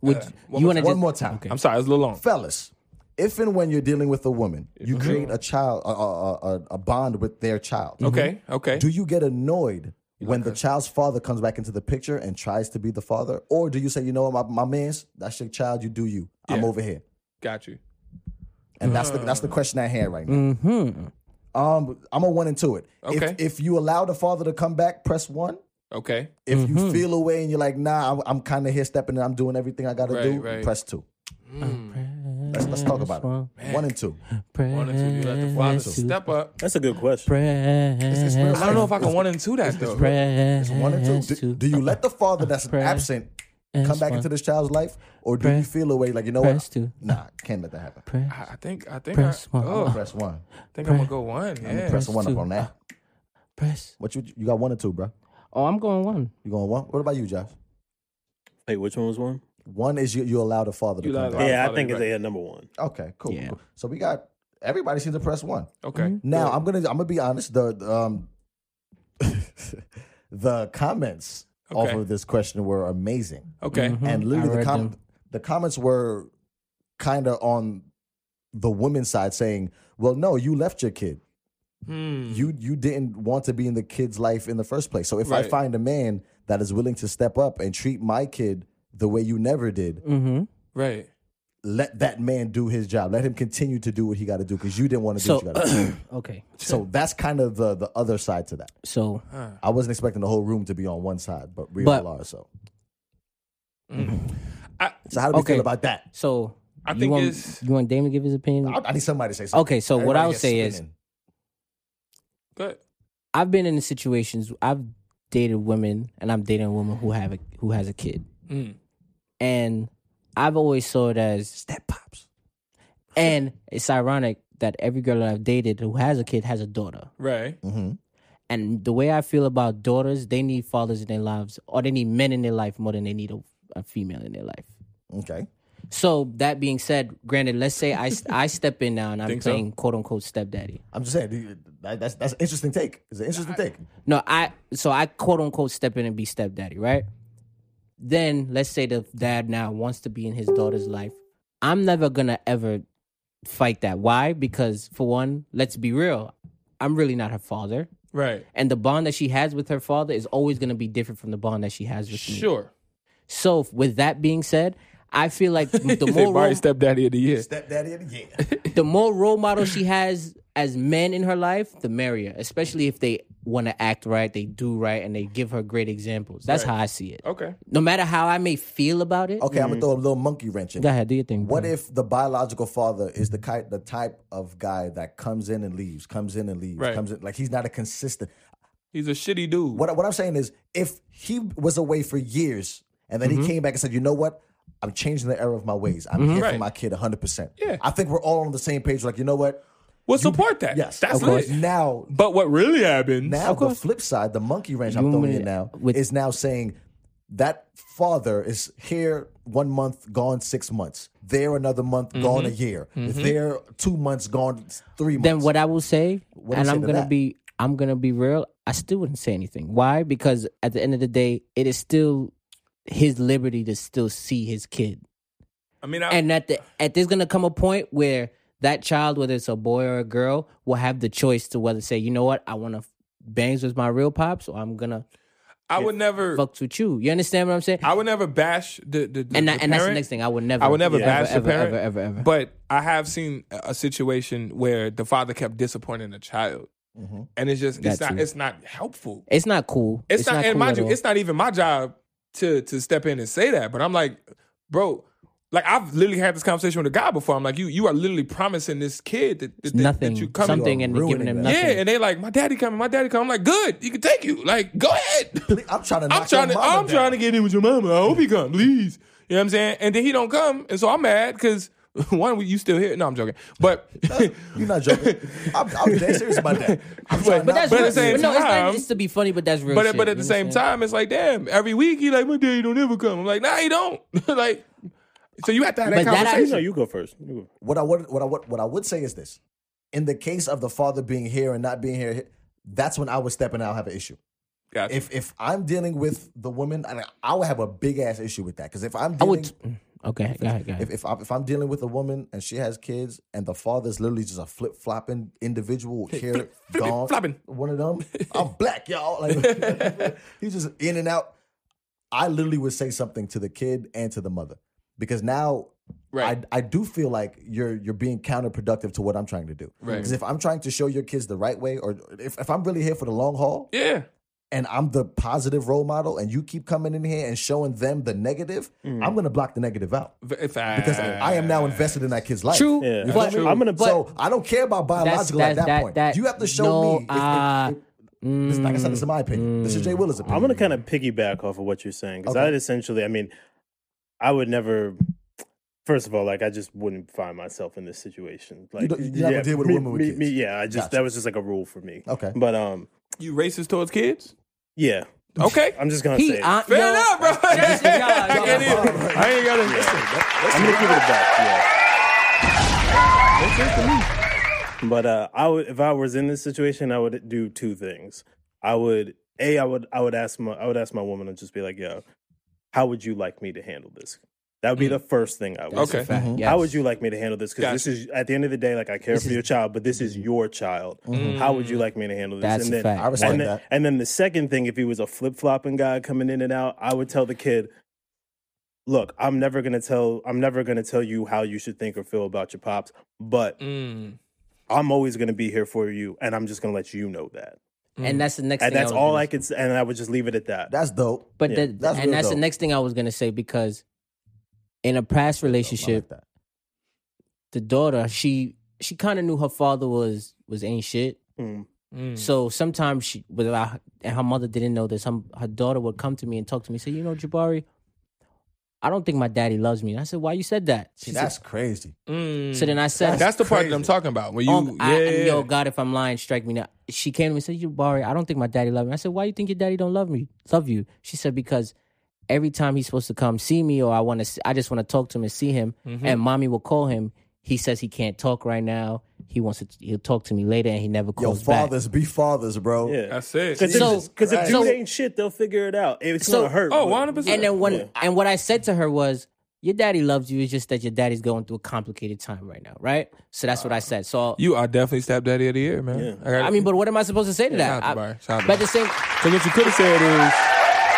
[SPEAKER 3] Would you want to
[SPEAKER 1] One
[SPEAKER 3] just
[SPEAKER 1] more time.
[SPEAKER 2] I'm sorry, it was a little long.
[SPEAKER 1] Fellas, if and when you're dealing with a woman, you create a child, a, a, a, a bond with their child.
[SPEAKER 2] Okay, okay.
[SPEAKER 1] Do you get annoyed when the child's father comes back into the picture and tries to be the father? Or do you say, you know what, my, my man's, that's your child, you do you. I'm
[SPEAKER 2] Yeah. Uh.
[SPEAKER 1] over here.
[SPEAKER 2] Got you.
[SPEAKER 1] And that's the that's the question at hand right now. Um, I'm a one and two it.
[SPEAKER 2] Mm-hmm. Okay.
[SPEAKER 1] If, if you allow the father to come back, press one.
[SPEAKER 2] Okay.
[SPEAKER 1] If
[SPEAKER 2] Mm-hmm.
[SPEAKER 1] you feel away and you're like, nah, I'm, I'm kind of here stepping and I'm doing everything I got to
[SPEAKER 2] Right,
[SPEAKER 1] do,
[SPEAKER 2] right. Mm.
[SPEAKER 1] press two. Let's, let's talk about it. One and two.
[SPEAKER 2] One and two. You let the father step up.
[SPEAKER 4] That's a good question.
[SPEAKER 2] I don't know if I can one and two that though.
[SPEAKER 1] One and two. Do, do you let the father that's absent come back into this child's life, or do you feel away like you know
[SPEAKER 3] Press
[SPEAKER 1] what?
[SPEAKER 3] two.
[SPEAKER 1] Nah, can't let that happen.
[SPEAKER 2] I I think I think I,
[SPEAKER 3] one.
[SPEAKER 2] oh,
[SPEAKER 1] Press one.
[SPEAKER 2] I think I'm gonna go one. Yeah.
[SPEAKER 1] Press one up on that.
[SPEAKER 3] Press.
[SPEAKER 1] What you you got one or two, bro?
[SPEAKER 3] Oh, I'm going one.
[SPEAKER 1] You going one? What about you, Josh?
[SPEAKER 4] Wait, which one was one?
[SPEAKER 1] One is you you allow the father to
[SPEAKER 2] You allow
[SPEAKER 1] come
[SPEAKER 2] the
[SPEAKER 1] back.
[SPEAKER 2] father.
[SPEAKER 4] Yeah, I
[SPEAKER 2] probably
[SPEAKER 4] think
[SPEAKER 2] right.
[SPEAKER 4] they had number one.
[SPEAKER 1] Okay, cool.
[SPEAKER 3] Yeah.
[SPEAKER 1] cool. So we got everybody seems to press one.
[SPEAKER 2] Okay.
[SPEAKER 1] Now I'm gonna I'm gonna be honest. The the, um, [LAUGHS] the comments
[SPEAKER 2] Okay.
[SPEAKER 1] off of this question were amazing,
[SPEAKER 2] Okay.
[SPEAKER 1] and
[SPEAKER 3] Hmm, I
[SPEAKER 1] literally the
[SPEAKER 3] read
[SPEAKER 1] com-
[SPEAKER 3] them.
[SPEAKER 1] the comments were kind of on the woman's side saying, "Well, no, you left your kid.
[SPEAKER 3] Hmm.
[SPEAKER 1] You you didn't want to be in the kid's life in the first place. So if I
[SPEAKER 2] Right.
[SPEAKER 1] find a man that is willing to step up and treat my kid the way you never did,
[SPEAKER 3] Mm.
[SPEAKER 2] Right.
[SPEAKER 1] let that man do his job. Let him continue to do what he got to do because you didn't want to do
[SPEAKER 3] So,
[SPEAKER 1] what you got to
[SPEAKER 3] [CLEARS THROAT]
[SPEAKER 1] do.
[SPEAKER 3] okay.
[SPEAKER 1] So that's kind of the the other side to that.
[SPEAKER 3] So,
[SPEAKER 1] I wasn't expecting the whole room to be on one side, but we
[SPEAKER 3] Uh. But- Mm.
[SPEAKER 1] all are. So, [CLEARS THROAT]
[SPEAKER 2] I-
[SPEAKER 1] so how do we
[SPEAKER 3] Okay.
[SPEAKER 1] feel about that?
[SPEAKER 3] so
[SPEAKER 2] I
[SPEAKER 3] you
[SPEAKER 2] think
[SPEAKER 3] want,
[SPEAKER 2] it's-
[SPEAKER 3] you want Damon to give his opinion.
[SPEAKER 1] I, I need somebody to say something.
[SPEAKER 3] Okay, so what I would
[SPEAKER 1] gets
[SPEAKER 3] say is-
[SPEAKER 1] spinning.
[SPEAKER 2] Good.
[SPEAKER 3] I've been in the situations I've dated women and I'm dating a woman who have a who has a kid.
[SPEAKER 2] Mm.
[SPEAKER 3] And I've always saw it as step pops. And it's ironic that every girl that I've dated who has a kid has a daughter.
[SPEAKER 2] Right.
[SPEAKER 3] And the way I feel about daughters, they need fathers in their lives or they need men in their life more than they need a, a female in their life.
[SPEAKER 1] okay,
[SPEAKER 3] So that being said, granted, let's say I [LAUGHS] I step in now and I'm
[SPEAKER 2] Think so?
[SPEAKER 3] playing quote unquote stepdaddy.
[SPEAKER 1] I'm just saying dude, that, that's that's an interesting take. It's an interesting take.
[SPEAKER 3] No, I so I quote unquote step in and be stepdaddy, right? Then let's say the dad now wants to be in his daughter's life. I'm never gonna ever fight that. Why? Because for one, let's be real, I'm really not her father.
[SPEAKER 2] Right.
[SPEAKER 3] And the bond that she has with her father is always gonna be different from the bond that she has with me.
[SPEAKER 2] Sure.
[SPEAKER 3] So with that being said, I feel like the
[SPEAKER 2] They
[SPEAKER 3] more
[SPEAKER 2] Barry
[SPEAKER 3] role,
[SPEAKER 2] stepdaddy of the year.
[SPEAKER 1] Stepdaddy of the year.
[SPEAKER 3] the more role model she has as men in her life, the merrier. Especially if they want to act right, they do right, and they give her great examples. That's how I see it.
[SPEAKER 2] Okay.
[SPEAKER 3] No matter how I may feel about it.
[SPEAKER 1] [LAUGHS] Okay, I'm gonna throw a little monkey wrench in.
[SPEAKER 3] Go ahead, do your thing.
[SPEAKER 1] What
[SPEAKER 3] bro.
[SPEAKER 1] if the biological father is the ki- the type of guy that comes in and leaves, comes in and leaves,
[SPEAKER 2] Right.
[SPEAKER 1] comes in like he's not a consistent.
[SPEAKER 2] He's a shitty dude.
[SPEAKER 1] What I- what I'm saying is, if he was away for years and
[SPEAKER 3] Mm-hmm.
[SPEAKER 1] then he came back and said, you know what, I'm changing the error of my ways. I'm here for
[SPEAKER 2] Right.
[SPEAKER 1] my kid 100. percent
[SPEAKER 2] Yeah.
[SPEAKER 1] I think we're all on the same page. Like, you know what?
[SPEAKER 2] We'll support that.
[SPEAKER 1] Yes,
[SPEAKER 2] That's
[SPEAKER 1] of course.
[SPEAKER 2] lit.
[SPEAKER 1] Now
[SPEAKER 2] But what really happens?
[SPEAKER 1] Now the flip side, the monkey wrench I'm
[SPEAKER 3] You
[SPEAKER 1] throwing
[SPEAKER 3] mean
[SPEAKER 1] in now
[SPEAKER 3] with-
[SPEAKER 1] is now saying that father is here one month, gone six months. There another month,
[SPEAKER 3] Mm-hmm.
[SPEAKER 1] gone a year. There two months, gone three months.
[SPEAKER 3] then what I will say,
[SPEAKER 1] What do you
[SPEAKER 3] and
[SPEAKER 1] say
[SPEAKER 3] I'm
[SPEAKER 1] to
[SPEAKER 3] gonna
[SPEAKER 1] that?
[SPEAKER 3] be I'm gonna be real, I still wouldn't say anything. Why? Because at the end of the day, it is still his liberty to still see his kid.
[SPEAKER 2] I mean, I,
[SPEAKER 3] and at the at there's gonna come a point where that child, whether it's a boy or a girl, will have the choice to whether say, you know what, I want to bangs with my real pops, or I'm gonna
[SPEAKER 2] I would never,
[SPEAKER 3] fucks with you. You understand what I'm saying?
[SPEAKER 2] I would never bash the the, the,
[SPEAKER 3] and
[SPEAKER 2] the
[SPEAKER 3] that, and that's the
[SPEAKER 2] parent.
[SPEAKER 3] next thing. I would never.
[SPEAKER 2] I would never
[SPEAKER 3] ever,
[SPEAKER 2] bash
[SPEAKER 3] ever,
[SPEAKER 2] the parent,
[SPEAKER 3] ever, ever, ever.
[SPEAKER 2] But I have seen a a situation where the father kept disappointing the child, and it's just it's not
[SPEAKER 3] Mm-hmm. That too.
[SPEAKER 2] it's not helpful.
[SPEAKER 3] it's not cool.
[SPEAKER 2] It's, not, and
[SPEAKER 3] cool
[SPEAKER 2] mind
[SPEAKER 3] at
[SPEAKER 2] you,
[SPEAKER 3] all.
[SPEAKER 2] it's not even my job to to step in and say that. But I'm like, bro, like I've literally had this conversation with a guy before. I'm like, you you are literally promising this kid that, that, that- that
[SPEAKER 3] nothing,
[SPEAKER 2] you coming.
[SPEAKER 3] something, and
[SPEAKER 1] ruining
[SPEAKER 3] giving them
[SPEAKER 1] that.
[SPEAKER 3] nothing.
[SPEAKER 2] Yeah, and they like, my daddy coming, my daddy coming. I'm like, good, you can take you. Like, go ahead.
[SPEAKER 1] I'm trying to.
[SPEAKER 2] I'm
[SPEAKER 1] Knock
[SPEAKER 2] trying to
[SPEAKER 1] your mama
[SPEAKER 2] I'm
[SPEAKER 1] down.
[SPEAKER 2] trying to get in with your mama. I hope he come, please. You know what I'm saying? And then he don't come, and so I'm mad because [LAUGHS] one, you still here. No, I'm joking. But
[SPEAKER 3] [LAUGHS]
[SPEAKER 1] You're not joking. I'm, I'm dead serious about that. I'm trying
[SPEAKER 2] But
[SPEAKER 1] not
[SPEAKER 3] That's
[SPEAKER 1] to-
[SPEAKER 2] at
[SPEAKER 3] real,
[SPEAKER 2] the same
[SPEAKER 3] but no, it's,
[SPEAKER 2] time-
[SPEAKER 3] not, it's to be funny, but that's real.
[SPEAKER 2] but
[SPEAKER 3] shit,
[SPEAKER 2] but at
[SPEAKER 3] you
[SPEAKER 2] the same
[SPEAKER 3] understand?
[SPEAKER 2] time, it's like damn. Every week he like my daddy don't ever come. I'm like nah, he don't. [LAUGHS] like so you have to have that
[SPEAKER 3] But that I-
[SPEAKER 2] conversation.
[SPEAKER 4] No, you go first. You go.
[SPEAKER 1] what I would what I would what I would say is this: in the case of the father being here and not being here, that's when I would step in. and I'll have an issue.
[SPEAKER 2] Gotcha.
[SPEAKER 1] If if I'm dealing with the woman, I, I would have a big ass issue with that. Because if I'm
[SPEAKER 3] I
[SPEAKER 1] dealing,
[SPEAKER 3] would. mm, Okay, go ahead, go ahead.
[SPEAKER 1] If if, I, if I'm dealing with a woman and she has kids and the father's literally just a flip flopping individual here,
[SPEAKER 2] flip- flippin',
[SPEAKER 1] gone,
[SPEAKER 2] floppin'.
[SPEAKER 1] one of them. I'm black, y'all. Like [LAUGHS] he's just in and out. I literally would say something to the kid and to the mother because now
[SPEAKER 2] Right.
[SPEAKER 1] I I do feel like you're you're being counterproductive to what I'm trying to do.
[SPEAKER 2] Right.
[SPEAKER 1] Because if I'm trying to show your kids the right way, or if, if I'm really here for the long haul,
[SPEAKER 2] yeah.
[SPEAKER 1] and I'm the positive role model, and you keep coming in here and showing them the negative,
[SPEAKER 2] Mm.
[SPEAKER 1] I'm gonna block the negative out
[SPEAKER 2] V- If I,
[SPEAKER 1] because I am now invested in that kid's life.
[SPEAKER 3] True,
[SPEAKER 4] Yeah,
[SPEAKER 1] You feel
[SPEAKER 3] but
[SPEAKER 1] me?
[SPEAKER 4] I'm gonna.
[SPEAKER 1] so I don't care about biological
[SPEAKER 3] That's-
[SPEAKER 1] at that,
[SPEAKER 3] that's- that-
[SPEAKER 1] point.
[SPEAKER 3] that-
[SPEAKER 1] you have to show
[SPEAKER 3] no,
[SPEAKER 1] me. If,
[SPEAKER 3] uh, mm,
[SPEAKER 1] if, if- this, like I said, this is my opinion. this is Jay Willis' opinion.
[SPEAKER 4] I'm gonna kind of piggyback off of what you're saying because
[SPEAKER 1] Okay.
[SPEAKER 4] I'd essentially, I mean, I would never. First of all, like I just wouldn't find myself in this situation. Like
[SPEAKER 1] don't- you're not gonna deal with a
[SPEAKER 4] me,
[SPEAKER 1] woman with
[SPEAKER 4] me,
[SPEAKER 1] kids.
[SPEAKER 4] me- yeah, I just
[SPEAKER 1] Gotcha.
[SPEAKER 4] that was just like a rule for me.
[SPEAKER 1] Okay.
[SPEAKER 4] but um,
[SPEAKER 2] you racist towards kids.
[SPEAKER 4] yeah,
[SPEAKER 2] [LAUGHS] Okay,
[SPEAKER 4] I'm just gonna
[SPEAKER 3] he,
[SPEAKER 4] say, it.
[SPEAKER 3] uh,
[SPEAKER 2] fair
[SPEAKER 3] yo,
[SPEAKER 2] enough,
[SPEAKER 3] [LAUGHS]
[SPEAKER 2] bro. I
[SPEAKER 3] that's- yeah, yeah.
[SPEAKER 2] can't even- [LAUGHS] I ain't gotta.
[SPEAKER 4] I'm gonna give it a back. Yeah. But uh, I would, if I was in this situation, I would do two things. I would, a, I would, I would ask my, I would ask my woman and just be like, "Yo, how would you like me to handle this?" That would
[SPEAKER 3] Mm.
[SPEAKER 4] be the first thing I would.
[SPEAKER 2] Okay.
[SPEAKER 4] say.
[SPEAKER 3] Fact, yes.
[SPEAKER 4] How would you like me to handle this? Because this is at the end of the day, like I care for your child, but this is your child. How would you like me to handle this?
[SPEAKER 3] Mm-hmm. That's
[SPEAKER 4] and
[SPEAKER 3] a
[SPEAKER 4] then,
[SPEAKER 3] fact.
[SPEAKER 1] I respect
[SPEAKER 4] and, then,
[SPEAKER 1] that.
[SPEAKER 4] and then the second thing, if he was a flip flopping guy coming in and out, I would tell the kid, "Look, I'm never gonna tell. I'm never gonna tell you how you should think or feel about your pops, but
[SPEAKER 2] Mm,
[SPEAKER 4] I'm always gonna be here for you, and I'm just gonna let you know that.
[SPEAKER 3] And that's the next.
[SPEAKER 4] And
[SPEAKER 3] thing
[SPEAKER 4] that's
[SPEAKER 3] was
[SPEAKER 4] all
[SPEAKER 3] gonna
[SPEAKER 4] I could. s- And I would just leave it at that.
[SPEAKER 1] That's dope.
[SPEAKER 3] But
[SPEAKER 4] Yeah,
[SPEAKER 3] that,
[SPEAKER 1] that's
[SPEAKER 3] and
[SPEAKER 1] real
[SPEAKER 3] that's
[SPEAKER 1] dope.
[SPEAKER 3] the next thing I was gonna say because in a past
[SPEAKER 1] I like
[SPEAKER 3] relationship,
[SPEAKER 1] that.
[SPEAKER 3] the daughter she she kind of knew her father was was ain't shit.
[SPEAKER 4] Mm.
[SPEAKER 2] mm.
[SPEAKER 3] So sometimes she without and her mother didn't know this. Her, her daughter would come to me and talk to me. Say, you know, Jabari, I don't think my daddy loves me. And I said, why you said that?
[SPEAKER 1] See,
[SPEAKER 3] She
[SPEAKER 1] that's crazy.
[SPEAKER 3] said- so then I said,
[SPEAKER 2] That's the part
[SPEAKER 1] crazy.
[SPEAKER 2] that I'm talking about. When you,
[SPEAKER 3] "Unc, Um, I-
[SPEAKER 2] yeah,
[SPEAKER 3] and yo, God, if I'm lying, strike me now. She came to me and said, Jabari, I don't think my daddy loves me. I said, why you think your daddy don't love me? Love you? She said because every time he's supposed to come see me or I want to, I just want to talk to him and see him.
[SPEAKER 2] Mm-hmm.
[SPEAKER 3] And mommy will call him. He says he can't talk right now. He wants to. He'll talk to me later, and he never
[SPEAKER 1] Yo,
[SPEAKER 3] calls back.
[SPEAKER 1] fathers, be fathers, bro.
[SPEAKER 4] Yeah.
[SPEAKER 2] That's it.
[SPEAKER 4] Because
[SPEAKER 3] So-
[SPEAKER 4] if dude
[SPEAKER 3] So-
[SPEAKER 4] ain't shit, they'll figure it out. It's
[SPEAKER 3] So-
[SPEAKER 4] gonna hurt.
[SPEAKER 2] Oh,
[SPEAKER 4] but-
[SPEAKER 2] 100%.
[SPEAKER 3] And then when
[SPEAKER 4] Yeah.
[SPEAKER 3] and what I said to her was, "Your daddy loves you. It's just that your daddy's going through a complicated time right now, right?" So that's
[SPEAKER 4] Uh,
[SPEAKER 3] what I said. So
[SPEAKER 2] You are definitely stepdaddy of the year, man. gotta-
[SPEAKER 3] I mean, but what am I supposed to say to
[SPEAKER 2] Yeah, shout
[SPEAKER 3] that?
[SPEAKER 2] out to
[SPEAKER 3] I-
[SPEAKER 2] Byron. Shout out to
[SPEAKER 3] but at the same,
[SPEAKER 2] Because what you could have said is,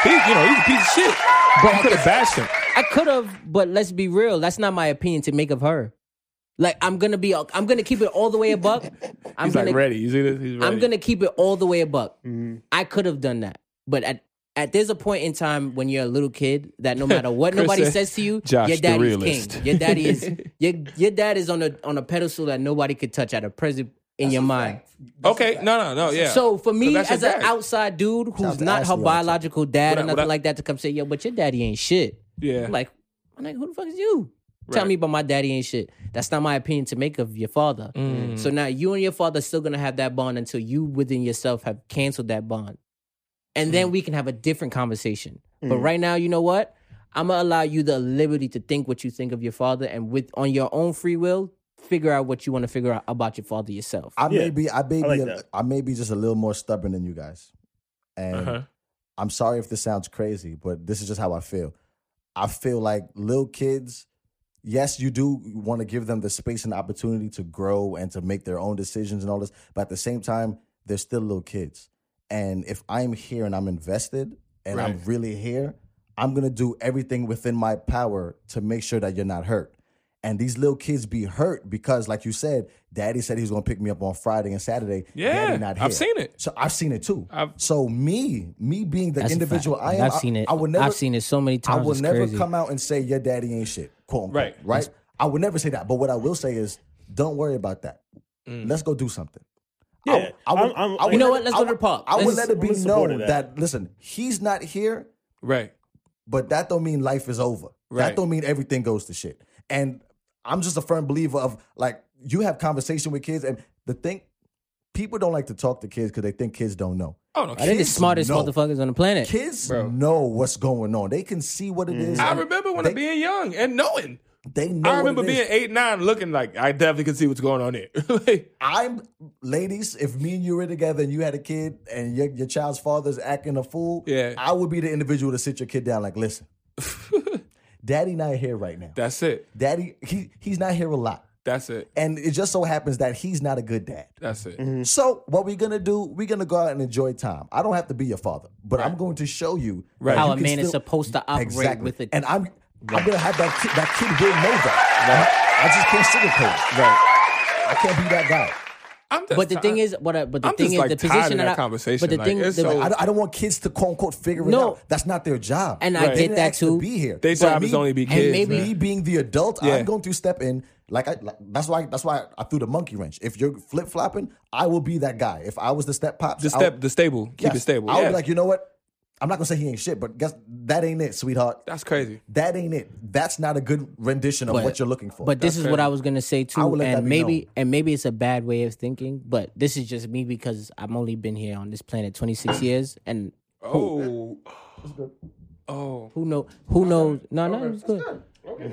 [SPEAKER 2] he, you know, he's a piece of shit. But you could have bashed him.
[SPEAKER 3] I could have. But let's be real. That's not my opinion to make of her. Like I'm gonna be. I'm gonna keep it all the way a buck.
[SPEAKER 2] [LAUGHS]
[SPEAKER 3] I'm
[SPEAKER 2] He's
[SPEAKER 3] gonna.
[SPEAKER 2] like ready. Mm-hmm. You see this? He's ready.
[SPEAKER 3] I'm gonna keep it all the way a buck. I could have done that, but at at there's a point in time when you're a little kid that no matter
[SPEAKER 2] [LAUGHS]
[SPEAKER 3] what
[SPEAKER 2] Chris
[SPEAKER 3] nobody
[SPEAKER 2] said,
[SPEAKER 3] says to you,
[SPEAKER 2] "Josh,
[SPEAKER 3] your
[SPEAKER 2] the
[SPEAKER 3] daddy's
[SPEAKER 2] realist."
[SPEAKER 3] king. Your
[SPEAKER 2] [LAUGHS]
[SPEAKER 3] daddy is your your dad is on a on a pedestal that nobody could touch at a present in your mind.
[SPEAKER 2] Okay, no, no, no, yeah.
[SPEAKER 3] So for me,
[SPEAKER 2] that's your
[SPEAKER 3] as an
[SPEAKER 2] dad.
[SPEAKER 3] outside dude
[SPEAKER 1] out
[SPEAKER 3] who's
[SPEAKER 1] to
[SPEAKER 3] not
[SPEAKER 1] Ashley
[SPEAKER 3] her
[SPEAKER 1] all the time.
[SPEAKER 3] biological dad
[SPEAKER 2] What I-
[SPEAKER 3] or
[SPEAKER 2] what
[SPEAKER 3] nothing
[SPEAKER 2] I-
[SPEAKER 3] like that, to come say, "Yo, but your daddy ain't shit."
[SPEAKER 2] Yeah.
[SPEAKER 3] I'm like, I'm like, who the fuck is you?
[SPEAKER 2] Right.
[SPEAKER 3] Tell me about my daddy ain't shit. That's not my opinion to make of your father.
[SPEAKER 1] Mm.
[SPEAKER 3] So now you and your father still gonna have that bond until you within yourself have canceled that bond, and
[SPEAKER 1] Mm.
[SPEAKER 3] then we can have a different conversation. But right now, you know what? I'm gonna allow you the liberty to think what you think of your father, and with on your own free will, figure out what you want to figure out about your father yourself.
[SPEAKER 1] I
[SPEAKER 4] Yeah.
[SPEAKER 1] may be, I may be,
[SPEAKER 4] like
[SPEAKER 1] a-
[SPEAKER 4] that.
[SPEAKER 1] I may be just a little more stubborn than you guys, and
[SPEAKER 2] Uh-huh.
[SPEAKER 1] I'm sorry if this sounds crazy, but this is just how I feel. I feel like little kids, yes, you do want to give them the space and opportunity to grow and to make their own decisions and all this, but at the same time, they're still little kids. And if I'm here and I'm invested and I'm
[SPEAKER 2] Right.
[SPEAKER 1] really here, I'm going to do everything within my power to make sure that you're not hurt. And these little kids be hurt because, like you said, daddy said he was going to pick me up on Friday and Saturday.
[SPEAKER 2] Yeah,
[SPEAKER 1] Daddy not here.
[SPEAKER 2] I've seen it.
[SPEAKER 1] So I've seen it too.
[SPEAKER 2] I've-
[SPEAKER 1] so me, me being the
[SPEAKER 3] That's a
[SPEAKER 1] individual
[SPEAKER 3] fact.
[SPEAKER 1] I am,
[SPEAKER 3] I've seen it.
[SPEAKER 1] I would never,
[SPEAKER 3] I've seen it so many
[SPEAKER 1] I
[SPEAKER 3] times.
[SPEAKER 1] will
[SPEAKER 3] it's
[SPEAKER 1] never
[SPEAKER 3] crazy.
[SPEAKER 1] come out and say your daddy ain't shit, quote unquote.
[SPEAKER 2] Right.
[SPEAKER 1] Right. right? I would never say that. But what I will say is, don't worry about that.
[SPEAKER 2] Mm.
[SPEAKER 1] Let's go do something. I-
[SPEAKER 4] Yeah.
[SPEAKER 1] I, would,
[SPEAKER 4] I'm- I'm-
[SPEAKER 1] I would
[SPEAKER 4] You
[SPEAKER 3] know
[SPEAKER 1] let-
[SPEAKER 3] what? Let's
[SPEAKER 1] I
[SPEAKER 3] go to
[SPEAKER 1] would-
[SPEAKER 3] the park.
[SPEAKER 1] I would
[SPEAKER 3] Let's-
[SPEAKER 1] let it
[SPEAKER 4] I'm
[SPEAKER 1] be
[SPEAKER 4] in support
[SPEAKER 1] known
[SPEAKER 4] of
[SPEAKER 1] that.
[SPEAKER 4] that.
[SPEAKER 1] listen, he's not here,
[SPEAKER 2] Right.
[SPEAKER 1] but that don't mean life is over.
[SPEAKER 2] Right.
[SPEAKER 1] That don't mean everything goes to shit. And I'm just a firm believer of like you have conversation with kids, and the thing people don't like to talk to kids because they think kids don't know.
[SPEAKER 2] Oh, no.
[SPEAKER 3] I think the
[SPEAKER 1] Kids
[SPEAKER 3] smartest
[SPEAKER 1] know.
[SPEAKER 3] motherfuckers on the planet.
[SPEAKER 1] Kids
[SPEAKER 2] Bro. Mm.
[SPEAKER 1] know what's going on. They can see what it is.
[SPEAKER 2] I remember when
[SPEAKER 1] they,
[SPEAKER 2] I'm being young and knowing.
[SPEAKER 1] They know.
[SPEAKER 2] I remember
[SPEAKER 1] what it is.
[SPEAKER 2] being eight, nine, looking like I definitely could see what's going on there. [LAUGHS] like,
[SPEAKER 1] I'm ladies. If me and you were together and you had a kid and your, your child's father's acting a fool,
[SPEAKER 2] Yeah.
[SPEAKER 1] I would be the individual to sit your kid down. Like,
[SPEAKER 2] [LAUGHS]
[SPEAKER 1] listen, daddy not here right now.
[SPEAKER 2] that's it.
[SPEAKER 1] Daddy, he he's not here a lot,
[SPEAKER 2] That's it.
[SPEAKER 1] and it just so happens that he's not a good dad.
[SPEAKER 2] That's it.
[SPEAKER 1] Mm-hmm.
[SPEAKER 3] Mm.
[SPEAKER 1] So what we're gonna do? We're gonna go out and enjoy time. I don't have to be your father, but I'm going to show you
[SPEAKER 2] Right.
[SPEAKER 1] that
[SPEAKER 3] How
[SPEAKER 1] you
[SPEAKER 3] a
[SPEAKER 1] can
[SPEAKER 3] man is
[SPEAKER 1] still-
[SPEAKER 3] supposed to operate
[SPEAKER 1] exactly.
[SPEAKER 3] with a
[SPEAKER 1] and I'm I'm gonna have that kid, that kid will know that. I just can't sugarcoat. it. I can't be that guy.
[SPEAKER 2] I'm just
[SPEAKER 3] But the
[SPEAKER 2] tired.
[SPEAKER 3] thing is, what? I, but the
[SPEAKER 2] I'm
[SPEAKER 3] thing
[SPEAKER 2] just,
[SPEAKER 3] is,
[SPEAKER 2] like,
[SPEAKER 3] the
[SPEAKER 2] tired of
[SPEAKER 3] position
[SPEAKER 2] that
[SPEAKER 3] I,
[SPEAKER 2] conversation.
[SPEAKER 3] But the
[SPEAKER 2] Like,
[SPEAKER 3] thing,
[SPEAKER 2] it's
[SPEAKER 3] the-
[SPEAKER 2] so-
[SPEAKER 1] I don't, I don't want kids to quote unquote figure it
[SPEAKER 3] No.
[SPEAKER 1] out. That's not their job.
[SPEAKER 3] And I
[SPEAKER 1] They
[SPEAKER 3] get
[SPEAKER 1] didn't
[SPEAKER 3] that
[SPEAKER 1] ask to
[SPEAKER 3] too.
[SPEAKER 1] Be here.
[SPEAKER 2] Their
[SPEAKER 1] But
[SPEAKER 2] job is only be
[SPEAKER 1] and
[SPEAKER 2] kids,
[SPEAKER 1] Maybe
[SPEAKER 3] man.
[SPEAKER 1] me being the adult,
[SPEAKER 2] Yeah.
[SPEAKER 1] I'm going to step in. Like I, like- that's why that's why I threw the monkey wrench. If you're flip flopping, I will be that guy. If I was the step pops,
[SPEAKER 2] the
[SPEAKER 1] I
[SPEAKER 2] step,
[SPEAKER 1] would-
[SPEAKER 2] the stable, keep
[SPEAKER 1] yes,
[SPEAKER 2] it stable.
[SPEAKER 1] I would
[SPEAKER 2] Yeah.
[SPEAKER 1] be like, you know what? I'm not gonna say he ain't shit, but guess that ain't it, sweetheart.
[SPEAKER 2] that's crazy.
[SPEAKER 1] That ain't it. That's not a good rendition of
[SPEAKER 3] But-
[SPEAKER 1] what you're looking for.
[SPEAKER 3] But this is what
[SPEAKER 2] fair.
[SPEAKER 3] I was gonna say too,
[SPEAKER 1] I would let that
[SPEAKER 3] and
[SPEAKER 1] be
[SPEAKER 3] maybe
[SPEAKER 1] known.
[SPEAKER 3] and maybe it's a bad way of thinking, but this is just me because I've only been here on this planet
[SPEAKER 2] Mm.
[SPEAKER 3] 26 years, and
[SPEAKER 2] Oh. Oh.
[SPEAKER 3] who know who knows? No, no, it's good.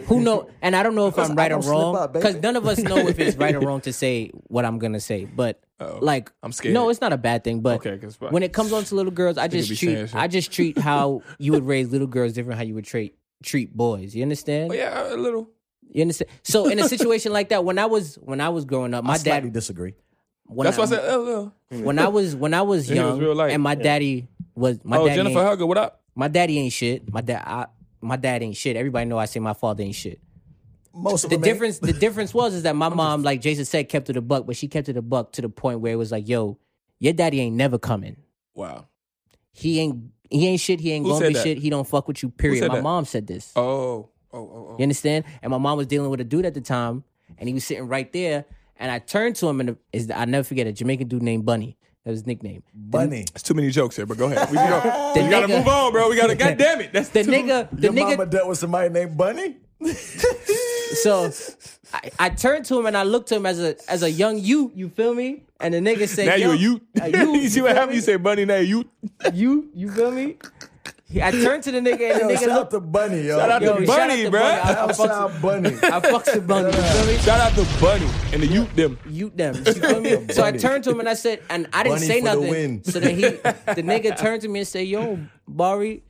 [SPEAKER 3] Who know? And I don't know if I'm right
[SPEAKER 1] I
[SPEAKER 3] or
[SPEAKER 1] don't slip
[SPEAKER 3] wrong
[SPEAKER 1] up, baby.
[SPEAKER 3] because none of us know if it's
[SPEAKER 1] [LAUGHS]
[SPEAKER 3] right or wrong to say what I'm gonna say. But like,
[SPEAKER 2] Oh, I'm scared.
[SPEAKER 3] No, it's not a bad thing. But
[SPEAKER 2] Okay, 'cause why-
[SPEAKER 3] when it comes on to little girls, I
[SPEAKER 2] be
[SPEAKER 3] just
[SPEAKER 2] saying
[SPEAKER 3] treat
[SPEAKER 2] shit.
[SPEAKER 3] I just treat how you would raise little girls different how you would treat treat boys. You understand?
[SPEAKER 2] But yeah, a little.
[SPEAKER 3] You understand? So in a situation like that, when I was when I was growing up, my
[SPEAKER 1] slightly
[SPEAKER 3] dad
[SPEAKER 1] disagree.
[SPEAKER 3] when
[SPEAKER 2] That's
[SPEAKER 3] I,
[SPEAKER 2] why I said a little.
[SPEAKER 3] when I was when I
[SPEAKER 2] [LAUGHS]
[SPEAKER 3] was
[SPEAKER 2] was
[SPEAKER 3] young
[SPEAKER 2] real life.
[SPEAKER 3] and my daddy was my
[SPEAKER 2] Oh,
[SPEAKER 3] daddy
[SPEAKER 2] Jennifer
[SPEAKER 3] ain't,
[SPEAKER 2] Hugger, what up?
[SPEAKER 3] my daddy ain't shit. My dad I, my dad ain't shit. Everybody know I say my father ain't shit.
[SPEAKER 1] Most of
[SPEAKER 3] The
[SPEAKER 1] them ain't.
[SPEAKER 3] difference the difference was is that my mom, like Jason said, kept it a buck, but she kept it a buck to the point where it was like, yo, your daddy ain't never coming.
[SPEAKER 2] Wow.
[SPEAKER 3] He ain't he ain't shit, he ain't
[SPEAKER 2] Who
[SPEAKER 3] gonna
[SPEAKER 2] said
[SPEAKER 3] be
[SPEAKER 2] that?
[SPEAKER 3] shit, he don't fuck with you, period.
[SPEAKER 2] said
[SPEAKER 3] My
[SPEAKER 2] that?
[SPEAKER 3] mom said this.
[SPEAKER 2] Oh. Oh, oh,
[SPEAKER 3] You understand? And my mom was dealing with a dude at the time, and he was sitting right there. And I turned to him, and is I never forget a Jamaican dude named Bunny. That was his nickname.
[SPEAKER 1] Bunny.
[SPEAKER 2] It's too many jokes here, but go ahead. We,
[SPEAKER 1] [LAUGHS]
[SPEAKER 2] can go.
[SPEAKER 3] The
[SPEAKER 2] we Oh, gotta
[SPEAKER 3] nigga-
[SPEAKER 2] move on, bro. We gotta. God damn it. That's
[SPEAKER 3] The
[SPEAKER 2] too-
[SPEAKER 3] nigga, the
[SPEAKER 1] Your
[SPEAKER 3] nigga.
[SPEAKER 1] mama dealt with somebody named Bunny.
[SPEAKER 3] So I, I turned to him and I looked to him as a as a young you. You feel me? And the nigga said,
[SPEAKER 2] Now
[SPEAKER 3] Yo,
[SPEAKER 2] [LAUGHS] you a you.
[SPEAKER 3] a you,
[SPEAKER 2] you see what
[SPEAKER 3] feel
[SPEAKER 2] happened?
[SPEAKER 3] me?
[SPEAKER 2] You say bunny. Now you.
[SPEAKER 3] you. You feel me? He- I turned to the nigga and
[SPEAKER 1] Yo,
[SPEAKER 3] the
[SPEAKER 1] shout
[SPEAKER 3] nigga
[SPEAKER 1] out
[SPEAKER 3] looked.
[SPEAKER 1] to Bunny, yo.
[SPEAKER 2] Shout out
[SPEAKER 3] Yo,
[SPEAKER 2] to
[SPEAKER 3] shout out
[SPEAKER 2] Bunny,
[SPEAKER 3] to
[SPEAKER 2] bruh.
[SPEAKER 3] Bunny. [LAUGHS] I- I
[SPEAKER 1] Shout
[SPEAKER 3] fucks with-
[SPEAKER 1] out Bunny. [LAUGHS]
[SPEAKER 3] I fucks with Bunny. You feel me?
[SPEAKER 2] Shout out to Bunny and the Ute them.
[SPEAKER 3] you them. You feel me? [LAUGHS] So I turned to him and I said, and I didn't
[SPEAKER 1] Bunny
[SPEAKER 3] say
[SPEAKER 1] for the
[SPEAKER 3] nothing.
[SPEAKER 1] win.
[SPEAKER 3] So then
[SPEAKER 2] [LAUGHS]
[SPEAKER 3] he, the nigga turned to me and said, "Yo, Bari,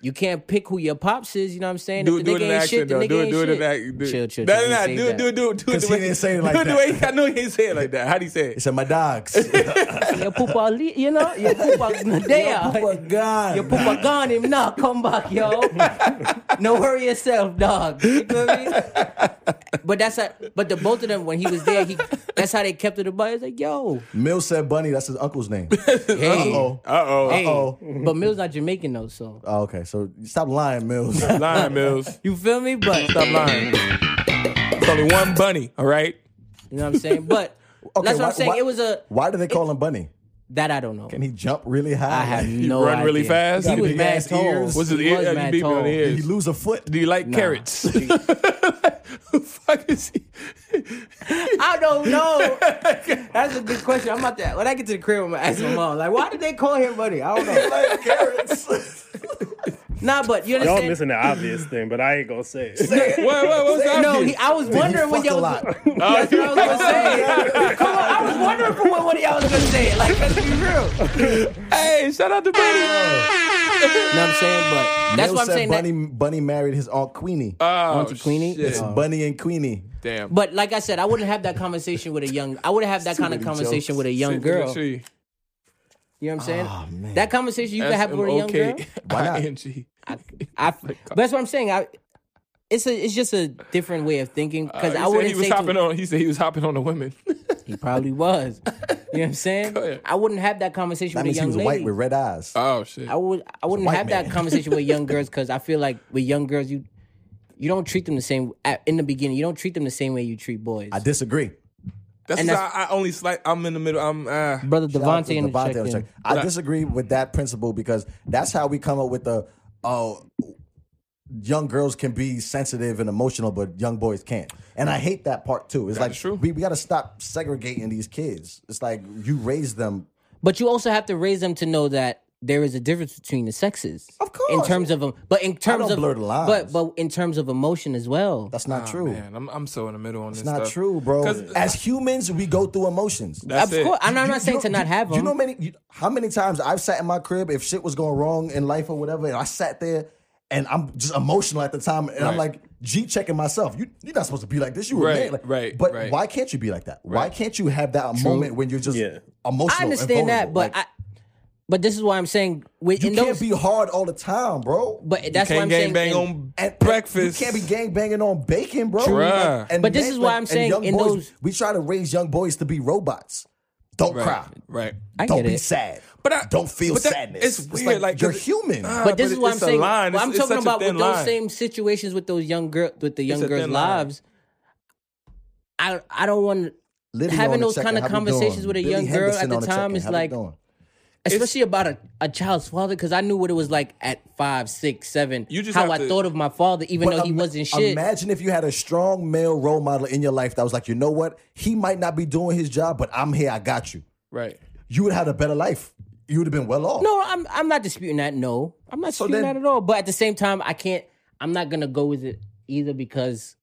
[SPEAKER 3] you can't pick who your pops is. You know what I'm saying?
[SPEAKER 2] Do
[SPEAKER 3] If
[SPEAKER 2] it,
[SPEAKER 3] the
[SPEAKER 2] do it
[SPEAKER 3] nigga
[SPEAKER 2] in
[SPEAKER 3] ain't
[SPEAKER 2] action
[SPEAKER 3] shit, the
[SPEAKER 2] though.
[SPEAKER 3] nigga
[SPEAKER 2] Do it,
[SPEAKER 3] ain't
[SPEAKER 2] do it
[SPEAKER 3] shit.
[SPEAKER 2] in action. Do-
[SPEAKER 3] Chill, chill,
[SPEAKER 2] Nah,
[SPEAKER 3] chill.
[SPEAKER 2] nah, nah.
[SPEAKER 3] He
[SPEAKER 2] Do
[SPEAKER 3] said
[SPEAKER 2] it, do it, do it, do it.
[SPEAKER 1] 'Cause
[SPEAKER 2] the
[SPEAKER 1] he
[SPEAKER 2] way-
[SPEAKER 1] didn't say it like
[SPEAKER 2] [LAUGHS] do The
[SPEAKER 1] that.
[SPEAKER 2] way he, I know he didn't say it like that. How do you say
[SPEAKER 1] He
[SPEAKER 2] it?
[SPEAKER 1] said, my
[SPEAKER 3] [LAUGHS]
[SPEAKER 1] dogs.
[SPEAKER 3] that. Your poopa, li- you know,
[SPEAKER 2] [LAUGHS]
[SPEAKER 3] your
[SPEAKER 1] [LAUGHS]
[SPEAKER 3] poopa there.
[SPEAKER 1] God.
[SPEAKER 3] Your [LAUGHS] poopa gone him now. Come
[SPEAKER 2] [LAUGHS]
[SPEAKER 3] back, yo. no worry yourself, dog. You feel me? But that's how, but the both of them when he was there, he that's how they kept it about. It's like, yo,
[SPEAKER 1] Mill said Bunny. That's his uncle's
[SPEAKER 3] [LAUGHS]
[SPEAKER 1] name.
[SPEAKER 3] hey,
[SPEAKER 1] Uh-oh.
[SPEAKER 2] Uh oh.
[SPEAKER 3] hey.
[SPEAKER 1] Uh-oh.
[SPEAKER 3] But Mill's not Jamaican though, so
[SPEAKER 1] Oh, okay, so stop lying, Mills.
[SPEAKER 2] Lying, Mills.
[SPEAKER 3] You feel me? But
[SPEAKER 2] Stop lying. It's only one bunny, all right?
[SPEAKER 3] you know what I'm saying. But
[SPEAKER 1] [LAUGHS] Okay,
[SPEAKER 3] that's what
[SPEAKER 1] why-
[SPEAKER 3] I'm saying.
[SPEAKER 1] why-
[SPEAKER 3] it was a
[SPEAKER 1] [LAUGHS] Why do they call him Bunny?
[SPEAKER 3] that I don't know.
[SPEAKER 1] Can he jump really high?
[SPEAKER 3] I have
[SPEAKER 1] Like,
[SPEAKER 3] no
[SPEAKER 2] run really
[SPEAKER 3] idea.
[SPEAKER 2] fast?
[SPEAKER 3] He
[SPEAKER 2] Got
[SPEAKER 3] was
[SPEAKER 1] big
[SPEAKER 3] mad
[SPEAKER 1] ass
[SPEAKER 3] tall.
[SPEAKER 1] ears?
[SPEAKER 2] What's his
[SPEAKER 3] he
[SPEAKER 2] ear?
[SPEAKER 3] was
[SPEAKER 2] you
[SPEAKER 3] mad
[SPEAKER 2] beat me on
[SPEAKER 3] tall.
[SPEAKER 2] the
[SPEAKER 1] Did he
[SPEAKER 2] ears.
[SPEAKER 1] lose a foot?
[SPEAKER 2] Do you like carrots? [LAUGHS] Who fuck is he?
[SPEAKER 3] I
[SPEAKER 1] [LAUGHS]
[SPEAKER 3] don't know. That's a good question. I'm about to when I get to the crib, I'm gonna ask my mom. Like, why did they call him buddy? I
[SPEAKER 1] [LAUGHS]
[SPEAKER 3] don't know.
[SPEAKER 1] like carrots.
[SPEAKER 3] Nah, but you
[SPEAKER 4] [LAUGHS] Y'all
[SPEAKER 3] understand.
[SPEAKER 4] missing the obvious thing, but I ain't gonna say it.
[SPEAKER 2] What, what, what's that?
[SPEAKER 3] no, he, I was wondering when
[SPEAKER 1] fuck a
[SPEAKER 3] y'all
[SPEAKER 1] lot?
[SPEAKER 3] was. [LAUGHS] That's what I
[SPEAKER 1] [LAUGHS]
[SPEAKER 3] was gonna say. Come on, I was wondering for when one of y'all was gonna say it. Like, let's be real.
[SPEAKER 2] hey, shout out to Bunny.
[SPEAKER 3] You know what I'm saying? But that's
[SPEAKER 1] Mill
[SPEAKER 3] what I'm
[SPEAKER 1] said
[SPEAKER 3] saying.
[SPEAKER 1] Bunny,
[SPEAKER 3] That,
[SPEAKER 1] Bunny married his aunt Queenie.
[SPEAKER 3] Uh,
[SPEAKER 2] Oh,
[SPEAKER 3] Auntie Queenie?
[SPEAKER 2] shit.
[SPEAKER 1] it's Bunny and Queenie.
[SPEAKER 2] Damn.
[SPEAKER 3] but like I said, I wouldn't have that conversation with a young. I would have that kind of
[SPEAKER 1] many
[SPEAKER 3] conversation
[SPEAKER 1] jokes.
[SPEAKER 3] with a young
[SPEAKER 2] Sit
[SPEAKER 3] girl.
[SPEAKER 2] in the tree.
[SPEAKER 3] You know what I'm saying?
[SPEAKER 1] Oh, man.
[SPEAKER 3] That conversation you can have with a young girl.
[SPEAKER 1] Why not?
[SPEAKER 2] S-M-O-K-I-N-G.
[SPEAKER 3] I, but that's what I'm saying. I, it's a, it's just a different way of thinking because
[SPEAKER 2] Uh, he
[SPEAKER 3] I
[SPEAKER 2] said
[SPEAKER 3] wouldn't
[SPEAKER 2] he was
[SPEAKER 3] say
[SPEAKER 2] hopping
[SPEAKER 3] to,
[SPEAKER 2] on. He said he was hopping on the
[SPEAKER 3] [LAUGHS]
[SPEAKER 2] women.
[SPEAKER 3] he
[SPEAKER 2] [LAUGHS]
[SPEAKER 3] probably was. You know what I'm saying?
[SPEAKER 2] ahead.
[SPEAKER 3] I wouldn't have that conversation
[SPEAKER 1] That
[SPEAKER 3] with
[SPEAKER 1] means
[SPEAKER 3] a
[SPEAKER 1] he
[SPEAKER 3] young
[SPEAKER 1] was
[SPEAKER 3] lady.
[SPEAKER 1] white with red eyes.
[SPEAKER 3] Uh,
[SPEAKER 2] Oh shit.
[SPEAKER 3] I would I wouldn't
[SPEAKER 1] white
[SPEAKER 3] have that
[SPEAKER 1] man. [LAUGHS]
[SPEAKER 3] conversation with young girls because I feel like with young girls you you don't treat them the same at, in the beginning. You don't treat them the same way you treat boys.
[SPEAKER 1] I disagree.
[SPEAKER 2] That's,
[SPEAKER 3] and
[SPEAKER 2] just how I, only slight. I'm in the middle. I'm. Uh,
[SPEAKER 3] Brother
[SPEAKER 1] Shout out to
[SPEAKER 3] Devontae and
[SPEAKER 1] Devontae
[SPEAKER 3] the
[SPEAKER 1] on the
[SPEAKER 3] check.
[SPEAKER 1] check. I disagree with that principle because that's how we come up with the oh young girls can be sensitive and emotional, but young boys can't. And I hate that part too. It's like
[SPEAKER 2] is true.
[SPEAKER 1] we, we gotta stop segregating these kids. It's like you raise them
[SPEAKER 3] But you also have to raise them to know that there is a difference between the sexes. Of
[SPEAKER 1] course.
[SPEAKER 3] In terms of um, but in terms
[SPEAKER 1] don't
[SPEAKER 3] of
[SPEAKER 1] blur the lines.
[SPEAKER 3] but but in terms of emotion as well.
[SPEAKER 1] that's not true.
[SPEAKER 2] man, I'm, I'm so in the middle on
[SPEAKER 1] It's
[SPEAKER 2] this.
[SPEAKER 1] not
[SPEAKER 2] stuff.
[SPEAKER 1] true, bro.
[SPEAKER 2] 'Cause-
[SPEAKER 1] As humans, we go through emotions.
[SPEAKER 2] That's
[SPEAKER 3] of
[SPEAKER 2] it.
[SPEAKER 3] course, I'm not, I'm not
[SPEAKER 1] You-
[SPEAKER 3] saying
[SPEAKER 1] you
[SPEAKER 3] to
[SPEAKER 1] know-
[SPEAKER 3] not have
[SPEAKER 1] you,
[SPEAKER 3] them.
[SPEAKER 1] You know many you, how many times I've sat in my crib if shit was going wrong in life or whatever, and I sat there and I'm just emotional at the time, and I'm
[SPEAKER 2] Right.
[SPEAKER 1] like G checking myself. You you're not supposed to be like this. You were
[SPEAKER 2] Right,
[SPEAKER 1] man. Like,
[SPEAKER 2] right,
[SPEAKER 1] But
[SPEAKER 2] right.
[SPEAKER 1] why can't you be like that? Why can't you have that moment when you're just
[SPEAKER 4] Yeah.
[SPEAKER 1] emotional?
[SPEAKER 3] I understand that, but I but this is why I'm saying with
[SPEAKER 1] you
[SPEAKER 3] in
[SPEAKER 1] can't
[SPEAKER 3] those
[SPEAKER 1] be hard all the time, bro.
[SPEAKER 3] but that's why
[SPEAKER 2] Can't
[SPEAKER 3] I'm
[SPEAKER 2] gang
[SPEAKER 3] saying
[SPEAKER 2] bang
[SPEAKER 3] in-
[SPEAKER 2] on
[SPEAKER 1] And-
[SPEAKER 2] breakfast.
[SPEAKER 1] You can't be gang banging on bacon, bro.
[SPEAKER 2] Bruh.
[SPEAKER 1] Like, and
[SPEAKER 3] But this
[SPEAKER 1] men-
[SPEAKER 3] is why
[SPEAKER 1] like,
[SPEAKER 3] I'm
[SPEAKER 1] and
[SPEAKER 3] saying
[SPEAKER 1] young
[SPEAKER 3] in
[SPEAKER 1] boys,
[SPEAKER 3] those-
[SPEAKER 1] we try to raise young boys to be robots. Don't cry.
[SPEAKER 2] Right.
[SPEAKER 3] I
[SPEAKER 1] Don't
[SPEAKER 3] get
[SPEAKER 1] be
[SPEAKER 3] it.
[SPEAKER 1] sad.
[SPEAKER 2] But I-
[SPEAKER 1] don't feel
[SPEAKER 2] but that-
[SPEAKER 1] sadness.
[SPEAKER 2] it's weird, like,
[SPEAKER 1] you're
[SPEAKER 2] 'cause it-
[SPEAKER 1] human.
[SPEAKER 2] Ah,
[SPEAKER 3] but this
[SPEAKER 2] but
[SPEAKER 3] is what
[SPEAKER 2] it's
[SPEAKER 3] I'm
[SPEAKER 2] a
[SPEAKER 3] saying.
[SPEAKER 2] line.
[SPEAKER 3] what
[SPEAKER 2] It's-
[SPEAKER 3] I'm
[SPEAKER 2] it's
[SPEAKER 3] talking
[SPEAKER 2] such a
[SPEAKER 3] about with
[SPEAKER 2] thin
[SPEAKER 3] those
[SPEAKER 2] line.
[SPEAKER 3] same situations with those young girl with the young
[SPEAKER 2] a
[SPEAKER 3] girls'
[SPEAKER 2] thin line.
[SPEAKER 3] lives. I I don't want
[SPEAKER 1] Living on
[SPEAKER 3] having
[SPEAKER 1] the
[SPEAKER 3] those
[SPEAKER 1] check-in,
[SPEAKER 3] kind
[SPEAKER 1] how
[SPEAKER 3] of
[SPEAKER 1] we doing?
[SPEAKER 3] conversations with a
[SPEAKER 1] Billy
[SPEAKER 3] young girl
[SPEAKER 1] Henderson
[SPEAKER 3] at the
[SPEAKER 1] on the
[SPEAKER 3] time
[SPEAKER 1] check-in,
[SPEAKER 3] is
[SPEAKER 1] how we
[SPEAKER 3] like
[SPEAKER 1] doing?
[SPEAKER 3] especially about a, a child's father because I knew what it was like at five, six, seven.
[SPEAKER 2] You just
[SPEAKER 3] how
[SPEAKER 2] have
[SPEAKER 3] I
[SPEAKER 2] to-
[SPEAKER 3] thought of my father, even though he
[SPEAKER 1] But
[SPEAKER 3] wasn't
[SPEAKER 1] ima-
[SPEAKER 3] shit.
[SPEAKER 1] Imagine if you had a strong male role model in your life that was like, you know what? He might not be doing his job, but I'm here. I got you.
[SPEAKER 2] Right.
[SPEAKER 1] You would have had a better life. You would have been well off.
[SPEAKER 3] no, I'm I'm not disputing that. No, I'm not
[SPEAKER 1] So
[SPEAKER 3] disputing
[SPEAKER 1] then-
[SPEAKER 3] that at all. But at the same time, I can't. I'm not gonna go with it either because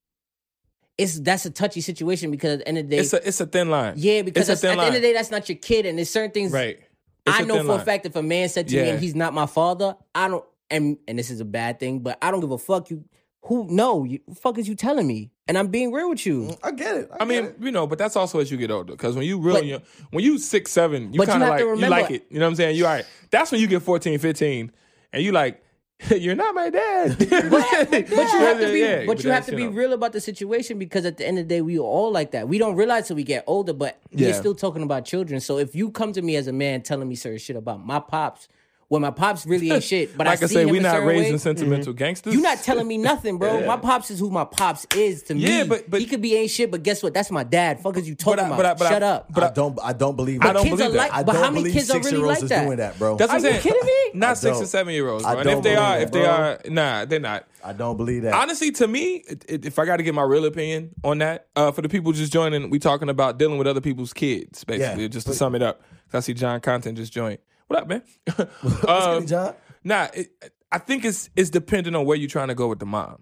[SPEAKER 3] it's that's a touchy situation. Because at the end of the day,
[SPEAKER 2] It's a it's a thin line.
[SPEAKER 3] yeah, because
[SPEAKER 2] it's
[SPEAKER 3] that's-
[SPEAKER 2] a
[SPEAKER 3] at
[SPEAKER 2] thin
[SPEAKER 3] the
[SPEAKER 2] line.
[SPEAKER 3] end of the day, that's not your kid, and there's certain things.
[SPEAKER 2] right. It's
[SPEAKER 3] I know
[SPEAKER 2] thin
[SPEAKER 3] for a
[SPEAKER 2] line.
[SPEAKER 3] fact if a man said to me
[SPEAKER 2] Yeah.
[SPEAKER 3] and he's not my father, I don't and and this is a bad thing, but I don't give a fuck you who no, you fuck is you telling me? And I'm being real with you.
[SPEAKER 1] I get it.
[SPEAKER 2] I
[SPEAKER 1] get
[SPEAKER 2] mean,
[SPEAKER 1] it.
[SPEAKER 2] you know, but that's also as you get older. Because when you really
[SPEAKER 3] But-
[SPEAKER 2] young, when you six, seven, you
[SPEAKER 3] But you
[SPEAKER 2] kind of
[SPEAKER 3] have
[SPEAKER 2] like
[SPEAKER 3] to
[SPEAKER 2] you
[SPEAKER 3] remember-
[SPEAKER 2] like it. You know what I'm saying? You all right. That's when you get 14, 15, and you like, [LAUGHS] you're not my
[SPEAKER 3] [LAUGHS]
[SPEAKER 2] dad. but, [LAUGHS]
[SPEAKER 3] But you have to be, but you have to be real about the situation because at the end of the day, we all like that. We don't realize till we get older, but
[SPEAKER 2] Yeah.
[SPEAKER 3] we're still talking about children. So if you come to me as a man telling me certain shit about my pops, well, my pops really ain't
[SPEAKER 2] [LAUGHS]
[SPEAKER 3] shit, but
[SPEAKER 2] Like
[SPEAKER 3] I
[SPEAKER 2] I
[SPEAKER 3] see
[SPEAKER 2] say,
[SPEAKER 3] him
[SPEAKER 2] we
[SPEAKER 3] a
[SPEAKER 2] not
[SPEAKER 3] certain
[SPEAKER 2] raising
[SPEAKER 3] way,
[SPEAKER 2] sentimental gangsters.
[SPEAKER 3] You're not telling me nothing, bro.
[SPEAKER 2] Yeah.
[SPEAKER 3] My pops is who my pops is to me.
[SPEAKER 2] Yeah, but- but-
[SPEAKER 3] he could be ain't shit, but guess what? That's my dad. Fuck is you
[SPEAKER 2] But
[SPEAKER 3] talking
[SPEAKER 2] I-
[SPEAKER 3] about?
[SPEAKER 2] but I- but I-
[SPEAKER 3] Shut up.
[SPEAKER 1] I don't. I don't believe.
[SPEAKER 2] I don't
[SPEAKER 3] kids
[SPEAKER 2] believe
[SPEAKER 3] are
[SPEAKER 2] that.
[SPEAKER 3] like,
[SPEAKER 1] I
[SPEAKER 3] but
[SPEAKER 1] don't
[SPEAKER 3] how many
[SPEAKER 1] believe
[SPEAKER 3] kids are really
[SPEAKER 1] six-year-olds
[SPEAKER 3] like
[SPEAKER 1] is
[SPEAKER 3] that?
[SPEAKER 1] doing that, bro.
[SPEAKER 2] That's what
[SPEAKER 3] Are
[SPEAKER 2] I'm saying.
[SPEAKER 3] you kidding me?
[SPEAKER 1] I
[SPEAKER 2] Not six
[SPEAKER 1] don't.
[SPEAKER 2] and seven year olds.
[SPEAKER 1] I
[SPEAKER 2] Bro. And if
[SPEAKER 1] don't
[SPEAKER 2] they
[SPEAKER 1] believe
[SPEAKER 2] are,
[SPEAKER 1] that,
[SPEAKER 2] if they
[SPEAKER 1] bro.
[SPEAKER 2] are, nah, they're not.
[SPEAKER 1] I don't believe that.
[SPEAKER 2] Honestly, to me, it- it- if I got to give my real opinion on that, uh, for the people just joining, we talking about dealing with other people's kids, basically.
[SPEAKER 1] Yeah.
[SPEAKER 2] Just to sum it up, 'Cause I see John Content just joined. What up, man? [LAUGHS]
[SPEAKER 1] [LAUGHS]
[SPEAKER 3] uh,
[SPEAKER 1] What's
[SPEAKER 2] Um,
[SPEAKER 1] good, John?
[SPEAKER 2] Nah, it, I think it's it's dependent on where you're trying to go with the mom.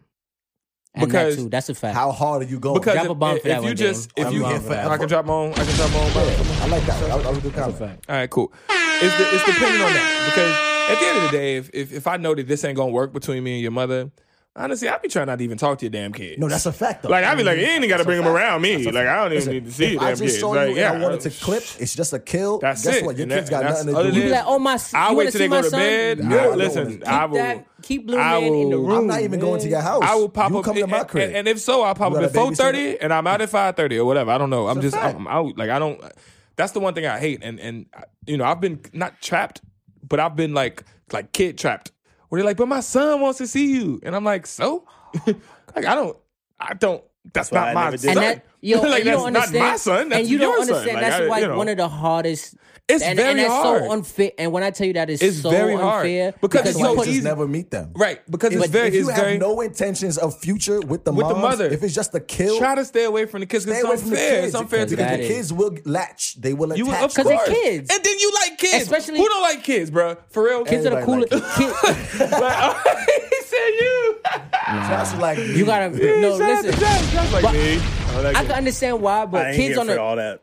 [SPEAKER 3] And
[SPEAKER 2] Because-
[SPEAKER 3] that too, that's a fact.
[SPEAKER 1] How hard are you going?
[SPEAKER 2] Because
[SPEAKER 3] Drop
[SPEAKER 2] if,
[SPEAKER 3] a bomb
[SPEAKER 2] if,
[SPEAKER 3] for that
[SPEAKER 2] if you
[SPEAKER 3] one,
[SPEAKER 2] just if
[SPEAKER 3] James.
[SPEAKER 1] I'm
[SPEAKER 2] you
[SPEAKER 1] wrong for that.
[SPEAKER 2] I can drop my own I can drop my own bomb.
[SPEAKER 1] I like that. I, I was good comment.
[SPEAKER 2] All right, cool. It's, the, it's depending on that because at the end of the day, if, if if I know that this ain't gonna work between me and your mother, honestly, I'd be trying not to even talk to your damn kid.
[SPEAKER 1] No, that's a fact. Though.
[SPEAKER 2] like I'd be like, you ain't got to bring him around me. Like I don't even need to see
[SPEAKER 1] If
[SPEAKER 2] your
[SPEAKER 1] I
[SPEAKER 2] damn
[SPEAKER 1] just
[SPEAKER 2] kid.
[SPEAKER 1] saw
[SPEAKER 2] Like
[SPEAKER 1] you
[SPEAKER 2] yeah,
[SPEAKER 1] and I wanted to clip. It's just a kill.
[SPEAKER 2] That's
[SPEAKER 1] Guess
[SPEAKER 2] it.
[SPEAKER 1] what? Your
[SPEAKER 2] And
[SPEAKER 1] kids
[SPEAKER 2] that-
[SPEAKER 1] got
[SPEAKER 2] that's-
[SPEAKER 1] nothing to
[SPEAKER 2] other
[SPEAKER 1] do with
[SPEAKER 2] than-
[SPEAKER 3] you be
[SPEAKER 1] it.
[SPEAKER 3] like, oh my, you
[SPEAKER 2] I
[SPEAKER 3] wanna
[SPEAKER 2] wait till
[SPEAKER 3] see
[SPEAKER 2] they
[SPEAKER 3] my
[SPEAKER 2] go to
[SPEAKER 3] son?
[SPEAKER 2] bed.
[SPEAKER 1] No, I
[SPEAKER 2] I,
[SPEAKER 1] don't wanna
[SPEAKER 2] listen,
[SPEAKER 1] see
[SPEAKER 2] I
[SPEAKER 3] Keep
[SPEAKER 2] will.
[SPEAKER 3] that- keep Blue
[SPEAKER 2] I
[SPEAKER 3] Man in the
[SPEAKER 2] will-
[SPEAKER 3] room.
[SPEAKER 1] I'm not even going to your house.
[SPEAKER 2] I will pop
[SPEAKER 1] you
[SPEAKER 2] up
[SPEAKER 1] come to
[SPEAKER 2] and-
[SPEAKER 1] my
[SPEAKER 2] and-
[SPEAKER 1] crib.
[SPEAKER 2] and, if so, I'll pop
[SPEAKER 1] You
[SPEAKER 2] up
[SPEAKER 1] got
[SPEAKER 2] at
[SPEAKER 1] a babysitter?
[SPEAKER 2] four thirty, and I'm out at five thirty or whatever. I don't know. I'm
[SPEAKER 1] It's a
[SPEAKER 2] just
[SPEAKER 1] fact.
[SPEAKER 2] I'm out. Like I don't. That's the one thing I hate, and and you know I've been not trapped, but I've been like like kid trapped. Where they're like, but my son wants to see you, and I'm like, so, [LAUGHS] like I don't, I don't. That's,
[SPEAKER 4] That's why
[SPEAKER 2] not
[SPEAKER 4] I
[SPEAKER 2] my
[SPEAKER 4] never did
[SPEAKER 2] son.
[SPEAKER 4] that.
[SPEAKER 3] and that
[SPEAKER 2] [LAUGHS]
[SPEAKER 3] yo,
[SPEAKER 2] like
[SPEAKER 3] and you
[SPEAKER 2] that's
[SPEAKER 3] don't
[SPEAKER 2] not
[SPEAKER 3] understand,
[SPEAKER 2] my son. That's
[SPEAKER 3] and you
[SPEAKER 2] your
[SPEAKER 3] don't
[SPEAKER 2] son.
[SPEAKER 3] understand.
[SPEAKER 2] Like,
[SPEAKER 3] that's
[SPEAKER 2] I-
[SPEAKER 3] like
[SPEAKER 2] you know.
[SPEAKER 3] one of the hardest.
[SPEAKER 2] It's
[SPEAKER 3] and,
[SPEAKER 2] very
[SPEAKER 3] and that's
[SPEAKER 2] hard.
[SPEAKER 3] so unfair. And when I tell you that, it's,
[SPEAKER 2] It's
[SPEAKER 3] so
[SPEAKER 2] very hard.
[SPEAKER 3] unfair
[SPEAKER 2] Because
[SPEAKER 1] That's
[SPEAKER 2] it's
[SPEAKER 1] why
[SPEAKER 2] so
[SPEAKER 1] you just
[SPEAKER 2] [LAUGHS] easy.
[SPEAKER 1] never meet them.
[SPEAKER 2] right because
[SPEAKER 1] If,
[SPEAKER 2] it's very
[SPEAKER 1] if you
[SPEAKER 2] it's
[SPEAKER 1] have
[SPEAKER 2] very
[SPEAKER 1] no intentions of future with the
[SPEAKER 2] With the
[SPEAKER 1] moms,
[SPEAKER 2] mother.
[SPEAKER 1] if it's just a kill,
[SPEAKER 2] try to stay away from the kids because
[SPEAKER 1] stay away
[SPEAKER 2] it's
[SPEAKER 1] from the
[SPEAKER 2] unfair.
[SPEAKER 1] kids.
[SPEAKER 2] It's unfair to the
[SPEAKER 1] because
[SPEAKER 3] That
[SPEAKER 1] the
[SPEAKER 3] is-
[SPEAKER 1] kids will latch. They will
[SPEAKER 2] You
[SPEAKER 1] attach.
[SPEAKER 2] of
[SPEAKER 3] Because they're
[SPEAKER 2] course,
[SPEAKER 3] kids.
[SPEAKER 2] and then you like kids.
[SPEAKER 3] Especially-
[SPEAKER 2] who don't like kids, bro? For real,
[SPEAKER 3] Kids are the
[SPEAKER 1] Everybody
[SPEAKER 3] coolest. kid-
[SPEAKER 2] [LAUGHS] like, he said you.
[SPEAKER 1] That's like
[SPEAKER 3] you gotta no
[SPEAKER 2] Shout out to
[SPEAKER 3] listen.
[SPEAKER 2] Josh. Josh like
[SPEAKER 3] But-
[SPEAKER 2] me. I like
[SPEAKER 3] I
[SPEAKER 2] it.
[SPEAKER 3] can understand why,
[SPEAKER 4] I
[SPEAKER 3] but
[SPEAKER 4] ain't
[SPEAKER 3] kids
[SPEAKER 4] here
[SPEAKER 3] on
[SPEAKER 4] for
[SPEAKER 3] a
[SPEAKER 4] all that.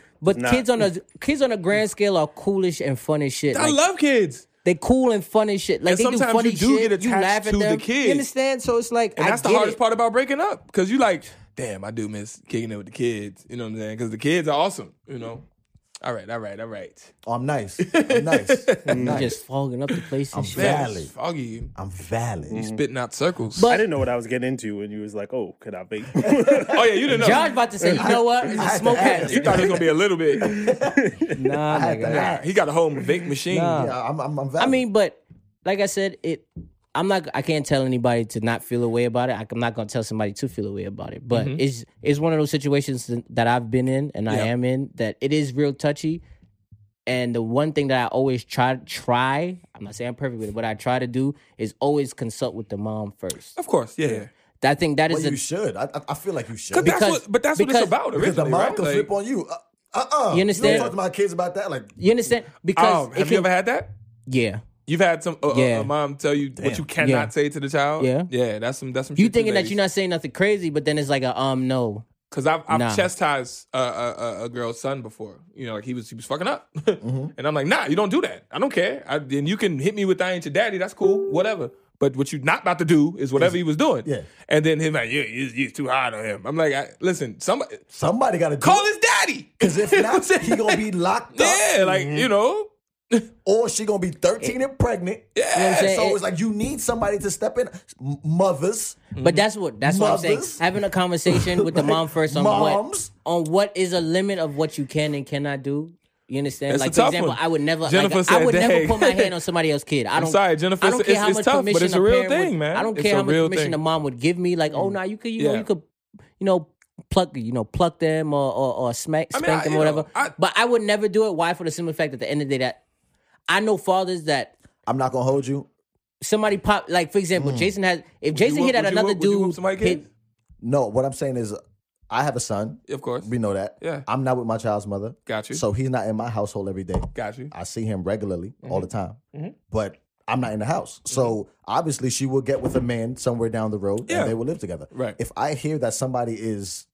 [SPEAKER 2] [LAUGHS]
[SPEAKER 3] but
[SPEAKER 4] Nah.
[SPEAKER 3] kids
[SPEAKER 4] [LAUGHS]
[SPEAKER 3] on a kids on a grand scale are coolish and fun as shit.
[SPEAKER 2] I
[SPEAKER 3] Like,
[SPEAKER 2] love kids.
[SPEAKER 3] they cool and fun and shit. Like
[SPEAKER 2] And
[SPEAKER 3] they do
[SPEAKER 2] sometimes
[SPEAKER 3] funny
[SPEAKER 2] you do
[SPEAKER 3] shit.
[SPEAKER 2] get
[SPEAKER 3] you
[SPEAKER 2] attached
[SPEAKER 3] laugh at
[SPEAKER 2] to the
[SPEAKER 3] them.
[SPEAKER 2] kids.
[SPEAKER 3] You understand? So it's like
[SPEAKER 2] And
[SPEAKER 3] I
[SPEAKER 2] that's the
[SPEAKER 3] get
[SPEAKER 2] hardest
[SPEAKER 3] it.
[SPEAKER 2] part about breaking up because you like, damn, I do miss kicking it with the kids. You know what I'm saying? Because the kids are awesome. You know. All right, all right, all right.
[SPEAKER 1] Oh, I'm nice. I'm nice. I'm
[SPEAKER 3] You
[SPEAKER 1] nice.
[SPEAKER 3] just fogging up the place and shit.
[SPEAKER 2] Oh, Man, it's
[SPEAKER 1] Valid.
[SPEAKER 2] Foggy,
[SPEAKER 1] I'm valid.
[SPEAKER 2] spitting out circles.
[SPEAKER 4] I
[SPEAKER 3] But-
[SPEAKER 4] didn't know what I was getting into when you was like, "Oh, could I [LAUGHS] be?"
[SPEAKER 2] oh yeah, you didn't know.
[SPEAKER 3] Josh about to say, you know
[SPEAKER 2] [LAUGHS]
[SPEAKER 3] what? It's a smoke hat.
[SPEAKER 2] you thought it was gonna be a
[SPEAKER 1] [LAUGHS]
[SPEAKER 2] little bit.
[SPEAKER 3] Nah,
[SPEAKER 1] I had to
[SPEAKER 3] nigga.
[SPEAKER 1] ask.
[SPEAKER 2] He got a whole vape machine.
[SPEAKER 3] Nah.
[SPEAKER 1] Yeah, I'm, I'm, I'm
[SPEAKER 3] I
[SPEAKER 1] valid.
[SPEAKER 3] mean, but like I said, it. I'm not. I can't tell anybody to not feel a way about it. I- I'm not gonna tell somebody to feel a way about it. But it's it's one of those situations that I've been in and I
[SPEAKER 2] Mm-hmm. Yeah.
[SPEAKER 3] am in that it is real touchy. And the one thing that I always try try. I'm not saying I'm perfect with it, but I try to do is always consult with the mom first.
[SPEAKER 2] Of course, yeah. yeah.
[SPEAKER 3] I think that is
[SPEAKER 1] well,
[SPEAKER 3] a
[SPEAKER 1] you should. I, I- I feel like you should.
[SPEAKER 2] But that's
[SPEAKER 3] Because-
[SPEAKER 2] what, but that's what
[SPEAKER 3] because-
[SPEAKER 2] it's about
[SPEAKER 1] Because the
[SPEAKER 2] originally,
[SPEAKER 1] mom
[SPEAKER 2] right?
[SPEAKER 1] can
[SPEAKER 2] Like,
[SPEAKER 1] flip on you. Uh uh. uh
[SPEAKER 3] You understand?
[SPEAKER 1] don't talk to my kids about that. Like,
[SPEAKER 3] you understand because
[SPEAKER 2] oh, have
[SPEAKER 3] it
[SPEAKER 2] you
[SPEAKER 3] can,
[SPEAKER 2] ever had that?
[SPEAKER 3] yeah.
[SPEAKER 2] You've had some uh,
[SPEAKER 3] Yeah.
[SPEAKER 2] a mom tell you what you cannot
[SPEAKER 3] Yeah.
[SPEAKER 2] say to the child.
[SPEAKER 3] Yeah.
[SPEAKER 2] yeah, that's some that's some.
[SPEAKER 3] You thinking that you're not saying nothing crazy, but then it's like a um no.
[SPEAKER 2] because I've, I've
[SPEAKER 3] Nah.
[SPEAKER 2] chastised a, a, a- a girl's son before. You know, like he was he was fucking up, [LAUGHS]
[SPEAKER 1] Mm-hmm.
[SPEAKER 2] and I'm like, nah, you don't do that. I don't care. I, and you can hit me with I ain't your daddy. That's cool, whatever. But what you're not about to do is whatever he was doing.
[SPEAKER 1] Yeah.
[SPEAKER 2] and then him like, yeah, you, you're too hard on him. I'm like, I, listen, somebody
[SPEAKER 1] somebody got to do
[SPEAKER 2] call his daddy.
[SPEAKER 1] Because if not, he gonna be locked up,
[SPEAKER 2] [LAUGHS] yeah, like you know,
[SPEAKER 1] or she gonna be thirteen and pregnant.
[SPEAKER 3] You know what I'm saying?
[SPEAKER 1] So it's like you need somebody to step in. M- Mothers,
[SPEAKER 3] But that's what that's what I'm saying.
[SPEAKER 1] Mothers.
[SPEAKER 3] Having a conversation
[SPEAKER 1] [LAUGHS]
[SPEAKER 3] with the mom first on
[SPEAKER 1] moms.
[SPEAKER 3] what on what is a limit of what you can and cannot do. You understand?
[SPEAKER 2] That's
[SPEAKER 3] like
[SPEAKER 2] a
[SPEAKER 3] for
[SPEAKER 2] tough
[SPEAKER 3] example,
[SPEAKER 2] one.
[SPEAKER 3] I would never
[SPEAKER 2] Jennifer
[SPEAKER 3] like, I
[SPEAKER 2] said,
[SPEAKER 3] would never
[SPEAKER 2] "Dang."
[SPEAKER 3] put my
[SPEAKER 2] [LAUGHS]
[SPEAKER 3] hand on somebody else's kid. I don't
[SPEAKER 2] sorry, Jennifer,
[SPEAKER 3] I don't
[SPEAKER 2] it's-
[SPEAKER 3] care
[SPEAKER 2] it's-
[SPEAKER 3] how
[SPEAKER 2] it's
[SPEAKER 3] much
[SPEAKER 2] tough, but
[SPEAKER 3] permission
[SPEAKER 2] it's a real
[SPEAKER 3] parent would-
[SPEAKER 2] thing, man.
[SPEAKER 3] I don't
[SPEAKER 2] It's
[SPEAKER 3] care
[SPEAKER 2] a
[SPEAKER 3] how much
[SPEAKER 2] real
[SPEAKER 3] permission
[SPEAKER 2] thing. Mm.
[SPEAKER 3] the mom would give me. Like, oh no, you could you know
[SPEAKER 2] Yeah.
[SPEAKER 3] you could you know pluck you know pluck them or or, or smack
[SPEAKER 2] mean,
[SPEAKER 3] spank
[SPEAKER 2] I-
[SPEAKER 3] them
[SPEAKER 2] you
[SPEAKER 3] or whatever.
[SPEAKER 2] know, I-
[SPEAKER 3] but I would never do it. Why? For the simple fact at the end of the day that I know fathers that
[SPEAKER 1] I'm not gonna hold you.
[SPEAKER 3] somebody pop like for
[SPEAKER 1] Mm.
[SPEAKER 3] example, Jason has if Jason
[SPEAKER 2] whoop-
[SPEAKER 3] hit at
[SPEAKER 2] would you
[SPEAKER 3] another
[SPEAKER 2] whoop- would you whoop
[SPEAKER 3] dude
[SPEAKER 2] somebody's
[SPEAKER 3] hit,
[SPEAKER 2] kid?
[SPEAKER 1] No, what I'm saying is, I have a son.
[SPEAKER 2] of course,
[SPEAKER 1] We know that.
[SPEAKER 2] Yeah.
[SPEAKER 1] I'm not with my child's mother.
[SPEAKER 2] Got you.
[SPEAKER 1] So he's not in my household every day.
[SPEAKER 2] got you.
[SPEAKER 1] I see him regularly all the
[SPEAKER 2] Mm-hmm.
[SPEAKER 1] time, but I'm not in the house. So obviously, she will get with a man somewhere down the road,
[SPEAKER 2] Yeah.
[SPEAKER 1] and they will live together.
[SPEAKER 2] Right.
[SPEAKER 1] If I hear that somebody is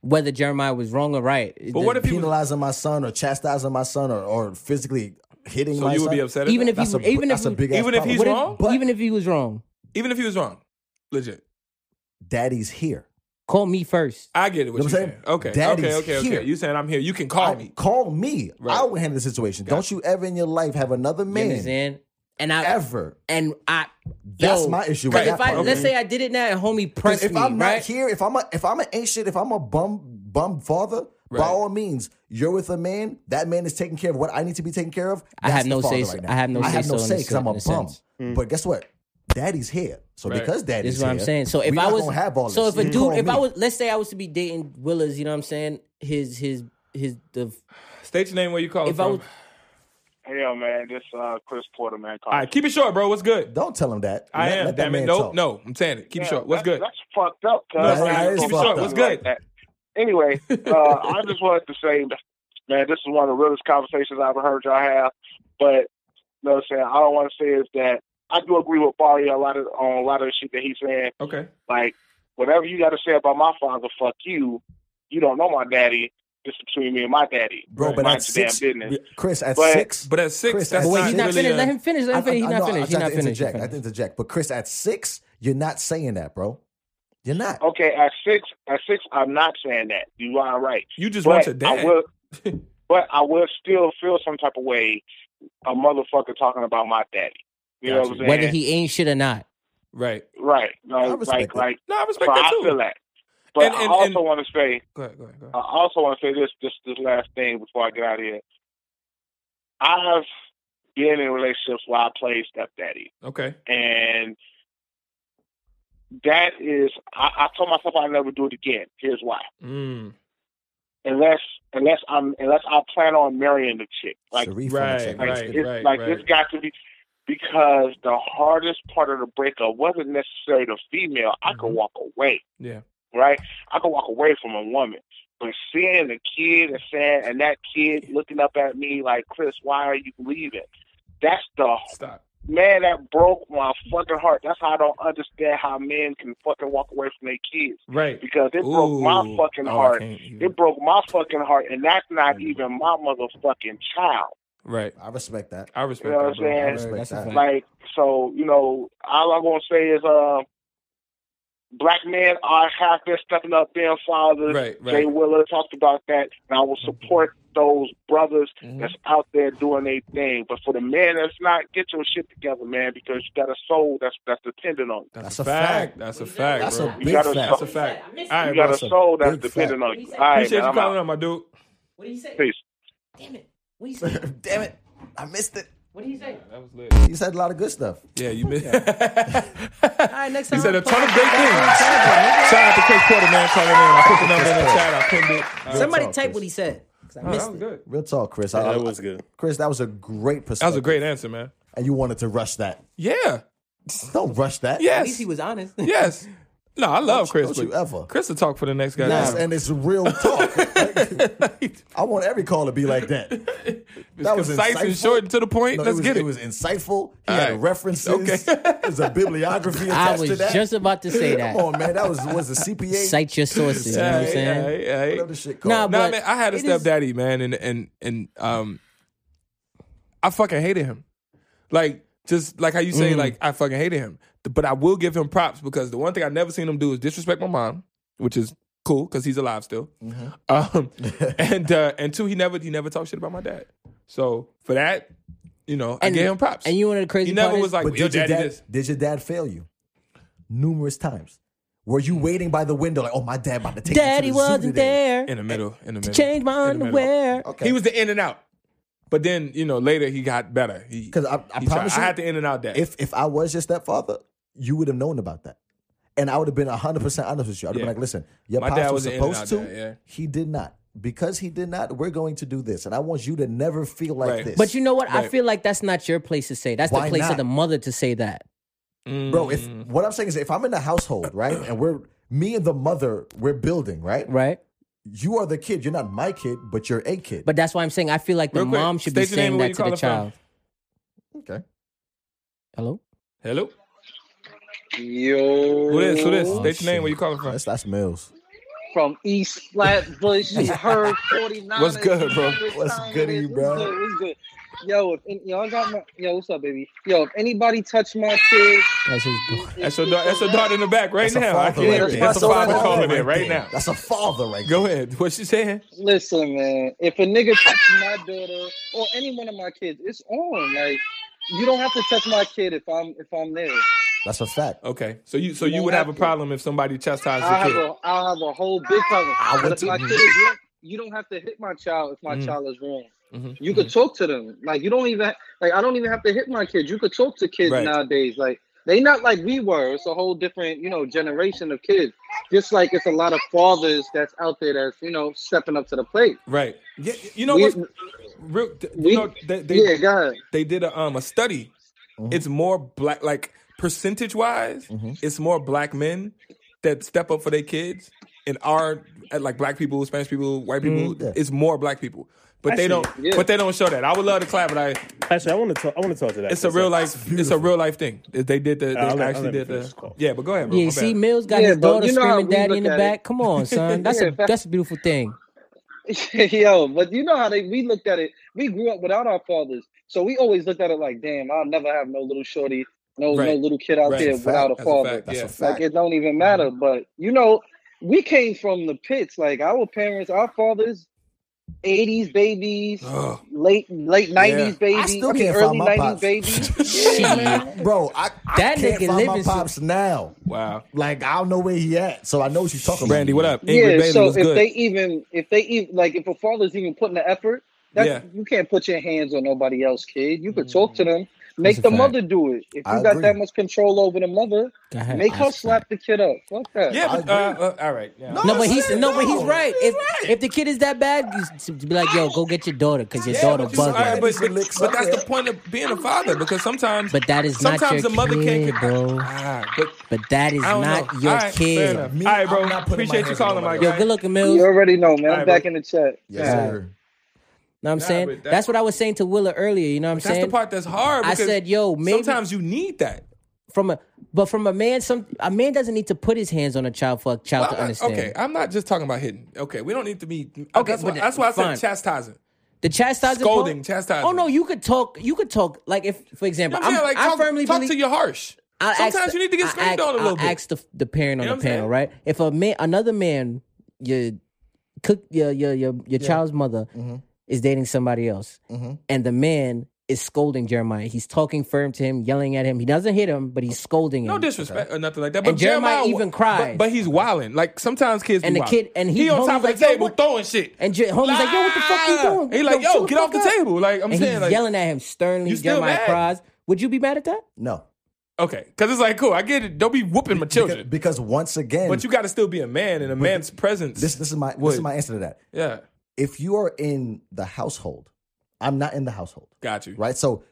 [SPEAKER 3] whether Jeremiah was wrong or right. It
[SPEAKER 2] But what
[SPEAKER 3] doesn't-
[SPEAKER 2] if he was
[SPEAKER 1] penalizing my son or chastising my son or, or physically hitting
[SPEAKER 2] so
[SPEAKER 1] my
[SPEAKER 2] you
[SPEAKER 1] son,
[SPEAKER 2] would be upset? at
[SPEAKER 3] even
[SPEAKER 2] that?
[SPEAKER 3] if he
[SPEAKER 1] that's
[SPEAKER 3] was,
[SPEAKER 1] a,
[SPEAKER 3] even if
[SPEAKER 1] that's
[SPEAKER 3] he,
[SPEAKER 1] a big ass
[SPEAKER 2] even if he's
[SPEAKER 3] what if-
[SPEAKER 1] problem.
[SPEAKER 2] wrong?
[SPEAKER 1] But-
[SPEAKER 3] even if he was wrong,
[SPEAKER 2] even if he was wrong, legit.
[SPEAKER 1] Daddy's here.
[SPEAKER 3] call me first.
[SPEAKER 2] I get it. What
[SPEAKER 1] You know
[SPEAKER 2] you
[SPEAKER 1] what
[SPEAKER 2] saying?
[SPEAKER 1] I'm saying?
[SPEAKER 2] Okay.
[SPEAKER 1] Daddy's
[SPEAKER 2] okay. Okay.
[SPEAKER 1] here.
[SPEAKER 2] Okay. You saying I'm here? You can call
[SPEAKER 1] I-
[SPEAKER 2] me.
[SPEAKER 1] Call me.
[SPEAKER 2] Right.
[SPEAKER 1] I will handle the situation. Don't you ever in your life have another
[SPEAKER 3] You
[SPEAKER 1] man
[SPEAKER 3] understand? And I
[SPEAKER 1] ever.
[SPEAKER 3] and I.
[SPEAKER 1] That's
[SPEAKER 3] yo,
[SPEAKER 1] my issue with
[SPEAKER 3] 'cause
[SPEAKER 1] that
[SPEAKER 3] if I
[SPEAKER 1] part.
[SPEAKER 3] let's
[SPEAKER 2] Okay.
[SPEAKER 3] say I did it now and homie
[SPEAKER 1] Because
[SPEAKER 3] pressed
[SPEAKER 1] if
[SPEAKER 3] me,
[SPEAKER 1] I'm not
[SPEAKER 3] right?
[SPEAKER 1] here, if I'm a, if I'm an ancient, if I'm a bum bum father, by
[SPEAKER 2] Right.
[SPEAKER 1] all means, you're with a man. That man is taking care of what I need to be taken care of.
[SPEAKER 3] I have
[SPEAKER 1] That's the
[SPEAKER 3] no
[SPEAKER 1] father
[SPEAKER 3] say-
[SPEAKER 1] Right now.
[SPEAKER 3] I have no
[SPEAKER 1] I have
[SPEAKER 3] say
[SPEAKER 1] no
[SPEAKER 3] so in
[SPEAKER 1] say
[SPEAKER 3] a
[SPEAKER 1] because I'm a
[SPEAKER 3] certain
[SPEAKER 1] bum.
[SPEAKER 3] sense.
[SPEAKER 1] But guess what? Daddy's here. So
[SPEAKER 2] Right.
[SPEAKER 1] because daddy's
[SPEAKER 3] This is what
[SPEAKER 1] here,
[SPEAKER 3] I'm saying. So if
[SPEAKER 1] we
[SPEAKER 3] I
[SPEAKER 1] not
[SPEAKER 3] was,
[SPEAKER 1] gonna have all
[SPEAKER 3] so
[SPEAKER 1] this.
[SPEAKER 3] if a
[SPEAKER 1] You
[SPEAKER 3] dude,
[SPEAKER 1] call
[SPEAKER 3] if
[SPEAKER 1] me.
[SPEAKER 3] I was, let's say I was to be dating Willis, you know what I'm saying? His his his the
[SPEAKER 2] State your name where you call
[SPEAKER 3] If
[SPEAKER 2] from.
[SPEAKER 3] I was-
[SPEAKER 5] Hey, yo, man, this uh, Chris Porter, man.
[SPEAKER 2] All right. Keep it short, bro. What's good?
[SPEAKER 1] don't tell him that.
[SPEAKER 2] I
[SPEAKER 1] Let- let
[SPEAKER 2] am.
[SPEAKER 1] that
[SPEAKER 2] damn it.
[SPEAKER 1] man
[SPEAKER 2] No.
[SPEAKER 1] talk.
[SPEAKER 2] No. I'm saying it. Keep it short. What's good?
[SPEAKER 5] That's fucked up. cuz.
[SPEAKER 2] No,
[SPEAKER 1] that is
[SPEAKER 5] Keep it
[SPEAKER 1] fucked
[SPEAKER 5] short.
[SPEAKER 1] up.
[SPEAKER 2] What's good?
[SPEAKER 5] Like that. anyway, uh, I just wanted to say, man, this is one of the realest conversations I've ever heard y'all have. But you know what I'm saying? All I want to say is that I do agree with Barry a lot of on a lot of the shit that he's saying.
[SPEAKER 2] Okay.
[SPEAKER 5] Like whatever you got to say about my father, fuck you. You don't know my daddy. This is between me and my daddy.
[SPEAKER 1] bro. But
[SPEAKER 5] Mind
[SPEAKER 1] at
[SPEAKER 5] your damn
[SPEAKER 1] six,
[SPEAKER 5] business.
[SPEAKER 1] Chris, at
[SPEAKER 5] But-
[SPEAKER 1] six,
[SPEAKER 2] But at six,
[SPEAKER 1] Chris,
[SPEAKER 2] that's
[SPEAKER 1] but
[SPEAKER 3] Wait,
[SPEAKER 1] Not
[SPEAKER 3] he's not
[SPEAKER 2] really
[SPEAKER 3] finished.
[SPEAKER 2] a-
[SPEAKER 3] Let him finish. Let him finish. He's
[SPEAKER 1] I- I-
[SPEAKER 3] not
[SPEAKER 1] no,
[SPEAKER 3] finished.
[SPEAKER 1] I
[SPEAKER 3] He's
[SPEAKER 1] tried
[SPEAKER 3] not
[SPEAKER 1] to
[SPEAKER 3] finished.
[SPEAKER 1] interject. I didn't interject. But Chris, at six, you're not saying that, bro. You're not.
[SPEAKER 5] Okay, at six, at six, I'm not saying that. You are right.
[SPEAKER 2] You just want
[SPEAKER 5] But
[SPEAKER 2] your
[SPEAKER 5] I
[SPEAKER 2] dad. [LAUGHS]
[SPEAKER 5] will, but I will still feel some type of way. A motherfucker talking about my daddy. You know
[SPEAKER 2] Gotcha.
[SPEAKER 5] what I'm saying?
[SPEAKER 3] Whether he ain't shit or not.
[SPEAKER 2] Right.
[SPEAKER 5] right, like,
[SPEAKER 1] I respect
[SPEAKER 5] like,
[SPEAKER 1] it.
[SPEAKER 5] like.
[SPEAKER 2] No, I
[SPEAKER 5] So
[SPEAKER 2] respect that
[SPEAKER 5] I
[SPEAKER 2] too.
[SPEAKER 5] feel that. But
[SPEAKER 2] And- and-
[SPEAKER 5] I also
[SPEAKER 2] and-
[SPEAKER 5] want to say,
[SPEAKER 2] Go ahead, go ahead, go
[SPEAKER 5] I
[SPEAKER 2] ahead.
[SPEAKER 5] also want to say this, this, this last thing before I get out of here. I've been in relationships where I played stepdaddy,
[SPEAKER 2] Okay.
[SPEAKER 5] and that is, I, I told myself I'd never do it again. Here's why:
[SPEAKER 2] Mm.
[SPEAKER 5] unless, unless I'm, unless I plan on marrying the chick, like,
[SPEAKER 1] Sharif on the
[SPEAKER 2] Right,
[SPEAKER 1] check.
[SPEAKER 5] like,
[SPEAKER 2] right,
[SPEAKER 5] it's,
[SPEAKER 2] right,
[SPEAKER 5] like
[SPEAKER 2] right.
[SPEAKER 5] it's got to be. Because the hardest part of the breakup wasn't necessarily the female. I could
[SPEAKER 2] Mhm.
[SPEAKER 5] walk away.
[SPEAKER 2] Yeah.
[SPEAKER 5] right? I can walk away from a woman, but seeing a kid and saying, and that kid looking up at me like, Chris, why are you leaving? That's the
[SPEAKER 2] Stop.
[SPEAKER 5] man that broke my fucking heart. That's how I don't understand how men can fucking walk away from their kids
[SPEAKER 2] Right.
[SPEAKER 5] because it broke my
[SPEAKER 2] Ooh.
[SPEAKER 5] fucking
[SPEAKER 2] Oh, I
[SPEAKER 5] heart.
[SPEAKER 2] can't even- Mm-hmm.
[SPEAKER 5] It broke my fucking heart, and that's not even my motherfucking child.
[SPEAKER 2] Right.
[SPEAKER 1] I respect that.
[SPEAKER 2] I respect
[SPEAKER 5] You know what
[SPEAKER 2] that.
[SPEAKER 5] I'm
[SPEAKER 2] bro. I
[SPEAKER 5] saying?
[SPEAKER 2] respect
[SPEAKER 1] That's a
[SPEAKER 2] that.
[SPEAKER 1] fact.
[SPEAKER 5] Like, so you know, all I'm gonna say is, uh, black men are have been stepping up, being fathers.
[SPEAKER 2] Right, Mm-hmm. right.
[SPEAKER 5] Jay Willer talked about that, and I will support those brothers
[SPEAKER 2] Mhm.
[SPEAKER 5] that's out there doing their thing. But for the man that's not, get your shit together, man, because you got a soul that's that's dependent on you.
[SPEAKER 2] That's
[SPEAKER 1] That's
[SPEAKER 2] a
[SPEAKER 1] a
[SPEAKER 2] fact. That's a fact.
[SPEAKER 1] That's
[SPEAKER 2] bro.
[SPEAKER 1] a
[SPEAKER 5] You
[SPEAKER 1] big
[SPEAKER 5] gotta
[SPEAKER 1] fact.
[SPEAKER 2] That's a fact.
[SPEAKER 3] I missed
[SPEAKER 2] All
[SPEAKER 3] it.
[SPEAKER 2] right,
[SPEAKER 5] You got
[SPEAKER 2] bro.
[SPEAKER 5] a soul that's
[SPEAKER 1] big
[SPEAKER 5] dependent on you.
[SPEAKER 3] He said-
[SPEAKER 5] All right,
[SPEAKER 2] Appreciate
[SPEAKER 5] man,
[SPEAKER 2] you
[SPEAKER 5] I'm
[SPEAKER 2] calling
[SPEAKER 5] out.
[SPEAKER 2] out, my dude.
[SPEAKER 3] What did he say?
[SPEAKER 5] Peace.
[SPEAKER 3] Damn it. What did he say?
[SPEAKER 1] Damn it, I missed it.
[SPEAKER 3] What did he say?
[SPEAKER 2] That was lit.
[SPEAKER 1] You said a lot of good stuff.
[SPEAKER 2] Yeah, you missed. All
[SPEAKER 3] right,
[SPEAKER 2] [LAUGHS]
[SPEAKER 3] next
[SPEAKER 2] He
[SPEAKER 3] time
[SPEAKER 2] said a
[SPEAKER 3] I'll
[SPEAKER 2] ton of
[SPEAKER 3] call
[SPEAKER 2] great
[SPEAKER 3] you
[SPEAKER 2] things.
[SPEAKER 3] back on Saturday, nigga.
[SPEAKER 2] Shout out to Chris Porter, man, calling in. I put the number in the
[SPEAKER 1] Chris
[SPEAKER 2] chat. I pinned it. Uh,
[SPEAKER 3] Somebody
[SPEAKER 1] talk,
[SPEAKER 3] type
[SPEAKER 1] Chris.
[SPEAKER 3] what he said. 'cause I
[SPEAKER 2] oh,
[SPEAKER 3] missed
[SPEAKER 2] that was
[SPEAKER 3] it.
[SPEAKER 2] good.
[SPEAKER 1] Real talk, Chris.
[SPEAKER 4] Yeah,
[SPEAKER 1] I-
[SPEAKER 4] that
[SPEAKER 1] I-
[SPEAKER 4] was good.
[SPEAKER 1] Chris, that was a great
[SPEAKER 2] That
[SPEAKER 1] perspective.
[SPEAKER 2] was a great answer, man.
[SPEAKER 1] And you wanted to rush that.
[SPEAKER 2] Yeah.
[SPEAKER 1] Don't rush that.
[SPEAKER 3] At least
[SPEAKER 2] Yes.
[SPEAKER 3] he was honest.
[SPEAKER 2] [LAUGHS] Yes. No, I love Chris.
[SPEAKER 1] Don't you
[SPEAKER 2] but
[SPEAKER 1] ever.
[SPEAKER 2] Chris will talk for the next guy.
[SPEAKER 1] Yes, and it's real
[SPEAKER 2] [LAUGHS]
[SPEAKER 1] talk. [LAUGHS] I want every call to be like that.
[SPEAKER 2] that
[SPEAKER 1] That
[SPEAKER 2] was
[SPEAKER 1] was
[SPEAKER 2] concise and
[SPEAKER 1] insightful.
[SPEAKER 2] short and to the point.
[SPEAKER 1] No,
[SPEAKER 2] Let's
[SPEAKER 1] it was,
[SPEAKER 2] get it.
[SPEAKER 1] was insightful. He
[SPEAKER 2] All
[SPEAKER 1] had
[SPEAKER 2] right.
[SPEAKER 1] references.
[SPEAKER 2] Okay.
[SPEAKER 1] [LAUGHS] There's a bibliography
[SPEAKER 3] I
[SPEAKER 1] attached to
[SPEAKER 3] was
[SPEAKER 1] that.
[SPEAKER 3] just about to say
[SPEAKER 1] Come
[SPEAKER 3] that.
[SPEAKER 1] on, man. That was was a CPA.
[SPEAKER 3] Cite your sources. You know what I'm
[SPEAKER 2] Aight,
[SPEAKER 3] saying?
[SPEAKER 2] aight, aight.
[SPEAKER 1] Whatever the shit called.
[SPEAKER 3] Nah,
[SPEAKER 2] No,
[SPEAKER 3] But
[SPEAKER 2] man, I had a
[SPEAKER 3] it is-
[SPEAKER 2] stepdaddy, man, and and and um, I fucking hated him. Like just like how you
[SPEAKER 3] Mm.
[SPEAKER 2] say, like I fucking hated him. But I will give him props because the one thing I never seen him do is disrespect my mom, which is cool because he's alive still.
[SPEAKER 3] Mm-hmm.
[SPEAKER 2] [LAUGHS]
[SPEAKER 3] [LAUGHS]
[SPEAKER 2] Um, and uh, and two, he never he never talked shit about my dad. So for that, you know, I
[SPEAKER 3] And-
[SPEAKER 2] gave him props.
[SPEAKER 3] And you want to crazy
[SPEAKER 2] he never
[SPEAKER 3] part
[SPEAKER 2] was
[SPEAKER 3] is-
[SPEAKER 2] like,
[SPEAKER 1] but
[SPEAKER 2] your
[SPEAKER 1] did your dad
[SPEAKER 2] daddy this.
[SPEAKER 1] did your dad fail you numerous times? Were you waiting by the window like, oh my dad about to take me
[SPEAKER 3] Daddy
[SPEAKER 1] to the zoo
[SPEAKER 3] wasn't
[SPEAKER 1] today?
[SPEAKER 3] there.
[SPEAKER 2] In the middle, in the middle.
[SPEAKER 3] Change my
[SPEAKER 2] In the middle.
[SPEAKER 3] underwear.
[SPEAKER 1] Okay.
[SPEAKER 2] He was the in and out. But then, you know, later he got better. He-
[SPEAKER 1] 'Cause I- I
[SPEAKER 2] he
[SPEAKER 1] promise
[SPEAKER 2] tried.
[SPEAKER 1] you,
[SPEAKER 2] I had to in and out that.
[SPEAKER 1] if if I was your stepfather, you would have known about that. And I would have been 100% honest with you. I'd have
[SPEAKER 2] Yeah.
[SPEAKER 1] been like, listen, your
[SPEAKER 2] My
[SPEAKER 1] pops
[SPEAKER 2] dad
[SPEAKER 1] was
[SPEAKER 2] was an in and out
[SPEAKER 1] supposed to.
[SPEAKER 2] dad, yeah.
[SPEAKER 1] He did not. Because he did not, we're going to do this. And I want you to never feel like
[SPEAKER 2] Right.
[SPEAKER 1] this.
[SPEAKER 3] But you know what? I
[SPEAKER 2] Right.
[SPEAKER 3] feel like that's not your place to say. That's the
[SPEAKER 1] Why
[SPEAKER 3] place of
[SPEAKER 1] not?
[SPEAKER 3] the mother to say that.
[SPEAKER 1] bro, if
[SPEAKER 2] Mm.
[SPEAKER 1] what I'm saying is if I'm in the household, right, and we're me and the mother, we're building, right?
[SPEAKER 3] Right?
[SPEAKER 1] You are the kid. You're not my kid, but you're a kid.
[SPEAKER 3] But that's why I'm saying I feel like the
[SPEAKER 2] Real quick,
[SPEAKER 3] mom should be
[SPEAKER 2] state your name
[SPEAKER 3] saying
[SPEAKER 2] and where
[SPEAKER 3] that
[SPEAKER 2] you
[SPEAKER 3] to the
[SPEAKER 2] calling from.
[SPEAKER 3] child.
[SPEAKER 1] okay.
[SPEAKER 3] Hello?
[SPEAKER 2] Hello?
[SPEAKER 6] Yo.
[SPEAKER 2] Who this? Who this?
[SPEAKER 1] Oh,
[SPEAKER 2] State your name. Where you calling from?
[SPEAKER 1] That's that's Mills.
[SPEAKER 6] From East Flatbush,
[SPEAKER 1] [LAUGHS]
[SPEAKER 6] you heard 49.
[SPEAKER 2] What's good, bro?
[SPEAKER 1] What's good to you, bro?
[SPEAKER 6] What's good? What's good? Yo, if any, yo, I got my yo. What's up, baby? Yo, if anybody touch my kid,
[SPEAKER 3] That's his boy.
[SPEAKER 2] That's your, da- that's your daughter in the back right
[SPEAKER 1] That's a
[SPEAKER 2] now. I
[SPEAKER 1] father
[SPEAKER 2] can
[SPEAKER 1] right
[SPEAKER 2] hear it.
[SPEAKER 1] there.
[SPEAKER 2] That's a
[SPEAKER 6] That's a
[SPEAKER 2] father
[SPEAKER 6] father
[SPEAKER 2] calling
[SPEAKER 1] right
[SPEAKER 2] in right
[SPEAKER 1] there.
[SPEAKER 2] now.
[SPEAKER 1] That's a father right
[SPEAKER 2] Go ahead. What she saying?
[SPEAKER 6] Listen, man. If a nigga touch my daughter or any one of my kids, it's on. Like, you don't have to touch my kid if I'm if I'm there.
[SPEAKER 1] That's a fact.
[SPEAKER 2] Okay. So you so you would have a problem if somebody chastised
[SPEAKER 6] I
[SPEAKER 2] your
[SPEAKER 6] have
[SPEAKER 2] kid.
[SPEAKER 6] a I have a whole big problem.
[SPEAKER 1] I
[SPEAKER 6] But
[SPEAKER 1] would
[SPEAKER 6] if my
[SPEAKER 1] too.
[SPEAKER 6] kid is wrong, you don't have to hit my child if my
[SPEAKER 2] Mhm.
[SPEAKER 6] child is wrong.
[SPEAKER 2] Mhm.
[SPEAKER 6] You could talk to them. Like you don't even like I don't even have to hit my kids. You could talk to kids
[SPEAKER 2] Right.
[SPEAKER 6] nowadays. Like they not like we were. It's a whole different, you know, generation of kids. Just like it's a lot of fathers that's out there that's, you know, stepping up to the plate.
[SPEAKER 2] Right. Yeah, you know
[SPEAKER 6] We-
[SPEAKER 2] what? Real, th-
[SPEAKER 6] we-
[SPEAKER 2] you know, they, they,
[SPEAKER 6] yeah, go ahead.
[SPEAKER 2] they did a um a study.
[SPEAKER 3] Mm-hmm.
[SPEAKER 2] It's more black, like percentage wise, it's more black men that step up for their kids in our at, like black people, Spanish people, white
[SPEAKER 3] Mm,
[SPEAKER 2] people,
[SPEAKER 1] yeah.
[SPEAKER 2] it's more black people. But they don't.
[SPEAKER 4] Actually,
[SPEAKER 6] yeah.
[SPEAKER 2] But they don't show that. I would love to clap, but I.
[SPEAKER 4] Actually, I want to talk. I want to talk to that.
[SPEAKER 2] It's a
[SPEAKER 4] person.
[SPEAKER 2] real life. It's a real life thing. They did the. They
[SPEAKER 4] I'll let- I'll
[SPEAKER 2] actually
[SPEAKER 4] let him
[SPEAKER 2] did
[SPEAKER 4] finish this
[SPEAKER 2] the.
[SPEAKER 4] call.
[SPEAKER 2] Yeah, but go ahead, bro.
[SPEAKER 3] Yeah,
[SPEAKER 2] my
[SPEAKER 3] see,
[SPEAKER 2] bad.
[SPEAKER 3] Mills got
[SPEAKER 6] Yeah,
[SPEAKER 3] his
[SPEAKER 6] but
[SPEAKER 3] daughter
[SPEAKER 6] you know how
[SPEAKER 3] screaming
[SPEAKER 6] we
[SPEAKER 3] daddy in the
[SPEAKER 6] look at it.
[SPEAKER 3] back. Come on, son. That's
[SPEAKER 6] [LAUGHS]
[SPEAKER 3] a
[SPEAKER 6] Yeah.
[SPEAKER 3] that's a beautiful thing.
[SPEAKER 6] [LAUGHS] Yo, but you know how they we looked at it. We grew up without our fathers, so we always looked at it like, "Damn, I'll never have no little shorty, no no
[SPEAKER 2] Right.
[SPEAKER 6] little kid out
[SPEAKER 2] Right.
[SPEAKER 6] there
[SPEAKER 1] That's a
[SPEAKER 6] without
[SPEAKER 1] fact.
[SPEAKER 2] That's
[SPEAKER 6] a
[SPEAKER 2] a
[SPEAKER 6] father."
[SPEAKER 2] fact.
[SPEAKER 1] That's
[SPEAKER 2] Yeah.
[SPEAKER 1] a fact.
[SPEAKER 6] Like it don't even matter.
[SPEAKER 2] Mm-hmm.
[SPEAKER 6] But you know, we came from the pits. Like our parents, our fathers, eighties babies,
[SPEAKER 2] Ugh.
[SPEAKER 6] late late nineties babies,
[SPEAKER 1] I still
[SPEAKER 6] I mean,
[SPEAKER 1] can't find
[SPEAKER 6] early
[SPEAKER 1] my
[SPEAKER 6] nineties
[SPEAKER 1] pops. [LAUGHS]
[SPEAKER 6] babies. Yeah, man.
[SPEAKER 1] Bro, I, I
[SPEAKER 3] That
[SPEAKER 1] can't
[SPEAKER 3] nigga
[SPEAKER 1] find my
[SPEAKER 3] living so-
[SPEAKER 1] pops now.
[SPEAKER 2] Wow.
[SPEAKER 1] Like I don't know where he at, so I know what you're talking
[SPEAKER 2] Brandy,
[SPEAKER 1] about.
[SPEAKER 2] what up? Ingrid
[SPEAKER 6] yeah.
[SPEAKER 2] Bailey
[SPEAKER 6] so
[SPEAKER 2] was
[SPEAKER 6] if
[SPEAKER 2] good.
[SPEAKER 6] they even if they even like if a father's even putting the effort, that's
[SPEAKER 2] Yeah. Mm.
[SPEAKER 6] you can't put your hands on nobody else, kid. You could talk to them. Make
[SPEAKER 3] a
[SPEAKER 6] the
[SPEAKER 3] fact.
[SPEAKER 6] mother do it. If you
[SPEAKER 1] I
[SPEAKER 6] got
[SPEAKER 1] agree.
[SPEAKER 6] that much control over the mother,
[SPEAKER 3] Go ahead.
[SPEAKER 6] make her
[SPEAKER 3] That's a
[SPEAKER 6] slap the kid up. Fuck that.
[SPEAKER 2] yeah, but, uh, uh, all right. Yeah.
[SPEAKER 3] No, but he's
[SPEAKER 1] shit,
[SPEAKER 3] no, but he's
[SPEAKER 1] no.
[SPEAKER 3] right.
[SPEAKER 1] He's
[SPEAKER 3] if if the kid is that bad, you s- be like, yo, go get your daughter because your
[SPEAKER 2] Yeah,
[SPEAKER 3] daughter
[SPEAKER 2] but, you- all right,
[SPEAKER 3] bugging. But,
[SPEAKER 2] but, but, but that's the point of being a father because sometimes
[SPEAKER 3] that is not your
[SPEAKER 2] sometimes the mother
[SPEAKER 3] kid,
[SPEAKER 2] can't.
[SPEAKER 3] bro.
[SPEAKER 2] Ah, but
[SPEAKER 3] But that is
[SPEAKER 2] I don't
[SPEAKER 3] not
[SPEAKER 2] know.
[SPEAKER 3] your
[SPEAKER 2] all right, Fair
[SPEAKER 3] kid.
[SPEAKER 2] enough.
[SPEAKER 1] Me,
[SPEAKER 2] all right, bro.
[SPEAKER 1] I'm not putting my
[SPEAKER 2] Appreciate you
[SPEAKER 1] hands
[SPEAKER 2] calling,
[SPEAKER 1] on
[SPEAKER 2] my
[SPEAKER 1] nobody
[SPEAKER 2] guy.
[SPEAKER 3] Yo, good looking, Mills.
[SPEAKER 6] You already know, man.
[SPEAKER 2] Alright,
[SPEAKER 6] I'm back
[SPEAKER 2] bro.
[SPEAKER 6] in the chat.
[SPEAKER 1] Yes,
[SPEAKER 6] Yeah.
[SPEAKER 1] sir.
[SPEAKER 3] know what I'm
[SPEAKER 2] Nah,
[SPEAKER 3] saying?
[SPEAKER 2] but
[SPEAKER 3] that's,
[SPEAKER 2] that-
[SPEAKER 3] what I was saying to Willa earlier. You know what I'm
[SPEAKER 2] That's
[SPEAKER 3] saying?
[SPEAKER 2] the part that's hard.
[SPEAKER 3] I
[SPEAKER 2] because
[SPEAKER 3] said, yo, maybe-
[SPEAKER 2] sometimes you need that.
[SPEAKER 3] From a but from a man, some a man doesn't need to put his hands on a child for a
[SPEAKER 2] Well,
[SPEAKER 3] child
[SPEAKER 2] I'm
[SPEAKER 3] to
[SPEAKER 2] not-
[SPEAKER 3] understand.
[SPEAKER 2] okay, I'm not just talking about hitting. Okay, we don't need to be. Okay,
[SPEAKER 3] Okay,
[SPEAKER 2] that's,
[SPEAKER 3] but
[SPEAKER 2] why, that's why I
[SPEAKER 3] fine.
[SPEAKER 2] said chastising.
[SPEAKER 3] The chastising, part-
[SPEAKER 2] Scolding, chastising.
[SPEAKER 3] Oh no, you could talk. You could talk like if, for example,
[SPEAKER 2] You know what I'm,
[SPEAKER 3] I'm,
[SPEAKER 2] saying? Like,
[SPEAKER 3] I
[SPEAKER 2] talk,
[SPEAKER 3] firmly
[SPEAKER 2] talk
[SPEAKER 3] believe
[SPEAKER 2] to your harsh.
[SPEAKER 3] I'll ask
[SPEAKER 2] Sometimes
[SPEAKER 3] the-
[SPEAKER 2] you need to get
[SPEAKER 3] I'll
[SPEAKER 2] screamed
[SPEAKER 3] ask-
[SPEAKER 2] on a little
[SPEAKER 3] I'll
[SPEAKER 2] bit.
[SPEAKER 3] ask the, the parent on
[SPEAKER 2] You know
[SPEAKER 3] the
[SPEAKER 2] what I'm
[SPEAKER 3] panel,
[SPEAKER 2] saying?
[SPEAKER 3] right? If a man, another man, your cook, your your your, your child's mother
[SPEAKER 1] Mm-hmm.
[SPEAKER 3] is dating somebody else, and the man is scolding Jeremiah. He's talking firm to him, yelling at him. He doesn't hit him, but he's scolding him.
[SPEAKER 2] No disrespect or nothing like that. But
[SPEAKER 3] Mm, And Jeremiah
[SPEAKER 2] Jeremiah
[SPEAKER 3] even
[SPEAKER 2] but-
[SPEAKER 3] cried.
[SPEAKER 2] But, he's wilding. Like sometimes kids
[SPEAKER 3] And
[SPEAKER 2] be
[SPEAKER 3] the
[SPEAKER 2] wildin'.
[SPEAKER 3] kid- and he-
[SPEAKER 2] on
[SPEAKER 3] homie's
[SPEAKER 2] top of
[SPEAKER 3] like,
[SPEAKER 2] the
[SPEAKER 3] "Yo,
[SPEAKER 2] table
[SPEAKER 3] what-"
[SPEAKER 2] throwing shit.
[SPEAKER 3] And Jer- homie's like, "Yo, what the fuck you doing?
[SPEAKER 2] He like,
[SPEAKER 3] Yo,
[SPEAKER 2] yo,
[SPEAKER 3] chill
[SPEAKER 2] get
[SPEAKER 3] the
[SPEAKER 2] off the
[SPEAKER 3] fuck up."
[SPEAKER 2] table. Like I'm
[SPEAKER 3] and
[SPEAKER 2] saying,
[SPEAKER 3] he's
[SPEAKER 2] like,
[SPEAKER 3] yelling at him sternly.
[SPEAKER 2] "You still
[SPEAKER 3] Jeremiah
[SPEAKER 2] mad?"
[SPEAKER 3] cries. Would you be mad at that?
[SPEAKER 1] No.
[SPEAKER 2] okay, because it's like, cool, I get it. Don't be
[SPEAKER 3] [LAUGHS]
[SPEAKER 2] whooping my
[SPEAKER 1] Because,
[SPEAKER 2] children,
[SPEAKER 1] because once again,
[SPEAKER 2] but you got to still be a man in a man's presence.
[SPEAKER 1] this this is my this
[SPEAKER 2] Would.
[SPEAKER 1] is my answer to that.
[SPEAKER 2] yeah,
[SPEAKER 1] If you are in the household, I'm not in the household.
[SPEAKER 2] got you.
[SPEAKER 1] right? So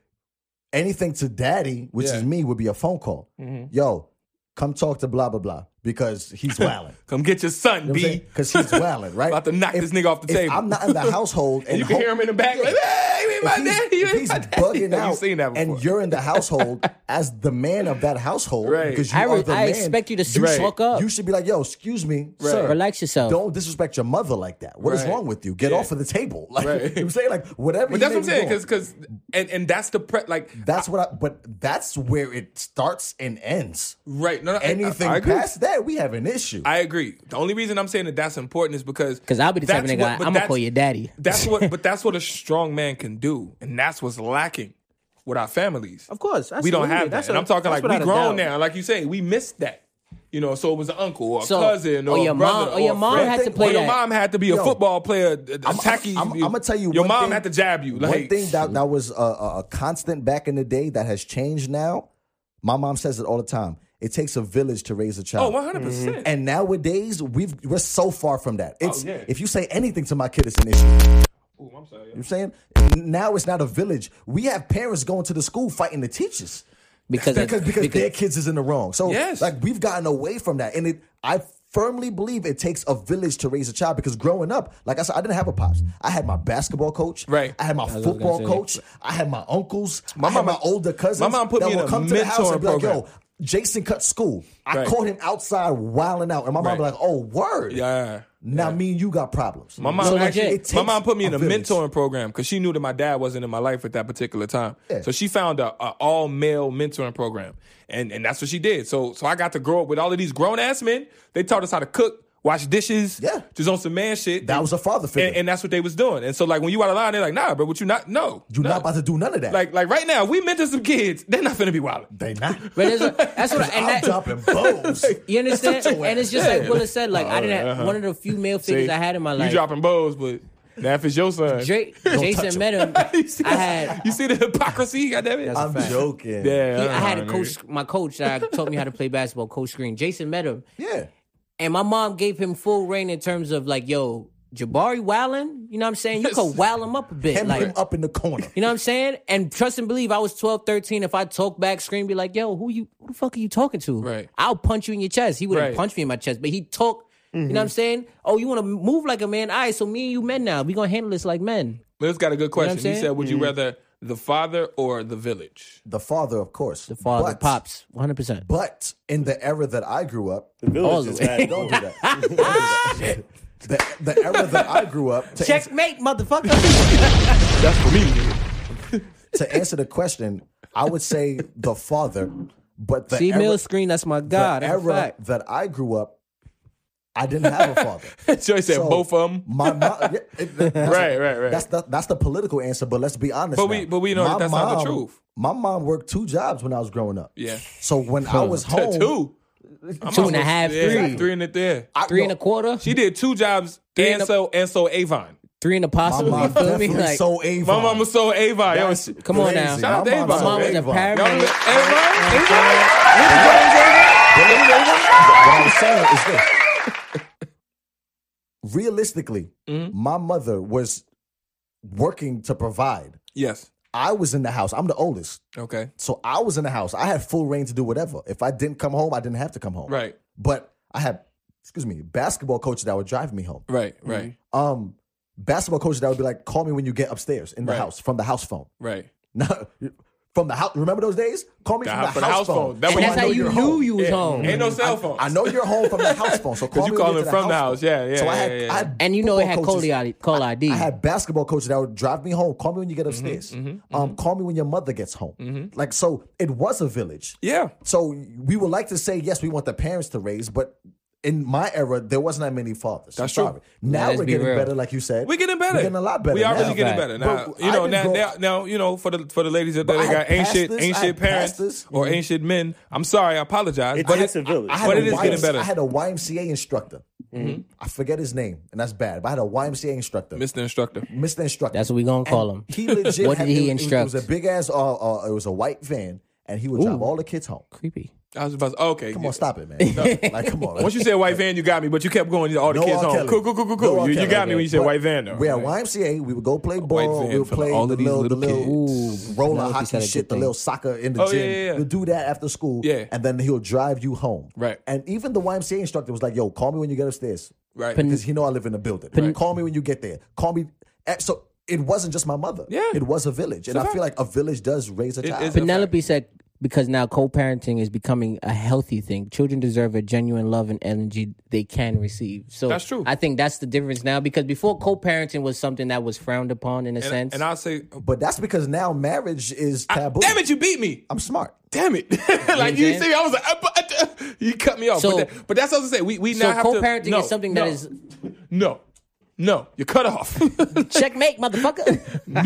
[SPEAKER 1] anything to daddy, which
[SPEAKER 2] Yeah. Mm-hmm.
[SPEAKER 1] is me, would be a phone call. Yo, come talk to blah blah blah because
[SPEAKER 2] [LAUGHS]
[SPEAKER 1] he's wilding.
[SPEAKER 2] Come get your son, B.
[SPEAKER 1] Because he's
[SPEAKER 2] [LAUGHS]
[SPEAKER 1] wilding, right?
[SPEAKER 2] About to knock this nigga off the
[SPEAKER 1] if
[SPEAKER 2] table.
[SPEAKER 1] I'm not in
[SPEAKER 2] [LAUGHS]
[SPEAKER 1] the household, and
[SPEAKER 2] you can
[SPEAKER 1] ho-
[SPEAKER 2] hear him in the back, like, "Hey, you ain't
[SPEAKER 1] if
[SPEAKER 2] my
[SPEAKER 1] he's,
[SPEAKER 2] daddy. You
[SPEAKER 1] if
[SPEAKER 2] ain't
[SPEAKER 1] he's
[SPEAKER 2] my daddy."
[SPEAKER 1] bugging out,
[SPEAKER 2] You've seen that before.
[SPEAKER 1] and you're in the
[SPEAKER 2] [LAUGHS]
[SPEAKER 1] household as the man of that household,
[SPEAKER 2] Right.
[SPEAKER 1] because you
[SPEAKER 3] I,
[SPEAKER 1] are
[SPEAKER 3] re-
[SPEAKER 1] the
[SPEAKER 3] I
[SPEAKER 1] man,
[SPEAKER 3] expect you to s-
[SPEAKER 2] Right.
[SPEAKER 3] fuck up.
[SPEAKER 1] You should be like, yo, excuse me, sir.
[SPEAKER 3] Relax yourself.
[SPEAKER 1] Don't disrespect your mother like that. What is
[SPEAKER 2] Right.
[SPEAKER 1] wrong with you? Get
[SPEAKER 2] Yeah.
[SPEAKER 1] off of the table. [LAUGHS] Like
[SPEAKER 2] Right.
[SPEAKER 1] you know what I'm saying, like whatever.
[SPEAKER 2] But
[SPEAKER 1] you
[SPEAKER 2] that's
[SPEAKER 1] may
[SPEAKER 2] what I'm
[SPEAKER 1] be
[SPEAKER 2] saying,
[SPEAKER 1] doing.
[SPEAKER 2] because because and and that's the pre like
[SPEAKER 1] That's what I. But that's where it starts and ends.
[SPEAKER 2] right. No, no, I- I-
[SPEAKER 1] Anything
[SPEAKER 2] I agree.
[SPEAKER 1] past that, we have an issue.
[SPEAKER 2] I agree. The only reason I'm saying that that's important is because
[SPEAKER 3] Because I'll be the type of
[SPEAKER 2] that's
[SPEAKER 3] nigga
[SPEAKER 2] what-
[SPEAKER 3] I'm
[SPEAKER 2] but
[SPEAKER 3] gonna
[SPEAKER 2] that's-
[SPEAKER 3] call your daddy.
[SPEAKER 1] [LAUGHS]
[SPEAKER 2] That's what, but that's what a strong man can do, and that's what's lacking with our families.
[SPEAKER 7] Of course,
[SPEAKER 2] we don't
[SPEAKER 7] absolutely.
[SPEAKER 2] have that.
[SPEAKER 7] That's
[SPEAKER 2] and
[SPEAKER 7] a-
[SPEAKER 2] I'm talking like
[SPEAKER 7] that's
[SPEAKER 2] we
[SPEAKER 7] without a
[SPEAKER 2] grown
[SPEAKER 7] doubt.
[SPEAKER 2] now. Like you say, we missed that. You know, so it was an uncle or a
[SPEAKER 3] So,
[SPEAKER 2] cousin or,
[SPEAKER 3] or
[SPEAKER 2] a
[SPEAKER 3] your
[SPEAKER 2] brother
[SPEAKER 3] mom- or your
[SPEAKER 2] a
[SPEAKER 3] mom
[SPEAKER 2] friend.
[SPEAKER 1] had to play
[SPEAKER 2] Or your
[SPEAKER 1] that.
[SPEAKER 2] mom had to be a
[SPEAKER 1] Yo,
[SPEAKER 2] football player, a, a tacky.
[SPEAKER 1] I'm, gonna tell you.
[SPEAKER 2] your
[SPEAKER 1] one
[SPEAKER 2] mom
[SPEAKER 1] thing-
[SPEAKER 2] had to jab you. Like,
[SPEAKER 1] one thing
[SPEAKER 2] [LAUGHS]
[SPEAKER 1] that that was a, a, a constant back in the day that has changed now. My mom says it all the time. It takes a village to raise a
[SPEAKER 2] oh,
[SPEAKER 1] child.
[SPEAKER 2] 100 percent.
[SPEAKER 1] And nowadays, we've we're so far from that. It's
[SPEAKER 2] Oh, yeah.
[SPEAKER 1] if you say anything to my kid, it's an issue. You know
[SPEAKER 2] I'm sorry.
[SPEAKER 1] what I'm saying now it's not a village. We have parents going to the school fighting the teachers.
[SPEAKER 3] Because
[SPEAKER 1] because, because their kids is in the wrong. So
[SPEAKER 2] Yes.
[SPEAKER 1] like we've gotten away from that, and it I firmly believe it takes a village to raise a child. Because growing up, like I said, I didn't have a pops. I had my basketball coach,
[SPEAKER 2] Right.
[SPEAKER 1] I had my football coach. I had my uncles. My I had
[SPEAKER 2] mama-
[SPEAKER 1] my older cousins.
[SPEAKER 2] my mom put
[SPEAKER 1] that
[SPEAKER 2] me in
[SPEAKER 1] would
[SPEAKER 2] a
[SPEAKER 1] come to the house
[SPEAKER 2] mentoring
[SPEAKER 1] and be like,
[SPEAKER 2] program.
[SPEAKER 1] "Yo, Jason cut school. I
[SPEAKER 2] Right.
[SPEAKER 1] caught him outside wilding out, and my mom
[SPEAKER 2] Right.
[SPEAKER 1] be like, "Oh, word.
[SPEAKER 2] Yeah.
[SPEAKER 1] Now me and you got problems.
[SPEAKER 2] My mom
[SPEAKER 3] So
[SPEAKER 2] actually,
[SPEAKER 3] legit.
[SPEAKER 1] It
[SPEAKER 2] my
[SPEAKER 1] takes
[SPEAKER 2] mom put me in
[SPEAKER 1] a
[SPEAKER 2] a
[SPEAKER 1] village.
[SPEAKER 2] mentoring program because she knew that my dad wasn't in my life at that particular time.
[SPEAKER 1] Yeah.
[SPEAKER 2] So she found a, a all male mentoring program, and and that's what she did. So so I got to grow up with all of these grown ass men. They taught us how to cook, wash dishes,
[SPEAKER 1] Yeah.
[SPEAKER 2] just on some man shit.
[SPEAKER 1] That was a father figure.
[SPEAKER 2] and, and that's what they was doing. And so like when you out of line, they're like, nah, bro, what you not? No,
[SPEAKER 1] You're
[SPEAKER 2] no.
[SPEAKER 1] not about to do none of that.
[SPEAKER 2] like like right now, we mentor some kids. They're not finna be wild.
[SPEAKER 1] they not.
[SPEAKER 3] But there's a,
[SPEAKER 2] [LAUGHS]
[SPEAKER 3] that's what I,
[SPEAKER 1] I'm
[SPEAKER 3] and that,
[SPEAKER 1] dropping bows.
[SPEAKER 3] you understand.
[SPEAKER 1] Such a way.
[SPEAKER 3] And it's just like Willa said. Like I didn't have one of the few male figures I had in my
[SPEAKER 2] Uh-huh. you
[SPEAKER 3] life.
[SPEAKER 2] dropping bows, but now if it's your son, [LAUGHS]
[SPEAKER 3] Drake,
[SPEAKER 1] touch
[SPEAKER 3] Jason
[SPEAKER 1] him.
[SPEAKER 3] met him.
[SPEAKER 2] you see,
[SPEAKER 3] I had.
[SPEAKER 2] [LAUGHS] you see the hypocrisy. God damn it,
[SPEAKER 1] I'm joking.
[SPEAKER 2] yeah, uh-huh.
[SPEAKER 3] He, I had a
[SPEAKER 2] nigga.
[SPEAKER 3] coach, my coach that
[SPEAKER 2] [LAUGHS]
[SPEAKER 3] taught me how to play basketball, Coach Green. Jason met him,
[SPEAKER 1] Yeah.
[SPEAKER 3] and my mom gave him full reign in terms of like, yo, Jabari Wallin, you know what I'm saying? You could wow him up a bit.
[SPEAKER 1] Hem
[SPEAKER 3] like,
[SPEAKER 1] him up in the corner.
[SPEAKER 3] You know what I'm saying? And trust and believe, I was 12, 13. If I talk back, scream, be like, yo, who you, who the fuck are you talking to?
[SPEAKER 2] Right.
[SPEAKER 3] I'll punch you in your chest. He wouldn't
[SPEAKER 2] Right.
[SPEAKER 3] punch me in my chest, but he talked
[SPEAKER 1] Mm-hmm.
[SPEAKER 3] You know what I'm saying? Oh, you want to move like a man? All right, so me and you men now, we gonna handle this like men.
[SPEAKER 2] Liz got a good question. he
[SPEAKER 3] saying?
[SPEAKER 2] said, "Would you rather the father or the village?"
[SPEAKER 1] [LAUGHS] The father, of course. The
[SPEAKER 3] Father
[SPEAKER 1] but,
[SPEAKER 3] pops, 100. percent
[SPEAKER 1] But in the era that I grew up,
[SPEAKER 4] The
[SPEAKER 3] All
[SPEAKER 4] village is
[SPEAKER 3] the way.
[SPEAKER 4] [LAUGHS] bad.
[SPEAKER 1] don't do that. Don't do that. the, the era that I grew up, to, ans-
[SPEAKER 3] Checkmate, motherfucker.
[SPEAKER 2] That's for me.
[SPEAKER 1] to answer the question, I would say the father. [LAUGHS] But the
[SPEAKER 3] See,
[SPEAKER 1] era,
[SPEAKER 3] mill screen. That's my
[SPEAKER 1] the
[SPEAKER 3] god. That's a
[SPEAKER 1] era
[SPEAKER 3] fact.
[SPEAKER 1] that I grew up, I didn't have a father.
[SPEAKER 2] Joy said
[SPEAKER 1] So,
[SPEAKER 2] both of them.
[SPEAKER 1] My mom, yeah, it- that's-
[SPEAKER 2] Right, right, right.
[SPEAKER 1] That's the that's the political answer. But let's be honest.
[SPEAKER 2] But we-
[SPEAKER 1] now.
[SPEAKER 2] but we know
[SPEAKER 1] My
[SPEAKER 2] that that's not the truth.
[SPEAKER 1] My mom worked two jobs when I was growing up.
[SPEAKER 2] Yeah.
[SPEAKER 1] So when I was home,
[SPEAKER 2] Two. I'm
[SPEAKER 3] Two and a half,
[SPEAKER 2] yeah,
[SPEAKER 3] three.
[SPEAKER 2] three in the there.
[SPEAKER 1] I-
[SPEAKER 3] Three
[SPEAKER 1] no,
[SPEAKER 3] and a quarter.
[SPEAKER 2] She did two jobs
[SPEAKER 3] Three
[SPEAKER 2] and
[SPEAKER 3] and a-
[SPEAKER 2] so and so Avon.
[SPEAKER 3] Three and a
[SPEAKER 1] My
[SPEAKER 3] possible. You
[SPEAKER 1] mom
[SPEAKER 3] feel me?
[SPEAKER 1] definitely
[SPEAKER 3] Like,
[SPEAKER 1] sold Avon.
[SPEAKER 2] My mama sold Avon. Yo,
[SPEAKER 1] That's
[SPEAKER 2] she-
[SPEAKER 3] come on now.
[SPEAKER 1] crazy.
[SPEAKER 2] Shout out
[SPEAKER 1] My
[SPEAKER 2] to
[SPEAKER 1] mom
[SPEAKER 2] Avon.
[SPEAKER 1] sold
[SPEAKER 3] mom was a
[SPEAKER 1] Avon.
[SPEAKER 2] Y'all remember
[SPEAKER 3] paramedic.
[SPEAKER 2] Avon? Avon?
[SPEAKER 1] What I'm saying is this. Realistically,
[SPEAKER 2] Mm-hmm.
[SPEAKER 1] my mother was working to provide.
[SPEAKER 2] Yes.
[SPEAKER 1] I was in the house. I'm the oldest.
[SPEAKER 2] Okay.
[SPEAKER 1] So I was in the house. I had full reign to do whatever. If I didn't come home, I didn't have to come home.
[SPEAKER 2] Right.
[SPEAKER 1] But I had, excuse me, basketball coaches that would drive me home.
[SPEAKER 2] Right. Right.
[SPEAKER 1] Um, basketball coaches that would be like, call me when you get upstairs in the
[SPEAKER 2] Right.
[SPEAKER 1] house from the house phone. [LAUGHS]
[SPEAKER 2] Right.
[SPEAKER 1] No, from the house. Remember those days? Call me
[SPEAKER 2] The
[SPEAKER 1] from
[SPEAKER 2] house-
[SPEAKER 1] the,
[SPEAKER 2] the
[SPEAKER 1] house,
[SPEAKER 2] house
[SPEAKER 1] phone.
[SPEAKER 2] phone. That
[SPEAKER 1] So
[SPEAKER 2] was-
[SPEAKER 1] I
[SPEAKER 3] That's how
[SPEAKER 1] know
[SPEAKER 3] you
[SPEAKER 1] you're
[SPEAKER 3] knew
[SPEAKER 1] home.
[SPEAKER 3] you was home.
[SPEAKER 2] Ain't no cell phone.
[SPEAKER 1] I know you're home from
[SPEAKER 2] [LAUGHS]
[SPEAKER 1] the house phone, so call me
[SPEAKER 2] you
[SPEAKER 1] when
[SPEAKER 2] calling
[SPEAKER 1] get to
[SPEAKER 2] from the house.
[SPEAKER 1] phone.
[SPEAKER 2] Yeah, yeah,
[SPEAKER 1] So I had,
[SPEAKER 2] yeah, yeah.
[SPEAKER 1] I had
[SPEAKER 3] And you know it had
[SPEAKER 1] football
[SPEAKER 3] call
[SPEAKER 1] coaches-
[SPEAKER 3] ID. Call ID.
[SPEAKER 1] I had basketball coaches that would drive me home. Call me when you
[SPEAKER 2] Mm-hmm,
[SPEAKER 1] get upstairs. Um, call me when your mother gets home. Like so, it was a village.
[SPEAKER 2] Yeah.
[SPEAKER 1] So we would like to say yes, we want the parents to raise, but in my era, there wasn't that many fathers.
[SPEAKER 2] That's
[SPEAKER 1] I'm
[SPEAKER 2] true.
[SPEAKER 1] sorry. Now
[SPEAKER 3] Let's
[SPEAKER 1] we're
[SPEAKER 3] be
[SPEAKER 1] getting
[SPEAKER 3] real.
[SPEAKER 1] better, like you said.
[SPEAKER 2] We're getting better.
[SPEAKER 1] We're getting a lot better.
[SPEAKER 2] We are
[SPEAKER 1] now.
[SPEAKER 2] really getting
[SPEAKER 3] Fact.
[SPEAKER 2] better now.
[SPEAKER 1] But
[SPEAKER 2] you know
[SPEAKER 1] I've been
[SPEAKER 2] now,
[SPEAKER 1] grow-
[SPEAKER 2] now now you know for the for the ladies out there
[SPEAKER 1] But
[SPEAKER 2] that
[SPEAKER 1] I
[SPEAKER 2] got
[SPEAKER 1] had
[SPEAKER 2] ancient
[SPEAKER 1] pastors, I
[SPEAKER 2] ancient
[SPEAKER 1] had
[SPEAKER 2] parents
[SPEAKER 1] pastors.
[SPEAKER 2] or ancient men. I'm sorry. I apologize.
[SPEAKER 4] It's,
[SPEAKER 2] but
[SPEAKER 4] it's
[SPEAKER 2] it-
[SPEAKER 4] a village.
[SPEAKER 1] I had
[SPEAKER 2] But
[SPEAKER 1] a
[SPEAKER 2] it is getting
[SPEAKER 1] YMC
[SPEAKER 2] better. Mm-hmm.
[SPEAKER 1] I had a YMCA instructor. I forget his name, and that's bad. But I had a YMCA instructor,
[SPEAKER 2] Mr. Instructor.
[SPEAKER 1] Mr. Instructor.
[SPEAKER 3] That's what we gonna call him.
[SPEAKER 1] He legit.
[SPEAKER 3] What
[SPEAKER 1] had-
[SPEAKER 3] did he
[SPEAKER 1] it was-
[SPEAKER 3] instruct?
[SPEAKER 1] It was a big ass. Uh, uh, it was a white van, and he would drive all the kids home.
[SPEAKER 3] Creepy.
[SPEAKER 2] I was about to, okay.
[SPEAKER 1] Come on, stop it, man.
[SPEAKER 3] [LAUGHS]
[SPEAKER 1] like, come on.
[SPEAKER 2] Once you said white van, you got me, but you kept going all the
[SPEAKER 1] No
[SPEAKER 2] kids
[SPEAKER 1] R.
[SPEAKER 2] home.
[SPEAKER 1] Kelly.
[SPEAKER 2] Cool, cool, cool, cool, cool.
[SPEAKER 1] No R.
[SPEAKER 2] you, you
[SPEAKER 1] Kelly.
[SPEAKER 2] got me when you said
[SPEAKER 1] But
[SPEAKER 2] white van though.
[SPEAKER 1] we had
[SPEAKER 2] Right.
[SPEAKER 1] YMCA. We would go play ball.
[SPEAKER 2] van
[SPEAKER 1] We would
[SPEAKER 2] for
[SPEAKER 1] play
[SPEAKER 2] all of
[SPEAKER 1] the
[SPEAKER 2] these
[SPEAKER 1] little,
[SPEAKER 2] little
[SPEAKER 1] the little
[SPEAKER 3] kids.
[SPEAKER 1] roller
[SPEAKER 3] Penelope
[SPEAKER 1] hockey
[SPEAKER 3] said a
[SPEAKER 1] shit,
[SPEAKER 3] good
[SPEAKER 1] the
[SPEAKER 3] thing.
[SPEAKER 1] little soccer in the
[SPEAKER 2] Oh, yeah,
[SPEAKER 1] gym.
[SPEAKER 2] yeah, yeah.
[SPEAKER 1] We'll do that after school.
[SPEAKER 2] Yeah.
[SPEAKER 1] And then he'll drive you home.
[SPEAKER 2] Right.
[SPEAKER 1] And even the YMCA instructor was like, yo, call me when you get upstairs.
[SPEAKER 2] Right.
[SPEAKER 1] Because he know I live in a building. Call me when you get there. Call me. And So it wasn't just my mother.
[SPEAKER 2] Yeah.
[SPEAKER 1] It was a village. And I feel like a village does raise a child.
[SPEAKER 2] is a-
[SPEAKER 3] Penelope said because now co-parenting is becoming a healthy thing. Children deserve a genuine love and energy they can receive. So
[SPEAKER 2] That's true.
[SPEAKER 3] I think that's the difference now because before co-parenting was something that was frowned upon in a sense.
[SPEAKER 2] And I'll say,
[SPEAKER 1] but that's because now marriage is taboo.
[SPEAKER 2] damn it, you beat me.
[SPEAKER 1] I'm smart.
[SPEAKER 2] Damn
[SPEAKER 1] [LAUGHS]
[SPEAKER 2] Ah, it! like you
[SPEAKER 3] saying?
[SPEAKER 2] see, I was like, [LAUGHS] uh, but, uh, you cut me off. but,
[SPEAKER 3] So-
[SPEAKER 2] that- but that's what I was saying. We we now
[SPEAKER 3] so
[SPEAKER 2] have to.
[SPEAKER 3] co-parenting
[SPEAKER 2] no,
[SPEAKER 3] is something
[SPEAKER 2] no,
[SPEAKER 3] that is
[SPEAKER 2] no, no. You cut off.
[SPEAKER 3] [LAUGHS] checkmate, motherfucker.
[SPEAKER 1] [LAUGHS]
[SPEAKER 2] no,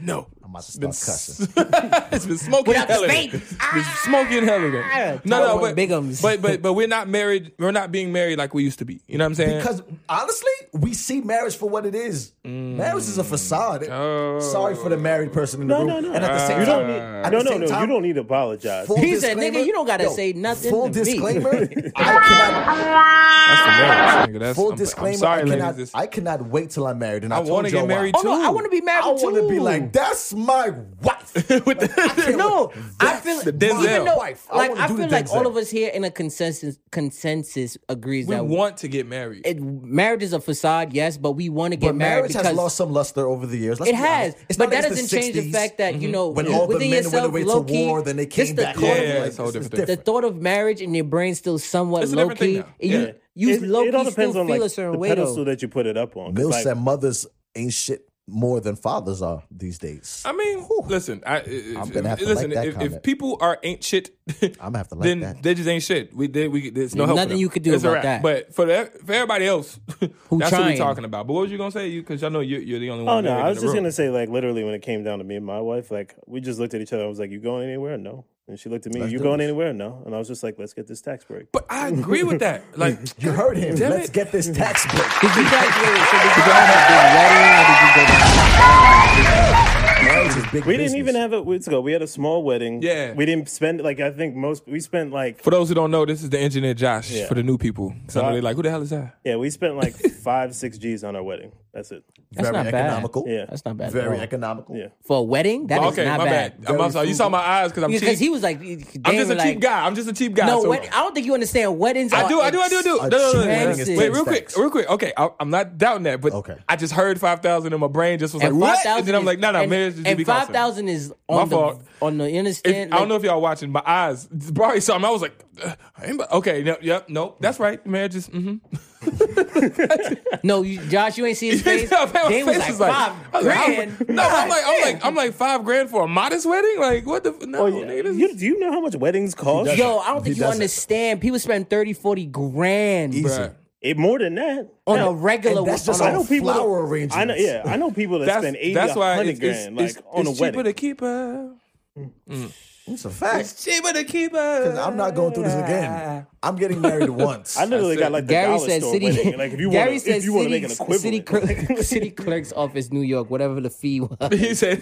[SPEAKER 2] no.
[SPEAKER 1] I'm about to start cussing.
[SPEAKER 2] [LAUGHS] it's been smoking
[SPEAKER 3] Without the Ah.
[SPEAKER 2] hell. again.
[SPEAKER 3] spades.
[SPEAKER 2] It's been smoking hell again. No, no,
[SPEAKER 3] Tyrone
[SPEAKER 2] but,
[SPEAKER 3] Biggums.
[SPEAKER 2] but but but we're not married. We're not being married like we used to be. You know what I'm saying?
[SPEAKER 1] Because honestly, we see marriage for what it is.
[SPEAKER 2] Mm.
[SPEAKER 1] Marriage is a facade.
[SPEAKER 2] Oh.
[SPEAKER 1] Sorry for the married person in the
[SPEAKER 4] No,
[SPEAKER 1] room.
[SPEAKER 4] no, no.
[SPEAKER 1] And
[SPEAKER 2] Uh,
[SPEAKER 1] at the same
[SPEAKER 4] you
[SPEAKER 1] time,
[SPEAKER 4] don't need,
[SPEAKER 1] at
[SPEAKER 4] no,
[SPEAKER 1] the
[SPEAKER 4] no,
[SPEAKER 1] same
[SPEAKER 4] no.
[SPEAKER 1] time,
[SPEAKER 4] you don't need to apologize.
[SPEAKER 1] full
[SPEAKER 3] He said,
[SPEAKER 1] disclaimer-
[SPEAKER 3] "Nigga, you don't gotta say nothing
[SPEAKER 1] Full
[SPEAKER 3] to me." [LAUGHS]
[SPEAKER 1] disclaimer. I cannot.
[SPEAKER 2] that's the marriage. Nigga. That's,
[SPEAKER 1] Ah. Full
[SPEAKER 2] I'm,
[SPEAKER 1] disclaimer.
[SPEAKER 2] I'm sorry,
[SPEAKER 1] I,
[SPEAKER 2] ladies.
[SPEAKER 1] cannot,
[SPEAKER 2] This-
[SPEAKER 1] I cannot wait till I'm married, and I,
[SPEAKER 2] I
[SPEAKER 1] told
[SPEAKER 2] wanna get
[SPEAKER 1] y'all why.
[SPEAKER 2] married
[SPEAKER 3] [LAUGHS] oh no, I
[SPEAKER 2] Dude,
[SPEAKER 3] want to be married
[SPEAKER 1] I
[SPEAKER 3] too.
[SPEAKER 1] want to be like, that's my wife.
[SPEAKER 2] [LAUGHS] with the,
[SPEAKER 3] No, I
[SPEAKER 1] That's
[SPEAKER 3] feel
[SPEAKER 1] the
[SPEAKER 2] Denzel.
[SPEAKER 3] even though,
[SPEAKER 1] Wife. I
[SPEAKER 3] like
[SPEAKER 1] wanna
[SPEAKER 3] I,
[SPEAKER 1] do the
[SPEAKER 3] feel like
[SPEAKER 1] Denzel.
[SPEAKER 3] all of us here in a consensus consensus agrees
[SPEAKER 2] we
[SPEAKER 3] that
[SPEAKER 2] want to get married.
[SPEAKER 3] it, marriage is a facade, yes, but we want to get
[SPEAKER 1] But
[SPEAKER 3] married
[SPEAKER 1] marriage
[SPEAKER 3] because
[SPEAKER 1] has lost some luster over the years. Let's
[SPEAKER 3] it
[SPEAKER 1] be
[SPEAKER 3] has,
[SPEAKER 1] honest. It's
[SPEAKER 3] but
[SPEAKER 1] not
[SPEAKER 3] that
[SPEAKER 1] like it's
[SPEAKER 3] doesn't change the
[SPEAKER 1] 60s
[SPEAKER 3] fact that you know
[SPEAKER 1] when all the
[SPEAKER 3] within
[SPEAKER 1] men
[SPEAKER 3] yourself,
[SPEAKER 1] went away to
[SPEAKER 3] low-key,
[SPEAKER 1] war, then they
[SPEAKER 3] just
[SPEAKER 1] came
[SPEAKER 3] the
[SPEAKER 1] back.
[SPEAKER 3] thought
[SPEAKER 1] home.
[SPEAKER 3] of-
[SPEAKER 2] Yeah,
[SPEAKER 1] Like,
[SPEAKER 2] it's a whole
[SPEAKER 1] this is
[SPEAKER 2] different thing.
[SPEAKER 3] The thought of marriage in your brain still somewhat
[SPEAKER 2] It's a
[SPEAKER 3] low
[SPEAKER 2] different thing
[SPEAKER 3] key.
[SPEAKER 2] now. Yeah.
[SPEAKER 3] You you
[SPEAKER 4] [LAUGHS] It-
[SPEAKER 3] low
[SPEAKER 4] it all
[SPEAKER 3] key still
[SPEAKER 4] depends
[SPEAKER 3] feel
[SPEAKER 4] on like
[SPEAKER 3] a certain
[SPEAKER 4] the
[SPEAKER 3] way
[SPEAKER 4] pedestal
[SPEAKER 3] though.
[SPEAKER 4] that you put it up on. 'Cause,
[SPEAKER 1] Mills
[SPEAKER 4] like,
[SPEAKER 1] said mothers ain't shit more than fathers are these days.
[SPEAKER 2] I mean,
[SPEAKER 1] Whew.
[SPEAKER 2] listen. I, if,
[SPEAKER 1] I'm gonna have to
[SPEAKER 2] listen.
[SPEAKER 1] like that
[SPEAKER 2] if, if
[SPEAKER 1] comment.
[SPEAKER 2] people are ain't
[SPEAKER 1] [LAUGHS]
[SPEAKER 2] shit,
[SPEAKER 1] I'm gonna have to like
[SPEAKER 2] then
[SPEAKER 1] that.
[SPEAKER 2] they just ain't shit. We did. We there's no help.
[SPEAKER 3] Nothing
[SPEAKER 2] for them.
[SPEAKER 3] you could do
[SPEAKER 2] It's a wrap.
[SPEAKER 3] about that.
[SPEAKER 2] But for the, for everybody else, [LAUGHS] that's what we're
[SPEAKER 3] trying.
[SPEAKER 2] talking about. But what was you gonna say? You because I know you're, you're the only one.
[SPEAKER 4] Oh no,
[SPEAKER 2] married
[SPEAKER 4] I
[SPEAKER 2] in
[SPEAKER 4] was
[SPEAKER 2] the
[SPEAKER 4] just
[SPEAKER 2] room.
[SPEAKER 4] gonna say like literally when it came down to me and my wife, like we just looked at each other. I was like, "You going anywhere? No." And she looked at me,
[SPEAKER 1] Let's
[SPEAKER 4] "You
[SPEAKER 1] do
[SPEAKER 4] going
[SPEAKER 1] this.
[SPEAKER 4] anywhere? No." And I was just like, "Let's get this tax break."
[SPEAKER 2] But I agree with
[SPEAKER 3] [LAUGHS]
[SPEAKER 2] that. Like,
[SPEAKER 1] You heard him.
[SPEAKER 2] Damn
[SPEAKER 1] Let's
[SPEAKER 2] it.
[SPEAKER 1] get this tax break.
[SPEAKER 3] Did you guys wait, so did
[SPEAKER 4] [LAUGHS]
[SPEAKER 3] you guys have big wedding or did you go to-
[SPEAKER 1] [LAUGHS] Marriage is big
[SPEAKER 4] we didn't
[SPEAKER 1] business.
[SPEAKER 4] even have a let's go. We had a small wedding.
[SPEAKER 2] Yeah.
[SPEAKER 4] we didn't spend like I think most we spent like
[SPEAKER 2] for those who don't know, this is the engineer Josh
[SPEAKER 4] Yeah.
[SPEAKER 2] for the new people. So I know
[SPEAKER 4] I-
[SPEAKER 2] they're like, who the hell is that?
[SPEAKER 4] yeah we spent like five six G's on our wedding. That's it.
[SPEAKER 3] That's
[SPEAKER 1] very
[SPEAKER 3] not bad.
[SPEAKER 1] economical.
[SPEAKER 4] Yeah.
[SPEAKER 3] That's not bad. at
[SPEAKER 1] Very
[SPEAKER 3] all.
[SPEAKER 1] economical.
[SPEAKER 4] Yeah.
[SPEAKER 3] for a wedding. That is
[SPEAKER 2] Oh, okay,
[SPEAKER 3] not
[SPEAKER 2] my
[SPEAKER 3] bad.
[SPEAKER 2] bad. I'm
[SPEAKER 1] Very
[SPEAKER 2] sorry. You saw my eyes because I'm
[SPEAKER 3] Because
[SPEAKER 2] cheap.
[SPEAKER 3] he was like, they
[SPEAKER 2] I'm just
[SPEAKER 3] were
[SPEAKER 2] a
[SPEAKER 3] like,
[SPEAKER 2] cheap guy. I'm just a cheap guy.
[SPEAKER 3] No,
[SPEAKER 2] so-
[SPEAKER 3] wed- I don't think you understand. Weddings.
[SPEAKER 2] I
[SPEAKER 3] are
[SPEAKER 2] do, I do, I do, I do. No, no, no, no, no.
[SPEAKER 3] expensive.
[SPEAKER 2] Wait, real quick, real quick. Okay, I, I'm not doubting that, but
[SPEAKER 1] Okay.
[SPEAKER 2] I just heard five thousand in my brain. Just was like
[SPEAKER 3] And
[SPEAKER 2] what?
[SPEAKER 3] five thousand.
[SPEAKER 2] and then I'm like, no, no,
[SPEAKER 3] and,
[SPEAKER 2] marriage should
[SPEAKER 3] and
[SPEAKER 2] be
[SPEAKER 3] five
[SPEAKER 2] constant.
[SPEAKER 3] thousand is
[SPEAKER 2] My
[SPEAKER 3] on the
[SPEAKER 2] fault.
[SPEAKER 3] on the
[SPEAKER 2] If-
[SPEAKER 3] understand.
[SPEAKER 2] I don't know if y'all watching. My eyes, Bro, saw me. I was like, "Ugh, anybody- okay, no, yep, nope, that's right. Marriage is. Mm-hmm.
[SPEAKER 3] No, you, Josh, you ain't
[SPEAKER 2] [LAUGHS]
[SPEAKER 3] see his face. Dame was like, five grand.
[SPEAKER 2] no, I'm like, I'm
[SPEAKER 3] God
[SPEAKER 2] like, I'm like five grand for a modest wedding. Like, what the? f-
[SPEAKER 1] Oh,
[SPEAKER 2] No, nigga, this
[SPEAKER 4] You,
[SPEAKER 2] is-
[SPEAKER 4] do you know how much weddings cost?
[SPEAKER 3] damn. Yo, I don't
[SPEAKER 1] He
[SPEAKER 3] think you
[SPEAKER 1] doesn't.
[SPEAKER 3] understand. People spend 30, 40 grand
[SPEAKER 1] Easy.
[SPEAKER 2] Bruh.
[SPEAKER 4] It, more than that.
[SPEAKER 3] on a
[SPEAKER 1] And
[SPEAKER 3] regular.
[SPEAKER 1] that's just
[SPEAKER 3] on
[SPEAKER 4] I
[SPEAKER 1] on
[SPEAKER 4] know people that-
[SPEAKER 1] flower arrangements.
[SPEAKER 4] I know. Yeah, I know people that
[SPEAKER 2] That's
[SPEAKER 4] spend eighty,
[SPEAKER 2] that's why
[SPEAKER 4] hundred
[SPEAKER 2] it's, it's,
[SPEAKER 4] grand, like
[SPEAKER 2] it's,
[SPEAKER 4] on
[SPEAKER 2] it's
[SPEAKER 4] a wedding.
[SPEAKER 2] cheaper to keep her.
[SPEAKER 1] It's a fact.
[SPEAKER 2] Cheaper to keep her.
[SPEAKER 1] I'm not going through this again. I'm getting
[SPEAKER 3] [LAUGHS]
[SPEAKER 1] married once.
[SPEAKER 4] I literally
[SPEAKER 2] That's it.
[SPEAKER 4] got like the
[SPEAKER 3] Gary
[SPEAKER 4] dollar
[SPEAKER 3] said
[SPEAKER 4] store
[SPEAKER 3] city. [LAUGHS]
[SPEAKER 4] wedding. Like if you
[SPEAKER 3] Gary
[SPEAKER 4] want,
[SPEAKER 3] said
[SPEAKER 4] if you want to
[SPEAKER 3] city,
[SPEAKER 4] make an equivalent,
[SPEAKER 3] city, clerk, city clerk's office, New York, whatever the fee was.
[SPEAKER 2] [LAUGHS] he said.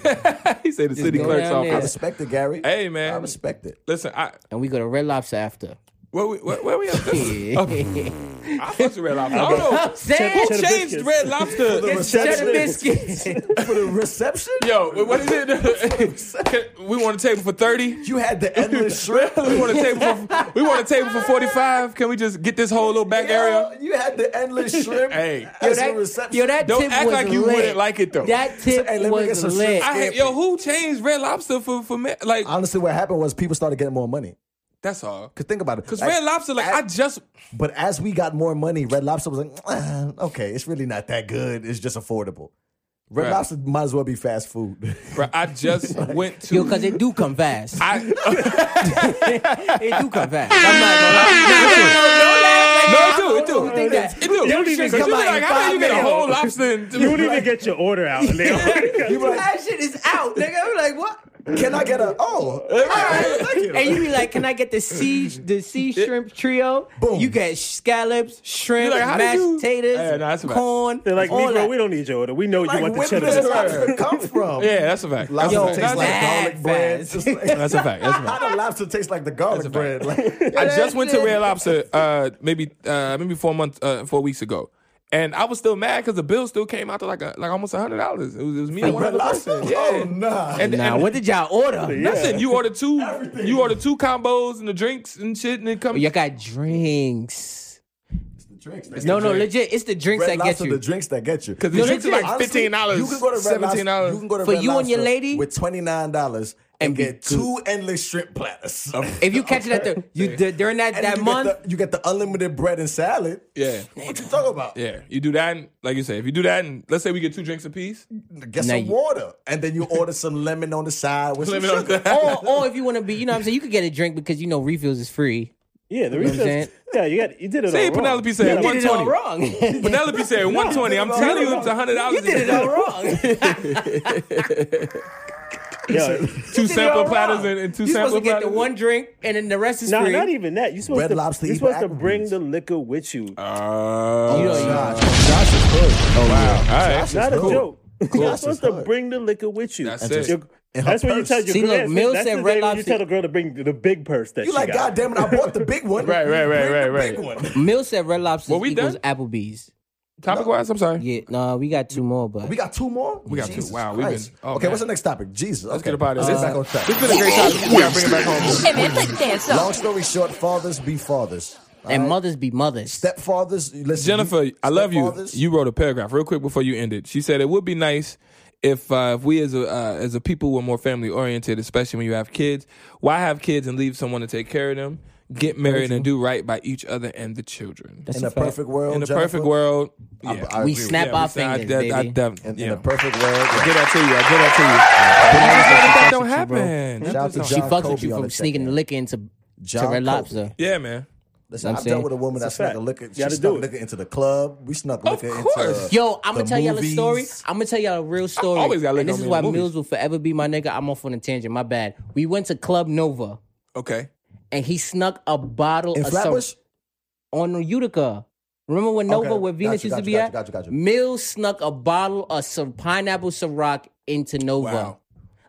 [SPEAKER 2] [LAUGHS] he said the city
[SPEAKER 3] go
[SPEAKER 2] clerk's
[SPEAKER 3] down
[SPEAKER 1] I
[SPEAKER 2] office.
[SPEAKER 3] there.
[SPEAKER 1] respect it, Gary.
[SPEAKER 2] Hey, man.
[SPEAKER 1] I respect
[SPEAKER 3] [LAUGHS]
[SPEAKER 1] it. [LAUGHS]
[SPEAKER 2] Listen, I
[SPEAKER 3] And we go to Red Lobster after.
[SPEAKER 2] where we where, where we at?
[SPEAKER 3] [LAUGHS]
[SPEAKER 2] This, I fucked with Red Lobster. I don't
[SPEAKER 3] I'm
[SPEAKER 2] know
[SPEAKER 3] saying
[SPEAKER 2] who
[SPEAKER 4] Cheddar
[SPEAKER 2] changed
[SPEAKER 4] biscuits.
[SPEAKER 2] Red Lobster.
[SPEAKER 3] it's cheddar
[SPEAKER 4] Cheddar
[SPEAKER 3] biscuits.
[SPEAKER 1] For the reception,
[SPEAKER 2] Yo, what is it? [LAUGHS] we want a table for thirty.
[SPEAKER 1] you had the
[SPEAKER 2] [LAUGHS]
[SPEAKER 1] endless shrimp.
[SPEAKER 2] We want a table for we want a table for forty five. Can we just get this whole
[SPEAKER 1] [LAUGHS]
[SPEAKER 2] little back area?
[SPEAKER 1] You had the endless shrimp.
[SPEAKER 2] [LAUGHS] Hey.
[SPEAKER 1] as
[SPEAKER 3] Yo,
[SPEAKER 1] a
[SPEAKER 3] that-
[SPEAKER 1] reception.
[SPEAKER 3] Yo, that
[SPEAKER 2] Don't
[SPEAKER 3] tip
[SPEAKER 2] act
[SPEAKER 3] was
[SPEAKER 2] like you
[SPEAKER 3] lit.
[SPEAKER 2] wouldn't like it, though.
[SPEAKER 3] That tip
[SPEAKER 1] Hey, let me get
[SPEAKER 3] was
[SPEAKER 1] some
[SPEAKER 3] lit.
[SPEAKER 1] shrimp.
[SPEAKER 2] I hate, yo, who changed Red Lobster for for ma- like?
[SPEAKER 1] honestly, what happened was people started getting more money.
[SPEAKER 2] that's all.
[SPEAKER 1] Cause think about it.
[SPEAKER 2] Cause
[SPEAKER 1] Like,
[SPEAKER 2] Red Lobster, like I just
[SPEAKER 1] But as we got more money, Red Lobster was like, "Ah, okay, it's really not that good. It's just affordable. Red
[SPEAKER 2] Right.
[SPEAKER 1] Lobster might as well be fast food. [LAUGHS]
[SPEAKER 2] bruh, I just went to
[SPEAKER 3] Yo, because it do come fast.
[SPEAKER 2] [LAUGHS] I.
[SPEAKER 3] it do come fast. I'm not gonna lie.
[SPEAKER 2] No, it do, it do.
[SPEAKER 3] Don't think that.
[SPEAKER 2] It do. You
[SPEAKER 4] don't even
[SPEAKER 2] Cause
[SPEAKER 4] come
[SPEAKER 2] you
[SPEAKER 4] out
[SPEAKER 2] be like,
[SPEAKER 3] in
[SPEAKER 2] how
[SPEAKER 3] five
[SPEAKER 2] did you get a
[SPEAKER 3] minutes.
[SPEAKER 2] whole lobster? And
[SPEAKER 4] [LAUGHS] You don't even get your
[SPEAKER 3] [LAUGHS]
[SPEAKER 4] order out. And they already got
[SPEAKER 1] You be like,
[SPEAKER 3] That shit is out, nigga. I'm like, what?
[SPEAKER 1] Can I get a oh? all right, thank you.
[SPEAKER 3] And you be like, can I get the sea the sea shrimp trio?
[SPEAKER 1] Boom.
[SPEAKER 3] You get scallops, shrimp,
[SPEAKER 2] You're like, how did
[SPEAKER 3] mashed
[SPEAKER 2] you-
[SPEAKER 3] potatoes,
[SPEAKER 2] Yeah, no, that's about-
[SPEAKER 3] corn.
[SPEAKER 4] They're like,
[SPEAKER 3] all
[SPEAKER 4] Negro,
[SPEAKER 3] that.
[SPEAKER 4] we don't need your order. We know you
[SPEAKER 1] Like,
[SPEAKER 4] want the
[SPEAKER 1] where did
[SPEAKER 4] cheddar.
[SPEAKER 1] this
[SPEAKER 4] biscuits."
[SPEAKER 1] lobster come from?
[SPEAKER 2] Yeah, that's a fact.
[SPEAKER 1] Lobster
[SPEAKER 3] Yo,
[SPEAKER 1] tastes
[SPEAKER 2] that's,
[SPEAKER 1] like
[SPEAKER 2] a,
[SPEAKER 3] bad
[SPEAKER 1] garlic bread. [LAUGHS]
[SPEAKER 3] fast.
[SPEAKER 1] It's like-
[SPEAKER 2] that's a
[SPEAKER 1] [LAUGHS]
[SPEAKER 2] fact. That's a fact.
[SPEAKER 1] How the lobster tastes like the garlic
[SPEAKER 2] fact.
[SPEAKER 1] bread? Like,
[SPEAKER 2] I just went to Red Lobster uh, maybe uh, maybe four months uh, four weeks ago, and I was still mad because the bill still came out to like a, like almost hundred dollars. It was, it was me and [LAUGHS] one
[SPEAKER 1] Red
[SPEAKER 2] other
[SPEAKER 1] Lobster?
[SPEAKER 2] person. Yeah.
[SPEAKER 1] Oh nah.
[SPEAKER 2] And,
[SPEAKER 3] Now,
[SPEAKER 2] and
[SPEAKER 3] what did y'all order?
[SPEAKER 2] that's
[SPEAKER 4] Yeah.
[SPEAKER 2] it. You order two. You order two combos and the drinks and shit, and it comes.
[SPEAKER 3] Y'all got drinks.
[SPEAKER 1] drinks.
[SPEAKER 3] No, no, legit. It's the drinks
[SPEAKER 1] Red
[SPEAKER 3] that get
[SPEAKER 1] Lobster, the
[SPEAKER 3] you.
[SPEAKER 1] drinks that get you.
[SPEAKER 2] Because the
[SPEAKER 3] No,
[SPEAKER 2] drinks are
[SPEAKER 3] legit.
[SPEAKER 2] like
[SPEAKER 1] Honestly,
[SPEAKER 2] fifteen dollars,
[SPEAKER 1] You can go to Red
[SPEAKER 2] seventeen
[SPEAKER 1] Lobster. You
[SPEAKER 2] dollars.
[SPEAKER 1] can go to
[SPEAKER 3] For
[SPEAKER 1] Red
[SPEAKER 3] you and your
[SPEAKER 1] Lobster
[SPEAKER 3] lady?
[SPEAKER 1] with twenty nine dollars and
[SPEAKER 3] be
[SPEAKER 1] get
[SPEAKER 3] good.
[SPEAKER 1] two endless shrimp
[SPEAKER 2] [LAUGHS]
[SPEAKER 1] platters.
[SPEAKER 3] If you catch it at the you d- during that
[SPEAKER 1] And
[SPEAKER 3] that
[SPEAKER 1] you
[SPEAKER 3] month,
[SPEAKER 1] get the, you get the unlimited bread and salad.
[SPEAKER 2] Yeah,
[SPEAKER 1] What you talking about?
[SPEAKER 2] yeah. You do that, and like you say, if you do that, and let's say we get two drinks apiece.
[SPEAKER 1] Get
[SPEAKER 3] Now
[SPEAKER 1] some
[SPEAKER 3] you-
[SPEAKER 1] water, and
[SPEAKER 2] [LAUGHS]
[SPEAKER 1] then you order some lemon on the side with
[SPEAKER 2] Lemon
[SPEAKER 1] some
[SPEAKER 2] on the
[SPEAKER 1] sugar.
[SPEAKER 2] [LAUGHS]
[SPEAKER 1] Oh,
[SPEAKER 2] side.
[SPEAKER 3] or or if you want to be, you know, what I'm saying you could get a drink because you know refills is free.
[SPEAKER 4] Yeah, the
[SPEAKER 3] what I'm
[SPEAKER 4] reason.
[SPEAKER 3] saying?
[SPEAKER 4] Yeah, you got you did it.
[SPEAKER 2] See,
[SPEAKER 4] all
[SPEAKER 2] Penelope
[SPEAKER 4] wrong.
[SPEAKER 2] said
[SPEAKER 4] You got
[SPEAKER 2] one-
[SPEAKER 3] Did it all
[SPEAKER 2] 120.
[SPEAKER 3] [LAUGHS] wrong. you
[SPEAKER 2] Penelope said one twenty. I'm
[SPEAKER 1] no,
[SPEAKER 2] telling
[SPEAKER 1] no,
[SPEAKER 2] you, it's
[SPEAKER 1] no.
[SPEAKER 2] hundred dollars.
[SPEAKER 3] did it all wrong.
[SPEAKER 4] yo,
[SPEAKER 2] Two
[SPEAKER 3] did it all
[SPEAKER 2] sampler platters
[SPEAKER 3] wrong.
[SPEAKER 2] and, and two
[SPEAKER 3] You're supposed
[SPEAKER 2] sampler
[SPEAKER 3] to get
[SPEAKER 2] platters.
[SPEAKER 3] the one drink and then the rest is
[SPEAKER 4] nah,
[SPEAKER 3] free.
[SPEAKER 4] not even that. You supposed
[SPEAKER 1] Red
[SPEAKER 4] to
[SPEAKER 1] Lobster
[SPEAKER 4] you
[SPEAKER 1] eat
[SPEAKER 4] supposed to
[SPEAKER 1] Applebee's.
[SPEAKER 4] bring the liquor with you.
[SPEAKER 2] Oh,
[SPEAKER 3] You know,
[SPEAKER 2] wow.
[SPEAKER 3] you-
[SPEAKER 1] Josh, Josh is good.
[SPEAKER 2] All right.
[SPEAKER 1] Josh
[SPEAKER 4] not
[SPEAKER 1] is
[SPEAKER 4] a
[SPEAKER 1] cool.
[SPEAKER 4] joke. You're
[SPEAKER 1] That's
[SPEAKER 4] supposed
[SPEAKER 1] just
[SPEAKER 4] to
[SPEAKER 1] hard.
[SPEAKER 4] bring the liquor with you.
[SPEAKER 2] That's
[SPEAKER 4] That's,
[SPEAKER 2] it.
[SPEAKER 4] your, that's
[SPEAKER 1] her
[SPEAKER 4] when you tell
[SPEAKER 1] purse.
[SPEAKER 4] your
[SPEAKER 3] See,
[SPEAKER 4] girl.
[SPEAKER 3] look,
[SPEAKER 4] that's-
[SPEAKER 3] Mills
[SPEAKER 4] that's
[SPEAKER 3] said
[SPEAKER 4] the
[SPEAKER 3] Red
[SPEAKER 4] day when
[SPEAKER 3] Lobster-
[SPEAKER 4] you tell the girl to bring the big purse that
[SPEAKER 1] You
[SPEAKER 4] she
[SPEAKER 1] like,
[SPEAKER 4] got.
[SPEAKER 1] God damn it, I bought
[SPEAKER 2] [LAUGHS]
[SPEAKER 1] the big one.
[SPEAKER 2] Right, right, right,
[SPEAKER 1] Bring
[SPEAKER 2] right,
[SPEAKER 1] the
[SPEAKER 2] right.
[SPEAKER 1] Big one.
[SPEAKER 3] Mill said Red Lobster
[SPEAKER 2] Were we
[SPEAKER 3] equals
[SPEAKER 2] done?
[SPEAKER 3] Applebee's.
[SPEAKER 2] Topic wise, I'm sorry.
[SPEAKER 3] Yeah, no, we got two more, but
[SPEAKER 1] We got two more. We
[SPEAKER 2] got two. Wow, we've been- oh,
[SPEAKER 1] okay,
[SPEAKER 2] man.
[SPEAKER 1] what's the next topic? Jesus.
[SPEAKER 2] Let's
[SPEAKER 1] okay.
[SPEAKER 2] get up out of
[SPEAKER 1] Let's
[SPEAKER 2] this.
[SPEAKER 1] get back on track.
[SPEAKER 2] It's been a great time. We gotta bring it back home.
[SPEAKER 7] Hey man, play the dance
[SPEAKER 1] Long
[SPEAKER 7] song.
[SPEAKER 1] story short, fathers be fathers.
[SPEAKER 3] and mothers be mothers.
[SPEAKER 1] Stepfathers, listen.
[SPEAKER 2] Jennifer, I love you.
[SPEAKER 1] stepfathers,
[SPEAKER 2] You wrote a paragraph real quick before you ended. She said it would be nice if uh, if we as a uh, as a people were more family oriented, especially when you have kids. Why have kids and leave someone to take care of them? Get married and do right by each other and the children.
[SPEAKER 1] in a
[SPEAKER 3] fact.
[SPEAKER 1] perfect world.
[SPEAKER 2] in a
[SPEAKER 1] Jennifer,
[SPEAKER 2] perfect world,
[SPEAKER 1] I-
[SPEAKER 2] yeah.
[SPEAKER 1] I agree
[SPEAKER 3] we
[SPEAKER 1] with you.
[SPEAKER 3] snap
[SPEAKER 2] Yeah,
[SPEAKER 3] our
[SPEAKER 2] we said, I
[SPEAKER 3] fingers,
[SPEAKER 2] def-
[SPEAKER 3] baby.
[SPEAKER 2] I def-
[SPEAKER 1] In,
[SPEAKER 2] yeah.
[SPEAKER 1] in a perfect world. yeah.
[SPEAKER 2] get that to you. I get that to you. I just hope that don't happen.
[SPEAKER 1] Shout out to
[SPEAKER 3] she
[SPEAKER 1] John
[SPEAKER 3] fucks with
[SPEAKER 1] Kobe
[SPEAKER 3] you
[SPEAKER 1] on
[SPEAKER 3] from
[SPEAKER 1] the
[SPEAKER 3] sneaking the
[SPEAKER 1] check-in.
[SPEAKER 3] liquor into
[SPEAKER 1] John
[SPEAKER 3] to Red
[SPEAKER 1] Kobe.
[SPEAKER 3] Listen,
[SPEAKER 2] Yeah, man.
[SPEAKER 1] Listen,
[SPEAKER 3] I'm
[SPEAKER 1] I've
[SPEAKER 3] saying?
[SPEAKER 1] dealt with a woman that
[SPEAKER 4] That's a
[SPEAKER 1] snuck
[SPEAKER 4] fact.
[SPEAKER 1] a liquor.
[SPEAKER 4] You
[SPEAKER 1] She
[SPEAKER 4] gotta
[SPEAKER 1] snuck
[SPEAKER 4] do it.
[SPEAKER 1] liquor into the club. We snuck liquor into.
[SPEAKER 2] course.
[SPEAKER 3] Yo, I'm
[SPEAKER 1] the
[SPEAKER 3] gonna tell y'all a
[SPEAKER 1] movies.
[SPEAKER 3] story. I'm gonna tell y'all a real story.
[SPEAKER 2] always got liquor
[SPEAKER 3] and this
[SPEAKER 2] on
[SPEAKER 3] is
[SPEAKER 2] me in
[SPEAKER 3] why
[SPEAKER 2] the movies.
[SPEAKER 3] Mills will forever be my nigga. I'm off on a tangent. My bad. We went to Club Nova
[SPEAKER 2] Okay.
[SPEAKER 3] and he snuck a bottle
[SPEAKER 1] In
[SPEAKER 3] of some-
[SPEAKER 1] Flatbush,
[SPEAKER 3] on Utica. Remember when Nova,
[SPEAKER 1] Okay,
[SPEAKER 3] where
[SPEAKER 1] got
[SPEAKER 3] Venus
[SPEAKER 1] you,
[SPEAKER 3] used
[SPEAKER 1] got
[SPEAKER 3] to be
[SPEAKER 1] you, got
[SPEAKER 3] at?
[SPEAKER 1] you, got you, got you.
[SPEAKER 3] Mills snuck a bottle of some pineapple Ciroc into Nova,
[SPEAKER 2] Wow.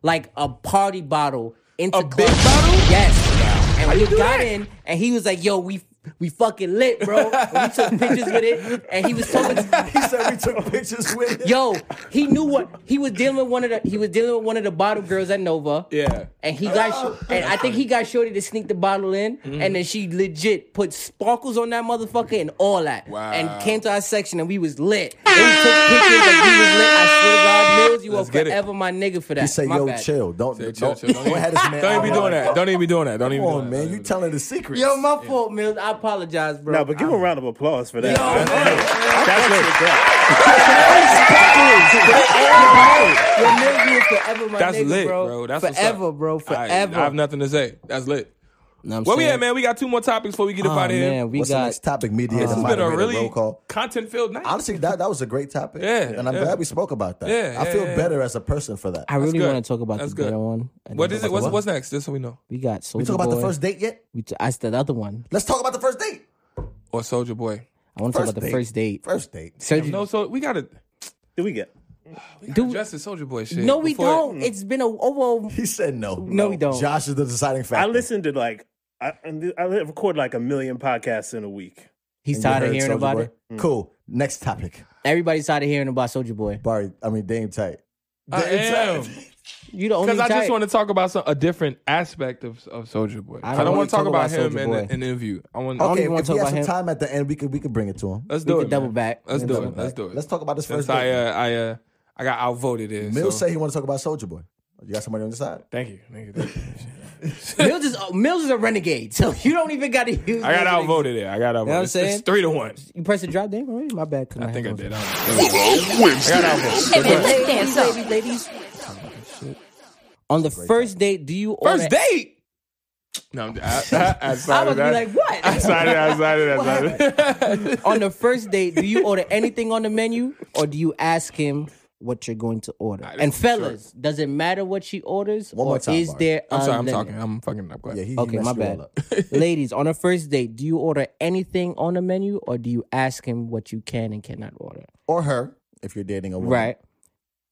[SPEAKER 3] like a party bottle into
[SPEAKER 2] A
[SPEAKER 3] Club
[SPEAKER 2] big
[SPEAKER 3] Nova.
[SPEAKER 2] bottle?
[SPEAKER 3] Yes. And we
[SPEAKER 2] do
[SPEAKER 3] got
[SPEAKER 2] that?
[SPEAKER 3] in, and he was like, "Yo, we." We fucking lit, bro. And we
[SPEAKER 2] [LAUGHS]
[SPEAKER 3] took pictures with it, and he was
[SPEAKER 1] [LAUGHS]
[SPEAKER 3] talking.
[SPEAKER 1] he said we took pictures with it.
[SPEAKER 3] Yo, he knew what he was dealing with. One of the he was dealing with one of the bottle girls at Nova.
[SPEAKER 2] Yeah.
[SPEAKER 3] and he got sh- and I think he got Shorty to sneak the bottle in,
[SPEAKER 2] Mm-hmm.
[SPEAKER 3] and then she legit put sparkles on that motherfucker and all that.
[SPEAKER 2] Wow.
[SPEAKER 3] And came to our section and we was lit. And we took pictures and we was lit. I swear to God, Mills, you
[SPEAKER 2] Let's
[SPEAKER 3] are
[SPEAKER 2] get it.
[SPEAKER 3] forever my nigga for that.
[SPEAKER 1] He said,
[SPEAKER 3] my
[SPEAKER 1] "Yo,
[SPEAKER 3] bad.
[SPEAKER 1] chill. Don't
[SPEAKER 2] Say, chill,
[SPEAKER 1] don't,
[SPEAKER 2] chill.
[SPEAKER 1] don't have this man.
[SPEAKER 2] Don't even be
[SPEAKER 1] out
[SPEAKER 2] doing
[SPEAKER 1] here.
[SPEAKER 2] that. Don't even be doing that. Don't even
[SPEAKER 1] Come
[SPEAKER 2] be
[SPEAKER 1] on,
[SPEAKER 2] doing that.
[SPEAKER 1] man. You telling the secret. [LAUGHS]
[SPEAKER 3] Yo, my fault, Mills. I apologize, bro.
[SPEAKER 4] No, but give him a round of applause for that.
[SPEAKER 3] Yo,
[SPEAKER 4] That's what
[SPEAKER 3] Yo, Mills, you are forever my
[SPEAKER 2] That's
[SPEAKER 3] nigga,
[SPEAKER 2] lit,
[SPEAKER 3] bro.
[SPEAKER 2] bro. That's what's
[SPEAKER 3] forever,
[SPEAKER 2] up.
[SPEAKER 3] bro.
[SPEAKER 2] I-
[SPEAKER 3] Forever.
[SPEAKER 2] I have nothing to say. That's lit.
[SPEAKER 3] Know what I'm
[SPEAKER 2] Where we
[SPEAKER 3] saying?
[SPEAKER 2] at, man? We got two more topics before we get up
[SPEAKER 3] Oh,
[SPEAKER 2] out of here.
[SPEAKER 3] man, we
[SPEAKER 1] What's the
[SPEAKER 3] got
[SPEAKER 1] next topic? Media.
[SPEAKER 2] this
[SPEAKER 1] and
[SPEAKER 2] has been a
[SPEAKER 1] moderator
[SPEAKER 2] really
[SPEAKER 1] roll call.
[SPEAKER 2] content-filled night.
[SPEAKER 1] Honestly, that that was a great topic.
[SPEAKER 2] Yeah,
[SPEAKER 1] and I'm
[SPEAKER 2] yeah.
[SPEAKER 1] glad we spoke about that.
[SPEAKER 2] Yeah,
[SPEAKER 1] I
[SPEAKER 2] yeah,
[SPEAKER 1] feel
[SPEAKER 2] yeah.
[SPEAKER 1] better as a person for that.
[SPEAKER 3] I really
[SPEAKER 2] good.
[SPEAKER 3] want to talk about
[SPEAKER 2] That's
[SPEAKER 3] the
[SPEAKER 2] good.
[SPEAKER 3] better one. And
[SPEAKER 2] What
[SPEAKER 3] then
[SPEAKER 2] is it?
[SPEAKER 3] the
[SPEAKER 2] What's,
[SPEAKER 3] one-
[SPEAKER 2] what's next? Just so we know.
[SPEAKER 3] We got Soldier
[SPEAKER 1] We talk about
[SPEAKER 3] Boy.
[SPEAKER 1] the first date yet?
[SPEAKER 3] We t- I said the other one.
[SPEAKER 1] Let's talk about the first date.
[SPEAKER 2] Or Soldier Boy.
[SPEAKER 3] I want to talk about the first date.
[SPEAKER 1] First date. [LAUGHS]
[SPEAKER 3] Soulja-
[SPEAKER 2] No, so we gotta
[SPEAKER 4] do we get?
[SPEAKER 2] we gotta
[SPEAKER 3] Do-
[SPEAKER 2] address the Soldier Boy shit.
[SPEAKER 3] no, we
[SPEAKER 2] before-
[SPEAKER 3] don't. It's been a oh, over.
[SPEAKER 1] He said no.
[SPEAKER 3] No, we don't.
[SPEAKER 1] Josh is the deciding factor.
[SPEAKER 4] I listened to like I, I record like a million podcasts in a week.
[SPEAKER 3] He's
[SPEAKER 1] You
[SPEAKER 3] tired of
[SPEAKER 1] heard
[SPEAKER 3] hearing
[SPEAKER 1] Soulja
[SPEAKER 3] about
[SPEAKER 1] Boy?
[SPEAKER 3] it. Mm.
[SPEAKER 1] Cool. Next topic.
[SPEAKER 3] Everybody's tired of hearing about Soldier Boy.
[SPEAKER 1] Barry, I mean Dame tight.
[SPEAKER 2] I am.
[SPEAKER 3] You the only
[SPEAKER 2] Because I
[SPEAKER 3] type.
[SPEAKER 2] just want to talk about some, a different aspect of, of Soldier Boy.
[SPEAKER 3] I
[SPEAKER 2] I
[SPEAKER 3] don't
[SPEAKER 2] don't
[SPEAKER 3] wanna
[SPEAKER 2] want to talk
[SPEAKER 3] talk
[SPEAKER 2] about,
[SPEAKER 3] about
[SPEAKER 2] him
[SPEAKER 3] Soulja
[SPEAKER 2] in
[SPEAKER 3] Boy.
[SPEAKER 2] a- in an interview. I want.
[SPEAKER 3] don't
[SPEAKER 1] Okay,
[SPEAKER 3] even wanna
[SPEAKER 1] if
[SPEAKER 3] talk
[SPEAKER 1] we have
[SPEAKER 3] about
[SPEAKER 1] some
[SPEAKER 3] him.
[SPEAKER 1] time at the end, we could we could bring it to him.
[SPEAKER 2] Let's
[SPEAKER 3] we
[SPEAKER 2] do
[SPEAKER 3] could
[SPEAKER 2] it.
[SPEAKER 3] double
[SPEAKER 2] man. [LAUGHS]
[SPEAKER 3] back.
[SPEAKER 2] Let's
[SPEAKER 3] We
[SPEAKER 2] do
[SPEAKER 3] can
[SPEAKER 2] it.
[SPEAKER 3] double
[SPEAKER 2] Let's
[SPEAKER 3] back.
[SPEAKER 2] do it.
[SPEAKER 1] Let's talk about this
[SPEAKER 2] Since
[SPEAKER 1] first
[SPEAKER 2] I
[SPEAKER 1] date.
[SPEAKER 2] uh, I uh, I got outvoted here.
[SPEAKER 1] Mills
[SPEAKER 2] so.
[SPEAKER 1] say he want to talk about Soldier Boy. You got somebody on the side?
[SPEAKER 2] Thank you. Thank you. Thank you.
[SPEAKER 3] Mills is oh, Mills is a renegade, so you don't even got to use.
[SPEAKER 2] I got
[SPEAKER 3] Mills'
[SPEAKER 2] outvoted there. I got outvoted.
[SPEAKER 3] what I'm
[SPEAKER 2] It's- it's
[SPEAKER 3] saying?
[SPEAKER 2] three to one.
[SPEAKER 3] ex- You pressed the drop down already. My bad.
[SPEAKER 2] I think I did. I don't know.
[SPEAKER 7] Hey, man, let's dance up.
[SPEAKER 3] Ladies, ladies. On the first date, do you order
[SPEAKER 2] First date. No, I'm, I, I, I
[SPEAKER 3] I
[SPEAKER 2] decided
[SPEAKER 3] was be
[SPEAKER 2] that.
[SPEAKER 3] like,
[SPEAKER 2] [LAUGHS]
[SPEAKER 3] what?
[SPEAKER 2] I decided. I decided. I decided.
[SPEAKER 3] on the first date, do you order anything on the menu or do you ask him what you're going to order?
[SPEAKER 2] this
[SPEAKER 3] and
[SPEAKER 2] is short.
[SPEAKER 3] fellas, does it matter what she orders
[SPEAKER 1] One
[SPEAKER 3] or
[SPEAKER 1] more time,
[SPEAKER 3] is
[SPEAKER 1] Barney.
[SPEAKER 3] there
[SPEAKER 2] I'm
[SPEAKER 3] a
[SPEAKER 2] sorry. I'm
[SPEAKER 3] limit?
[SPEAKER 2] talking. I'm fucking up. Go ahead.
[SPEAKER 1] Yeah, he,
[SPEAKER 3] Okay,
[SPEAKER 1] he messed
[SPEAKER 3] my
[SPEAKER 1] you
[SPEAKER 3] bad.
[SPEAKER 1] all up.
[SPEAKER 3] Ladies, on a first date, do you order anything on the menu or do you ask him what you can and cannot order?
[SPEAKER 1] Or her, if you're dating a woman.
[SPEAKER 3] Right.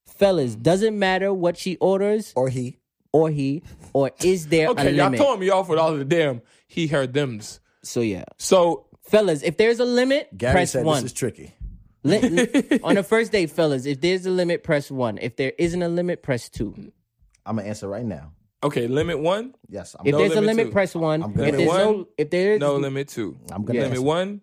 [SPEAKER 3] Fellas, does it matter what she orders
[SPEAKER 1] Or he.
[SPEAKER 3] or he or is there
[SPEAKER 2] Okay,
[SPEAKER 3] a
[SPEAKER 2] y'all
[SPEAKER 3] limit?
[SPEAKER 2] throwing me off with all of the damn he heard them's.
[SPEAKER 3] so yeah.
[SPEAKER 2] So
[SPEAKER 3] Fellas, if there's a limit,
[SPEAKER 1] Gary
[SPEAKER 3] press
[SPEAKER 1] said
[SPEAKER 3] one.
[SPEAKER 1] this is tricky.
[SPEAKER 3] Li-
[SPEAKER 1] [LAUGHS]
[SPEAKER 3] li- on the first date, fellas, if there's a limit, press one. If there isn't a limit, press two.
[SPEAKER 1] I'm gonna answer right now.
[SPEAKER 2] okay, limit one,
[SPEAKER 1] Yes, I'm,
[SPEAKER 3] If
[SPEAKER 1] gonna-
[SPEAKER 3] there's a
[SPEAKER 2] limit
[SPEAKER 3] limit,
[SPEAKER 2] two.
[SPEAKER 3] press one.
[SPEAKER 1] I'm
[SPEAKER 3] If
[SPEAKER 1] good.
[SPEAKER 3] there's
[SPEAKER 2] Limit one,
[SPEAKER 3] no, if there is [LAUGHS]
[SPEAKER 2] no limit two.
[SPEAKER 1] I'm gonna
[SPEAKER 2] Limit
[SPEAKER 1] answer.
[SPEAKER 2] one,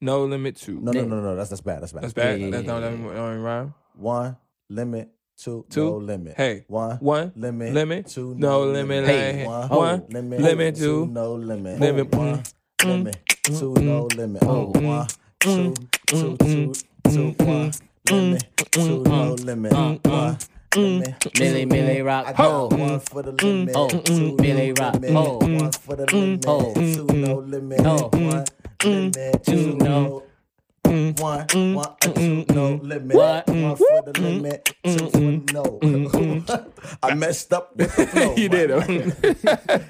[SPEAKER 2] no limit two.
[SPEAKER 1] No, no, no, no, no. That's that's bad. That's bad.
[SPEAKER 2] That's bad.
[SPEAKER 3] Yeah, yeah,
[SPEAKER 2] That's
[SPEAKER 3] yeah,
[SPEAKER 2] not that don't even rhyme.
[SPEAKER 1] One limit, two,
[SPEAKER 2] Two.
[SPEAKER 1] no limit.
[SPEAKER 2] Hey,
[SPEAKER 1] one,
[SPEAKER 2] one,
[SPEAKER 1] limit,
[SPEAKER 2] limit,
[SPEAKER 1] two,
[SPEAKER 2] no limit, hey,
[SPEAKER 1] One,
[SPEAKER 2] one,
[SPEAKER 1] limit,
[SPEAKER 2] limit, two,
[SPEAKER 1] no limit,
[SPEAKER 2] limit, Mm,
[SPEAKER 1] one, limit, two, no limit. Oh, one, two,
[SPEAKER 2] mm,
[SPEAKER 1] two, two, two, one, limit, two, no
[SPEAKER 2] mm,
[SPEAKER 1] limit, one. Limit,
[SPEAKER 3] Millie,
[SPEAKER 1] two,
[SPEAKER 3] Millie, rock,
[SPEAKER 1] I got
[SPEAKER 3] ho.
[SPEAKER 1] one for
[SPEAKER 2] Mm,
[SPEAKER 1] the limit.
[SPEAKER 3] ho.
[SPEAKER 1] two,
[SPEAKER 3] Millie,
[SPEAKER 1] no
[SPEAKER 3] rock,
[SPEAKER 1] limit,
[SPEAKER 3] ho.
[SPEAKER 1] One for the limit.
[SPEAKER 3] ho.
[SPEAKER 1] Two,
[SPEAKER 2] Mm,
[SPEAKER 1] no limit.
[SPEAKER 3] ho.
[SPEAKER 1] One limit. Two,
[SPEAKER 3] no.
[SPEAKER 1] no one,
[SPEAKER 3] Mm,
[SPEAKER 1] one, uh, two, no limit.
[SPEAKER 3] What? Mm,
[SPEAKER 1] One for the limit, two for
[SPEAKER 3] [LAUGHS]
[SPEAKER 1] no. [LAUGHS] I messed up with the flow.
[SPEAKER 2] You did it.
[SPEAKER 3] [LAUGHS]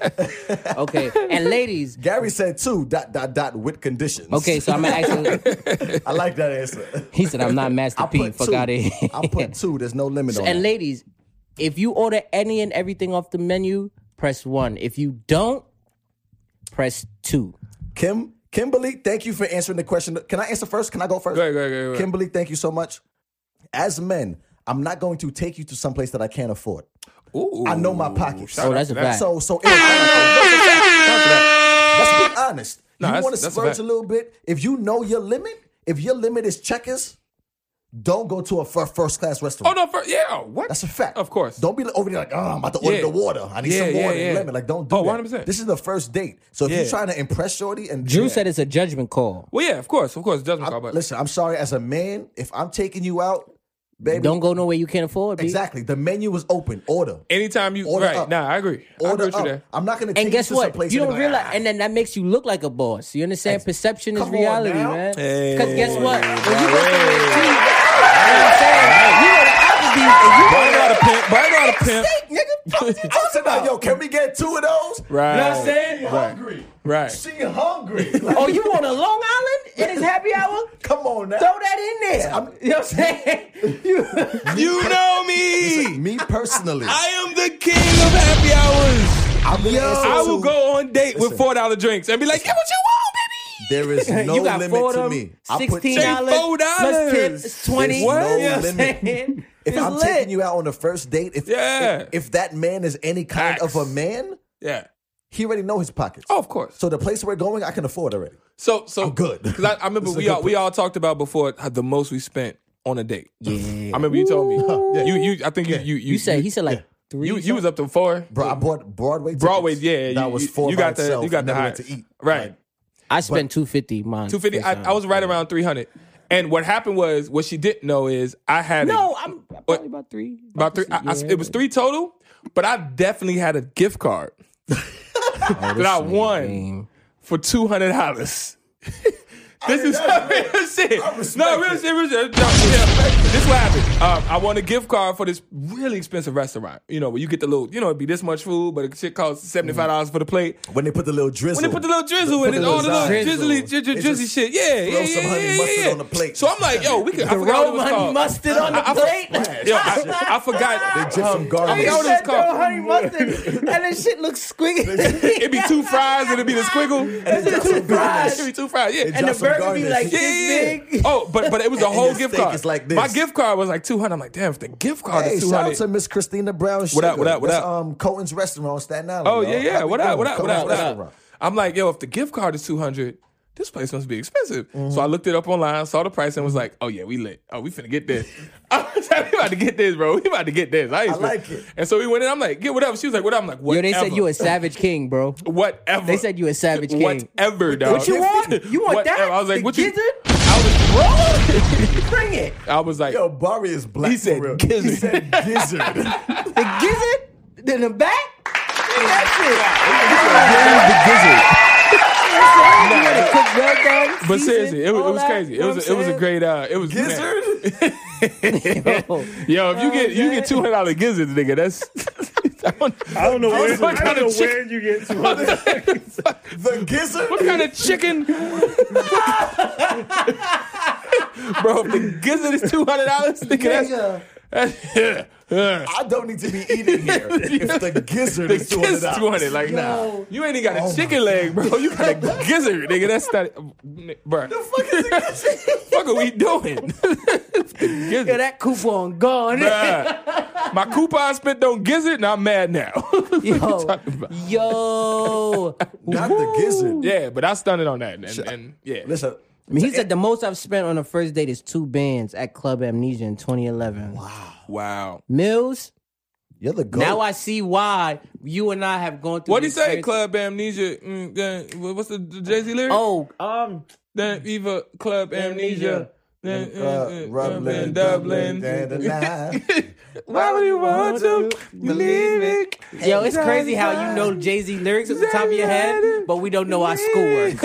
[SPEAKER 3] Okay. And ladies,
[SPEAKER 1] Gary said two dot dot dot with conditions.
[SPEAKER 3] okay, so I'm gonna ask him.
[SPEAKER 1] [LAUGHS] I like that
[SPEAKER 3] [LAUGHS]
[SPEAKER 1] answer.
[SPEAKER 3] He said, "I'm not
[SPEAKER 1] I
[SPEAKER 3] Master P.
[SPEAKER 1] put
[SPEAKER 3] Fuck
[SPEAKER 1] two.
[SPEAKER 3] out of here."
[SPEAKER 1] I put two. There's no limit on
[SPEAKER 3] And
[SPEAKER 1] that.
[SPEAKER 3] ladies, if you order any and everything off the menu, press one. If you don't, press two.
[SPEAKER 1] Kim, Kimberly, thank you for answering the question. Can I answer first? Can I go first?
[SPEAKER 2] Go ahead, go ahead, go ahead, go ahead.
[SPEAKER 1] Kimberly, thank you so much. As men, I'm not going to take you to someplace that I can't afford.
[SPEAKER 2] Ooh,
[SPEAKER 1] I know my pockets.
[SPEAKER 2] shout
[SPEAKER 3] Oh,
[SPEAKER 2] out
[SPEAKER 3] that's
[SPEAKER 2] to
[SPEAKER 3] a
[SPEAKER 2] that.
[SPEAKER 3] fact.
[SPEAKER 1] So so if
[SPEAKER 2] [LAUGHS]
[SPEAKER 1] let's be honest.
[SPEAKER 2] No,
[SPEAKER 1] you
[SPEAKER 2] that's-
[SPEAKER 1] want to
[SPEAKER 2] that's a
[SPEAKER 1] splurge
[SPEAKER 2] fact.
[SPEAKER 1] a little bit. If you know your limit, if your limit is checkers, don't go to a first class
[SPEAKER 2] Oh
[SPEAKER 1] restaurant.
[SPEAKER 2] no, for, yeah, what?
[SPEAKER 1] That's a fact.
[SPEAKER 2] Of course.
[SPEAKER 1] Don't be over there like, oh, I'm about to order
[SPEAKER 2] Yeah.
[SPEAKER 1] the water. I need
[SPEAKER 2] Yeah,
[SPEAKER 1] some
[SPEAKER 2] yeah,
[SPEAKER 1] water.
[SPEAKER 2] yeah.
[SPEAKER 1] and Lemon. Like, don't do
[SPEAKER 2] Oh,
[SPEAKER 1] that.
[SPEAKER 2] 100%.
[SPEAKER 1] This is the first date. So if
[SPEAKER 2] Yeah.
[SPEAKER 1] you're trying to impress Shorty and
[SPEAKER 3] Drew said it's a judgment call.
[SPEAKER 2] Well, yeah, of course, of course, judgment call, but
[SPEAKER 1] listen, I'm sorry, as a man, if I'm taking you out, baby.
[SPEAKER 3] Don't go nowhere you can't afford. B.
[SPEAKER 1] Exactly. The menu was open. Order.
[SPEAKER 2] anytime you
[SPEAKER 1] Order
[SPEAKER 2] right,
[SPEAKER 1] up.
[SPEAKER 2] nah, I agree. I agree
[SPEAKER 1] Order
[SPEAKER 2] with you
[SPEAKER 1] up.
[SPEAKER 2] there.
[SPEAKER 1] I'm not gonna take
[SPEAKER 3] And guess
[SPEAKER 1] you to some
[SPEAKER 3] what?
[SPEAKER 1] place
[SPEAKER 3] You
[SPEAKER 1] and
[SPEAKER 3] don't
[SPEAKER 1] they're like,
[SPEAKER 3] realize,
[SPEAKER 1] "Ah."
[SPEAKER 3] and then that makes you look like a boss. You understand? Perception is
[SPEAKER 1] Come on
[SPEAKER 3] reality,
[SPEAKER 1] now.
[SPEAKER 3] man. Because
[SPEAKER 2] Hey,
[SPEAKER 3] guess what? When you
[SPEAKER 2] right.
[SPEAKER 3] go somewhere and see, you know what I'm saying? You go to Applebee's and you
[SPEAKER 2] But I know how to pimp. But I know how to pimp. [LAUGHS]
[SPEAKER 1] nigga. I'm talking about, yo, can we get two of those?
[SPEAKER 2] Right.
[SPEAKER 1] You know what I'm saying?
[SPEAKER 2] Right.
[SPEAKER 1] Hungry.
[SPEAKER 2] Right.
[SPEAKER 1] She
[SPEAKER 2] [LAUGHS]
[SPEAKER 1] hungry. Like,
[SPEAKER 3] Oh, you on a Long Island? It is happy hour?
[SPEAKER 1] come on now.
[SPEAKER 3] Throw that in there.
[SPEAKER 1] I'm-
[SPEAKER 3] you know what I'm saying? You,
[SPEAKER 2] You know me.
[SPEAKER 1] Me personally,
[SPEAKER 2] I am the king of happy hours.
[SPEAKER 1] I'm gonna answer
[SPEAKER 2] I will
[SPEAKER 1] to-
[SPEAKER 2] go on date with
[SPEAKER 1] Oh, Listen.
[SPEAKER 2] four dollar drinks and be like, "Get what [LAUGHS] you want, baby."
[SPEAKER 1] There is [LAUGHS] no
[SPEAKER 3] you got four
[SPEAKER 1] limit
[SPEAKER 3] of
[SPEAKER 1] to
[SPEAKER 3] them,
[SPEAKER 1] me. I put
[SPEAKER 3] Sixteen
[SPEAKER 1] ten-
[SPEAKER 3] dollars,
[SPEAKER 2] $4.
[SPEAKER 3] plus tip is twenty.
[SPEAKER 1] There's
[SPEAKER 2] What?
[SPEAKER 1] no
[SPEAKER 2] You know what
[SPEAKER 3] I'm
[SPEAKER 1] limit.
[SPEAKER 3] saying?
[SPEAKER 1] If
[SPEAKER 3] It's
[SPEAKER 1] I'm
[SPEAKER 3] lit.
[SPEAKER 1] taking you out on the first date, if
[SPEAKER 2] Yeah.
[SPEAKER 1] if, if that man is any kind
[SPEAKER 2] Facts.
[SPEAKER 1] of a man,
[SPEAKER 2] Yeah.
[SPEAKER 1] he already know his pockets.
[SPEAKER 2] Oh, of course.
[SPEAKER 1] So the place we're going, I can afford already.
[SPEAKER 2] So so
[SPEAKER 1] I'm good. [LAUGHS]
[SPEAKER 2] Because I, I
[SPEAKER 1] This
[SPEAKER 2] remember
[SPEAKER 1] is a
[SPEAKER 2] we
[SPEAKER 1] good
[SPEAKER 2] all we all talked about before how the most we spent on a date.
[SPEAKER 1] Yeah.
[SPEAKER 2] I remember you told
[SPEAKER 1] [LAUGHS]
[SPEAKER 2] me.
[SPEAKER 1] Yeah.
[SPEAKER 2] You you I think you you
[SPEAKER 3] You said he said like three.
[SPEAKER 2] you, you was up to four.
[SPEAKER 1] Bro, I bought Broadway. Tickets.
[SPEAKER 2] Broadway, yeah,
[SPEAKER 1] that
[SPEAKER 2] you-
[SPEAKER 1] was
[SPEAKER 2] you-
[SPEAKER 1] four.
[SPEAKER 2] you
[SPEAKER 1] by
[SPEAKER 2] got the-
[SPEAKER 1] itself.
[SPEAKER 2] you got the
[SPEAKER 1] Never went
[SPEAKER 2] high-
[SPEAKER 1] to eat.
[SPEAKER 2] right.
[SPEAKER 1] Like,
[SPEAKER 3] I spent two fifty. Mine
[SPEAKER 2] Two fifty.
[SPEAKER 3] first
[SPEAKER 2] I, I
[SPEAKER 3] time.
[SPEAKER 2] was right around three hundred. And what happened was what she didn't know is I had a-
[SPEAKER 3] No, I'm probably about three.
[SPEAKER 2] about three. I, I- it was three total, but I definitely had a gift card that I won
[SPEAKER 3] game.
[SPEAKER 2] for two hundred dollars. [LAUGHS] This is real shit.
[SPEAKER 1] respect
[SPEAKER 2] No, real
[SPEAKER 1] it.
[SPEAKER 2] shit. Real shit. No, yeah. This what happened. Um, I won a gift card for this really expensive restaurant. You know, where you get the little, you know, it'd be this much food, but it shit costs seventy five dollars for the plate.
[SPEAKER 1] when they put the little drizzle.
[SPEAKER 2] When they put the little drizzle
[SPEAKER 1] Put
[SPEAKER 2] in
[SPEAKER 1] the
[SPEAKER 2] it, all the
[SPEAKER 1] little
[SPEAKER 2] little
[SPEAKER 1] drizzle.
[SPEAKER 2] drizzly, dri- dri-
[SPEAKER 1] They
[SPEAKER 2] drizzy
[SPEAKER 1] just
[SPEAKER 2] shit. Yeah, yeah,
[SPEAKER 1] throw
[SPEAKER 2] yeah,
[SPEAKER 1] some honey
[SPEAKER 2] yeah,
[SPEAKER 1] mustard
[SPEAKER 2] yeah, yeah.
[SPEAKER 1] on the plate.
[SPEAKER 2] So I'm like, yo, we could. I forgot what it was
[SPEAKER 3] Roman
[SPEAKER 2] called.
[SPEAKER 3] Oh, mustard on the
[SPEAKER 2] I, I,
[SPEAKER 3] plate.
[SPEAKER 2] for- [LAUGHS] yo, I, I forgot. Um,
[SPEAKER 1] They dip some garlic.
[SPEAKER 2] forgot what it was
[SPEAKER 3] Said
[SPEAKER 2] called.
[SPEAKER 3] no
[SPEAKER 2] [LAUGHS]
[SPEAKER 3] honey mustard, and that shit looks squiggly.
[SPEAKER 2] It'd be
[SPEAKER 1] [LAUGHS]
[SPEAKER 2] two fries and it'd be the squiggle.
[SPEAKER 1] And they drop some garnish.
[SPEAKER 2] [LAUGHS] It'd be two fries. Yeah.
[SPEAKER 1] They
[SPEAKER 3] And
[SPEAKER 1] drop
[SPEAKER 3] the
[SPEAKER 1] some
[SPEAKER 3] burger be
[SPEAKER 1] garnish.
[SPEAKER 3] like
[SPEAKER 2] Yeah,
[SPEAKER 3] this
[SPEAKER 2] yeah, yeah.
[SPEAKER 3] big.
[SPEAKER 2] Oh, but but it was
[SPEAKER 1] [LAUGHS]
[SPEAKER 2] a
[SPEAKER 1] And
[SPEAKER 2] whole
[SPEAKER 1] your
[SPEAKER 2] gift
[SPEAKER 1] steak
[SPEAKER 2] card.
[SPEAKER 1] is like
[SPEAKER 2] My
[SPEAKER 1] this.
[SPEAKER 2] gift card was like two hundred. I'm like, damn, if the gift card
[SPEAKER 1] Hey,
[SPEAKER 2] is two
[SPEAKER 1] shout out
[SPEAKER 2] hundred.
[SPEAKER 1] to Miss Christina Brown. Sugar.
[SPEAKER 2] What up, what up, what
[SPEAKER 1] That's,
[SPEAKER 2] up?
[SPEAKER 1] Um, Colton's Restaurant on Staten Island.
[SPEAKER 2] Oh
[SPEAKER 1] y'all.
[SPEAKER 2] yeah, yeah.
[SPEAKER 1] How we
[SPEAKER 2] What up?
[SPEAKER 1] doing?
[SPEAKER 2] What up? What
[SPEAKER 1] Colton's
[SPEAKER 2] up? What up?
[SPEAKER 1] Restaurant.
[SPEAKER 2] I'm like, yo, if the gift card is two hundred, this place must be expensive. So I looked it up online, saw the price, and was like, oh yeah, we lit. Oh, we finna get this. [LAUGHS] I was like, we about to get this, bro. We about to get this. I, ain't
[SPEAKER 1] I like
[SPEAKER 2] spend-
[SPEAKER 1] it.
[SPEAKER 2] And so we went in. I'm like, get whatever. She was like, what? I'm like,
[SPEAKER 3] Yo,
[SPEAKER 2] whatever.
[SPEAKER 3] they said you a savage king, bro.
[SPEAKER 2] whatever.
[SPEAKER 3] They said you a savage king.
[SPEAKER 2] Whatever, dog.
[SPEAKER 3] What
[SPEAKER 2] [LAUGHS]
[SPEAKER 3] you want? You want that?
[SPEAKER 2] Whatever. I was like,
[SPEAKER 3] The
[SPEAKER 2] what
[SPEAKER 3] gizzard?
[SPEAKER 2] you? I was,
[SPEAKER 3] [LAUGHS] Bring it.
[SPEAKER 2] I was like,
[SPEAKER 1] Yo, Barry is black.
[SPEAKER 2] He said
[SPEAKER 1] for real.
[SPEAKER 2] gizzard.
[SPEAKER 1] He said
[SPEAKER 2] [LAUGHS]
[SPEAKER 1] gizzard.
[SPEAKER 3] The gizzard in the back. That's it.
[SPEAKER 1] the
[SPEAKER 3] You wanna cook well done,
[SPEAKER 2] But
[SPEAKER 3] seasoned,
[SPEAKER 2] seriously, it was, it
[SPEAKER 3] all
[SPEAKER 2] was
[SPEAKER 3] that,
[SPEAKER 2] crazy.
[SPEAKER 3] you know
[SPEAKER 2] It was
[SPEAKER 3] what
[SPEAKER 2] it was a
[SPEAKER 3] I'm
[SPEAKER 2] great uh it was
[SPEAKER 1] gizzard. Gizzard.
[SPEAKER 3] saying?
[SPEAKER 2] Yo, if you get you get two hundred dollar gizzards, nigga, that's [LAUGHS] I don't-
[SPEAKER 4] I don't know where,
[SPEAKER 2] what
[SPEAKER 4] I
[SPEAKER 2] kind of
[SPEAKER 4] don't know
[SPEAKER 2] chick-
[SPEAKER 4] where you get to.
[SPEAKER 1] The gizzard.
[SPEAKER 2] What kind of chicken? [LAUGHS] Bro, if the gizzard is two hundred dollars, nigga.
[SPEAKER 1] Nigga,
[SPEAKER 2] That's, that's yeah.
[SPEAKER 1] I don't need to be eating
[SPEAKER 2] [LAUGHS]
[SPEAKER 1] here. If the gizzard
[SPEAKER 2] The
[SPEAKER 1] is two hundred
[SPEAKER 2] gizzard's two hundred, like nah. You ain't even got a chicken leg, bro. You got a gizzard, nigga. That's not, bro. The fuck is fuck are we doing? [LAUGHS] The gizzard.
[SPEAKER 3] Yo, that coupon
[SPEAKER 2] [LAUGHS]
[SPEAKER 3] gone.
[SPEAKER 2] Bruh. My coupon spent on gizzard, and I'm mad now. [LAUGHS]
[SPEAKER 3] Yo,
[SPEAKER 2] talking about? [LAUGHS]
[SPEAKER 3] yo.
[SPEAKER 1] Not the gizzard.
[SPEAKER 2] yeah, but I stunted on that, and, and yeah,
[SPEAKER 1] Listen,
[SPEAKER 3] I mean, he
[SPEAKER 2] eh,
[SPEAKER 3] said the most I've spent on a first date is two bands at Club Amnesia in 2011.
[SPEAKER 2] wow.
[SPEAKER 3] Mills,
[SPEAKER 1] you're the goat.
[SPEAKER 3] now I see why you and I have gone through.
[SPEAKER 2] What
[SPEAKER 3] the
[SPEAKER 2] he say?
[SPEAKER 3] experience-
[SPEAKER 2] Club amnesia. Mm, then- what- what's the Jay Z lyric?
[SPEAKER 3] Oh, um,
[SPEAKER 2] Then Eva Club amnesia.
[SPEAKER 3] Amnesia.
[SPEAKER 2] Then
[SPEAKER 1] uh, Rublin,
[SPEAKER 2] Dublin,
[SPEAKER 1] Dublin,
[SPEAKER 2] Dublin.
[SPEAKER 1] dead alive.
[SPEAKER 2] [LAUGHS] Why would you want to believe it?
[SPEAKER 3] yo, it's crazy how you know Jay Z lyrics at the top of your head, but we don't know
[SPEAKER 2] [LAUGHS]
[SPEAKER 3] our schoolwork. [LAUGHS]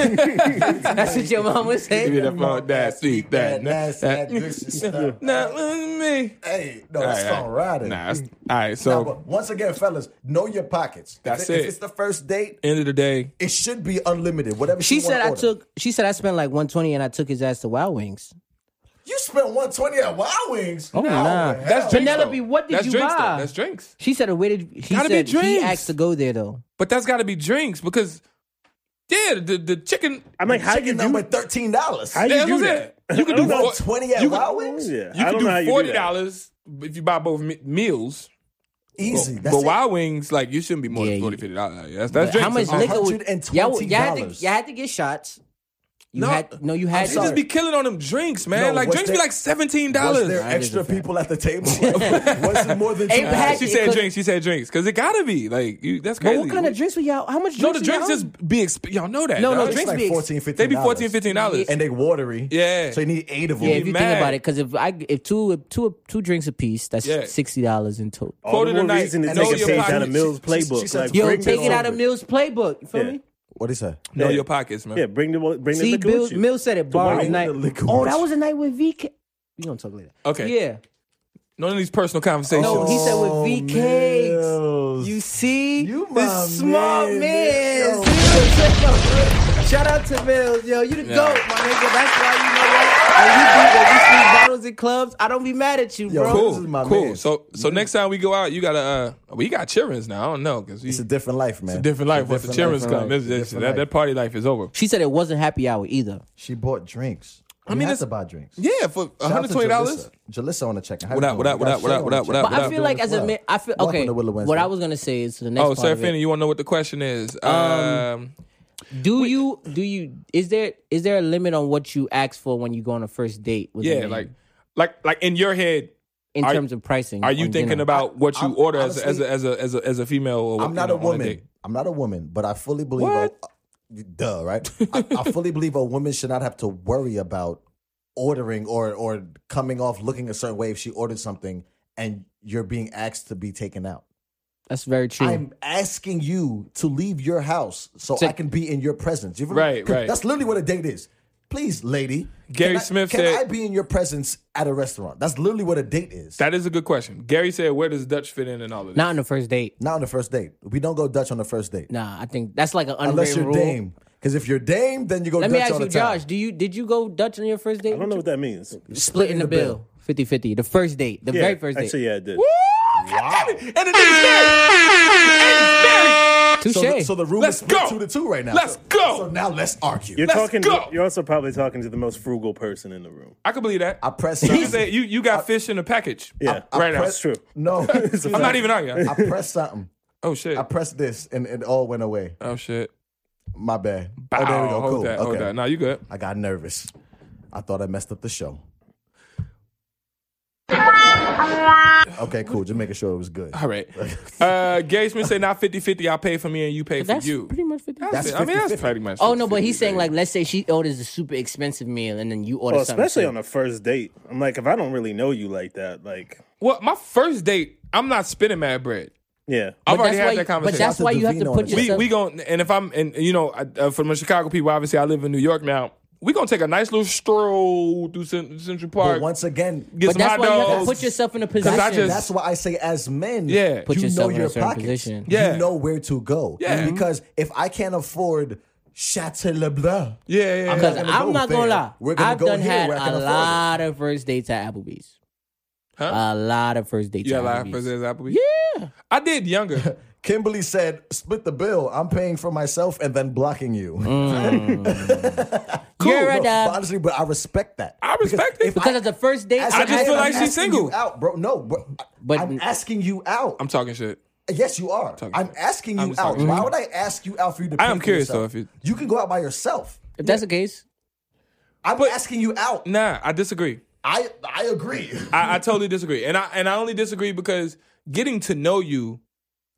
[SPEAKER 3] That's what your mom was
[SPEAKER 2] Give me
[SPEAKER 3] saying.
[SPEAKER 2] the phone, that sweet, that,
[SPEAKER 1] nasty, that
[SPEAKER 2] that, that. [LAUGHS]
[SPEAKER 1] good stuff.
[SPEAKER 2] Not with me.
[SPEAKER 1] Hey, no, that's
[SPEAKER 2] All right, all right.
[SPEAKER 1] songwriting.
[SPEAKER 2] Nah, that's- all right.
[SPEAKER 1] Nah,
[SPEAKER 2] So,
[SPEAKER 1] but once again, fellas, know your pockets.
[SPEAKER 2] That's
[SPEAKER 1] if, it-
[SPEAKER 2] it.
[SPEAKER 1] If it's the first date,
[SPEAKER 2] end of the day,
[SPEAKER 1] it should be unlimited. Whatever
[SPEAKER 3] She
[SPEAKER 1] you wanna
[SPEAKER 3] said I
[SPEAKER 1] order.
[SPEAKER 3] took. She said I spent like 120 and I took his ass to Wild Wings.
[SPEAKER 1] You spent one twenty at Wild Wings. Oh
[SPEAKER 3] nah.
[SPEAKER 2] that's drinks.
[SPEAKER 3] Penelope,
[SPEAKER 2] though.
[SPEAKER 3] what did
[SPEAKER 2] that's
[SPEAKER 3] you
[SPEAKER 2] drinks, though.
[SPEAKER 3] buy?
[SPEAKER 2] That's drinks.
[SPEAKER 3] She said, "Where did he
[SPEAKER 2] Gotta be
[SPEAKER 3] said he
[SPEAKER 2] drinks.
[SPEAKER 3] asked to go there though?"
[SPEAKER 2] But that's got to be drinks because, yeah, the the chicken.
[SPEAKER 4] I'm like, how
[SPEAKER 1] chicken
[SPEAKER 4] you
[SPEAKER 1] number
[SPEAKER 4] do?
[SPEAKER 1] thirteen dollars.
[SPEAKER 4] How
[SPEAKER 2] Yeah,
[SPEAKER 4] you
[SPEAKER 2] that's what
[SPEAKER 4] do
[SPEAKER 2] I'm
[SPEAKER 4] that?
[SPEAKER 2] saying. You could
[SPEAKER 4] I
[SPEAKER 2] do
[SPEAKER 4] don't know.
[SPEAKER 2] four-
[SPEAKER 1] One twenty at
[SPEAKER 2] you could-
[SPEAKER 1] Wild Wings.
[SPEAKER 4] Yeah,
[SPEAKER 2] You
[SPEAKER 4] I
[SPEAKER 2] can
[SPEAKER 4] don't know how
[SPEAKER 2] do
[SPEAKER 4] you
[SPEAKER 2] forty
[SPEAKER 4] do that.
[SPEAKER 2] dollars if you buy both me- meals.
[SPEAKER 1] Easy. That's
[SPEAKER 2] but
[SPEAKER 1] it.
[SPEAKER 2] Wild Wings, like you shouldn't be more
[SPEAKER 3] Yeah,
[SPEAKER 2] than
[SPEAKER 3] you-
[SPEAKER 2] 40 dollars. That's that's
[SPEAKER 3] But
[SPEAKER 2] drinks.
[SPEAKER 3] how much
[SPEAKER 2] Uh-huh.
[SPEAKER 3] liquor? would-
[SPEAKER 1] $120.
[SPEAKER 3] Y'all, y'all, had to, y'all had to get shots. You
[SPEAKER 2] No.
[SPEAKER 3] had no. You had
[SPEAKER 2] They
[SPEAKER 1] sorry.
[SPEAKER 2] just be killing on them drinks, man.
[SPEAKER 1] No,
[SPEAKER 2] like
[SPEAKER 1] was
[SPEAKER 2] drinks be
[SPEAKER 1] there-
[SPEAKER 2] like
[SPEAKER 1] Was
[SPEAKER 2] seventeen
[SPEAKER 1] there
[SPEAKER 2] dollars.
[SPEAKER 3] That is a
[SPEAKER 1] extra
[SPEAKER 3] fact.
[SPEAKER 1] people at the table? [LAUGHS] was it more than two?
[SPEAKER 3] Ain't had-
[SPEAKER 2] She
[SPEAKER 3] it
[SPEAKER 2] said
[SPEAKER 3] could-
[SPEAKER 2] drinks. She said drinks because it gotta be like you, that's
[SPEAKER 3] But
[SPEAKER 2] crazy.
[SPEAKER 3] what kind of drinks were y'all? How much?
[SPEAKER 2] No, the
[SPEAKER 3] were
[SPEAKER 2] drinks
[SPEAKER 3] y'all?
[SPEAKER 2] just be exp- y'all know that.
[SPEAKER 3] No, no,
[SPEAKER 2] dog.
[SPEAKER 1] It's
[SPEAKER 3] drinks
[SPEAKER 1] like
[SPEAKER 3] be ex-
[SPEAKER 1] 14 $15.
[SPEAKER 2] They be 14 dollars.
[SPEAKER 1] And they watery.
[SPEAKER 2] Yeah.
[SPEAKER 1] So you need eight of them.
[SPEAKER 3] Yeah, if you
[SPEAKER 2] mad.
[SPEAKER 3] think about it, because if I if two if two two drinks a piece, that's
[SPEAKER 2] Yeah.
[SPEAKER 3] sixty dollars in total.
[SPEAKER 4] All
[SPEAKER 2] Quote
[SPEAKER 4] the
[SPEAKER 2] of the
[SPEAKER 4] more
[SPEAKER 2] night.
[SPEAKER 4] reason to
[SPEAKER 1] And
[SPEAKER 4] take
[SPEAKER 1] know
[SPEAKER 4] a
[SPEAKER 1] your
[SPEAKER 4] page
[SPEAKER 1] pockets.
[SPEAKER 4] out of Mill's
[SPEAKER 1] She- she- she
[SPEAKER 4] playbook.
[SPEAKER 1] said
[SPEAKER 4] like,
[SPEAKER 1] to
[SPEAKER 3] Yo,
[SPEAKER 4] bring
[SPEAKER 3] take
[SPEAKER 4] them
[SPEAKER 3] it out of
[SPEAKER 4] over.
[SPEAKER 3] Mill's playbook. You feel
[SPEAKER 4] Yeah.
[SPEAKER 3] me?
[SPEAKER 1] What he say?
[SPEAKER 2] know
[SPEAKER 4] Yeah.
[SPEAKER 2] your pockets, man.
[SPEAKER 4] Yeah, bring the bring the
[SPEAKER 3] See,
[SPEAKER 4] liquor
[SPEAKER 3] Bill,
[SPEAKER 4] with you.
[SPEAKER 3] Mill said it. Bar
[SPEAKER 1] why you
[SPEAKER 3] night.
[SPEAKER 1] need the liquor
[SPEAKER 3] Oh,
[SPEAKER 1] with
[SPEAKER 3] that
[SPEAKER 1] you?
[SPEAKER 3] was a night with VK. We gonna talk later.
[SPEAKER 2] Okay.
[SPEAKER 3] Yeah.
[SPEAKER 2] None of these personal conversations.
[SPEAKER 3] No, he said with
[SPEAKER 1] Oh,
[SPEAKER 3] VK.
[SPEAKER 1] Mills.
[SPEAKER 3] You see,
[SPEAKER 1] You my
[SPEAKER 3] this smart
[SPEAKER 1] man,
[SPEAKER 3] man.
[SPEAKER 1] yo.
[SPEAKER 3] See what I'm saying? Shout out to Mills, yo. You the
[SPEAKER 2] Yeah.
[SPEAKER 3] goat, my nigga. That's why you know what. When you do when we squeeze bottles and clubs, I don't be mad at you,
[SPEAKER 1] Yo,
[SPEAKER 3] bro.
[SPEAKER 1] This
[SPEAKER 2] Cool,
[SPEAKER 1] is my
[SPEAKER 2] cool.
[SPEAKER 1] man.
[SPEAKER 2] So, so next time we go out, you gotta uh, we got childrens now. I don't know because
[SPEAKER 1] It's
[SPEAKER 2] it's
[SPEAKER 1] a different life, man.
[SPEAKER 2] a different life once the
[SPEAKER 1] different
[SPEAKER 2] childrens
[SPEAKER 1] life,
[SPEAKER 2] come.
[SPEAKER 1] right?
[SPEAKER 2] It's- it's-
[SPEAKER 1] It's a
[SPEAKER 2] that,
[SPEAKER 1] different
[SPEAKER 2] that party life is over.
[SPEAKER 3] She said it wasn't happy hour either.
[SPEAKER 8] She bought drinks. I
[SPEAKER 2] mean,
[SPEAKER 8] mean,
[SPEAKER 2] it's-
[SPEAKER 8] that's about drinks.
[SPEAKER 2] Yeah, for one
[SPEAKER 1] Shout out
[SPEAKER 2] hundred
[SPEAKER 1] to
[SPEAKER 2] twenty dollars.
[SPEAKER 1] Jalissa Jalissa on the check.
[SPEAKER 2] What up, what up, what up, what up, what up, what up,
[SPEAKER 3] But
[SPEAKER 2] what
[SPEAKER 3] I
[SPEAKER 2] up?
[SPEAKER 3] feel like as a man, I feel
[SPEAKER 1] Welcome
[SPEAKER 3] okay.
[SPEAKER 1] to Willow Wednesday.
[SPEAKER 3] What I was gonna say is to the next.
[SPEAKER 2] Oh,
[SPEAKER 3] part
[SPEAKER 2] Sir
[SPEAKER 3] of it.
[SPEAKER 2] Finney, you want to know what the question is? Um,
[SPEAKER 3] Do you do you is there is there a limit on what you ask for when you go on a first date? With a
[SPEAKER 2] yeah,
[SPEAKER 3] man?
[SPEAKER 2] like, like, like in your head,
[SPEAKER 3] in
[SPEAKER 2] are-
[SPEAKER 3] terms of pricing.
[SPEAKER 2] are you
[SPEAKER 3] on
[SPEAKER 2] thinking
[SPEAKER 3] dinner?
[SPEAKER 2] about what you
[SPEAKER 1] I'm-
[SPEAKER 2] order as, a- as,
[SPEAKER 1] honestly,
[SPEAKER 2] a, as a as a as a female? Or,
[SPEAKER 1] I'm
[SPEAKER 2] you
[SPEAKER 1] not
[SPEAKER 2] know,
[SPEAKER 1] a
[SPEAKER 2] on date?
[SPEAKER 1] woman. I'm not a woman, but I fully believe.
[SPEAKER 2] What?
[SPEAKER 1] A, duh, right? I, I fully believe a woman should not have to worry about ordering or or coming off looking a certain way if she ordered something and you're being asked to be taken out.
[SPEAKER 3] That's very true.
[SPEAKER 1] I'm asking you to leave your house so
[SPEAKER 3] To-
[SPEAKER 1] I can be in your presence. You feel
[SPEAKER 2] Right,
[SPEAKER 1] me?
[SPEAKER 2] right.
[SPEAKER 1] That's literally what a date is. Please, lady.
[SPEAKER 2] Gary
[SPEAKER 1] can I-
[SPEAKER 2] Smith
[SPEAKER 1] can
[SPEAKER 2] said-
[SPEAKER 1] "I be in your presence at a restaurant?" That's literally what a date is.
[SPEAKER 2] That is a good question. Gary said, "Where does Dutch fit in and all of this?"
[SPEAKER 3] Not on the first date.
[SPEAKER 1] Not on the first date. We don't go Dutch on the first date
[SPEAKER 3] Nah, I think that's like an unwritten
[SPEAKER 1] unless you're
[SPEAKER 3] rule.
[SPEAKER 1] Dame. Because if you're Dame, then you go
[SPEAKER 3] Let me
[SPEAKER 1] Dutch
[SPEAKER 3] ask
[SPEAKER 1] all the
[SPEAKER 3] you,
[SPEAKER 1] time.
[SPEAKER 3] Josh. Do you did you go Dutch on your first date?
[SPEAKER 4] I don't know what that means.
[SPEAKER 3] Splitting the bill, 50-50. The first date, the
[SPEAKER 4] Yeah,
[SPEAKER 3] very first date.
[SPEAKER 4] actually, yeah, I did.
[SPEAKER 2] And the nigga's married.
[SPEAKER 3] Touche.
[SPEAKER 1] So, the, so the room
[SPEAKER 2] Let's
[SPEAKER 1] is split
[SPEAKER 2] go.
[SPEAKER 1] two to two right now.
[SPEAKER 2] Let's
[SPEAKER 1] So-
[SPEAKER 2] go.
[SPEAKER 1] So now let's argue.
[SPEAKER 4] You're
[SPEAKER 2] Let's
[SPEAKER 4] talking.
[SPEAKER 2] go.
[SPEAKER 4] You're also probably talking to the most frugal person in the room.
[SPEAKER 2] I can believe that.
[SPEAKER 1] I press.
[SPEAKER 2] You can
[SPEAKER 1] something.
[SPEAKER 2] say you you got fish in a package.
[SPEAKER 4] Yeah.
[SPEAKER 1] I
[SPEAKER 2] right now.
[SPEAKER 1] press-
[SPEAKER 4] That's true.
[SPEAKER 2] [LAUGHS]
[SPEAKER 1] No, [LAUGHS]
[SPEAKER 4] a
[SPEAKER 2] I'm
[SPEAKER 4] fact.
[SPEAKER 2] not even out
[SPEAKER 1] I
[SPEAKER 2] yet.
[SPEAKER 1] pressed something.
[SPEAKER 2] Oh shit.
[SPEAKER 1] I pressed this, and it all went away.
[SPEAKER 2] Oh shit.
[SPEAKER 1] My bad.
[SPEAKER 2] Bow.
[SPEAKER 1] Oh, there we go.
[SPEAKER 2] Hold
[SPEAKER 1] cool.
[SPEAKER 2] that. Hold
[SPEAKER 1] okay.
[SPEAKER 2] that. Now you good.
[SPEAKER 1] I got nervous. I thought I messed up the show. Okay, cool. Just making sure it was good.
[SPEAKER 2] All right. Uh, Gary Smith said, "Not 50-50. I pay for me and you pay for
[SPEAKER 3] that's
[SPEAKER 2] you."
[SPEAKER 3] pretty much 50
[SPEAKER 2] That's,
[SPEAKER 1] That's
[SPEAKER 2] it. I mean, that's
[SPEAKER 1] 50-50.
[SPEAKER 2] pretty much.
[SPEAKER 3] Oh no, but he's
[SPEAKER 2] 50-50.
[SPEAKER 3] saying like let's say she orders a super expensive meal and then you order
[SPEAKER 4] Well,
[SPEAKER 3] something.
[SPEAKER 4] especially
[SPEAKER 3] too.
[SPEAKER 4] on a first date. I'm like, if I don't really know you like that, like,
[SPEAKER 2] Well, my first date, I'm not spitting mad bread.
[SPEAKER 4] yeah.
[SPEAKER 2] I've
[SPEAKER 3] But
[SPEAKER 2] already
[SPEAKER 3] that's
[SPEAKER 2] had
[SPEAKER 3] why-
[SPEAKER 2] that conversation.
[SPEAKER 3] But that's
[SPEAKER 1] Shout out
[SPEAKER 3] why
[SPEAKER 1] to
[SPEAKER 3] you have to
[SPEAKER 1] Davina on
[SPEAKER 3] put
[SPEAKER 1] the show.
[SPEAKER 2] we
[SPEAKER 3] yourself.
[SPEAKER 2] we going and if I'm and you know I, uh, for my Chicago people, obviously I live in New York now. We gonna take a nice little stroll through Cent- Central Park.
[SPEAKER 1] But once again,
[SPEAKER 2] get
[SPEAKER 3] but
[SPEAKER 2] some
[SPEAKER 3] that's
[SPEAKER 2] hot
[SPEAKER 3] why you have to
[SPEAKER 2] dogs.
[SPEAKER 3] put yourself in a
[SPEAKER 2] I
[SPEAKER 3] position.
[SPEAKER 2] just-
[SPEAKER 1] that's why I say, as men,
[SPEAKER 2] Yeah. Put
[SPEAKER 1] you know
[SPEAKER 3] yourself in a
[SPEAKER 1] your
[SPEAKER 3] certain
[SPEAKER 1] pockets.
[SPEAKER 3] position. Mm-hmm.
[SPEAKER 2] Yeah.
[SPEAKER 1] You know where to go.
[SPEAKER 2] Yeah.
[SPEAKER 1] Because if I can't afford Chateau Le Blanc,
[SPEAKER 2] yeah, yeah,
[SPEAKER 3] Because
[SPEAKER 2] yeah.
[SPEAKER 1] gonna
[SPEAKER 3] I'm
[SPEAKER 1] go
[SPEAKER 3] not gonna
[SPEAKER 1] there.
[SPEAKER 3] lie,
[SPEAKER 1] We're gonna
[SPEAKER 3] I've
[SPEAKER 1] go
[SPEAKER 3] done
[SPEAKER 1] here
[SPEAKER 3] had
[SPEAKER 1] where I can
[SPEAKER 3] a
[SPEAKER 1] afford it.
[SPEAKER 3] lot of first dates at Applebee's.
[SPEAKER 2] Huh?
[SPEAKER 3] A lot of first dates.
[SPEAKER 2] yeah,
[SPEAKER 3] at
[SPEAKER 2] live
[SPEAKER 3] Applebee's.
[SPEAKER 2] President Applebee's. Yeah, I did younger.
[SPEAKER 1] Kimberly said, split the bill. I'm paying for myself and then blocking you.
[SPEAKER 3] Mm.
[SPEAKER 1] [LAUGHS]
[SPEAKER 3] You're a
[SPEAKER 1] No,
[SPEAKER 3] dub.
[SPEAKER 1] but honestly, but I respect that.
[SPEAKER 2] I respect it.
[SPEAKER 1] if
[SPEAKER 3] Because
[SPEAKER 1] I-
[SPEAKER 3] it's the first date.
[SPEAKER 1] as
[SPEAKER 2] I
[SPEAKER 1] a
[SPEAKER 2] just
[SPEAKER 1] man,
[SPEAKER 2] feel
[SPEAKER 1] I'm
[SPEAKER 2] like she's
[SPEAKER 1] asking you
[SPEAKER 2] single.
[SPEAKER 1] out, bro. No, bro, I-
[SPEAKER 3] But-
[SPEAKER 1] I'm asking you out.
[SPEAKER 2] I'm talking shit.
[SPEAKER 1] yes, you are. I'm asking
[SPEAKER 2] I'm
[SPEAKER 1] you
[SPEAKER 2] just
[SPEAKER 1] out.
[SPEAKER 2] talking
[SPEAKER 1] Why
[SPEAKER 2] shit.
[SPEAKER 1] would I ask you out for you to? Pay
[SPEAKER 2] I am
[SPEAKER 1] for
[SPEAKER 2] curious,
[SPEAKER 1] yourself?
[SPEAKER 2] though, if you-
[SPEAKER 1] you can go out by yourself.
[SPEAKER 3] If that's the case,
[SPEAKER 1] I'm asking you out.
[SPEAKER 2] Nah, I disagree.
[SPEAKER 1] I I agree.
[SPEAKER 2] I, I totally disagree, and I and I only disagree because getting to know you,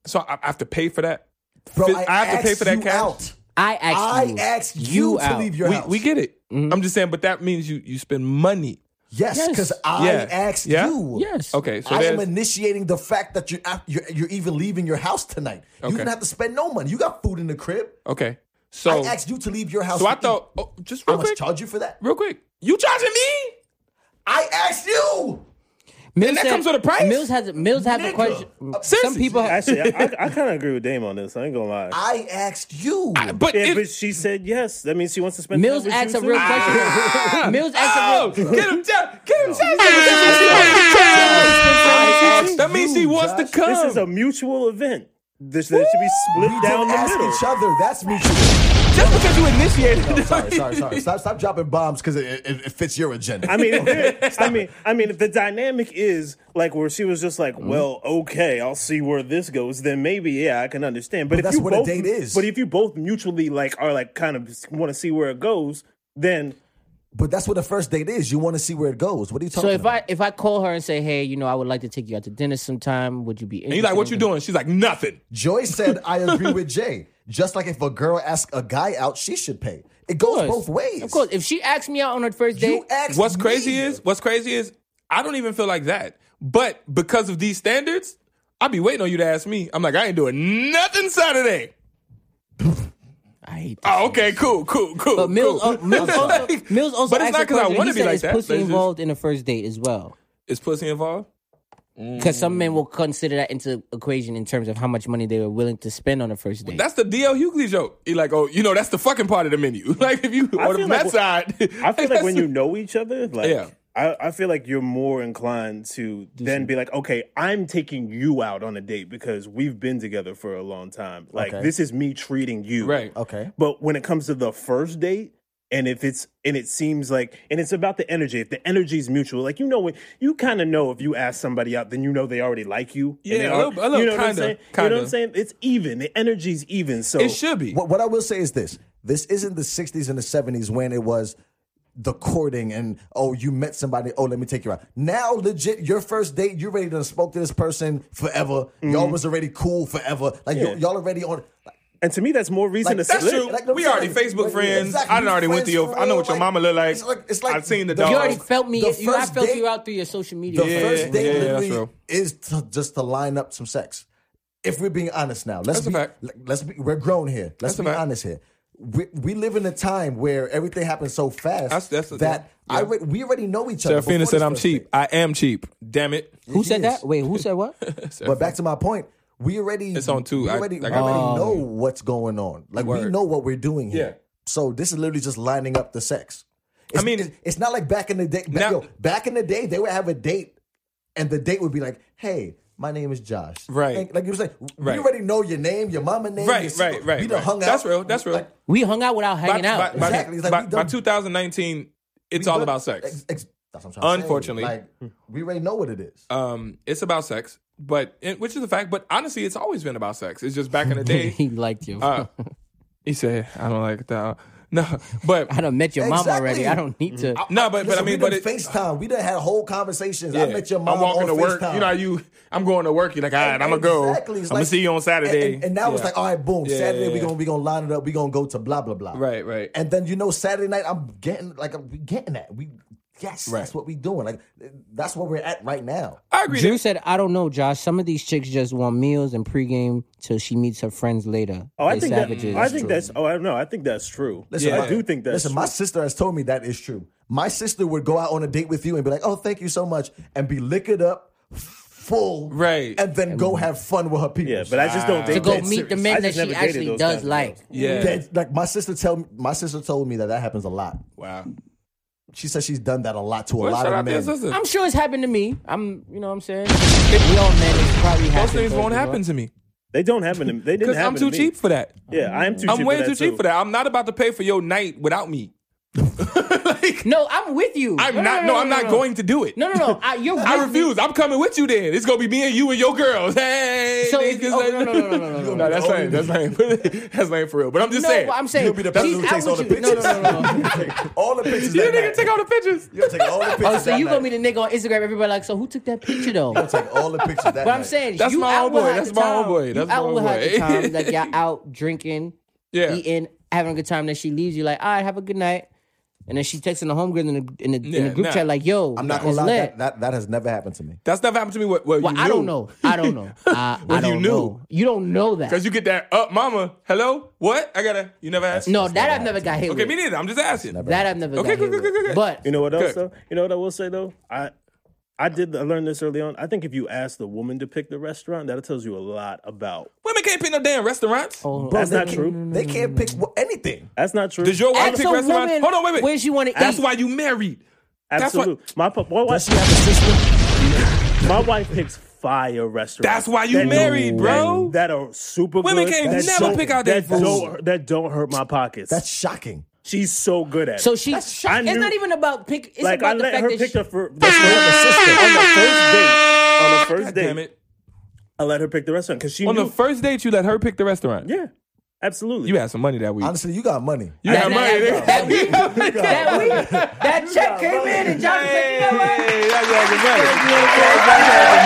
[SPEAKER 2] so I, I have to pay for that.
[SPEAKER 1] Bro,
[SPEAKER 2] I have to
[SPEAKER 1] asked
[SPEAKER 2] pay for that
[SPEAKER 1] you
[SPEAKER 2] cash?
[SPEAKER 1] Out.
[SPEAKER 3] I asked
[SPEAKER 1] I
[SPEAKER 3] you.
[SPEAKER 1] asked
[SPEAKER 3] You
[SPEAKER 1] you, to
[SPEAKER 3] out.
[SPEAKER 1] leave your
[SPEAKER 2] we
[SPEAKER 1] house.
[SPEAKER 2] we get it. I'm just saying, but that means you you spend money.
[SPEAKER 1] yes,
[SPEAKER 3] Yes.
[SPEAKER 1] because I
[SPEAKER 2] Yeah.
[SPEAKER 1] asked
[SPEAKER 2] Yeah.
[SPEAKER 1] you.
[SPEAKER 3] Yes.
[SPEAKER 2] Okay, so
[SPEAKER 1] I am
[SPEAKER 2] there's
[SPEAKER 1] initiating the fact that you're, out- you're you're even leaving your house tonight. You
[SPEAKER 2] Okay.
[SPEAKER 1] didn't have to spend no money. You got food in the crib.
[SPEAKER 2] okay. So
[SPEAKER 1] I asked you to leave your house.
[SPEAKER 2] Oh. so I
[SPEAKER 1] to eat.
[SPEAKER 2] thought oh, just
[SPEAKER 1] I
[SPEAKER 2] real
[SPEAKER 1] must
[SPEAKER 2] quick,
[SPEAKER 1] charge you for that.
[SPEAKER 2] real quick. You charging me?
[SPEAKER 1] I asked you.
[SPEAKER 3] Mills
[SPEAKER 2] that comes with a price?
[SPEAKER 3] Mills has Mills has a
[SPEAKER 1] Nigga.
[SPEAKER 3] question.
[SPEAKER 1] Uh,
[SPEAKER 3] Some
[SPEAKER 2] seriously.
[SPEAKER 3] people.
[SPEAKER 4] Actually, I, I,
[SPEAKER 2] [LAUGHS]
[SPEAKER 4] I kind of agree with Dame on this. I ain't gonna lie.
[SPEAKER 1] I asked you.
[SPEAKER 2] But
[SPEAKER 4] yeah,
[SPEAKER 2] if,
[SPEAKER 4] but she said yes. That means she wants to spend.
[SPEAKER 3] Mills
[SPEAKER 4] time with
[SPEAKER 3] asks
[SPEAKER 4] you
[SPEAKER 3] a real
[SPEAKER 4] too.
[SPEAKER 1] Ah.
[SPEAKER 3] question. Mills
[SPEAKER 2] [LAUGHS] oh,
[SPEAKER 3] asks a real.
[SPEAKER 2] get him down, get him down. That means she
[SPEAKER 1] you,
[SPEAKER 2] wants to
[SPEAKER 1] Josh.
[SPEAKER 2] come.
[SPEAKER 4] This is a mutual event. This that should be split
[SPEAKER 1] Don't
[SPEAKER 4] down the
[SPEAKER 1] ask
[SPEAKER 4] middle.
[SPEAKER 1] each other. That's mutual.
[SPEAKER 2] just because you initiated. it.
[SPEAKER 1] Sorry, sorry, sorry. Stop, stop dropping bombs because it, it, it fits your agenda.
[SPEAKER 4] I
[SPEAKER 1] [LAUGHS]
[SPEAKER 4] mean, [LAUGHS] if I mean, I mean, if the dynamic is like where she was just like,
[SPEAKER 1] Mm-hmm.
[SPEAKER 4] "Well, okay, I'll see where this goes," then maybe, yeah, I can understand. But, if
[SPEAKER 1] that's
[SPEAKER 4] you
[SPEAKER 1] what a
[SPEAKER 4] both,
[SPEAKER 1] date is.
[SPEAKER 4] But if you both mutually like are like kind of want to see where it goes, then
[SPEAKER 1] but that's what the first date is. You want to see where it goes. What are you
[SPEAKER 3] So
[SPEAKER 1] talking
[SPEAKER 3] if
[SPEAKER 1] about?
[SPEAKER 3] I if I call her and say, hey, you know, I would like to take you out to dinner sometime. Would you be?
[SPEAKER 2] And you like what you doing? She's like nothing.
[SPEAKER 1] Joy said,
[SPEAKER 3] [LAUGHS]
[SPEAKER 1] I agree with Jay. Just like if a girl asks a guy out, she should pay. It goes both ways.
[SPEAKER 3] Of course. If she asked me out on her first date,
[SPEAKER 1] You asked
[SPEAKER 2] What's crazy
[SPEAKER 1] me.
[SPEAKER 2] is what's crazy is I don't even feel like that. But because of these standards, I be waiting on you to ask me. I'm like, I ain't doing nothing Saturday.
[SPEAKER 3] I hate. That.
[SPEAKER 2] Oh, okay, cool, cool, cool.
[SPEAKER 3] But Mills,
[SPEAKER 2] cool.
[SPEAKER 3] uh,
[SPEAKER 2] [LAUGHS]
[SPEAKER 3] Mills also,
[SPEAKER 2] Like,
[SPEAKER 3] Mills also
[SPEAKER 2] But it's
[SPEAKER 3] asked a
[SPEAKER 2] not because I
[SPEAKER 3] question.
[SPEAKER 2] want
[SPEAKER 3] He
[SPEAKER 2] to be
[SPEAKER 3] said
[SPEAKER 2] like
[SPEAKER 3] it's
[SPEAKER 2] that.
[SPEAKER 3] pussy
[SPEAKER 2] It's just-
[SPEAKER 3] involved in the first date as well.
[SPEAKER 2] Is pussy involved?
[SPEAKER 3] Because some men will consider that into equation in terms of how much money they were willing to spend on a first date.
[SPEAKER 2] That's the DL Hughley joke. He like, oh, you know, that's the fucking part of the menu. [LAUGHS] like if you order
[SPEAKER 4] feel
[SPEAKER 2] from that
[SPEAKER 4] like-
[SPEAKER 2] side,
[SPEAKER 4] I feel
[SPEAKER 2] [LAUGHS]
[SPEAKER 4] like
[SPEAKER 2] that's-
[SPEAKER 4] when you know each other, like
[SPEAKER 2] Yeah.
[SPEAKER 4] I, I feel like you're more inclined to then be like, okay, I'm taking you out on a date because we've been together for a long time. Like
[SPEAKER 1] Okay.
[SPEAKER 4] this is me treating you.
[SPEAKER 2] Right.
[SPEAKER 1] Okay.
[SPEAKER 4] But when it comes to the first date, and if it's and it seems like and it's about the energy. If the energy is mutual, like you know when you kind of know if you ask somebody out, then you know they already like you. and
[SPEAKER 2] Yeah,
[SPEAKER 4] they
[SPEAKER 2] a
[SPEAKER 4] are-
[SPEAKER 2] little- a little
[SPEAKER 4] you know what I'm
[SPEAKER 2] kinda,
[SPEAKER 4] saying? You know what I'm
[SPEAKER 2] kinda.
[SPEAKER 4] saying? It's even. The energy's even. So
[SPEAKER 2] It should be.
[SPEAKER 1] What, what I will say is this: this isn't the '60s and the '70s when it was the courting and oh, you met somebody. Oh, let me take you out. Now, legit, your first date, you ready to spoke to this person forever.
[SPEAKER 2] Mm-hmm.
[SPEAKER 1] Y'all was already cool forever. Like y- y'all already on. Like,
[SPEAKER 4] And to me, that's more reason
[SPEAKER 1] Like,
[SPEAKER 4] to
[SPEAKER 2] That's
[SPEAKER 1] Lit-
[SPEAKER 2] true.
[SPEAKER 1] like, no,
[SPEAKER 2] we
[SPEAKER 1] sorry.
[SPEAKER 2] already Facebook
[SPEAKER 1] Like,
[SPEAKER 2] friends.
[SPEAKER 1] exactly.
[SPEAKER 2] I done already went to
[SPEAKER 1] Friends
[SPEAKER 2] your.
[SPEAKER 1] for
[SPEAKER 2] I know what
[SPEAKER 1] real,
[SPEAKER 2] your mama look like.
[SPEAKER 1] it's like- it's like
[SPEAKER 2] I've seen the
[SPEAKER 1] the-
[SPEAKER 2] dog.
[SPEAKER 1] You
[SPEAKER 3] You already felt me.
[SPEAKER 1] The
[SPEAKER 3] You, I
[SPEAKER 1] first
[SPEAKER 3] felt
[SPEAKER 1] date-
[SPEAKER 3] you out through your social media.
[SPEAKER 1] the
[SPEAKER 2] Yeah,
[SPEAKER 1] first date
[SPEAKER 2] yeah, yeah, that's
[SPEAKER 1] literally
[SPEAKER 2] real.
[SPEAKER 1] is to, just to line up some sex. If we're being honest now, let's
[SPEAKER 2] That's a
[SPEAKER 1] be,
[SPEAKER 2] fact.
[SPEAKER 1] le- let's be we're grown here. Let's
[SPEAKER 2] That's a
[SPEAKER 1] be
[SPEAKER 2] fact.
[SPEAKER 1] honest here. We, we live in a time where everything happens so fast
[SPEAKER 2] That's- that's-
[SPEAKER 1] that
[SPEAKER 2] yeah.
[SPEAKER 1] I re- we already know each other. before
[SPEAKER 2] Serafina said
[SPEAKER 1] this
[SPEAKER 2] I'm
[SPEAKER 1] first
[SPEAKER 2] cheap.
[SPEAKER 1] date.
[SPEAKER 2] I am cheap. Damn it.
[SPEAKER 3] Who said
[SPEAKER 1] Yes.
[SPEAKER 3] that? Wait, who said what?
[SPEAKER 1] But back to my point, we already
[SPEAKER 2] It's on two.
[SPEAKER 1] We
[SPEAKER 2] I-
[SPEAKER 1] already,
[SPEAKER 2] I
[SPEAKER 1] we
[SPEAKER 2] got
[SPEAKER 1] already
[SPEAKER 2] it.
[SPEAKER 1] know what's going on. Like we
[SPEAKER 2] Word.
[SPEAKER 1] know what we're doing here.
[SPEAKER 2] Yeah.
[SPEAKER 1] So this is literally just lining up the sex. It's,
[SPEAKER 2] I mean-
[SPEAKER 1] it's, it's not like back in the day. Back,
[SPEAKER 2] Now-
[SPEAKER 1] yo, back in the day, they would have a date, and the date would be like, "Hey, my name is Josh."
[SPEAKER 2] Right.
[SPEAKER 1] Like, like you were saying,
[SPEAKER 2] Right.
[SPEAKER 1] we already know your name, your mama name.
[SPEAKER 2] Right,
[SPEAKER 1] your sister.
[SPEAKER 2] right, right,
[SPEAKER 1] We done
[SPEAKER 2] right.
[SPEAKER 1] hung out.
[SPEAKER 2] That's real, that's real.
[SPEAKER 1] Like,
[SPEAKER 3] We hung out without
[SPEAKER 2] By,
[SPEAKER 3] hanging
[SPEAKER 2] by,
[SPEAKER 3] out.
[SPEAKER 2] by,
[SPEAKER 1] Exactly. It's like
[SPEAKER 2] by,
[SPEAKER 1] we
[SPEAKER 2] by
[SPEAKER 1] done-
[SPEAKER 2] 2019, it's
[SPEAKER 1] we
[SPEAKER 2] all
[SPEAKER 1] done-
[SPEAKER 2] about sex.
[SPEAKER 1] ex- ex- that's what I'm trying to say.
[SPEAKER 2] Unfortunately.
[SPEAKER 1] like we already know what it is.
[SPEAKER 2] Um, it's about sex, but it, which is a fact. But honestly, it's always been about sex. It's just back in the day.
[SPEAKER 3] [LAUGHS] he liked you.
[SPEAKER 2] Uh, [LAUGHS] he said, "I don't like that." No, [LAUGHS] but
[SPEAKER 3] I done met your mom already.
[SPEAKER 1] Exactly.
[SPEAKER 3] I don't need to.
[SPEAKER 2] no, but but I
[SPEAKER 1] Listen,
[SPEAKER 2] mean,
[SPEAKER 1] we
[SPEAKER 2] but
[SPEAKER 1] done
[SPEAKER 2] it,
[SPEAKER 1] FaceTime. We done had whole conversations. I
[SPEAKER 2] Yeah.
[SPEAKER 1] met your mom.
[SPEAKER 2] I'm walking
[SPEAKER 1] on
[SPEAKER 2] to work.
[SPEAKER 1] FaceTime.
[SPEAKER 2] You know, how you. I'm going to work. You're like, all right, I'm gonna go.
[SPEAKER 1] Exactly.
[SPEAKER 2] I'm
[SPEAKER 1] It's
[SPEAKER 2] gonna
[SPEAKER 1] like-
[SPEAKER 2] see you on Saturday.
[SPEAKER 1] And, and, and now it's
[SPEAKER 2] Yeah.
[SPEAKER 1] like, "Oh, all right, boom.
[SPEAKER 2] Yeah,
[SPEAKER 1] Saturday
[SPEAKER 2] yeah,
[SPEAKER 1] we
[SPEAKER 2] yeah.
[SPEAKER 1] gonna we gonna line it up. We gonna go to blah blah blah.
[SPEAKER 2] right, right.
[SPEAKER 1] And then you know Saturday night I'm getting like I'm we getting that. We yes,
[SPEAKER 2] Right.
[SPEAKER 1] that's what we doing. Like that's where we're at right now.
[SPEAKER 2] I agree.
[SPEAKER 3] Drew said, I don't know, Josh. Some of these chicks just want meals and pregame till she meets her friends later.
[SPEAKER 4] Oh, I
[SPEAKER 3] They
[SPEAKER 4] think
[SPEAKER 3] savages.
[SPEAKER 4] that, I think that's oh I don't know I think that's true.
[SPEAKER 1] Listen,
[SPEAKER 4] I
[SPEAKER 1] my-
[SPEAKER 4] do think that's
[SPEAKER 1] Listen, my sister has told me that is true. My sister would go out on a date with you and be like, "Oh, thank you so much," and be liquored up, full,
[SPEAKER 2] Right.
[SPEAKER 1] and then go have fun with her people.
[SPEAKER 4] yeah, but I just don't
[SPEAKER 2] To
[SPEAKER 4] date
[SPEAKER 3] to go
[SPEAKER 4] that
[SPEAKER 3] meet the
[SPEAKER 4] serious. I
[SPEAKER 3] men that she
[SPEAKER 4] just never dated
[SPEAKER 3] actually
[SPEAKER 4] those
[SPEAKER 3] does
[SPEAKER 4] kinds of
[SPEAKER 3] like.
[SPEAKER 4] girls.
[SPEAKER 2] yeah.
[SPEAKER 1] That- like my sister tell my sister told me that that happens a lot.
[SPEAKER 2] wow.
[SPEAKER 1] She says she's done that a lot to a
[SPEAKER 2] Well,
[SPEAKER 1] lot
[SPEAKER 2] shout
[SPEAKER 1] of
[SPEAKER 2] out to your
[SPEAKER 1] men.
[SPEAKER 2] sister.
[SPEAKER 3] I'm sure it's happened to me. I'm, you know what I'm saying? We all men, it's probably
[SPEAKER 2] Most
[SPEAKER 3] happened.
[SPEAKER 2] things
[SPEAKER 3] to
[SPEAKER 2] won't
[SPEAKER 3] us,
[SPEAKER 2] happen to me
[SPEAKER 4] They don't happen to me. They didn't
[SPEAKER 2] because
[SPEAKER 4] happen
[SPEAKER 2] I'm too
[SPEAKER 4] to me.
[SPEAKER 2] cheap for that.
[SPEAKER 4] Yeah, I am too.
[SPEAKER 2] I'm
[SPEAKER 4] cheap
[SPEAKER 2] way
[SPEAKER 4] for
[SPEAKER 2] too cheap for that. I'm not about to pay for your night without me. [LAUGHS] Like,
[SPEAKER 3] No, I'm with you.
[SPEAKER 2] I'm not. No, I'm not going to do it.
[SPEAKER 3] No, no, no. I, you're with
[SPEAKER 2] I
[SPEAKER 3] me.
[SPEAKER 2] refuse. I'm coming with you. Then it's gonna be me and you and your girls. Hey,
[SPEAKER 3] So
[SPEAKER 2] niggas,
[SPEAKER 3] it's- oh, no, no, no, no, no, no, no.
[SPEAKER 2] that's lame. That's lame. that's lame for real. But I'm just
[SPEAKER 3] No,
[SPEAKER 2] saying.
[SPEAKER 3] I'm saying
[SPEAKER 1] You'll be the person
[SPEAKER 3] she's
[SPEAKER 1] who
[SPEAKER 3] out
[SPEAKER 1] takes all the
[SPEAKER 3] with you. No,
[SPEAKER 1] pictures.
[SPEAKER 3] no,
[SPEAKER 1] [LAUGHS]
[SPEAKER 3] no, no.
[SPEAKER 1] all the pictures.
[SPEAKER 2] you
[SPEAKER 1] that
[SPEAKER 2] nigga
[SPEAKER 1] night.
[SPEAKER 2] take all the pictures.
[SPEAKER 1] You'll take all the pictures.
[SPEAKER 3] Oh, so
[SPEAKER 1] that
[SPEAKER 3] you gonna
[SPEAKER 1] night.
[SPEAKER 3] be the nigga on Instagram? Everybody like, so who took that picture though? But
[SPEAKER 1] Take all
[SPEAKER 3] [LAUGHS]
[SPEAKER 1] the pictures. That
[SPEAKER 3] I'm
[SPEAKER 1] night.
[SPEAKER 3] saying
[SPEAKER 2] That's
[SPEAKER 3] you
[SPEAKER 2] my
[SPEAKER 3] out with
[SPEAKER 2] homeboy.
[SPEAKER 3] her at
[SPEAKER 2] That's
[SPEAKER 3] the
[SPEAKER 2] my
[SPEAKER 3] time.
[SPEAKER 2] homeboy.
[SPEAKER 3] You
[SPEAKER 2] That's
[SPEAKER 3] out
[SPEAKER 2] my
[SPEAKER 3] with her at the
[SPEAKER 2] homeboy.
[SPEAKER 3] time. Like y'all out drinking,
[SPEAKER 2] Yeah.
[SPEAKER 3] eating, having a good time. Then she leaves you like, all right, have a good night. And then she texting the homegirl in the in the, in
[SPEAKER 2] Yeah,
[SPEAKER 3] the group
[SPEAKER 2] nah.
[SPEAKER 3] chat like, yo,
[SPEAKER 1] I'm not
[SPEAKER 3] it's
[SPEAKER 1] gonna lie. That,
[SPEAKER 3] lit.
[SPEAKER 1] that that has never happened to me.
[SPEAKER 2] That's never happened to me. Well, well,
[SPEAKER 3] well,
[SPEAKER 2] you
[SPEAKER 3] I don't
[SPEAKER 2] knew.
[SPEAKER 3] know. I don't know. I, I
[SPEAKER 2] Well, you
[SPEAKER 3] don't
[SPEAKER 2] knew.
[SPEAKER 3] know. You don't know that.
[SPEAKER 2] Cause you get that up, mama. Hello, what? I gotta. You never asked.
[SPEAKER 3] no, that I've never got hit
[SPEAKER 2] Okay,
[SPEAKER 3] with.
[SPEAKER 2] me neither. I'm just asking.
[SPEAKER 3] That I've never
[SPEAKER 2] Okay,
[SPEAKER 3] got
[SPEAKER 2] good,
[SPEAKER 3] hit
[SPEAKER 2] good, good,
[SPEAKER 3] with.
[SPEAKER 2] good.
[SPEAKER 3] But
[SPEAKER 4] You know what else
[SPEAKER 2] Good.
[SPEAKER 4] though? You know what I will say though? I I did I learned this early on. I think if you ask the woman to pick the restaurant, that tells you a lot about.
[SPEAKER 2] Women can't pick no damn restaurants.
[SPEAKER 3] oh,
[SPEAKER 4] That's
[SPEAKER 1] they
[SPEAKER 4] not
[SPEAKER 1] can't-
[SPEAKER 4] true.
[SPEAKER 1] They can't pick
[SPEAKER 2] Mm-hmm.
[SPEAKER 1] wh- anything.
[SPEAKER 4] That's not true.
[SPEAKER 2] Does your wife
[SPEAKER 3] Ask
[SPEAKER 2] pick
[SPEAKER 3] a
[SPEAKER 2] restaurants?
[SPEAKER 3] woman
[SPEAKER 2] Hold on, wait, wait.
[SPEAKER 3] where she wanna
[SPEAKER 2] That's
[SPEAKER 3] eat.
[SPEAKER 2] why you married. that's why-
[SPEAKER 4] Absolutely. my pu- my wife,
[SPEAKER 1] Does she have a sister?
[SPEAKER 4] my wife picks fire restaurants.
[SPEAKER 2] That's why you
[SPEAKER 4] don't-
[SPEAKER 2] married, bro.
[SPEAKER 4] That are super
[SPEAKER 2] Women
[SPEAKER 4] good.
[SPEAKER 2] can't
[SPEAKER 4] that
[SPEAKER 2] never
[SPEAKER 4] don't-
[SPEAKER 2] pick out their
[SPEAKER 4] that
[SPEAKER 2] food.
[SPEAKER 4] don't that don't hurt my pockets.
[SPEAKER 1] That's shocking.
[SPEAKER 4] She's so good at.
[SPEAKER 3] so
[SPEAKER 4] it.
[SPEAKER 3] she,
[SPEAKER 4] That's
[SPEAKER 3] it's
[SPEAKER 4] shocking. I knew-
[SPEAKER 3] not even about pick. It's
[SPEAKER 4] like I
[SPEAKER 3] about the
[SPEAKER 4] let
[SPEAKER 3] fact
[SPEAKER 4] her
[SPEAKER 3] that
[SPEAKER 4] pick
[SPEAKER 2] [LAUGHS]
[SPEAKER 3] she,
[SPEAKER 4] the fir- the first on the first date. On the first
[SPEAKER 2] God
[SPEAKER 4] date,
[SPEAKER 2] damn it.
[SPEAKER 4] I let her pick the restaurant because she
[SPEAKER 2] On
[SPEAKER 4] knew.
[SPEAKER 2] the first date, you let her pick the restaurant.
[SPEAKER 4] yeah, absolutely.
[SPEAKER 2] You had some money that week.
[SPEAKER 1] Honestly, you got money.
[SPEAKER 2] You had money. nigga.
[SPEAKER 3] that,
[SPEAKER 2] [LAUGHS]
[SPEAKER 3] that week, that week, that check came in, and Johnny
[SPEAKER 2] [LAUGHS]
[SPEAKER 3] said, "You know what?
[SPEAKER 2] Hey, that's like the money.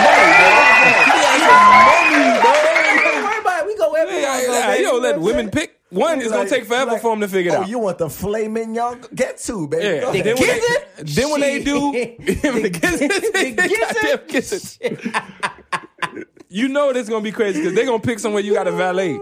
[SPEAKER 3] Don't worry about it. We go wherever we
[SPEAKER 2] Yeah,
[SPEAKER 3] wanna go,
[SPEAKER 2] yeah,
[SPEAKER 3] baby."
[SPEAKER 2] You don't let women pick. One, it's gonna
[SPEAKER 1] Like-
[SPEAKER 2] take forever
[SPEAKER 1] like,
[SPEAKER 2] for them to figure it
[SPEAKER 1] oh,
[SPEAKER 2] out.
[SPEAKER 1] you want the filet mignon? Get to, baby.
[SPEAKER 2] Yeah.
[SPEAKER 1] Go
[SPEAKER 2] Then,
[SPEAKER 1] ahead.
[SPEAKER 2] when
[SPEAKER 3] kids
[SPEAKER 2] they,
[SPEAKER 3] it?
[SPEAKER 2] then when they
[SPEAKER 3] Shit.
[SPEAKER 2] do, [LAUGHS]
[SPEAKER 3] The
[SPEAKER 2] kiss [LAUGHS] it,
[SPEAKER 3] kiss it?
[SPEAKER 2] goddamn kiss it. You know this gonna be crazy because they're gonna pick somewhere you got a valet.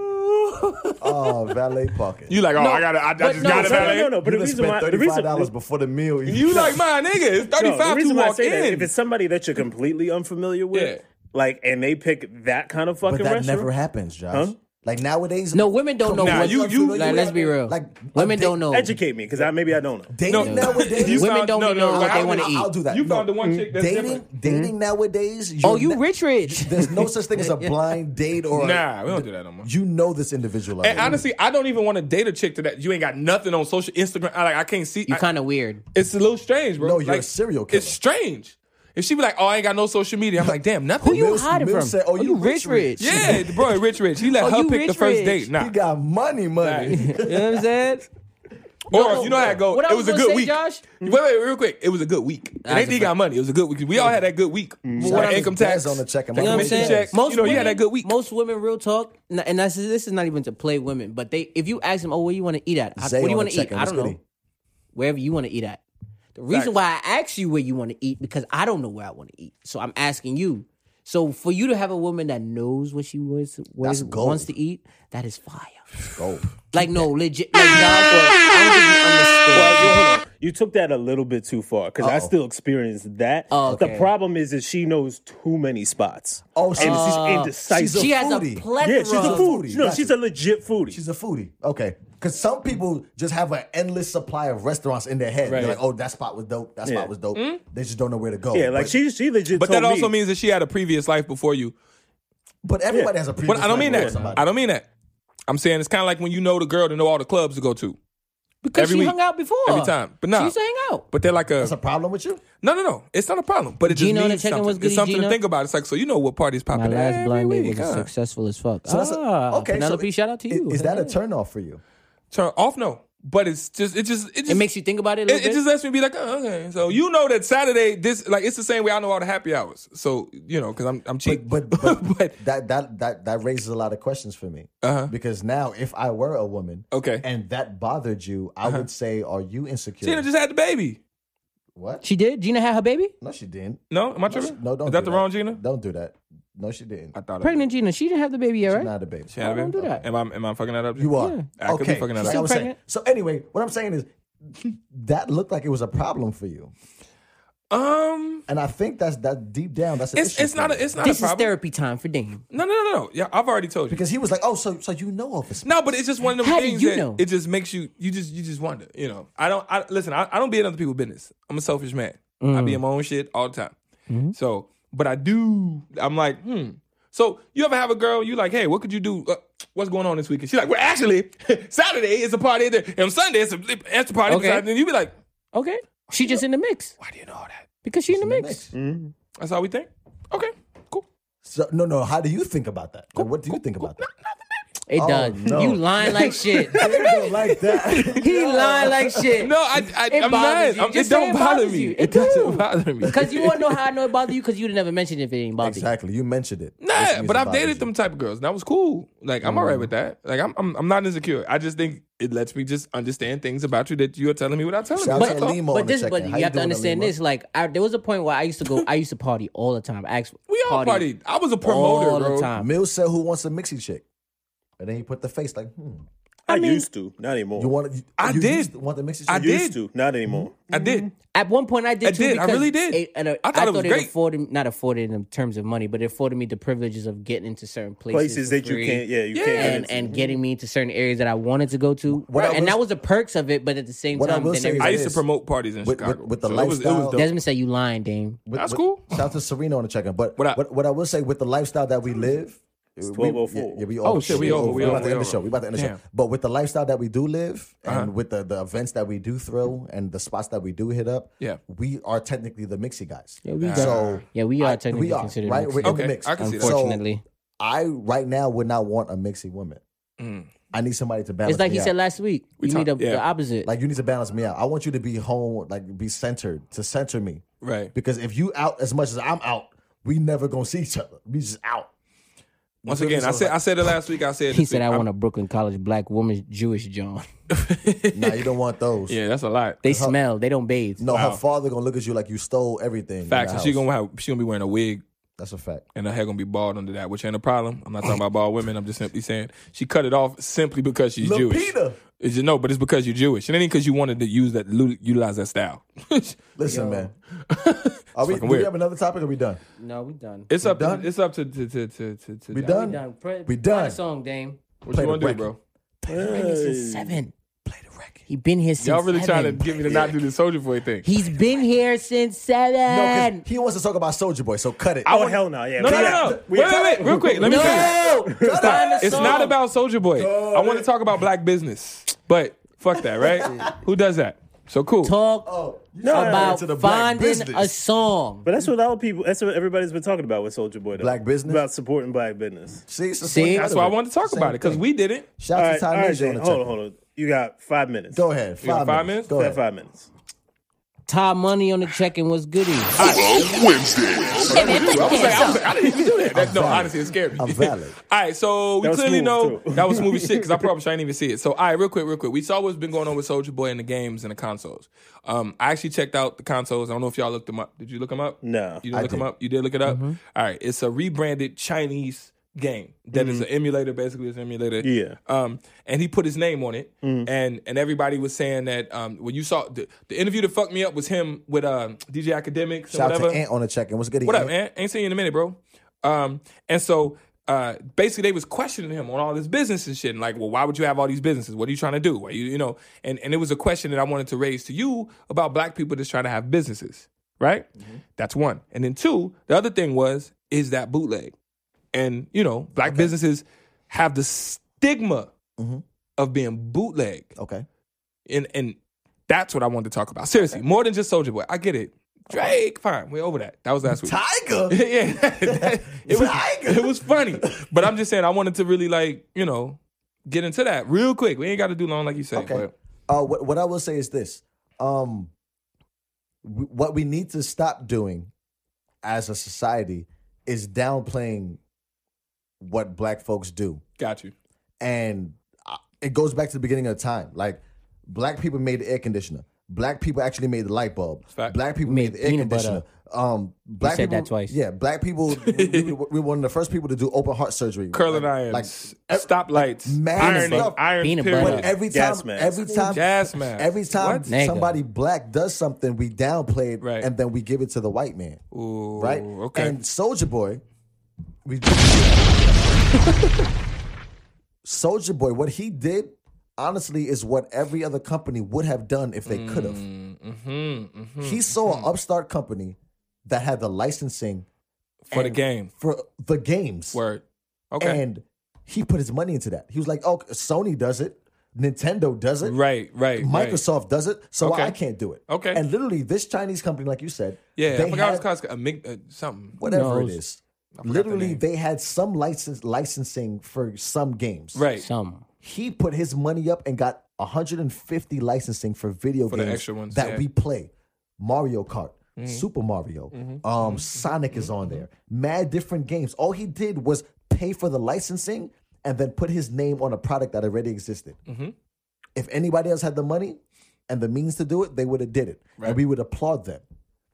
[SPEAKER 1] Oh, valet pocket.
[SPEAKER 2] You like, oh,
[SPEAKER 3] No,
[SPEAKER 2] I gotta, I, I
[SPEAKER 3] but
[SPEAKER 2] just
[SPEAKER 3] no,
[SPEAKER 2] got a
[SPEAKER 3] no,
[SPEAKER 4] no,
[SPEAKER 2] valet.
[SPEAKER 4] no, no, no. But
[SPEAKER 1] You
[SPEAKER 4] the
[SPEAKER 1] done
[SPEAKER 4] reason
[SPEAKER 1] spent
[SPEAKER 4] why the
[SPEAKER 1] thirty five
[SPEAKER 4] reason
[SPEAKER 1] dollars before the meal.
[SPEAKER 2] You like my nigga? It's
[SPEAKER 4] No,
[SPEAKER 2] thirty
[SPEAKER 4] the
[SPEAKER 2] five to
[SPEAKER 4] reason why I
[SPEAKER 2] walk
[SPEAKER 4] say that,
[SPEAKER 2] in.
[SPEAKER 4] if it's somebody that you're completely unfamiliar with,
[SPEAKER 2] Yeah.
[SPEAKER 4] like, and they pick that kind of fucking
[SPEAKER 1] but that
[SPEAKER 4] restaurant,
[SPEAKER 1] never happens, Josh.
[SPEAKER 4] Huh?
[SPEAKER 1] Like nowadays,
[SPEAKER 3] No, women don't know
[SPEAKER 2] Nah,
[SPEAKER 3] what.
[SPEAKER 2] you- you-
[SPEAKER 3] like, let's be real.
[SPEAKER 1] Like,
[SPEAKER 3] Like women
[SPEAKER 1] they-
[SPEAKER 3] don't know.
[SPEAKER 4] Educate me, because I maybe I don't know.
[SPEAKER 1] dating
[SPEAKER 2] No,
[SPEAKER 1] nowadays.
[SPEAKER 2] you
[SPEAKER 3] Women
[SPEAKER 2] found-
[SPEAKER 3] don't
[SPEAKER 2] no,
[SPEAKER 3] even
[SPEAKER 2] no,
[SPEAKER 3] know what
[SPEAKER 2] I-
[SPEAKER 3] they want to
[SPEAKER 1] I'll,
[SPEAKER 3] eat.
[SPEAKER 1] I'll do that.
[SPEAKER 2] You
[SPEAKER 1] No.
[SPEAKER 2] found the one chick that's
[SPEAKER 1] dating
[SPEAKER 2] different. Mm-hmm.
[SPEAKER 1] dating nowadays.
[SPEAKER 3] Oh,
[SPEAKER 1] you're
[SPEAKER 3] you
[SPEAKER 1] not-
[SPEAKER 2] [LAUGHS]
[SPEAKER 3] rich, rich.
[SPEAKER 1] There's no such thing as a blind date or a-
[SPEAKER 2] Nah, we don't do that no more.
[SPEAKER 1] You know this individual.
[SPEAKER 2] And honestly, I don't even want to date a chick to that. You ain't got nothing on social Instagram. I, like I can't see.
[SPEAKER 3] [LAUGHS] You
[SPEAKER 2] I-
[SPEAKER 3] kind of weird.
[SPEAKER 2] it's a little strange, bro.
[SPEAKER 1] No, you're a
[SPEAKER 2] Like,
[SPEAKER 1] serial killer.
[SPEAKER 2] It's strange. If she be like, "Oh, I ain't got no social media," I'm like, "Damn, nothing."
[SPEAKER 3] Who you
[SPEAKER 1] Mills-
[SPEAKER 3] hiding
[SPEAKER 1] Mills
[SPEAKER 3] from?
[SPEAKER 1] said, oh, you rich, rich.
[SPEAKER 2] Yeah, bro, rich, rich. He let
[SPEAKER 3] Oh,
[SPEAKER 2] her
[SPEAKER 3] you
[SPEAKER 2] pick the
[SPEAKER 3] rich,
[SPEAKER 2] first
[SPEAKER 3] rich.
[SPEAKER 2] date.
[SPEAKER 1] he
[SPEAKER 2] Nah,
[SPEAKER 1] got money, money.
[SPEAKER 3] you know [LAUGHS] what I'm saying?
[SPEAKER 2] or you know how it go.
[SPEAKER 3] What I
[SPEAKER 2] It was a
[SPEAKER 3] gonna
[SPEAKER 2] good
[SPEAKER 3] say,
[SPEAKER 2] week.
[SPEAKER 3] Josh?
[SPEAKER 2] Wait, wait, real quick. It was a good week. It
[SPEAKER 3] That's
[SPEAKER 2] ain't
[SPEAKER 3] a
[SPEAKER 2] he got
[SPEAKER 3] fact.
[SPEAKER 2] money. It was a good week. We all had that good week.
[SPEAKER 1] Shout out
[SPEAKER 2] Our
[SPEAKER 1] to
[SPEAKER 2] income
[SPEAKER 1] Dez
[SPEAKER 2] tax
[SPEAKER 1] Mm. on the check. and
[SPEAKER 2] You
[SPEAKER 1] my
[SPEAKER 2] know what I'm
[SPEAKER 1] commission
[SPEAKER 2] saying?
[SPEAKER 1] checks.
[SPEAKER 2] Most- you know, you had that good week.
[SPEAKER 3] Most women, real talk, n- and that's this is not even to play women, but they if you ask them, oh, where you want to eat at? I-
[SPEAKER 1] Zay
[SPEAKER 3] what do
[SPEAKER 1] on
[SPEAKER 3] you want
[SPEAKER 1] the
[SPEAKER 3] to eat?
[SPEAKER 1] check-in.
[SPEAKER 3] I don't
[SPEAKER 1] What's
[SPEAKER 3] know. Wherever you want to eat at. The reason why I ask you where you want to eat because I don't know where I want to eat, so I'm asking you. So for you to have a woman that knows what she wants, what
[SPEAKER 1] That's
[SPEAKER 3] is,
[SPEAKER 1] gold.
[SPEAKER 3] wants to eat, that is fire.
[SPEAKER 1] Go.
[SPEAKER 3] Like no, legit. Like, nah, for- I don't think you understand.
[SPEAKER 4] You took that a little bit too far because I
[SPEAKER 1] Uh-oh.
[SPEAKER 4] still experienced that.
[SPEAKER 3] Oh, okay.
[SPEAKER 4] The problem is that she knows too many spots.
[SPEAKER 1] Oh, she's-
[SPEAKER 4] and she's
[SPEAKER 1] she's a
[SPEAKER 4] indecisive.
[SPEAKER 3] Uh, she has
[SPEAKER 1] foodie.
[SPEAKER 3] a plethora.
[SPEAKER 4] yeah, she's a
[SPEAKER 1] She's a
[SPEAKER 4] foodie.
[SPEAKER 1] foodie.
[SPEAKER 4] No,
[SPEAKER 1] Gotcha.
[SPEAKER 4] she's a legit foodie.
[SPEAKER 1] She's a foodie. Okay. Because some people just have an endless supply of restaurants in their head.
[SPEAKER 2] Right.
[SPEAKER 1] They're like, oh, that spot was dope. That
[SPEAKER 4] Yeah.
[SPEAKER 1] spot was dope.
[SPEAKER 3] Hmm?
[SPEAKER 1] They just don't know where to go.
[SPEAKER 4] yeah, like
[SPEAKER 1] but,
[SPEAKER 4] she she legit.
[SPEAKER 2] But that
[SPEAKER 4] told
[SPEAKER 2] also
[SPEAKER 4] me-
[SPEAKER 2] means that she had a previous life before you.
[SPEAKER 1] But everybody
[SPEAKER 4] Yeah.
[SPEAKER 1] has a previous
[SPEAKER 2] But I don't mean
[SPEAKER 1] life with
[SPEAKER 2] that.
[SPEAKER 1] somebody.
[SPEAKER 2] I don't mean that. I'm saying it's kind of like when you know the girl to know all the clubs to go to.
[SPEAKER 3] because
[SPEAKER 2] Every
[SPEAKER 3] she
[SPEAKER 2] week.
[SPEAKER 3] hung out before
[SPEAKER 2] Every time. But nah.
[SPEAKER 3] she used to hang out.
[SPEAKER 2] But they're like a,
[SPEAKER 1] That's a problem with you?
[SPEAKER 2] no, no, no. It's not a problem. But it just
[SPEAKER 3] Gino, the
[SPEAKER 2] means
[SPEAKER 3] chicken
[SPEAKER 2] something.
[SPEAKER 3] was
[SPEAKER 2] it's
[SPEAKER 3] goody,
[SPEAKER 2] something to
[SPEAKER 3] Gino.
[SPEAKER 2] think about. It's like so you know what party's popping every week. huh?
[SPEAKER 3] successful as fuck. Ah,
[SPEAKER 1] So that's a- okay, so
[SPEAKER 3] Uh, Penelope,
[SPEAKER 1] it-
[SPEAKER 3] shout out to
[SPEAKER 1] i-
[SPEAKER 3] you.
[SPEAKER 1] Is that a turnoff for
[SPEAKER 2] [LAUGHS]
[SPEAKER 1] you?
[SPEAKER 2] Turn off no. But it's just it just it just
[SPEAKER 3] It makes you think about it
[SPEAKER 2] It,
[SPEAKER 3] a little
[SPEAKER 2] it just
[SPEAKER 3] bit.
[SPEAKER 2] lets me be like, oh, okay. So you know that Saturday, this like it's the same way I know all the happy hours. So you know, because I'm I'm cheap.
[SPEAKER 1] But but,
[SPEAKER 2] [LAUGHS]
[SPEAKER 1] but, that, that that that raises a lot of questions for me.
[SPEAKER 2] Uh-huh.
[SPEAKER 1] Because now if I were a woman
[SPEAKER 2] Okay. Uh-huh.
[SPEAKER 1] and that bothered you, I would say, Are you insecure?
[SPEAKER 2] Gina just had the baby.
[SPEAKER 1] what?
[SPEAKER 3] She did. Gina had her baby.
[SPEAKER 1] no, she didn't.
[SPEAKER 2] No, am
[SPEAKER 1] No,
[SPEAKER 2] I
[SPEAKER 1] she-
[SPEAKER 2] tripping?
[SPEAKER 1] no, don't
[SPEAKER 2] Is that
[SPEAKER 1] do
[SPEAKER 2] the wrong Gina?
[SPEAKER 1] Don't do that. No, she didn't.
[SPEAKER 2] I thought I-
[SPEAKER 3] Pregnant Gina. She didn't have the baby yet,
[SPEAKER 1] She's
[SPEAKER 3] right?
[SPEAKER 1] not a baby.
[SPEAKER 2] She had a
[SPEAKER 3] don't
[SPEAKER 2] baby?
[SPEAKER 3] do that.
[SPEAKER 2] Am I am I fucking that up?
[SPEAKER 1] You are.
[SPEAKER 2] I could be
[SPEAKER 1] okay.
[SPEAKER 2] fucking that
[SPEAKER 1] See,
[SPEAKER 2] up.
[SPEAKER 1] I was saying-
[SPEAKER 3] pregnant.
[SPEAKER 1] So anyway, what I'm saying is that looked like it was a problem for you.
[SPEAKER 2] Um,
[SPEAKER 1] And I think that's that deep down that's an
[SPEAKER 2] it's
[SPEAKER 1] issue
[SPEAKER 2] it's
[SPEAKER 1] for
[SPEAKER 2] not
[SPEAKER 1] you.
[SPEAKER 2] a, it's not a
[SPEAKER 3] This is
[SPEAKER 2] problem.
[SPEAKER 3] therapy time for Dame.
[SPEAKER 2] No, no, no, no. Yeah, I've already told you.
[SPEAKER 1] because he was like, Oh, so so you know of this.
[SPEAKER 2] No, but it's just one of them
[SPEAKER 3] How do
[SPEAKER 2] things
[SPEAKER 3] you
[SPEAKER 2] that
[SPEAKER 3] know?
[SPEAKER 2] it just makes you you just you just wonder. You know, I don't. I listen. I, I don't be in other people's business. I'm a selfish man. I
[SPEAKER 3] Mm.
[SPEAKER 2] be in my own shit all the time.
[SPEAKER 3] Mm-hmm.
[SPEAKER 2] So, but I do. I'm like, hmm. So you ever have a girl? You like, hey, what could you do? Uh, what's going on this weekend? She's like, well, actually, [LAUGHS] Saturday is a party there, and Sunday is a it's a party.
[SPEAKER 3] Okay.
[SPEAKER 2] Okay. And you be like,
[SPEAKER 3] Okay. She just in the mix
[SPEAKER 2] why do you know all that?
[SPEAKER 3] because she in the mix.
[SPEAKER 2] That's how we think. Okay, cool.
[SPEAKER 1] So no no, how do you think about that? Or what do you think about that?
[SPEAKER 3] It
[SPEAKER 1] Oh,
[SPEAKER 3] does.
[SPEAKER 1] no.
[SPEAKER 3] You lying like shit.
[SPEAKER 1] They don't
[SPEAKER 2] [LAUGHS]
[SPEAKER 1] like that. [LAUGHS]
[SPEAKER 3] he lying like shit.
[SPEAKER 2] No, I, I
[SPEAKER 3] It
[SPEAKER 2] I'm not.
[SPEAKER 3] bothers you.
[SPEAKER 2] I'm- it
[SPEAKER 3] Just say
[SPEAKER 2] don't
[SPEAKER 3] it
[SPEAKER 2] bother
[SPEAKER 3] bothers
[SPEAKER 2] me.
[SPEAKER 3] you.
[SPEAKER 2] It,
[SPEAKER 3] It
[SPEAKER 2] doesn't
[SPEAKER 3] do.
[SPEAKER 2] bother
[SPEAKER 3] [LAUGHS]
[SPEAKER 2] me
[SPEAKER 3] because you want to know how I know it bothered you because you'd never mentioned it if it didn't bother you.
[SPEAKER 1] exactly. You mentioned it. This
[SPEAKER 2] Nah,
[SPEAKER 1] music
[SPEAKER 2] but I've
[SPEAKER 1] bothers
[SPEAKER 2] dated
[SPEAKER 1] you.
[SPEAKER 2] them type of girls, and that was cool. Like I'm all right with
[SPEAKER 1] Mm-hmm.
[SPEAKER 2] that. Like I'm, I'm, I'm not insecure. I just think it lets me just understand things about you that you are telling me without telling
[SPEAKER 1] Shout
[SPEAKER 2] me.
[SPEAKER 1] out to
[SPEAKER 2] That's all.
[SPEAKER 1] Lima on
[SPEAKER 3] But
[SPEAKER 1] the
[SPEAKER 3] this,
[SPEAKER 1] check-in.
[SPEAKER 3] but
[SPEAKER 1] How
[SPEAKER 3] you
[SPEAKER 1] you
[SPEAKER 3] have to
[SPEAKER 1] doing,
[SPEAKER 3] understand
[SPEAKER 1] Alima?
[SPEAKER 3] this. Like, I, there was a point where I used to go. I used to party all the time. I asked,
[SPEAKER 2] we all
[SPEAKER 3] party
[SPEAKER 2] partied. I was a promoter,
[SPEAKER 3] all
[SPEAKER 2] bro.
[SPEAKER 3] the time.
[SPEAKER 1] Mills said who wants a mixie chick? And then he put the face like, hmm.
[SPEAKER 4] I, used to, not anymore.
[SPEAKER 1] You want you,
[SPEAKER 2] I
[SPEAKER 1] you
[SPEAKER 2] did.
[SPEAKER 1] used to want the mixie chick?
[SPEAKER 2] I
[SPEAKER 1] You-
[SPEAKER 2] did.
[SPEAKER 4] used to, not anymore.
[SPEAKER 2] I did.
[SPEAKER 1] Mm-hmm.
[SPEAKER 3] At one point, I did.
[SPEAKER 2] I
[SPEAKER 3] too
[SPEAKER 2] did. I
[SPEAKER 3] because
[SPEAKER 2] really did.
[SPEAKER 3] It, and, uh,
[SPEAKER 2] I thought it was great.
[SPEAKER 3] afforded, not afforded in terms of money, but it afforded me the privileges of getting into certain places,
[SPEAKER 4] Places
[SPEAKER 3] for
[SPEAKER 4] that you
[SPEAKER 3] free
[SPEAKER 4] can't, yeah, you
[SPEAKER 2] Yeah.
[SPEAKER 4] can't. get
[SPEAKER 3] and
[SPEAKER 4] into.
[SPEAKER 3] and getting me into certain areas that I wanted to go to.
[SPEAKER 1] What I
[SPEAKER 3] and
[SPEAKER 1] will-
[SPEAKER 3] that was the perks of it, but at the same
[SPEAKER 1] What I
[SPEAKER 3] time,
[SPEAKER 1] will
[SPEAKER 3] then
[SPEAKER 1] say is-
[SPEAKER 2] I
[SPEAKER 3] everybody-
[SPEAKER 2] used to promote parties in
[SPEAKER 1] With-
[SPEAKER 2] Chicago.
[SPEAKER 1] with- with the
[SPEAKER 2] so it was- it was
[SPEAKER 1] lifestyle-
[SPEAKER 2] dope.
[SPEAKER 3] Desmond said you lying, Dame.
[SPEAKER 1] with-
[SPEAKER 2] That's
[SPEAKER 1] with-
[SPEAKER 2] cool.
[SPEAKER 1] Shout out to Serena on the check-in. But
[SPEAKER 2] What
[SPEAKER 1] what
[SPEAKER 2] up?
[SPEAKER 1] I, what, I will say with the lifestyle that we live, we-
[SPEAKER 4] 12:04.
[SPEAKER 1] Yeah, yeah, we
[SPEAKER 3] Oh,
[SPEAKER 1] over.
[SPEAKER 3] shit, we
[SPEAKER 1] We're
[SPEAKER 3] over,
[SPEAKER 2] we
[SPEAKER 1] We're about
[SPEAKER 2] over,
[SPEAKER 1] to end
[SPEAKER 2] we
[SPEAKER 1] the show.
[SPEAKER 2] over.
[SPEAKER 1] We about to end the
[SPEAKER 2] Damn.
[SPEAKER 1] show. But with the lifestyle that we do live, and
[SPEAKER 2] Uh-huh.
[SPEAKER 1] with the, the events that we do throw, and the spots that we do hit up,
[SPEAKER 2] Yeah.
[SPEAKER 1] we are technically the mixie guys.
[SPEAKER 3] Yeah, we
[SPEAKER 2] got-
[SPEAKER 1] so
[SPEAKER 3] Yeah, we are
[SPEAKER 1] I-
[SPEAKER 3] technically
[SPEAKER 1] we are,
[SPEAKER 3] considered
[SPEAKER 1] right?
[SPEAKER 3] mixed,
[SPEAKER 1] We're in
[SPEAKER 2] Okay,
[SPEAKER 1] the mix.
[SPEAKER 2] I can see that.
[SPEAKER 3] unfortunately.
[SPEAKER 1] So I right now would not want a mixie woman.
[SPEAKER 2] Mm.
[SPEAKER 1] I need somebody to balance.
[SPEAKER 3] it's like
[SPEAKER 1] me
[SPEAKER 3] he
[SPEAKER 1] out.
[SPEAKER 3] said last week.
[SPEAKER 2] We
[SPEAKER 3] you need
[SPEAKER 2] talked-
[SPEAKER 3] a,
[SPEAKER 2] yeah.
[SPEAKER 3] the opposite.
[SPEAKER 1] Like you need to balance me out. I want you to be home, like be centered, to center me.
[SPEAKER 2] Right.
[SPEAKER 1] Because if you out as much as I'm out, we never gonna see each other. We just out.
[SPEAKER 2] [LAUGHS]
[SPEAKER 1] You
[SPEAKER 2] Once
[SPEAKER 1] feel me?
[SPEAKER 2] again,
[SPEAKER 1] So
[SPEAKER 2] I
[SPEAKER 1] it's
[SPEAKER 2] said
[SPEAKER 1] like,
[SPEAKER 2] I said it last week. I said
[SPEAKER 3] he
[SPEAKER 2] this
[SPEAKER 3] said,
[SPEAKER 2] week.
[SPEAKER 3] "I
[SPEAKER 2] I'm-
[SPEAKER 3] want a Brooklyn College black woman, Jewish
[SPEAKER 1] Uh-huh.
[SPEAKER 3] John.
[SPEAKER 1] Nah, you don't want those.
[SPEAKER 2] Yeah, that's a lot.
[SPEAKER 3] They smell. They don't bathe.
[SPEAKER 1] No, her father gonna look at you like you stole everything. in
[SPEAKER 2] Facts.
[SPEAKER 1] the
[SPEAKER 2] And she
[SPEAKER 1] house.
[SPEAKER 2] gonna have she gonna be wearing a wig
[SPEAKER 1] That's a fact.
[SPEAKER 2] and her hair gonna be bald under that, which ain't a problem. I'm not talking about bald women. I'm just simply saying she cut it off simply because she's Jewish.
[SPEAKER 1] Lupita.
[SPEAKER 2] It's just, no, but it's because you're Jewish. It ain't because you wanted to use that, lu- utilize that style. [LAUGHS]
[SPEAKER 1] Listen, man. Are we, do we
[SPEAKER 2] weird.
[SPEAKER 1] have another topic? Or we done?
[SPEAKER 3] No, we done.
[SPEAKER 2] it's up.
[SPEAKER 1] done?
[SPEAKER 2] It's up to to to to. to, to
[SPEAKER 1] We done?
[SPEAKER 3] Pre-
[SPEAKER 1] We done.
[SPEAKER 3] song, Dame.
[SPEAKER 2] What
[SPEAKER 1] Play
[SPEAKER 2] you
[SPEAKER 1] the
[SPEAKER 2] want to do,
[SPEAKER 1] record.
[SPEAKER 2] bro?
[SPEAKER 3] Since seven. He been here since.
[SPEAKER 2] Y'all really trying to
[SPEAKER 3] seven.
[SPEAKER 2] get me to not do the Soldier Boy thing?
[SPEAKER 3] He's been here since
[SPEAKER 1] No, 'cause
[SPEAKER 3] seven.
[SPEAKER 1] he wants to talk about Soldier Boy, so cut it. [LAUGHS]
[SPEAKER 4] Oh hell no! Yeah,
[SPEAKER 2] No,
[SPEAKER 4] we
[SPEAKER 2] no, no,
[SPEAKER 4] out.
[SPEAKER 2] no.
[SPEAKER 4] We
[SPEAKER 2] Wait,
[SPEAKER 4] out.
[SPEAKER 2] wait, wait.
[SPEAKER 4] [LAUGHS]
[SPEAKER 2] Real quick. Let me finish.
[SPEAKER 3] It's not,
[SPEAKER 2] It's not about Soldier Boy. I want to talk about black business, but fuck that, [LAUGHS] right? Who does that? So cool.
[SPEAKER 3] talk
[SPEAKER 4] no, no,
[SPEAKER 3] about
[SPEAKER 1] to Oh, the black
[SPEAKER 3] finding a
[SPEAKER 1] business.
[SPEAKER 3] song.
[SPEAKER 4] But that's what all people. That's what everybody's been talking about with Soldier Boy. Though.
[SPEAKER 1] Black business?
[SPEAKER 4] about supporting black business.
[SPEAKER 1] See, so
[SPEAKER 3] See?
[SPEAKER 2] That's why I wanted to talk about it because we didn't.
[SPEAKER 1] Shout
[SPEAKER 4] All
[SPEAKER 1] out
[SPEAKER 4] right,
[SPEAKER 1] to
[SPEAKER 4] all
[SPEAKER 1] Ty
[SPEAKER 4] right,
[SPEAKER 1] Ninja
[SPEAKER 4] Jay,
[SPEAKER 1] on the
[SPEAKER 4] hold on,
[SPEAKER 1] check.
[SPEAKER 4] hold on. You got five minutes.
[SPEAKER 1] Go ahead. Five,
[SPEAKER 2] got five minutes?
[SPEAKER 1] Go
[SPEAKER 4] You
[SPEAKER 1] ahead.
[SPEAKER 4] got five minutes.
[SPEAKER 3] Tie money on the check and what's goody.
[SPEAKER 2] I was like, I, was like, I didn't even do that. That- no,
[SPEAKER 1] valid.
[SPEAKER 2] honestly, it scared me.
[SPEAKER 1] I'm valid.
[SPEAKER 2] [LAUGHS] all right, so we
[SPEAKER 4] That was
[SPEAKER 2] clearly
[SPEAKER 4] smooth,
[SPEAKER 2] know
[SPEAKER 4] too.
[SPEAKER 2] that was movie shit
[SPEAKER 4] [LAUGHS]
[SPEAKER 2] because I promise you I didn't even see it. So, all right, real quick, real quick. We saw what's been going on with Soldier Boy in the games and the consoles. Um, I actually checked out the consoles. I don't know if y'all looked them up. Did you look them up?
[SPEAKER 4] No.
[SPEAKER 2] You didn't
[SPEAKER 1] I
[SPEAKER 2] look them
[SPEAKER 1] did.
[SPEAKER 2] up? You did look it up?
[SPEAKER 4] Mm-hmm.
[SPEAKER 2] All right, it's a rebranded Chinese game that
[SPEAKER 1] Mm-hmm.
[SPEAKER 2] is an emulator, basically, it's an emulator.
[SPEAKER 4] Yeah.
[SPEAKER 2] Um, and he put his name on it,
[SPEAKER 1] Mm.
[SPEAKER 2] and and everybody was saying that um, when you saw the, the interview that fucked me up was him with um, DJ Academics and
[SPEAKER 1] Shout out
[SPEAKER 2] whatever.
[SPEAKER 1] to Ant on the check. And what's good?
[SPEAKER 2] What up, man? Ain't seen you in a minute, bro. Um, and so uh, basically they was questioning him on all this business and shit, and like, well, why would you have all these businesses? What are you trying to do? Why you, you know, and and it was a question that I wanted to raise to you about black people that's trying to have businesses, right? That's one, and then two, the other thing was is that bootleg, and you know, black businesses have the stigma
[SPEAKER 1] Mhm.
[SPEAKER 2] of being bootleg
[SPEAKER 1] Okay.
[SPEAKER 2] and and that's what I wanted to talk about. Seriously, more than just Soldier Boy. I get it. Drake, fine, we're over that. That was last week. [LAUGHS]
[SPEAKER 1] Tiger.
[SPEAKER 2] yeah, it was
[SPEAKER 1] Tiger.
[SPEAKER 2] it was funny, but I'm just saying I wanted to really like you know get into that real quick. We ain't got to do long like you said.
[SPEAKER 1] Okay.
[SPEAKER 2] But
[SPEAKER 1] Uh, what what I will say is this: um, w- what we need to stop doing as a society is downplaying what Black folks do,
[SPEAKER 2] got you.
[SPEAKER 1] and uh, it goes back to the beginning of time. Like Black people made the air conditioner. Black people actually made the light bulb.
[SPEAKER 2] Fact.
[SPEAKER 1] Black people made,
[SPEAKER 3] Made
[SPEAKER 1] the air
[SPEAKER 3] peanut
[SPEAKER 1] conditioner.
[SPEAKER 3] butter.
[SPEAKER 1] Um, black
[SPEAKER 3] said
[SPEAKER 1] people,
[SPEAKER 3] that twice.
[SPEAKER 1] Yeah, black people. we, we, were- we were one of the first people to do open heart surgery.
[SPEAKER 2] Curling
[SPEAKER 1] Like-
[SPEAKER 2] irons,
[SPEAKER 1] like-
[SPEAKER 2] stoplights,
[SPEAKER 1] mad
[SPEAKER 2] ironing,
[SPEAKER 1] stuff.
[SPEAKER 2] iron
[SPEAKER 3] Peanut
[SPEAKER 2] period.
[SPEAKER 3] butter.
[SPEAKER 1] But every
[SPEAKER 4] Gas
[SPEAKER 1] time,
[SPEAKER 4] mask.
[SPEAKER 1] every time,
[SPEAKER 2] Gas mask.
[SPEAKER 1] every time
[SPEAKER 2] What?
[SPEAKER 3] Nigga.
[SPEAKER 1] somebody black does something, we downplay it,
[SPEAKER 2] Right.
[SPEAKER 1] and then we give it to the white man,
[SPEAKER 2] Ooh,
[SPEAKER 1] right?
[SPEAKER 2] Okay.
[SPEAKER 1] And Soldier Boy, we
[SPEAKER 2] [LAUGHS]
[SPEAKER 1] Soldier Boy, what he did, honestly, is what every other company would have done if they could have.
[SPEAKER 2] mm-hmm, hmm
[SPEAKER 1] He saw an upstart company that had the licensing
[SPEAKER 2] For the
[SPEAKER 1] and-
[SPEAKER 2] game.
[SPEAKER 1] for the games.
[SPEAKER 2] Word. Okay.
[SPEAKER 1] And he put his money into that. He was like, "Oh, Sony does it, Nintendo does it,
[SPEAKER 2] right. Right. Right.
[SPEAKER 1] Microsoft does it, so
[SPEAKER 2] Okay.
[SPEAKER 1] I can't do it."
[SPEAKER 2] Okay.
[SPEAKER 1] And literally, this Chinese company, like you said,
[SPEAKER 2] Yeah,
[SPEAKER 1] they
[SPEAKER 2] I forgot
[SPEAKER 1] had-
[SPEAKER 2] it was called a mig- uh, something.
[SPEAKER 1] whatever it
[SPEAKER 3] knows?
[SPEAKER 1] is.
[SPEAKER 2] forgot the
[SPEAKER 1] Literally,
[SPEAKER 2] name.
[SPEAKER 1] they had some license licensing for some games.
[SPEAKER 2] Right.
[SPEAKER 3] Some.
[SPEAKER 1] He put his money up and got 150 licensing for video
[SPEAKER 2] For the
[SPEAKER 1] games
[SPEAKER 2] extra ones,
[SPEAKER 1] that
[SPEAKER 2] yeah. Mm-hmm.
[SPEAKER 1] we play. Mario Kart, Super Mario, um, Sonic is on there. Mad different games. All he did was pay for the licensing and then put his name on a product that already existed.
[SPEAKER 2] Mm-hmm.
[SPEAKER 1] If anybody else had the money and the means to do it, they would have did it, and we would applaud them.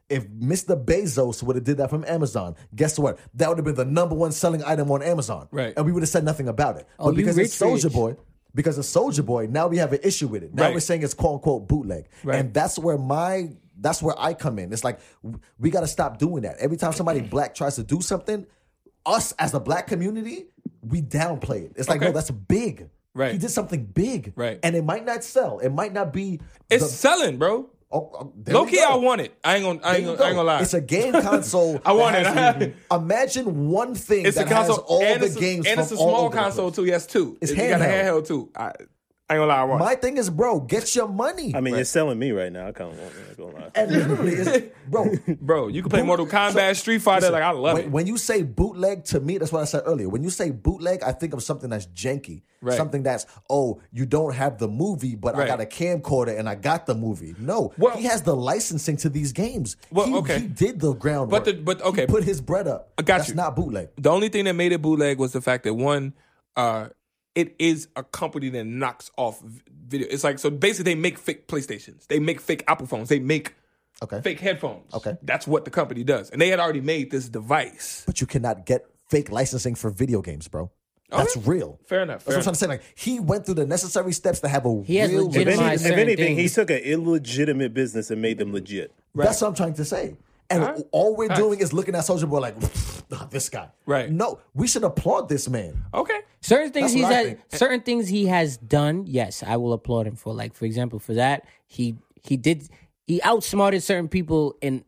[SPEAKER 1] If Mr. Bezos would have did that from Amazon, guess what? That would have been the number one selling item on Amazon,
[SPEAKER 2] Right.
[SPEAKER 1] And we would have said nothing about it.
[SPEAKER 3] Oh,
[SPEAKER 1] but
[SPEAKER 3] you
[SPEAKER 1] because it's
[SPEAKER 3] rich,
[SPEAKER 1] Soldier
[SPEAKER 3] rich.
[SPEAKER 1] Boy, because it's Soldier Boy, now we have an issue with it. Now
[SPEAKER 2] Right.
[SPEAKER 1] we're saying it's quote unquote bootleg,
[SPEAKER 2] Right.
[SPEAKER 1] and that's where my that's where I come in. It's like w- we got to stop doing that. Every time
[SPEAKER 2] [CLEARS THROAT]
[SPEAKER 1] somebody black tries to do something, us as the black community, we downplay it. It's like
[SPEAKER 2] Okay.
[SPEAKER 1] no, that's big.
[SPEAKER 2] Right.
[SPEAKER 1] He did something big.
[SPEAKER 2] Right.
[SPEAKER 1] And it might not sell. It might not be.
[SPEAKER 2] It's
[SPEAKER 1] the-
[SPEAKER 2] selling, bro.
[SPEAKER 1] Oh, oh, there
[SPEAKER 2] Low
[SPEAKER 1] we
[SPEAKER 2] key,
[SPEAKER 1] go.
[SPEAKER 2] I want it. I ain't gonna, I ain't
[SPEAKER 1] There you
[SPEAKER 2] gonna, I ain't
[SPEAKER 1] go.
[SPEAKER 2] gonna lie.
[SPEAKER 1] It's a game console.
[SPEAKER 2] [LAUGHS] I want
[SPEAKER 1] that has-
[SPEAKER 2] it. [LAUGHS]
[SPEAKER 1] imagine one thing
[SPEAKER 2] it's a
[SPEAKER 1] that
[SPEAKER 2] console.
[SPEAKER 1] has all
[SPEAKER 2] and
[SPEAKER 1] the
[SPEAKER 2] it's a,
[SPEAKER 1] games
[SPEAKER 2] and
[SPEAKER 1] from
[SPEAKER 2] it's a
[SPEAKER 1] all
[SPEAKER 2] small
[SPEAKER 1] over the
[SPEAKER 2] console
[SPEAKER 1] place.
[SPEAKER 2] too. Yes, too.
[SPEAKER 1] It's
[SPEAKER 2] If you got a
[SPEAKER 1] handheld.
[SPEAKER 2] handheld too. I, I ain't gonna lie. I want.
[SPEAKER 1] My thing is, bro, get your money.
[SPEAKER 4] I mean, you're selling me right now. I kind of want. I'm not gonna lie.
[SPEAKER 2] [LAUGHS]
[SPEAKER 1] and literally, it's, bro.
[SPEAKER 2] it. bro, you can play Mortal Kombat, Street Fighter. like I love
[SPEAKER 1] when,
[SPEAKER 2] it.
[SPEAKER 1] when you say bootleg to me, that's what I said earlier. When you say bootleg, I think of something that's janky,
[SPEAKER 2] Right.
[SPEAKER 1] something that's oh, you don't have the movie, but
[SPEAKER 2] Right.
[SPEAKER 1] I got a camcorder and I got the movie. No,
[SPEAKER 2] Well-
[SPEAKER 1] he has the licensing to these games.
[SPEAKER 2] Well,
[SPEAKER 1] he,
[SPEAKER 2] okay.
[SPEAKER 1] he did the groundwork.
[SPEAKER 2] But the- but, okay.
[SPEAKER 1] he put his bread up.
[SPEAKER 2] I got
[SPEAKER 1] that's
[SPEAKER 2] you.
[SPEAKER 1] not bootleg.
[SPEAKER 2] the only thing that made it bootleg was the fact that one, uh, it is a company that knocks off v- video. It's like so basically they make fake PlayStations, they make fake Apple phones, they make
[SPEAKER 1] Okay,
[SPEAKER 2] fake headphones.
[SPEAKER 1] Okay.
[SPEAKER 2] that's what the company does, and they had already made this device.
[SPEAKER 1] but you cannot get fake licensing for video games, bro. That's real.
[SPEAKER 2] Fair enough.
[SPEAKER 1] That's
[SPEAKER 2] fair
[SPEAKER 1] what I'm trying to say. Like he went through the necessary steps to have a
[SPEAKER 3] He has
[SPEAKER 1] real.
[SPEAKER 4] If,
[SPEAKER 3] legitimized
[SPEAKER 4] any,
[SPEAKER 3] Minimize
[SPEAKER 4] if
[SPEAKER 3] certain
[SPEAKER 4] anything, he
[SPEAKER 3] things.
[SPEAKER 4] took an illegitimate business and made them legit.
[SPEAKER 1] That's what I'm trying to say. And
[SPEAKER 2] All right.
[SPEAKER 1] all we're
[SPEAKER 2] Facts.
[SPEAKER 1] doing is looking at Soldier Boy like, [LAUGHS] "Ugh, this guy.
[SPEAKER 2] Right.
[SPEAKER 1] No, we should applaud this man.
[SPEAKER 2] Okay.
[SPEAKER 3] Certain things
[SPEAKER 1] That's
[SPEAKER 3] he's
[SPEAKER 1] what I
[SPEAKER 3] had,
[SPEAKER 1] think.
[SPEAKER 3] certain things he has done. Yes, I will applaud him for. Like for example, for that he he did he outsmarted certain people and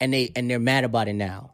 [SPEAKER 3] and they and they're mad about it now.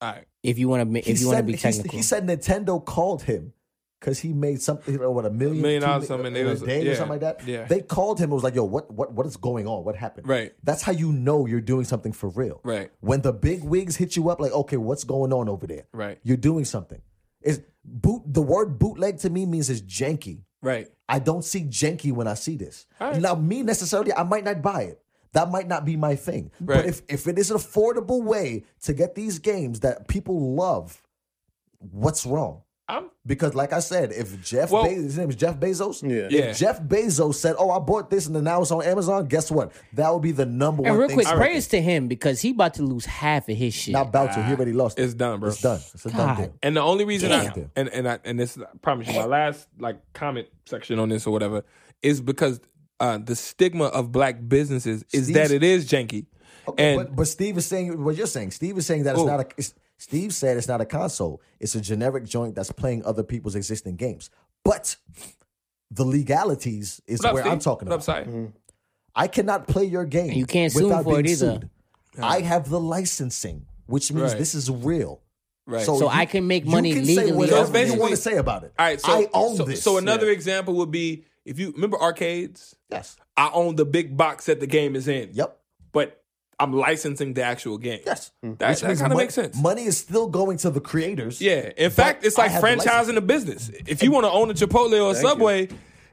[SPEAKER 2] All right.
[SPEAKER 3] If you want to
[SPEAKER 1] He
[SPEAKER 3] if you want to
[SPEAKER 1] said-
[SPEAKER 3] be
[SPEAKER 1] he-
[SPEAKER 3] technical,
[SPEAKER 1] He, said Nintendo called him because he made something, you know, what a million,
[SPEAKER 2] million
[SPEAKER 1] two
[SPEAKER 2] dollars
[SPEAKER 1] mi-
[SPEAKER 2] something,
[SPEAKER 1] in
[SPEAKER 2] it
[SPEAKER 1] a
[SPEAKER 2] was-
[SPEAKER 1] day
[SPEAKER 2] yeah,
[SPEAKER 1] or something like that.
[SPEAKER 2] yeah.
[SPEAKER 1] They called him. It was like, yo, what, what, what is going on? What happened?
[SPEAKER 2] Right.
[SPEAKER 1] That's how you know you're doing something for real.
[SPEAKER 2] Right.
[SPEAKER 1] When the big wigs hit you up, like, okay, what's going on over there?
[SPEAKER 2] Right.
[SPEAKER 1] You're doing something. Is boot the word bootleg to me means it's janky.
[SPEAKER 2] Right.
[SPEAKER 1] I don't see janky when I see this.
[SPEAKER 2] Alright.
[SPEAKER 1] Now, me necessarily, I might not buy it. That might not be my thing.
[SPEAKER 2] Right.
[SPEAKER 1] But if, if it is an affordable way to get these games that people love, what's wrong?
[SPEAKER 2] I'm
[SPEAKER 1] Because, like I said, if Jeff
[SPEAKER 2] Well-
[SPEAKER 1] Bezos, his name is Jeff Bezos,
[SPEAKER 4] Yeah.
[SPEAKER 2] Yeah.
[SPEAKER 1] if Jeff Bezos said, "Oh, I bought this and then now it's on Amazon," guess what? That would be the number
[SPEAKER 3] and
[SPEAKER 1] one
[SPEAKER 3] real
[SPEAKER 1] thing.
[SPEAKER 3] quick,
[SPEAKER 1] spoken.
[SPEAKER 3] praise to him because he about to lose half of his shit.
[SPEAKER 1] Not about to. He already lost.
[SPEAKER 2] it's done, bro.
[SPEAKER 1] It's done. It's a done
[SPEAKER 3] God.
[SPEAKER 1] deal.
[SPEAKER 2] And the only reason I
[SPEAKER 1] Damn.
[SPEAKER 2] and and I and this I promise you my last like comment section on this or whatever is because uh the stigma of black businesses is
[SPEAKER 1] Steve's-
[SPEAKER 2] that it is janky.
[SPEAKER 1] Okay,
[SPEAKER 2] and
[SPEAKER 1] but, but Steve is saying what you're saying. Steve is saying that it's
[SPEAKER 2] Oh.
[SPEAKER 1] not a. It's, Steve said it's not a console. It's a generic joint that's playing other people's existing games. But the legalities is
[SPEAKER 2] What up,
[SPEAKER 1] where I'm
[SPEAKER 2] Steve?
[SPEAKER 1] talking
[SPEAKER 2] What
[SPEAKER 1] about.
[SPEAKER 2] up, Sai?
[SPEAKER 1] I cannot play your game.
[SPEAKER 3] And you can't sue
[SPEAKER 1] without
[SPEAKER 3] him for it
[SPEAKER 1] being
[SPEAKER 3] either.
[SPEAKER 1] sued. I have the licensing, which means
[SPEAKER 2] Right.
[SPEAKER 1] this is real.
[SPEAKER 2] Right.
[SPEAKER 3] So I can make money
[SPEAKER 1] you can
[SPEAKER 3] legally.
[SPEAKER 1] Say whatever
[SPEAKER 2] So
[SPEAKER 1] you want
[SPEAKER 2] basically-
[SPEAKER 1] to say about it.
[SPEAKER 2] All right, so
[SPEAKER 1] I own
[SPEAKER 2] so,
[SPEAKER 1] this.
[SPEAKER 2] So another example would be if you remember arcades,
[SPEAKER 1] yes,
[SPEAKER 2] I own the big box that the game is in.
[SPEAKER 1] yep,
[SPEAKER 2] But I'm licensing the actual game.
[SPEAKER 1] yes.
[SPEAKER 2] That,
[SPEAKER 1] Which
[SPEAKER 2] that
[SPEAKER 1] means
[SPEAKER 2] kind of
[SPEAKER 1] mon-
[SPEAKER 2] makes sense.
[SPEAKER 1] Money is still going to the creators.
[SPEAKER 2] Yeah. In
[SPEAKER 1] But
[SPEAKER 2] fact, it's
[SPEAKER 1] I
[SPEAKER 2] like
[SPEAKER 1] have the license.
[SPEAKER 2] franchising a business. If you want to own a Chipotle or a Subway,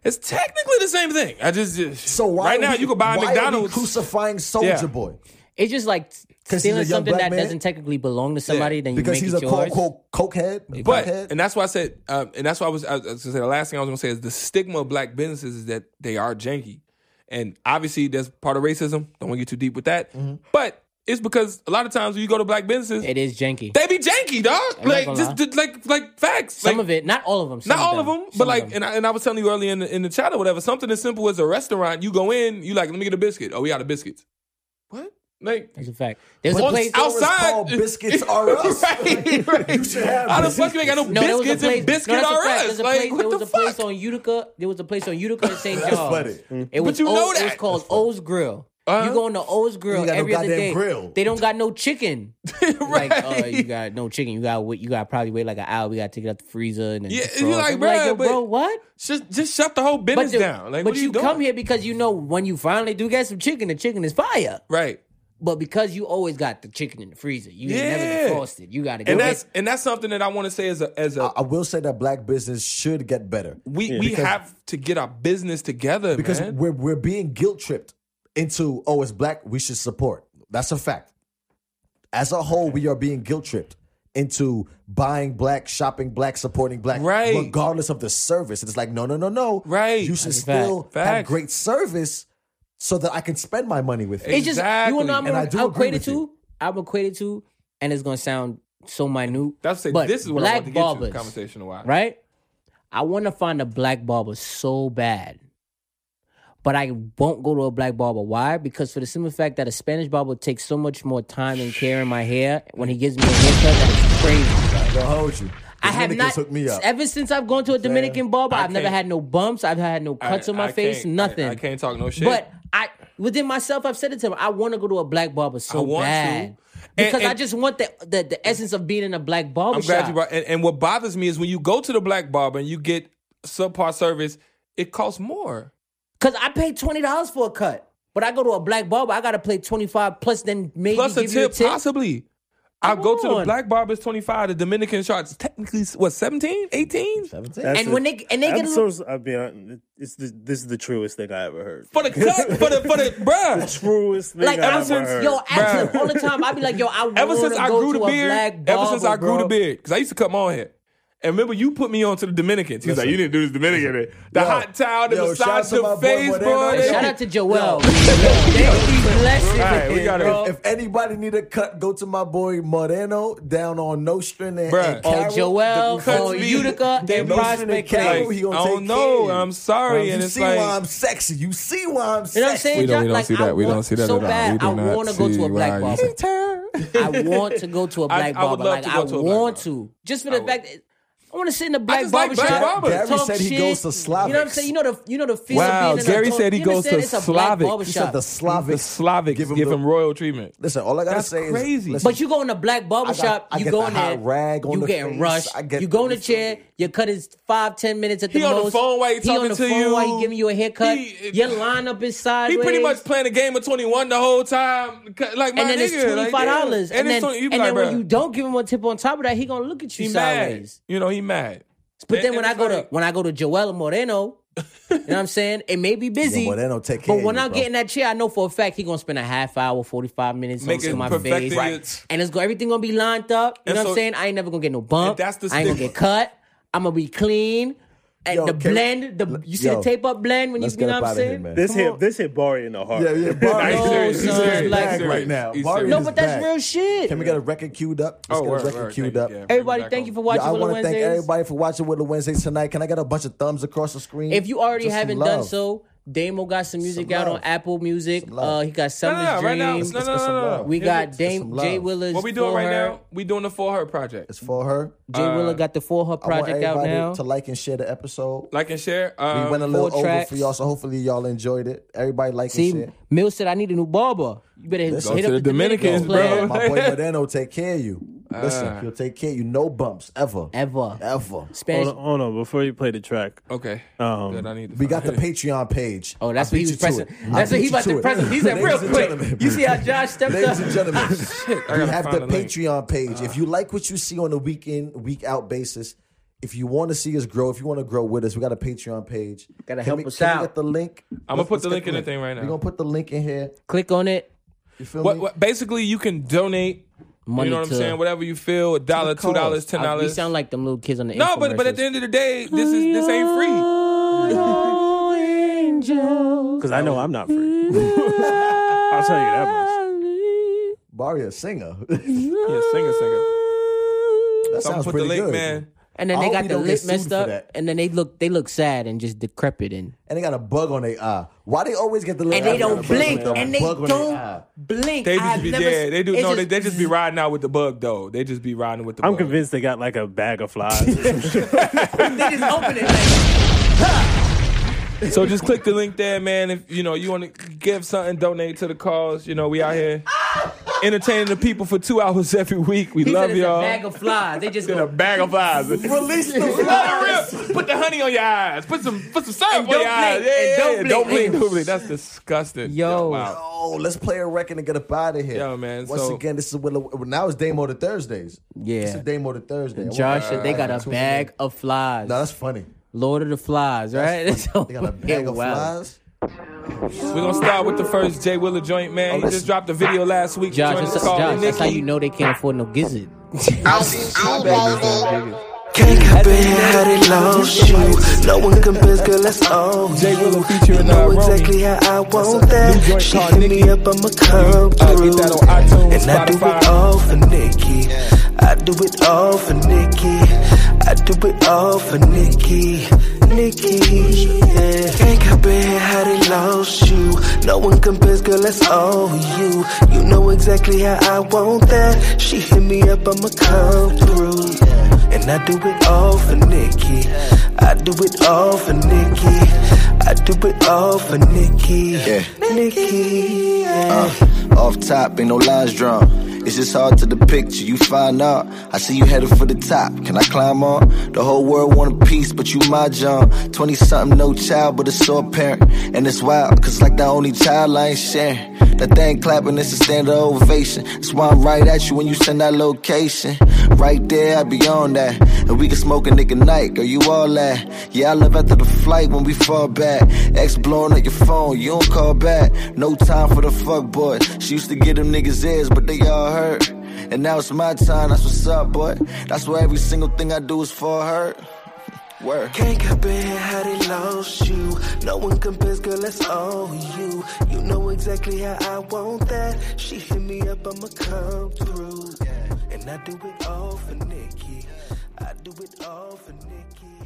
[SPEAKER 2] it's technically the same thing. I just, just
[SPEAKER 1] So why
[SPEAKER 2] right
[SPEAKER 1] are
[SPEAKER 2] now
[SPEAKER 1] we-
[SPEAKER 2] you can buy a
[SPEAKER 1] why Are we
[SPEAKER 2] McDonald's.
[SPEAKER 1] crucifying Soldier
[SPEAKER 2] Yeah.
[SPEAKER 1] Boy
[SPEAKER 3] it's just like
[SPEAKER 1] he's a
[SPEAKER 3] stealing
[SPEAKER 1] young
[SPEAKER 3] something
[SPEAKER 1] black
[SPEAKER 3] that
[SPEAKER 1] man?
[SPEAKER 3] doesn't technically belong to somebody. Then you
[SPEAKER 1] because
[SPEAKER 3] make
[SPEAKER 1] he's
[SPEAKER 3] it
[SPEAKER 1] a quote
[SPEAKER 3] yours.
[SPEAKER 1] unquote cokehead. a
[SPEAKER 2] but
[SPEAKER 1] cokehead.
[SPEAKER 2] and that's why I said, um, and that's why I was, I was gonna say the last thing I was gonna say is the stigma of black businesses is that they are janky, and obviously that's part of racism. Don't want to get too deep with that, but it's because a lot of times when you go to black businesses,
[SPEAKER 3] It is janky.
[SPEAKER 2] they be janky, dog.
[SPEAKER 3] not
[SPEAKER 2] like
[SPEAKER 3] gonna
[SPEAKER 2] just,
[SPEAKER 3] lie.
[SPEAKER 2] just like like facts.
[SPEAKER 3] some
[SPEAKER 2] Like,
[SPEAKER 3] of it, not all of them. some
[SPEAKER 2] not all of them, but
[SPEAKER 3] some
[SPEAKER 2] like,
[SPEAKER 3] them.
[SPEAKER 2] and I, and I was telling you earlier in the, in the chat or whatever, something as simple as a restaurant, you go in, you like, let me get a biscuit. Oh, we out of biscuits. What? Like,
[SPEAKER 3] That's a fact. There's a
[SPEAKER 1] Well,
[SPEAKER 3] place.
[SPEAKER 1] it's
[SPEAKER 2] outside [LAUGHS]
[SPEAKER 1] called Biscuits R Us.
[SPEAKER 2] right, right.
[SPEAKER 1] You should have
[SPEAKER 2] How the fuck you ain't got no,
[SPEAKER 3] No, there
[SPEAKER 2] biscuits
[SPEAKER 3] was a place.
[SPEAKER 2] and biscuit
[SPEAKER 3] no, that's a
[SPEAKER 2] R
[SPEAKER 3] fact.
[SPEAKER 2] Us?
[SPEAKER 3] There's a
[SPEAKER 2] Like,
[SPEAKER 3] place.
[SPEAKER 2] what
[SPEAKER 3] There was
[SPEAKER 2] the
[SPEAKER 3] a place
[SPEAKER 2] fuck?
[SPEAKER 3] on Utica. There was a place on Utica
[SPEAKER 2] [LAUGHS]
[SPEAKER 3] and St.
[SPEAKER 1] That's
[SPEAKER 3] John's.
[SPEAKER 1] funny.
[SPEAKER 3] It was
[SPEAKER 2] you know
[SPEAKER 3] O's- It was
[SPEAKER 2] that.
[SPEAKER 3] called O's Grill.
[SPEAKER 2] Uh-huh.
[SPEAKER 3] You go on the O's Grill
[SPEAKER 1] You got no
[SPEAKER 3] every other
[SPEAKER 1] goddamn
[SPEAKER 3] day.
[SPEAKER 1] grill.
[SPEAKER 3] They don't got
[SPEAKER 2] [LAUGHS]
[SPEAKER 3] no chicken. Like, uh, you got no chicken. You got wait. You got probably wait like an hour. We got to take it out the freezer and then
[SPEAKER 2] Yeah,
[SPEAKER 3] defrost.
[SPEAKER 2] you're like,
[SPEAKER 3] I'm
[SPEAKER 2] bruh,
[SPEAKER 3] yo,
[SPEAKER 2] but-
[SPEAKER 3] bro, what?
[SPEAKER 2] Just, just shut the whole business
[SPEAKER 3] the-
[SPEAKER 2] down. Like,
[SPEAKER 3] but
[SPEAKER 2] what are
[SPEAKER 3] you,
[SPEAKER 2] you, doing?
[SPEAKER 3] come here because you know when you finally do get some chicken, the chicken is fire.
[SPEAKER 2] right?
[SPEAKER 3] But because you always got the chicken in the freezer, you
[SPEAKER 2] Yeah.
[SPEAKER 3] ain't never defrosted. You got to go.
[SPEAKER 2] And
[SPEAKER 3] in.
[SPEAKER 2] that's and that's something that I want to say as a as a
[SPEAKER 3] Uh,
[SPEAKER 1] I will say that black business should get better
[SPEAKER 2] we we have to get our business together
[SPEAKER 1] because
[SPEAKER 2] man.
[SPEAKER 1] we're we're being guilt tripped into oh it's black we should support. That's a fact. As a whole, we are being guilt tripped into buying black, shopping black, supporting black,
[SPEAKER 2] Right.
[SPEAKER 1] regardless of the service. It's like no, no, no, no.
[SPEAKER 2] Right.
[SPEAKER 1] You should
[SPEAKER 3] That's a fact.
[SPEAKER 1] still have
[SPEAKER 2] Facts.
[SPEAKER 1] great service so that I can spend my money with it.
[SPEAKER 3] It's just you
[SPEAKER 2] Exactly.
[SPEAKER 3] wanna know I'm
[SPEAKER 1] And I
[SPEAKER 3] gonna,
[SPEAKER 1] do
[SPEAKER 3] I'll
[SPEAKER 1] agree
[SPEAKER 3] equate it
[SPEAKER 1] with
[SPEAKER 3] to.
[SPEAKER 1] you.
[SPEAKER 3] I'm equated to, and it's gonna sound so minute.
[SPEAKER 2] That's
[SPEAKER 3] but
[SPEAKER 2] this is what I
[SPEAKER 3] black
[SPEAKER 2] want to get
[SPEAKER 3] barbers,
[SPEAKER 2] to conversation wise.
[SPEAKER 3] right? I want to find a black barber so bad, but I won't go to a black barber. Why? Because for the simple fact that a Spanish barber takes so much more time and care in my hair when he gives me a haircut that it's crazy.
[SPEAKER 1] I'll hold you.
[SPEAKER 3] I have
[SPEAKER 1] Dominicans
[SPEAKER 3] not
[SPEAKER 1] hooked me up.
[SPEAKER 3] ever since I've gone to a Dominican barber.
[SPEAKER 2] I
[SPEAKER 3] I've never
[SPEAKER 2] can't-
[SPEAKER 3] had no bumps. I've had no cuts on my
[SPEAKER 2] I
[SPEAKER 3] face.
[SPEAKER 2] can't-
[SPEAKER 3] Nothing.
[SPEAKER 2] I, I can't talk no shit.
[SPEAKER 3] But I within myself, I've said it to him. I want to go to a black barber so
[SPEAKER 2] I want to.
[SPEAKER 3] bad
[SPEAKER 2] And-
[SPEAKER 3] because I
[SPEAKER 2] and-
[SPEAKER 3] just want the, the the essence of being in a black barber
[SPEAKER 2] I'm glad you brought. And, and what bothers me is when you go to the black barber and you get subpar service, it costs more.
[SPEAKER 3] Because I paid twenty dollars for a cut, but I go to a black barber, I gotta pay twenty five plus then maybe
[SPEAKER 2] Plus a
[SPEAKER 3] give you
[SPEAKER 2] tip, possibly. I
[SPEAKER 3] Come
[SPEAKER 2] go to the
[SPEAKER 3] on.
[SPEAKER 2] black barber's 25. The Dominican charge technically what 17, 18
[SPEAKER 4] That's
[SPEAKER 3] And
[SPEAKER 4] it.
[SPEAKER 3] when they and they
[SPEAKER 4] I'm
[SPEAKER 3] get a
[SPEAKER 4] so,
[SPEAKER 3] little,
[SPEAKER 4] I mean, it's the, this is the truest thing I ever heard.
[SPEAKER 3] [LAUGHS]
[SPEAKER 2] for the cut for the for the bruh.
[SPEAKER 4] truest thing
[SPEAKER 3] like
[SPEAKER 4] I
[SPEAKER 3] I'm
[SPEAKER 4] ever
[SPEAKER 2] since-
[SPEAKER 4] heard.
[SPEAKER 3] yo,
[SPEAKER 2] Bruh.
[SPEAKER 3] actually, all the time I be like, yo, I
[SPEAKER 2] [LAUGHS] Ever
[SPEAKER 3] wanna
[SPEAKER 2] since I
[SPEAKER 3] go
[SPEAKER 2] grew the
[SPEAKER 3] to a black
[SPEAKER 2] beard, ever since
[SPEAKER 3] barber,
[SPEAKER 2] I grew the
[SPEAKER 3] bro.
[SPEAKER 2] beard, because I used to cut my own hair. And remember, you put me on to the Dominicans. He was like, "You didn't do this Dominican." man." The
[SPEAKER 1] Yo,
[SPEAKER 2] hot towel, the
[SPEAKER 1] yo, shout out
[SPEAKER 2] massage,
[SPEAKER 1] to
[SPEAKER 2] the
[SPEAKER 1] my boy
[SPEAKER 2] face,
[SPEAKER 1] Moreno.
[SPEAKER 2] boy. they-
[SPEAKER 3] Shout out to Joel.
[SPEAKER 1] Yo.
[SPEAKER 3] They be blessing
[SPEAKER 2] All right, we
[SPEAKER 3] it,
[SPEAKER 2] gotta-
[SPEAKER 3] bro.
[SPEAKER 1] If anybody need a cut, go to my boy Moreno down on Nostrand and,
[SPEAKER 2] Bruh.
[SPEAKER 1] and
[SPEAKER 2] Oh,
[SPEAKER 1] Carroll.
[SPEAKER 3] Oh, Joel,
[SPEAKER 2] cuts
[SPEAKER 3] oh,
[SPEAKER 2] me. [LAUGHS]
[SPEAKER 3] Utica,
[SPEAKER 1] They
[SPEAKER 3] and
[SPEAKER 1] lotion and
[SPEAKER 3] Prospect Hill.
[SPEAKER 1] Carroll,
[SPEAKER 2] Like,
[SPEAKER 1] he gonna
[SPEAKER 2] I don't
[SPEAKER 1] take
[SPEAKER 2] know.
[SPEAKER 1] care of you.
[SPEAKER 2] I'm sorry,
[SPEAKER 1] You
[SPEAKER 2] and it's
[SPEAKER 1] see
[SPEAKER 2] like-
[SPEAKER 1] why I'm sexy. You see why I'm sexy.
[SPEAKER 3] You know what I'm saying?
[SPEAKER 2] We don't- we
[SPEAKER 3] Jock?
[SPEAKER 2] don't
[SPEAKER 3] like,
[SPEAKER 2] see
[SPEAKER 3] I
[SPEAKER 2] that. We don't
[SPEAKER 3] want
[SPEAKER 2] see that
[SPEAKER 3] so
[SPEAKER 2] at all.
[SPEAKER 3] bad.
[SPEAKER 2] We do
[SPEAKER 3] I
[SPEAKER 2] not
[SPEAKER 3] want to go
[SPEAKER 2] see
[SPEAKER 3] to a
[SPEAKER 2] why
[SPEAKER 3] [LAUGHS] black
[SPEAKER 2] you
[SPEAKER 3] barber.
[SPEAKER 2] say-
[SPEAKER 3] I want to go to a
[SPEAKER 2] [LAUGHS]
[SPEAKER 3] black
[SPEAKER 2] I would
[SPEAKER 3] barber.
[SPEAKER 2] love
[SPEAKER 3] like
[SPEAKER 2] to
[SPEAKER 3] I
[SPEAKER 2] go
[SPEAKER 3] want
[SPEAKER 2] to a
[SPEAKER 3] to,
[SPEAKER 2] black barber.
[SPEAKER 3] just for the fact that I want to sit in a
[SPEAKER 2] I
[SPEAKER 3] black
[SPEAKER 2] just like
[SPEAKER 3] barber
[SPEAKER 2] black
[SPEAKER 3] shop.
[SPEAKER 2] barbers.
[SPEAKER 3] talk
[SPEAKER 1] Gary said he
[SPEAKER 3] shit.
[SPEAKER 1] goes to
[SPEAKER 3] You know what I'm
[SPEAKER 1] Slavics.
[SPEAKER 3] saying? You know the you know the feel
[SPEAKER 2] Wow,
[SPEAKER 3] of being. in
[SPEAKER 2] Gary
[SPEAKER 3] a,
[SPEAKER 2] said he
[SPEAKER 3] you know
[SPEAKER 2] goes
[SPEAKER 3] what I'm
[SPEAKER 2] to
[SPEAKER 3] saying? it's a black
[SPEAKER 2] Slavic.
[SPEAKER 3] barber
[SPEAKER 2] He
[SPEAKER 1] He said
[SPEAKER 3] shop.
[SPEAKER 1] the Slavics.
[SPEAKER 2] The Slavics give
[SPEAKER 1] Give
[SPEAKER 2] him,
[SPEAKER 1] him the-
[SPEAKER 2] royal treatment.
[SPEAKER 1] Listen, all I gotta
[SPEAKER 2] That's
[SPEAKER 1] say is
[SPEAKER 2] crazy.
[SPEAKER 1] listen,
[SPEAKER 3] But you go in a black barber
[SPEAKER 1] I got-
[SPEAKER 3] shop,
[SPEAKER 1] I
[SPEAKER 3] you
[SPEAKER 1] get
[SPEAKER 3] go
[SPEAKER 1] the
[SPEAKER 3] in
[SPEAKER 1] high
[SPEAKER 3] there,
[SPEAKER 1] rag on
[SPEAKER 3] you
[SPEAKER 1] the
[SPEAKER 3] getting
[SPEAKER 1] face.
[SPEAKER 3] rushed.
[SPEAKER 1] I get
[SPEAKER 3] you go in
[SPEAKER 1] the-
[SPEAKER 3] a chair, your cut is five, ten minutes at the
[SPEAKER 2] He on
[SPEAKER 3] most.
[SPEAKER 2] the phone while he
[SPEAKER 3] on
[SPEAKER 2] talking
[SPEAKER 3] the
[SPEAKER 2] to
[SPEAKER 3] phone while
[SPEAKER 2] you.
[SPEAKER 3] he giving you a haircut.
[SPEAKER 2] He-
[SPEAKER 3] your lineup is sideways.
[SPEAKER 2] He pretty much playing a game of 21 the whole time. C- Like, my
[SPEAKER 3] and then
[SPEAKER 2] nigga,
[SPEAKER 3] it's twenty
[SPEAKER 2] like,
[SPEAKER 3] five
[SPEAKER 2] yeah.
[SPEAKER 3] dollars, and,
[SPEAKER 2] it's
[SPEAKER 3] then,
[SPEAKER 2] 20 he be
[SPEAKER 3] and
[SPEAKER 2] like,
[SPEAKER 3] then when
[SPEAKER 2] bruh,
[SPEAKER 3] you don't give him a tip on top of that, he gonna look at you
[SPEAKER 2] he mad.
[SPEAKER 3] sideways.
[SPEAKER 2] You know, he mad.
[SPEAKER 3] But
[SPEAKER 2] And-
[SPEAKER 3] then when
[SPEAKER 2] and
[SPEAKER 3] I
[SPEAKER 2] it's
[SPEAKER 3] go to
[SPEAKER 2] like-
[SPEAKER 3] when I go to Joella Moreno, you know what I'm saying? It may be busy.
[SPEAKER 1] Yo, Moreno take care
[SPEAKER 3] but
[SPEAKER 1] of
[SPEAKER 3] when
[SPEAKER 1] you,
[SPEAKER 3] I
[SPEAKER 1] bro.
[SPEAKER 3] get in that chair, I know for a fact he gonna spend a half hour, 45 minutes
[SPEAKER 2] Make
[SPEAKER 3] on to
[SPEAKER 2] it
[SPEAKER 3] my
[SPEAKER 2] perfecting
[SPEAKER 3] face.
[SPEAKER 2] it.
[SPEAKER 3] And it's go everything gonna be lined up. You
[SPEAKER 2] And
[SPEAKER 3] know what
[SPEAKER 2] so-
[SPEAKER 3] I'm saying? I ain't never gonna get no bump.
[SPEAKER 2] And that's the
[SPEAKER 3] I ain't gonna
[SPEAKER 2] stigma.
[SPEAKER 3] get cut. I'm gonna be clean. And
[SPEAKER 1] Yo,
[SPEAKER 3] the
[SPEAKER 1] can-
[SPEAKER 3] blend, the you see
[SPEAKER 1] yo,
[SPEAKER 3] the tape up blend when you,
[SPEAKER 1] let's
[SPEAKER 3] you know
[SPEAKER 1] get up
[SPEAKER 3] what I'm
[SPEAKER 1] out of here,
[SPEAKER 3] saying?
[SPEAKER 1] man.
[SPEAKER 4] This
[SPEAKER 3] Come
[SPEAKER 4] hit
[SPEAKER 3] on.
[SPEAKER 4] this hit Barry in the heart.
[SPEAKER 1] yeah,
[SPEAKER 4] [LAUGHS]
[SPEAKER 1] yeah, Barry,
[SPEAKER 3] No,
[SPEAKER 1] serious. he's
[SPEAKER 3] son,
[SPEAKER 1] serious.
[SPEAKER 3] like-
[SPEAKER 1] back right now.
[SPEAKER 2] He's
[SPEAKER 1] Barry
[SPEAKER 2] serious.
[SPEAKER 3] No,
[SPEAKER 1] is
[SPEAKER 3] but that's
[SPEAKER 1] back.
[SPEAKER 3] real shit.
[SPEAKER 1] Can we get a record queued up? Let's
[SPEAKER 2] Oh,
[SPEAKER 1] get a
[SPEAKER 2] word,
[SPEAKER 1] record
[SPEAKER 2] word,
[SPEAKER 1] queued
[SPEAKER 2] thank
[SPEAKER 1] up.
[SPEAKER 2] you, yeah.
[SPEAKER 3] Everybody,
[SPEAKER 2] Back
[SPEAKER 3] thank
[SPEAKER 2] on.
[SPEAKER 3] you for
[SPEAKER 1] Yeah,
[SPEAKER 3] watching
[SPEAKER 1] I
[SPEAKER 3] Willow
[SPEAKER 1] want to
[SPEAKER 3] Wednesdays.
[SPEAKER 1] thank everybody for watching Willow Wednesdays tonight. Can I get a bunch of thumbs across the screen?
[SPEAKER 3] If you already
[SPEAKER 1] Just some
[SPEAKER 3] haven't
[SPEAKER 1] love.
[SPEAKER 3] done so, Damo got some music
[SPEAKER 1] Some
[SPEAKER 3] out
[SPEAKER 1] love.
[SPEAKER 3] on Apple Music.
[SPEAKER 1] Some love.
[SPEAKER 3] Uh, he got
[SPEAKER 2] No,
[SPEAKER 3] Summer's
[SPEAKER 2] no, no, right now. No,
[SPEAKER 3] Dream.
[SPEAKER 2] no, no,
[SPEAKER 1] it's some
[SPEAKER 2] no, no.
[SPEAKER 1] love.
[SPEAKER 3] We
[SPEAKER 2] Here's
[SPEAKER 3] got
[SPEAKER 2] it.
[SPEAKER 1] some
[SPEAKER 3] Dame
[SPEAKER 1] love.
[SPEAKER 3] Jay Willis.
[SPEAKER 2] What we doing
[SPEAKER 3] for
[SPEAKER 2] right
[SPEAKER 3] her.
[SPEAKER 2] now? We doing the For Her project.
[SPEAKER 1] it's for her.
[SPEAKER 3] Jay Willa got the For Her
[SPEAKER 1] I
[SPEAKER 3] project
[SPEAKER 1] want
[SPEAKER 3] out
[SPEAKER 1] everybody
[SPEAKER 3] now.
[SPEAKER 1] to like and share the episode.
[SPEAKER 2] Like and share.
[SPEAKER 1] we
[SPEAKER 2] Um,
[SPEAKER 1] went a little
[SPEAKER 3] Uh, four
[SPEAKER 1] over
[SPEAKER 3] tracks.
[SPEAKER 1] for y'all, so hopefully y'all enjoyed it. Everybody like and
[SPEAKER 3] See,
[SPEAKER 1] share.
[SPEAKER 3] Mill said, I need a new barber. You better hit,
[SPEAKER 1] Listen.
[SPEAKER 3] hit
[SPEAKER 2] Go
[SPEAKER 3] up
[SPEAKER 2] to
[SPEAKER 3] the
[SPEAKER 2] the Dominicans,
[SPEAKER 3] Dominicans,
[SPEAKER 2] bro.
[SPEAKER 3] player.
[SPEAKER 1] My boy Moreno take care of you. Listen,
[SPEAKER 2] Uh.
[SPEAKER 1] he'll take care of you. No bumps ever,
[SPEAKER 3] Ever.
[SPEAKER 1] ever.
[SPEAKER 3] Spanish.
[SPEAKER 4] Hold on, hold on, before you play the track.
[SPEAKER 2] okay.
[SPEAKER 4] Um,
[SPEAKER 2] Good, I need to
[SPEAKER 1] We
[SPEAKER 2] find [LAUGHS]
[SPEAKER 1] got the
[SPEAKER 2] it.
[SPEAKER 1] Patreon page.
[SPEAKER 3] Oh, that's
[SPEAKER 1] I beat
[SPEAKER 3] what he was
[SPEAKER 1] you to
[SPEAKER 3] pressing.
[SPEAKER 1] it. I
[SPEAKER 3] That's
[SPEAKER 1] beat
[SPEAKER 3] what he
[SPEAKER 1] you
[SPEAKER 3] about to
[SPEAKER 1] it.
[SPEAKER 3] press. He said,
[SPEAKER 1] Ladies
[SPEAKER 3] real
[SPEAKER 1] and
[SPEAKER 3] quick.
[SPEAKER 1] gentlemen.
[SPEAKER 3] You see how Josh stepped
[SPEAKER 1] Ladies and
[SPEAKER 3] up? [LAUGHS]
[SPEAKER 1] gentlemen,
[SPEAKER 2] I
[SPEAKER 1] we
[SPEAKER 2] gotta
[SPEAKER 1] have
[SPEAKER 2] find
[SPEAKER 1] the
[SPEAKER 2] the link. Uh.
[SPEAKER 1] Patreon page. If you like what you see on a week in, week out basis, if you want to see us grow, if you want to grow with us, we got a Patreon page.
[SPEAKER 3] Gotta
[SPEAKER 1] Can
[SPEAKER 3] help
[SPEAKER 1] we-
[SPEAKER 3] us
[SPEAKER 1] can we
[SPEAKER 3] out.
[SPEAKER 1] get the link.
[SPEAKER 2] I'ma
[SPEAKER 1] Let's-
[SPEAKER 2] put
[SPEAKER 1] let's
[SPEAKER 2] the
[SPEAKER 1] get
[SPEAKER 2] link in the thing right now.
[SPEAKER 1] We're gonna put the link in here.
[SPEAKER 3] Click on it.
[SPEAKER 1] You feel
[SPEAKER 2] What,
[SPEAKER 1] me?
[SPEAKER 2] what, basically, you can donate.
[SPEAKER 3] Money
[SPEAKER 2] you know what
[SPEAKER 3] to-
[SPEAKER 2] I'm saying? Whatever you feel, a dollar, two dollars, ten
[SPEAKER 3] I, we
[SPEAKER 2] dollars.
[SPEAKER 3] sound like them little kids on the
[SPEAKER 2] No, but but at the
[SPEAKER 3] infomercials.
[SPEAKER 2] end of the day, this is this ain't free.
[SPEAKER 3] Oh, angels.
[SPEAKER 4] Because I know I'm not free.
[SPEAKER 3] [LAUGHS]
[SPEAKER 4] I'll tell you that much.
[SPEAKER 1] Barry, a singer. [LAUGHS]
[SPEAKER 2] Yeah, singer, singer.
[SPEAKER 1] that
[SPEAKER 2] So I'm
[SPEAKER 1] sounds
[SPEAKER 2] put the
[SPEAKER 1] pretty
[SPEAKER 2] link,
[SPEAKER 1] good.
[SPEAKER 2] man.
[SPEAKER 3] And then
[SPEAKER 1] I
[SPEAKER 3] they
[SPEAKER 1] hope
[SPEAKER 3] got
[SPEAKER 1] we
[SPEAKER 3] the
[SPEAKER 1] don't
[SPEAKER 3] lip
[SPEAKER 1] get
[SPEAKER 3] messed
[SPEAKER 1] sued for
[SPEAKER 3] up,
[SPEAKER 1] that.
[SPEAKER 3] and then they look they look sad and just decrepit and
[SPEAKER 1] And they got a bug on their eye. Why they always get the little
[SPEAKER 3] and they
[SPEAKER 1] eye
[SPEAKER 3] don't
[SPEAKER 1] with the
[SPEAKER 3] blink
[SPEAKER 1] bug
[SPEAKER 3] and they
[SPEAKER 1] on their eye?
[SPEAKER 3] don't blink.
[SPEAKER 2] They just
[SPEAKER 3] I've
[SPEAKER 2] be
[SPEAKER 3] never
[SPEAKER 2] yeah,
[SPEAKER 3] s-
[SPEAKER 2] they do
[SPEAKER 3] it's
[SPEAKER 2] no,
[SPEAKER 3] just-
[SPEAKER 2] they, they just be riding out with the bug though. They just be riding with the
[SPEAKER 4] I'm
[SPEAKER 2] bug.
[SPEAKER 4] convinced they got like a bag of flies.
[SPEAKER 3] they just open it. Like,
[SPEAKER 2] So just click the link there, man. If you know you want to give something, donate to the cause. You know we out here entertaining the people for two hours every week. We
[SPEAKER 3] he
[SPEAKER 2] love
[SPEAKER 3] said it's
[SPEAKER 2] y'all.
[SPEAKER 3] a bag of flies. They just
[SPEAKER 2] In a
[SPEAKER 3] go.
[SPEAKER 2] bag of flies.
[SPEAKER 1] Release the
[SPEAKER 2] Let it rip. Put the honey on your eyes. Put some put some syrup
[SPEAKER 3] And
[SPEAKER 2] on your
[SPEAKER 3] don't
[SPEAKER 2] eyes.
[SPEAKER 3] blink.
[SPEAKER 2] Yeah,
[SPEAKER 3] And
[SPEAKER 2] yeah,
[SPEAKER 3] don't
[SPEAKER 2] yeah. don't blink.
[SPEAKER 3] blink. Niggas.
[SPEAKER 2] Don't blink. That's disgusting.
[SPEAKER 3] Yo.
[SPEAKER 2] wow.
[SPEAKER 1] Oh, let's play a record and get up out of here.
[SPEAKER 2] Yo, man,
[SPEAKER 1] Once
[SPEAKER 2] so-
[SPEAKER 1] again, this is Willow. Now it's Damo to Thursdays.
[SPEAKER 3] Yeah.
[SPEAKER 1] This is Damo to Thursday. I want
[SPEAKER 3] [LAUGHS] Josh,
[SPEAKER 1] everybody
[SPEAKER 3] they got
[SPEAKER 1] to
[SPEAKER 3] a
[SPEAKER 1] tune
[SPEAKER 3] bag
[SPEAKER 1] in.
[SPEAKER 3] of flies.
[SPEAKER 1] No, that's funny.
[SPEAKER 3] Lord of the Flies, right? [LAUGHS]
[SPEAKER 1] That's funny.
[SPEAKER 3] So-
[SPEAKER 1] They got a bag of
[SPEAKER 3] Wow.
[SPEAKER 1] flies.
[SPEAKER 2] We're gonna start with the first Jay Willer joint, man.
[SPEAKER 4] Oh,
[SPEAKER 2] He just dropped a video last week.
[SPEAKER 3] Josh,
[SPEAKER 2] Joint
[SPEAKER 3] that's,
[SPEAKER 2] is called
[SPEAKER 3] Josh, that's how
[SPEAKER 2] Nikki.
[SPEAKER 3] you know they can't afford no gizzard.
[SPEAKER 9] Can't compare how they lost you. No one compares, girl, that's all.
[SPEAKER 2] Jay
[SPEAKER 9] you.
[SPEAKER 2] Willa featuring,
[SPEAKER 9] You know
[SPEAKER 2] uh,
[SPEAKER 9] exactly how I want that.
[SPEAKER 2] New joint
[SPEAKER 9] She
[SPEAKER 2] called
[SPEAKER 9] hit
[SPEAKER 2] Nikki.
[SPEAKER 9] me up, I'ma come
[SPEAKER 2] Uh,
[SPEAKER 9] through.
[SPEAKER 2] get that on iTunes,
[SPEAKER 9] and I do
[SPEAKER 2] Spotify.
[SPEAKER 9] it all for Nikki. I do it all for Nikki. I do it all for Nikki. Nikki, yeah. Can't compare how they lost you. No one compares, girl, that's all you. You know exactly how I want that. She hit me up, I'ma come through. And I do it all for Nikki. I do it all for Nikki. I do it all for Nikki. Nikki. yeah.
[SPEAKER 10] Off top, ain't no lines drawn. It's just hard to depict you. You find out. I see you headed for the top. Can I climb on? The whole world want a piece, but you my John. 20 something, no child, but it's so apparent. And it's wild, cause like the only child I ain't sharing. That thing clapping, it's a standard ovation. That's why I'm right at you when you send that location. Right there, I be on that. And we can smoke a nigga night, girl, you all that. Yeah, I love after the flight when we fall back. Ex blowing up your phone, you don't call back. No time for the fuck boy. She used to get them niggas ears, but they all hurt. And now it's my time, that's what's up, boy. That's why every single thing I do is for her. Work.
[SPEAKER 9] Can't compare how they lost you. No one compares, girl, that's all you. You know exactly how I want that. She hit me up, I'ma come through. And I do it all for Nikki. I do it all for Nikki.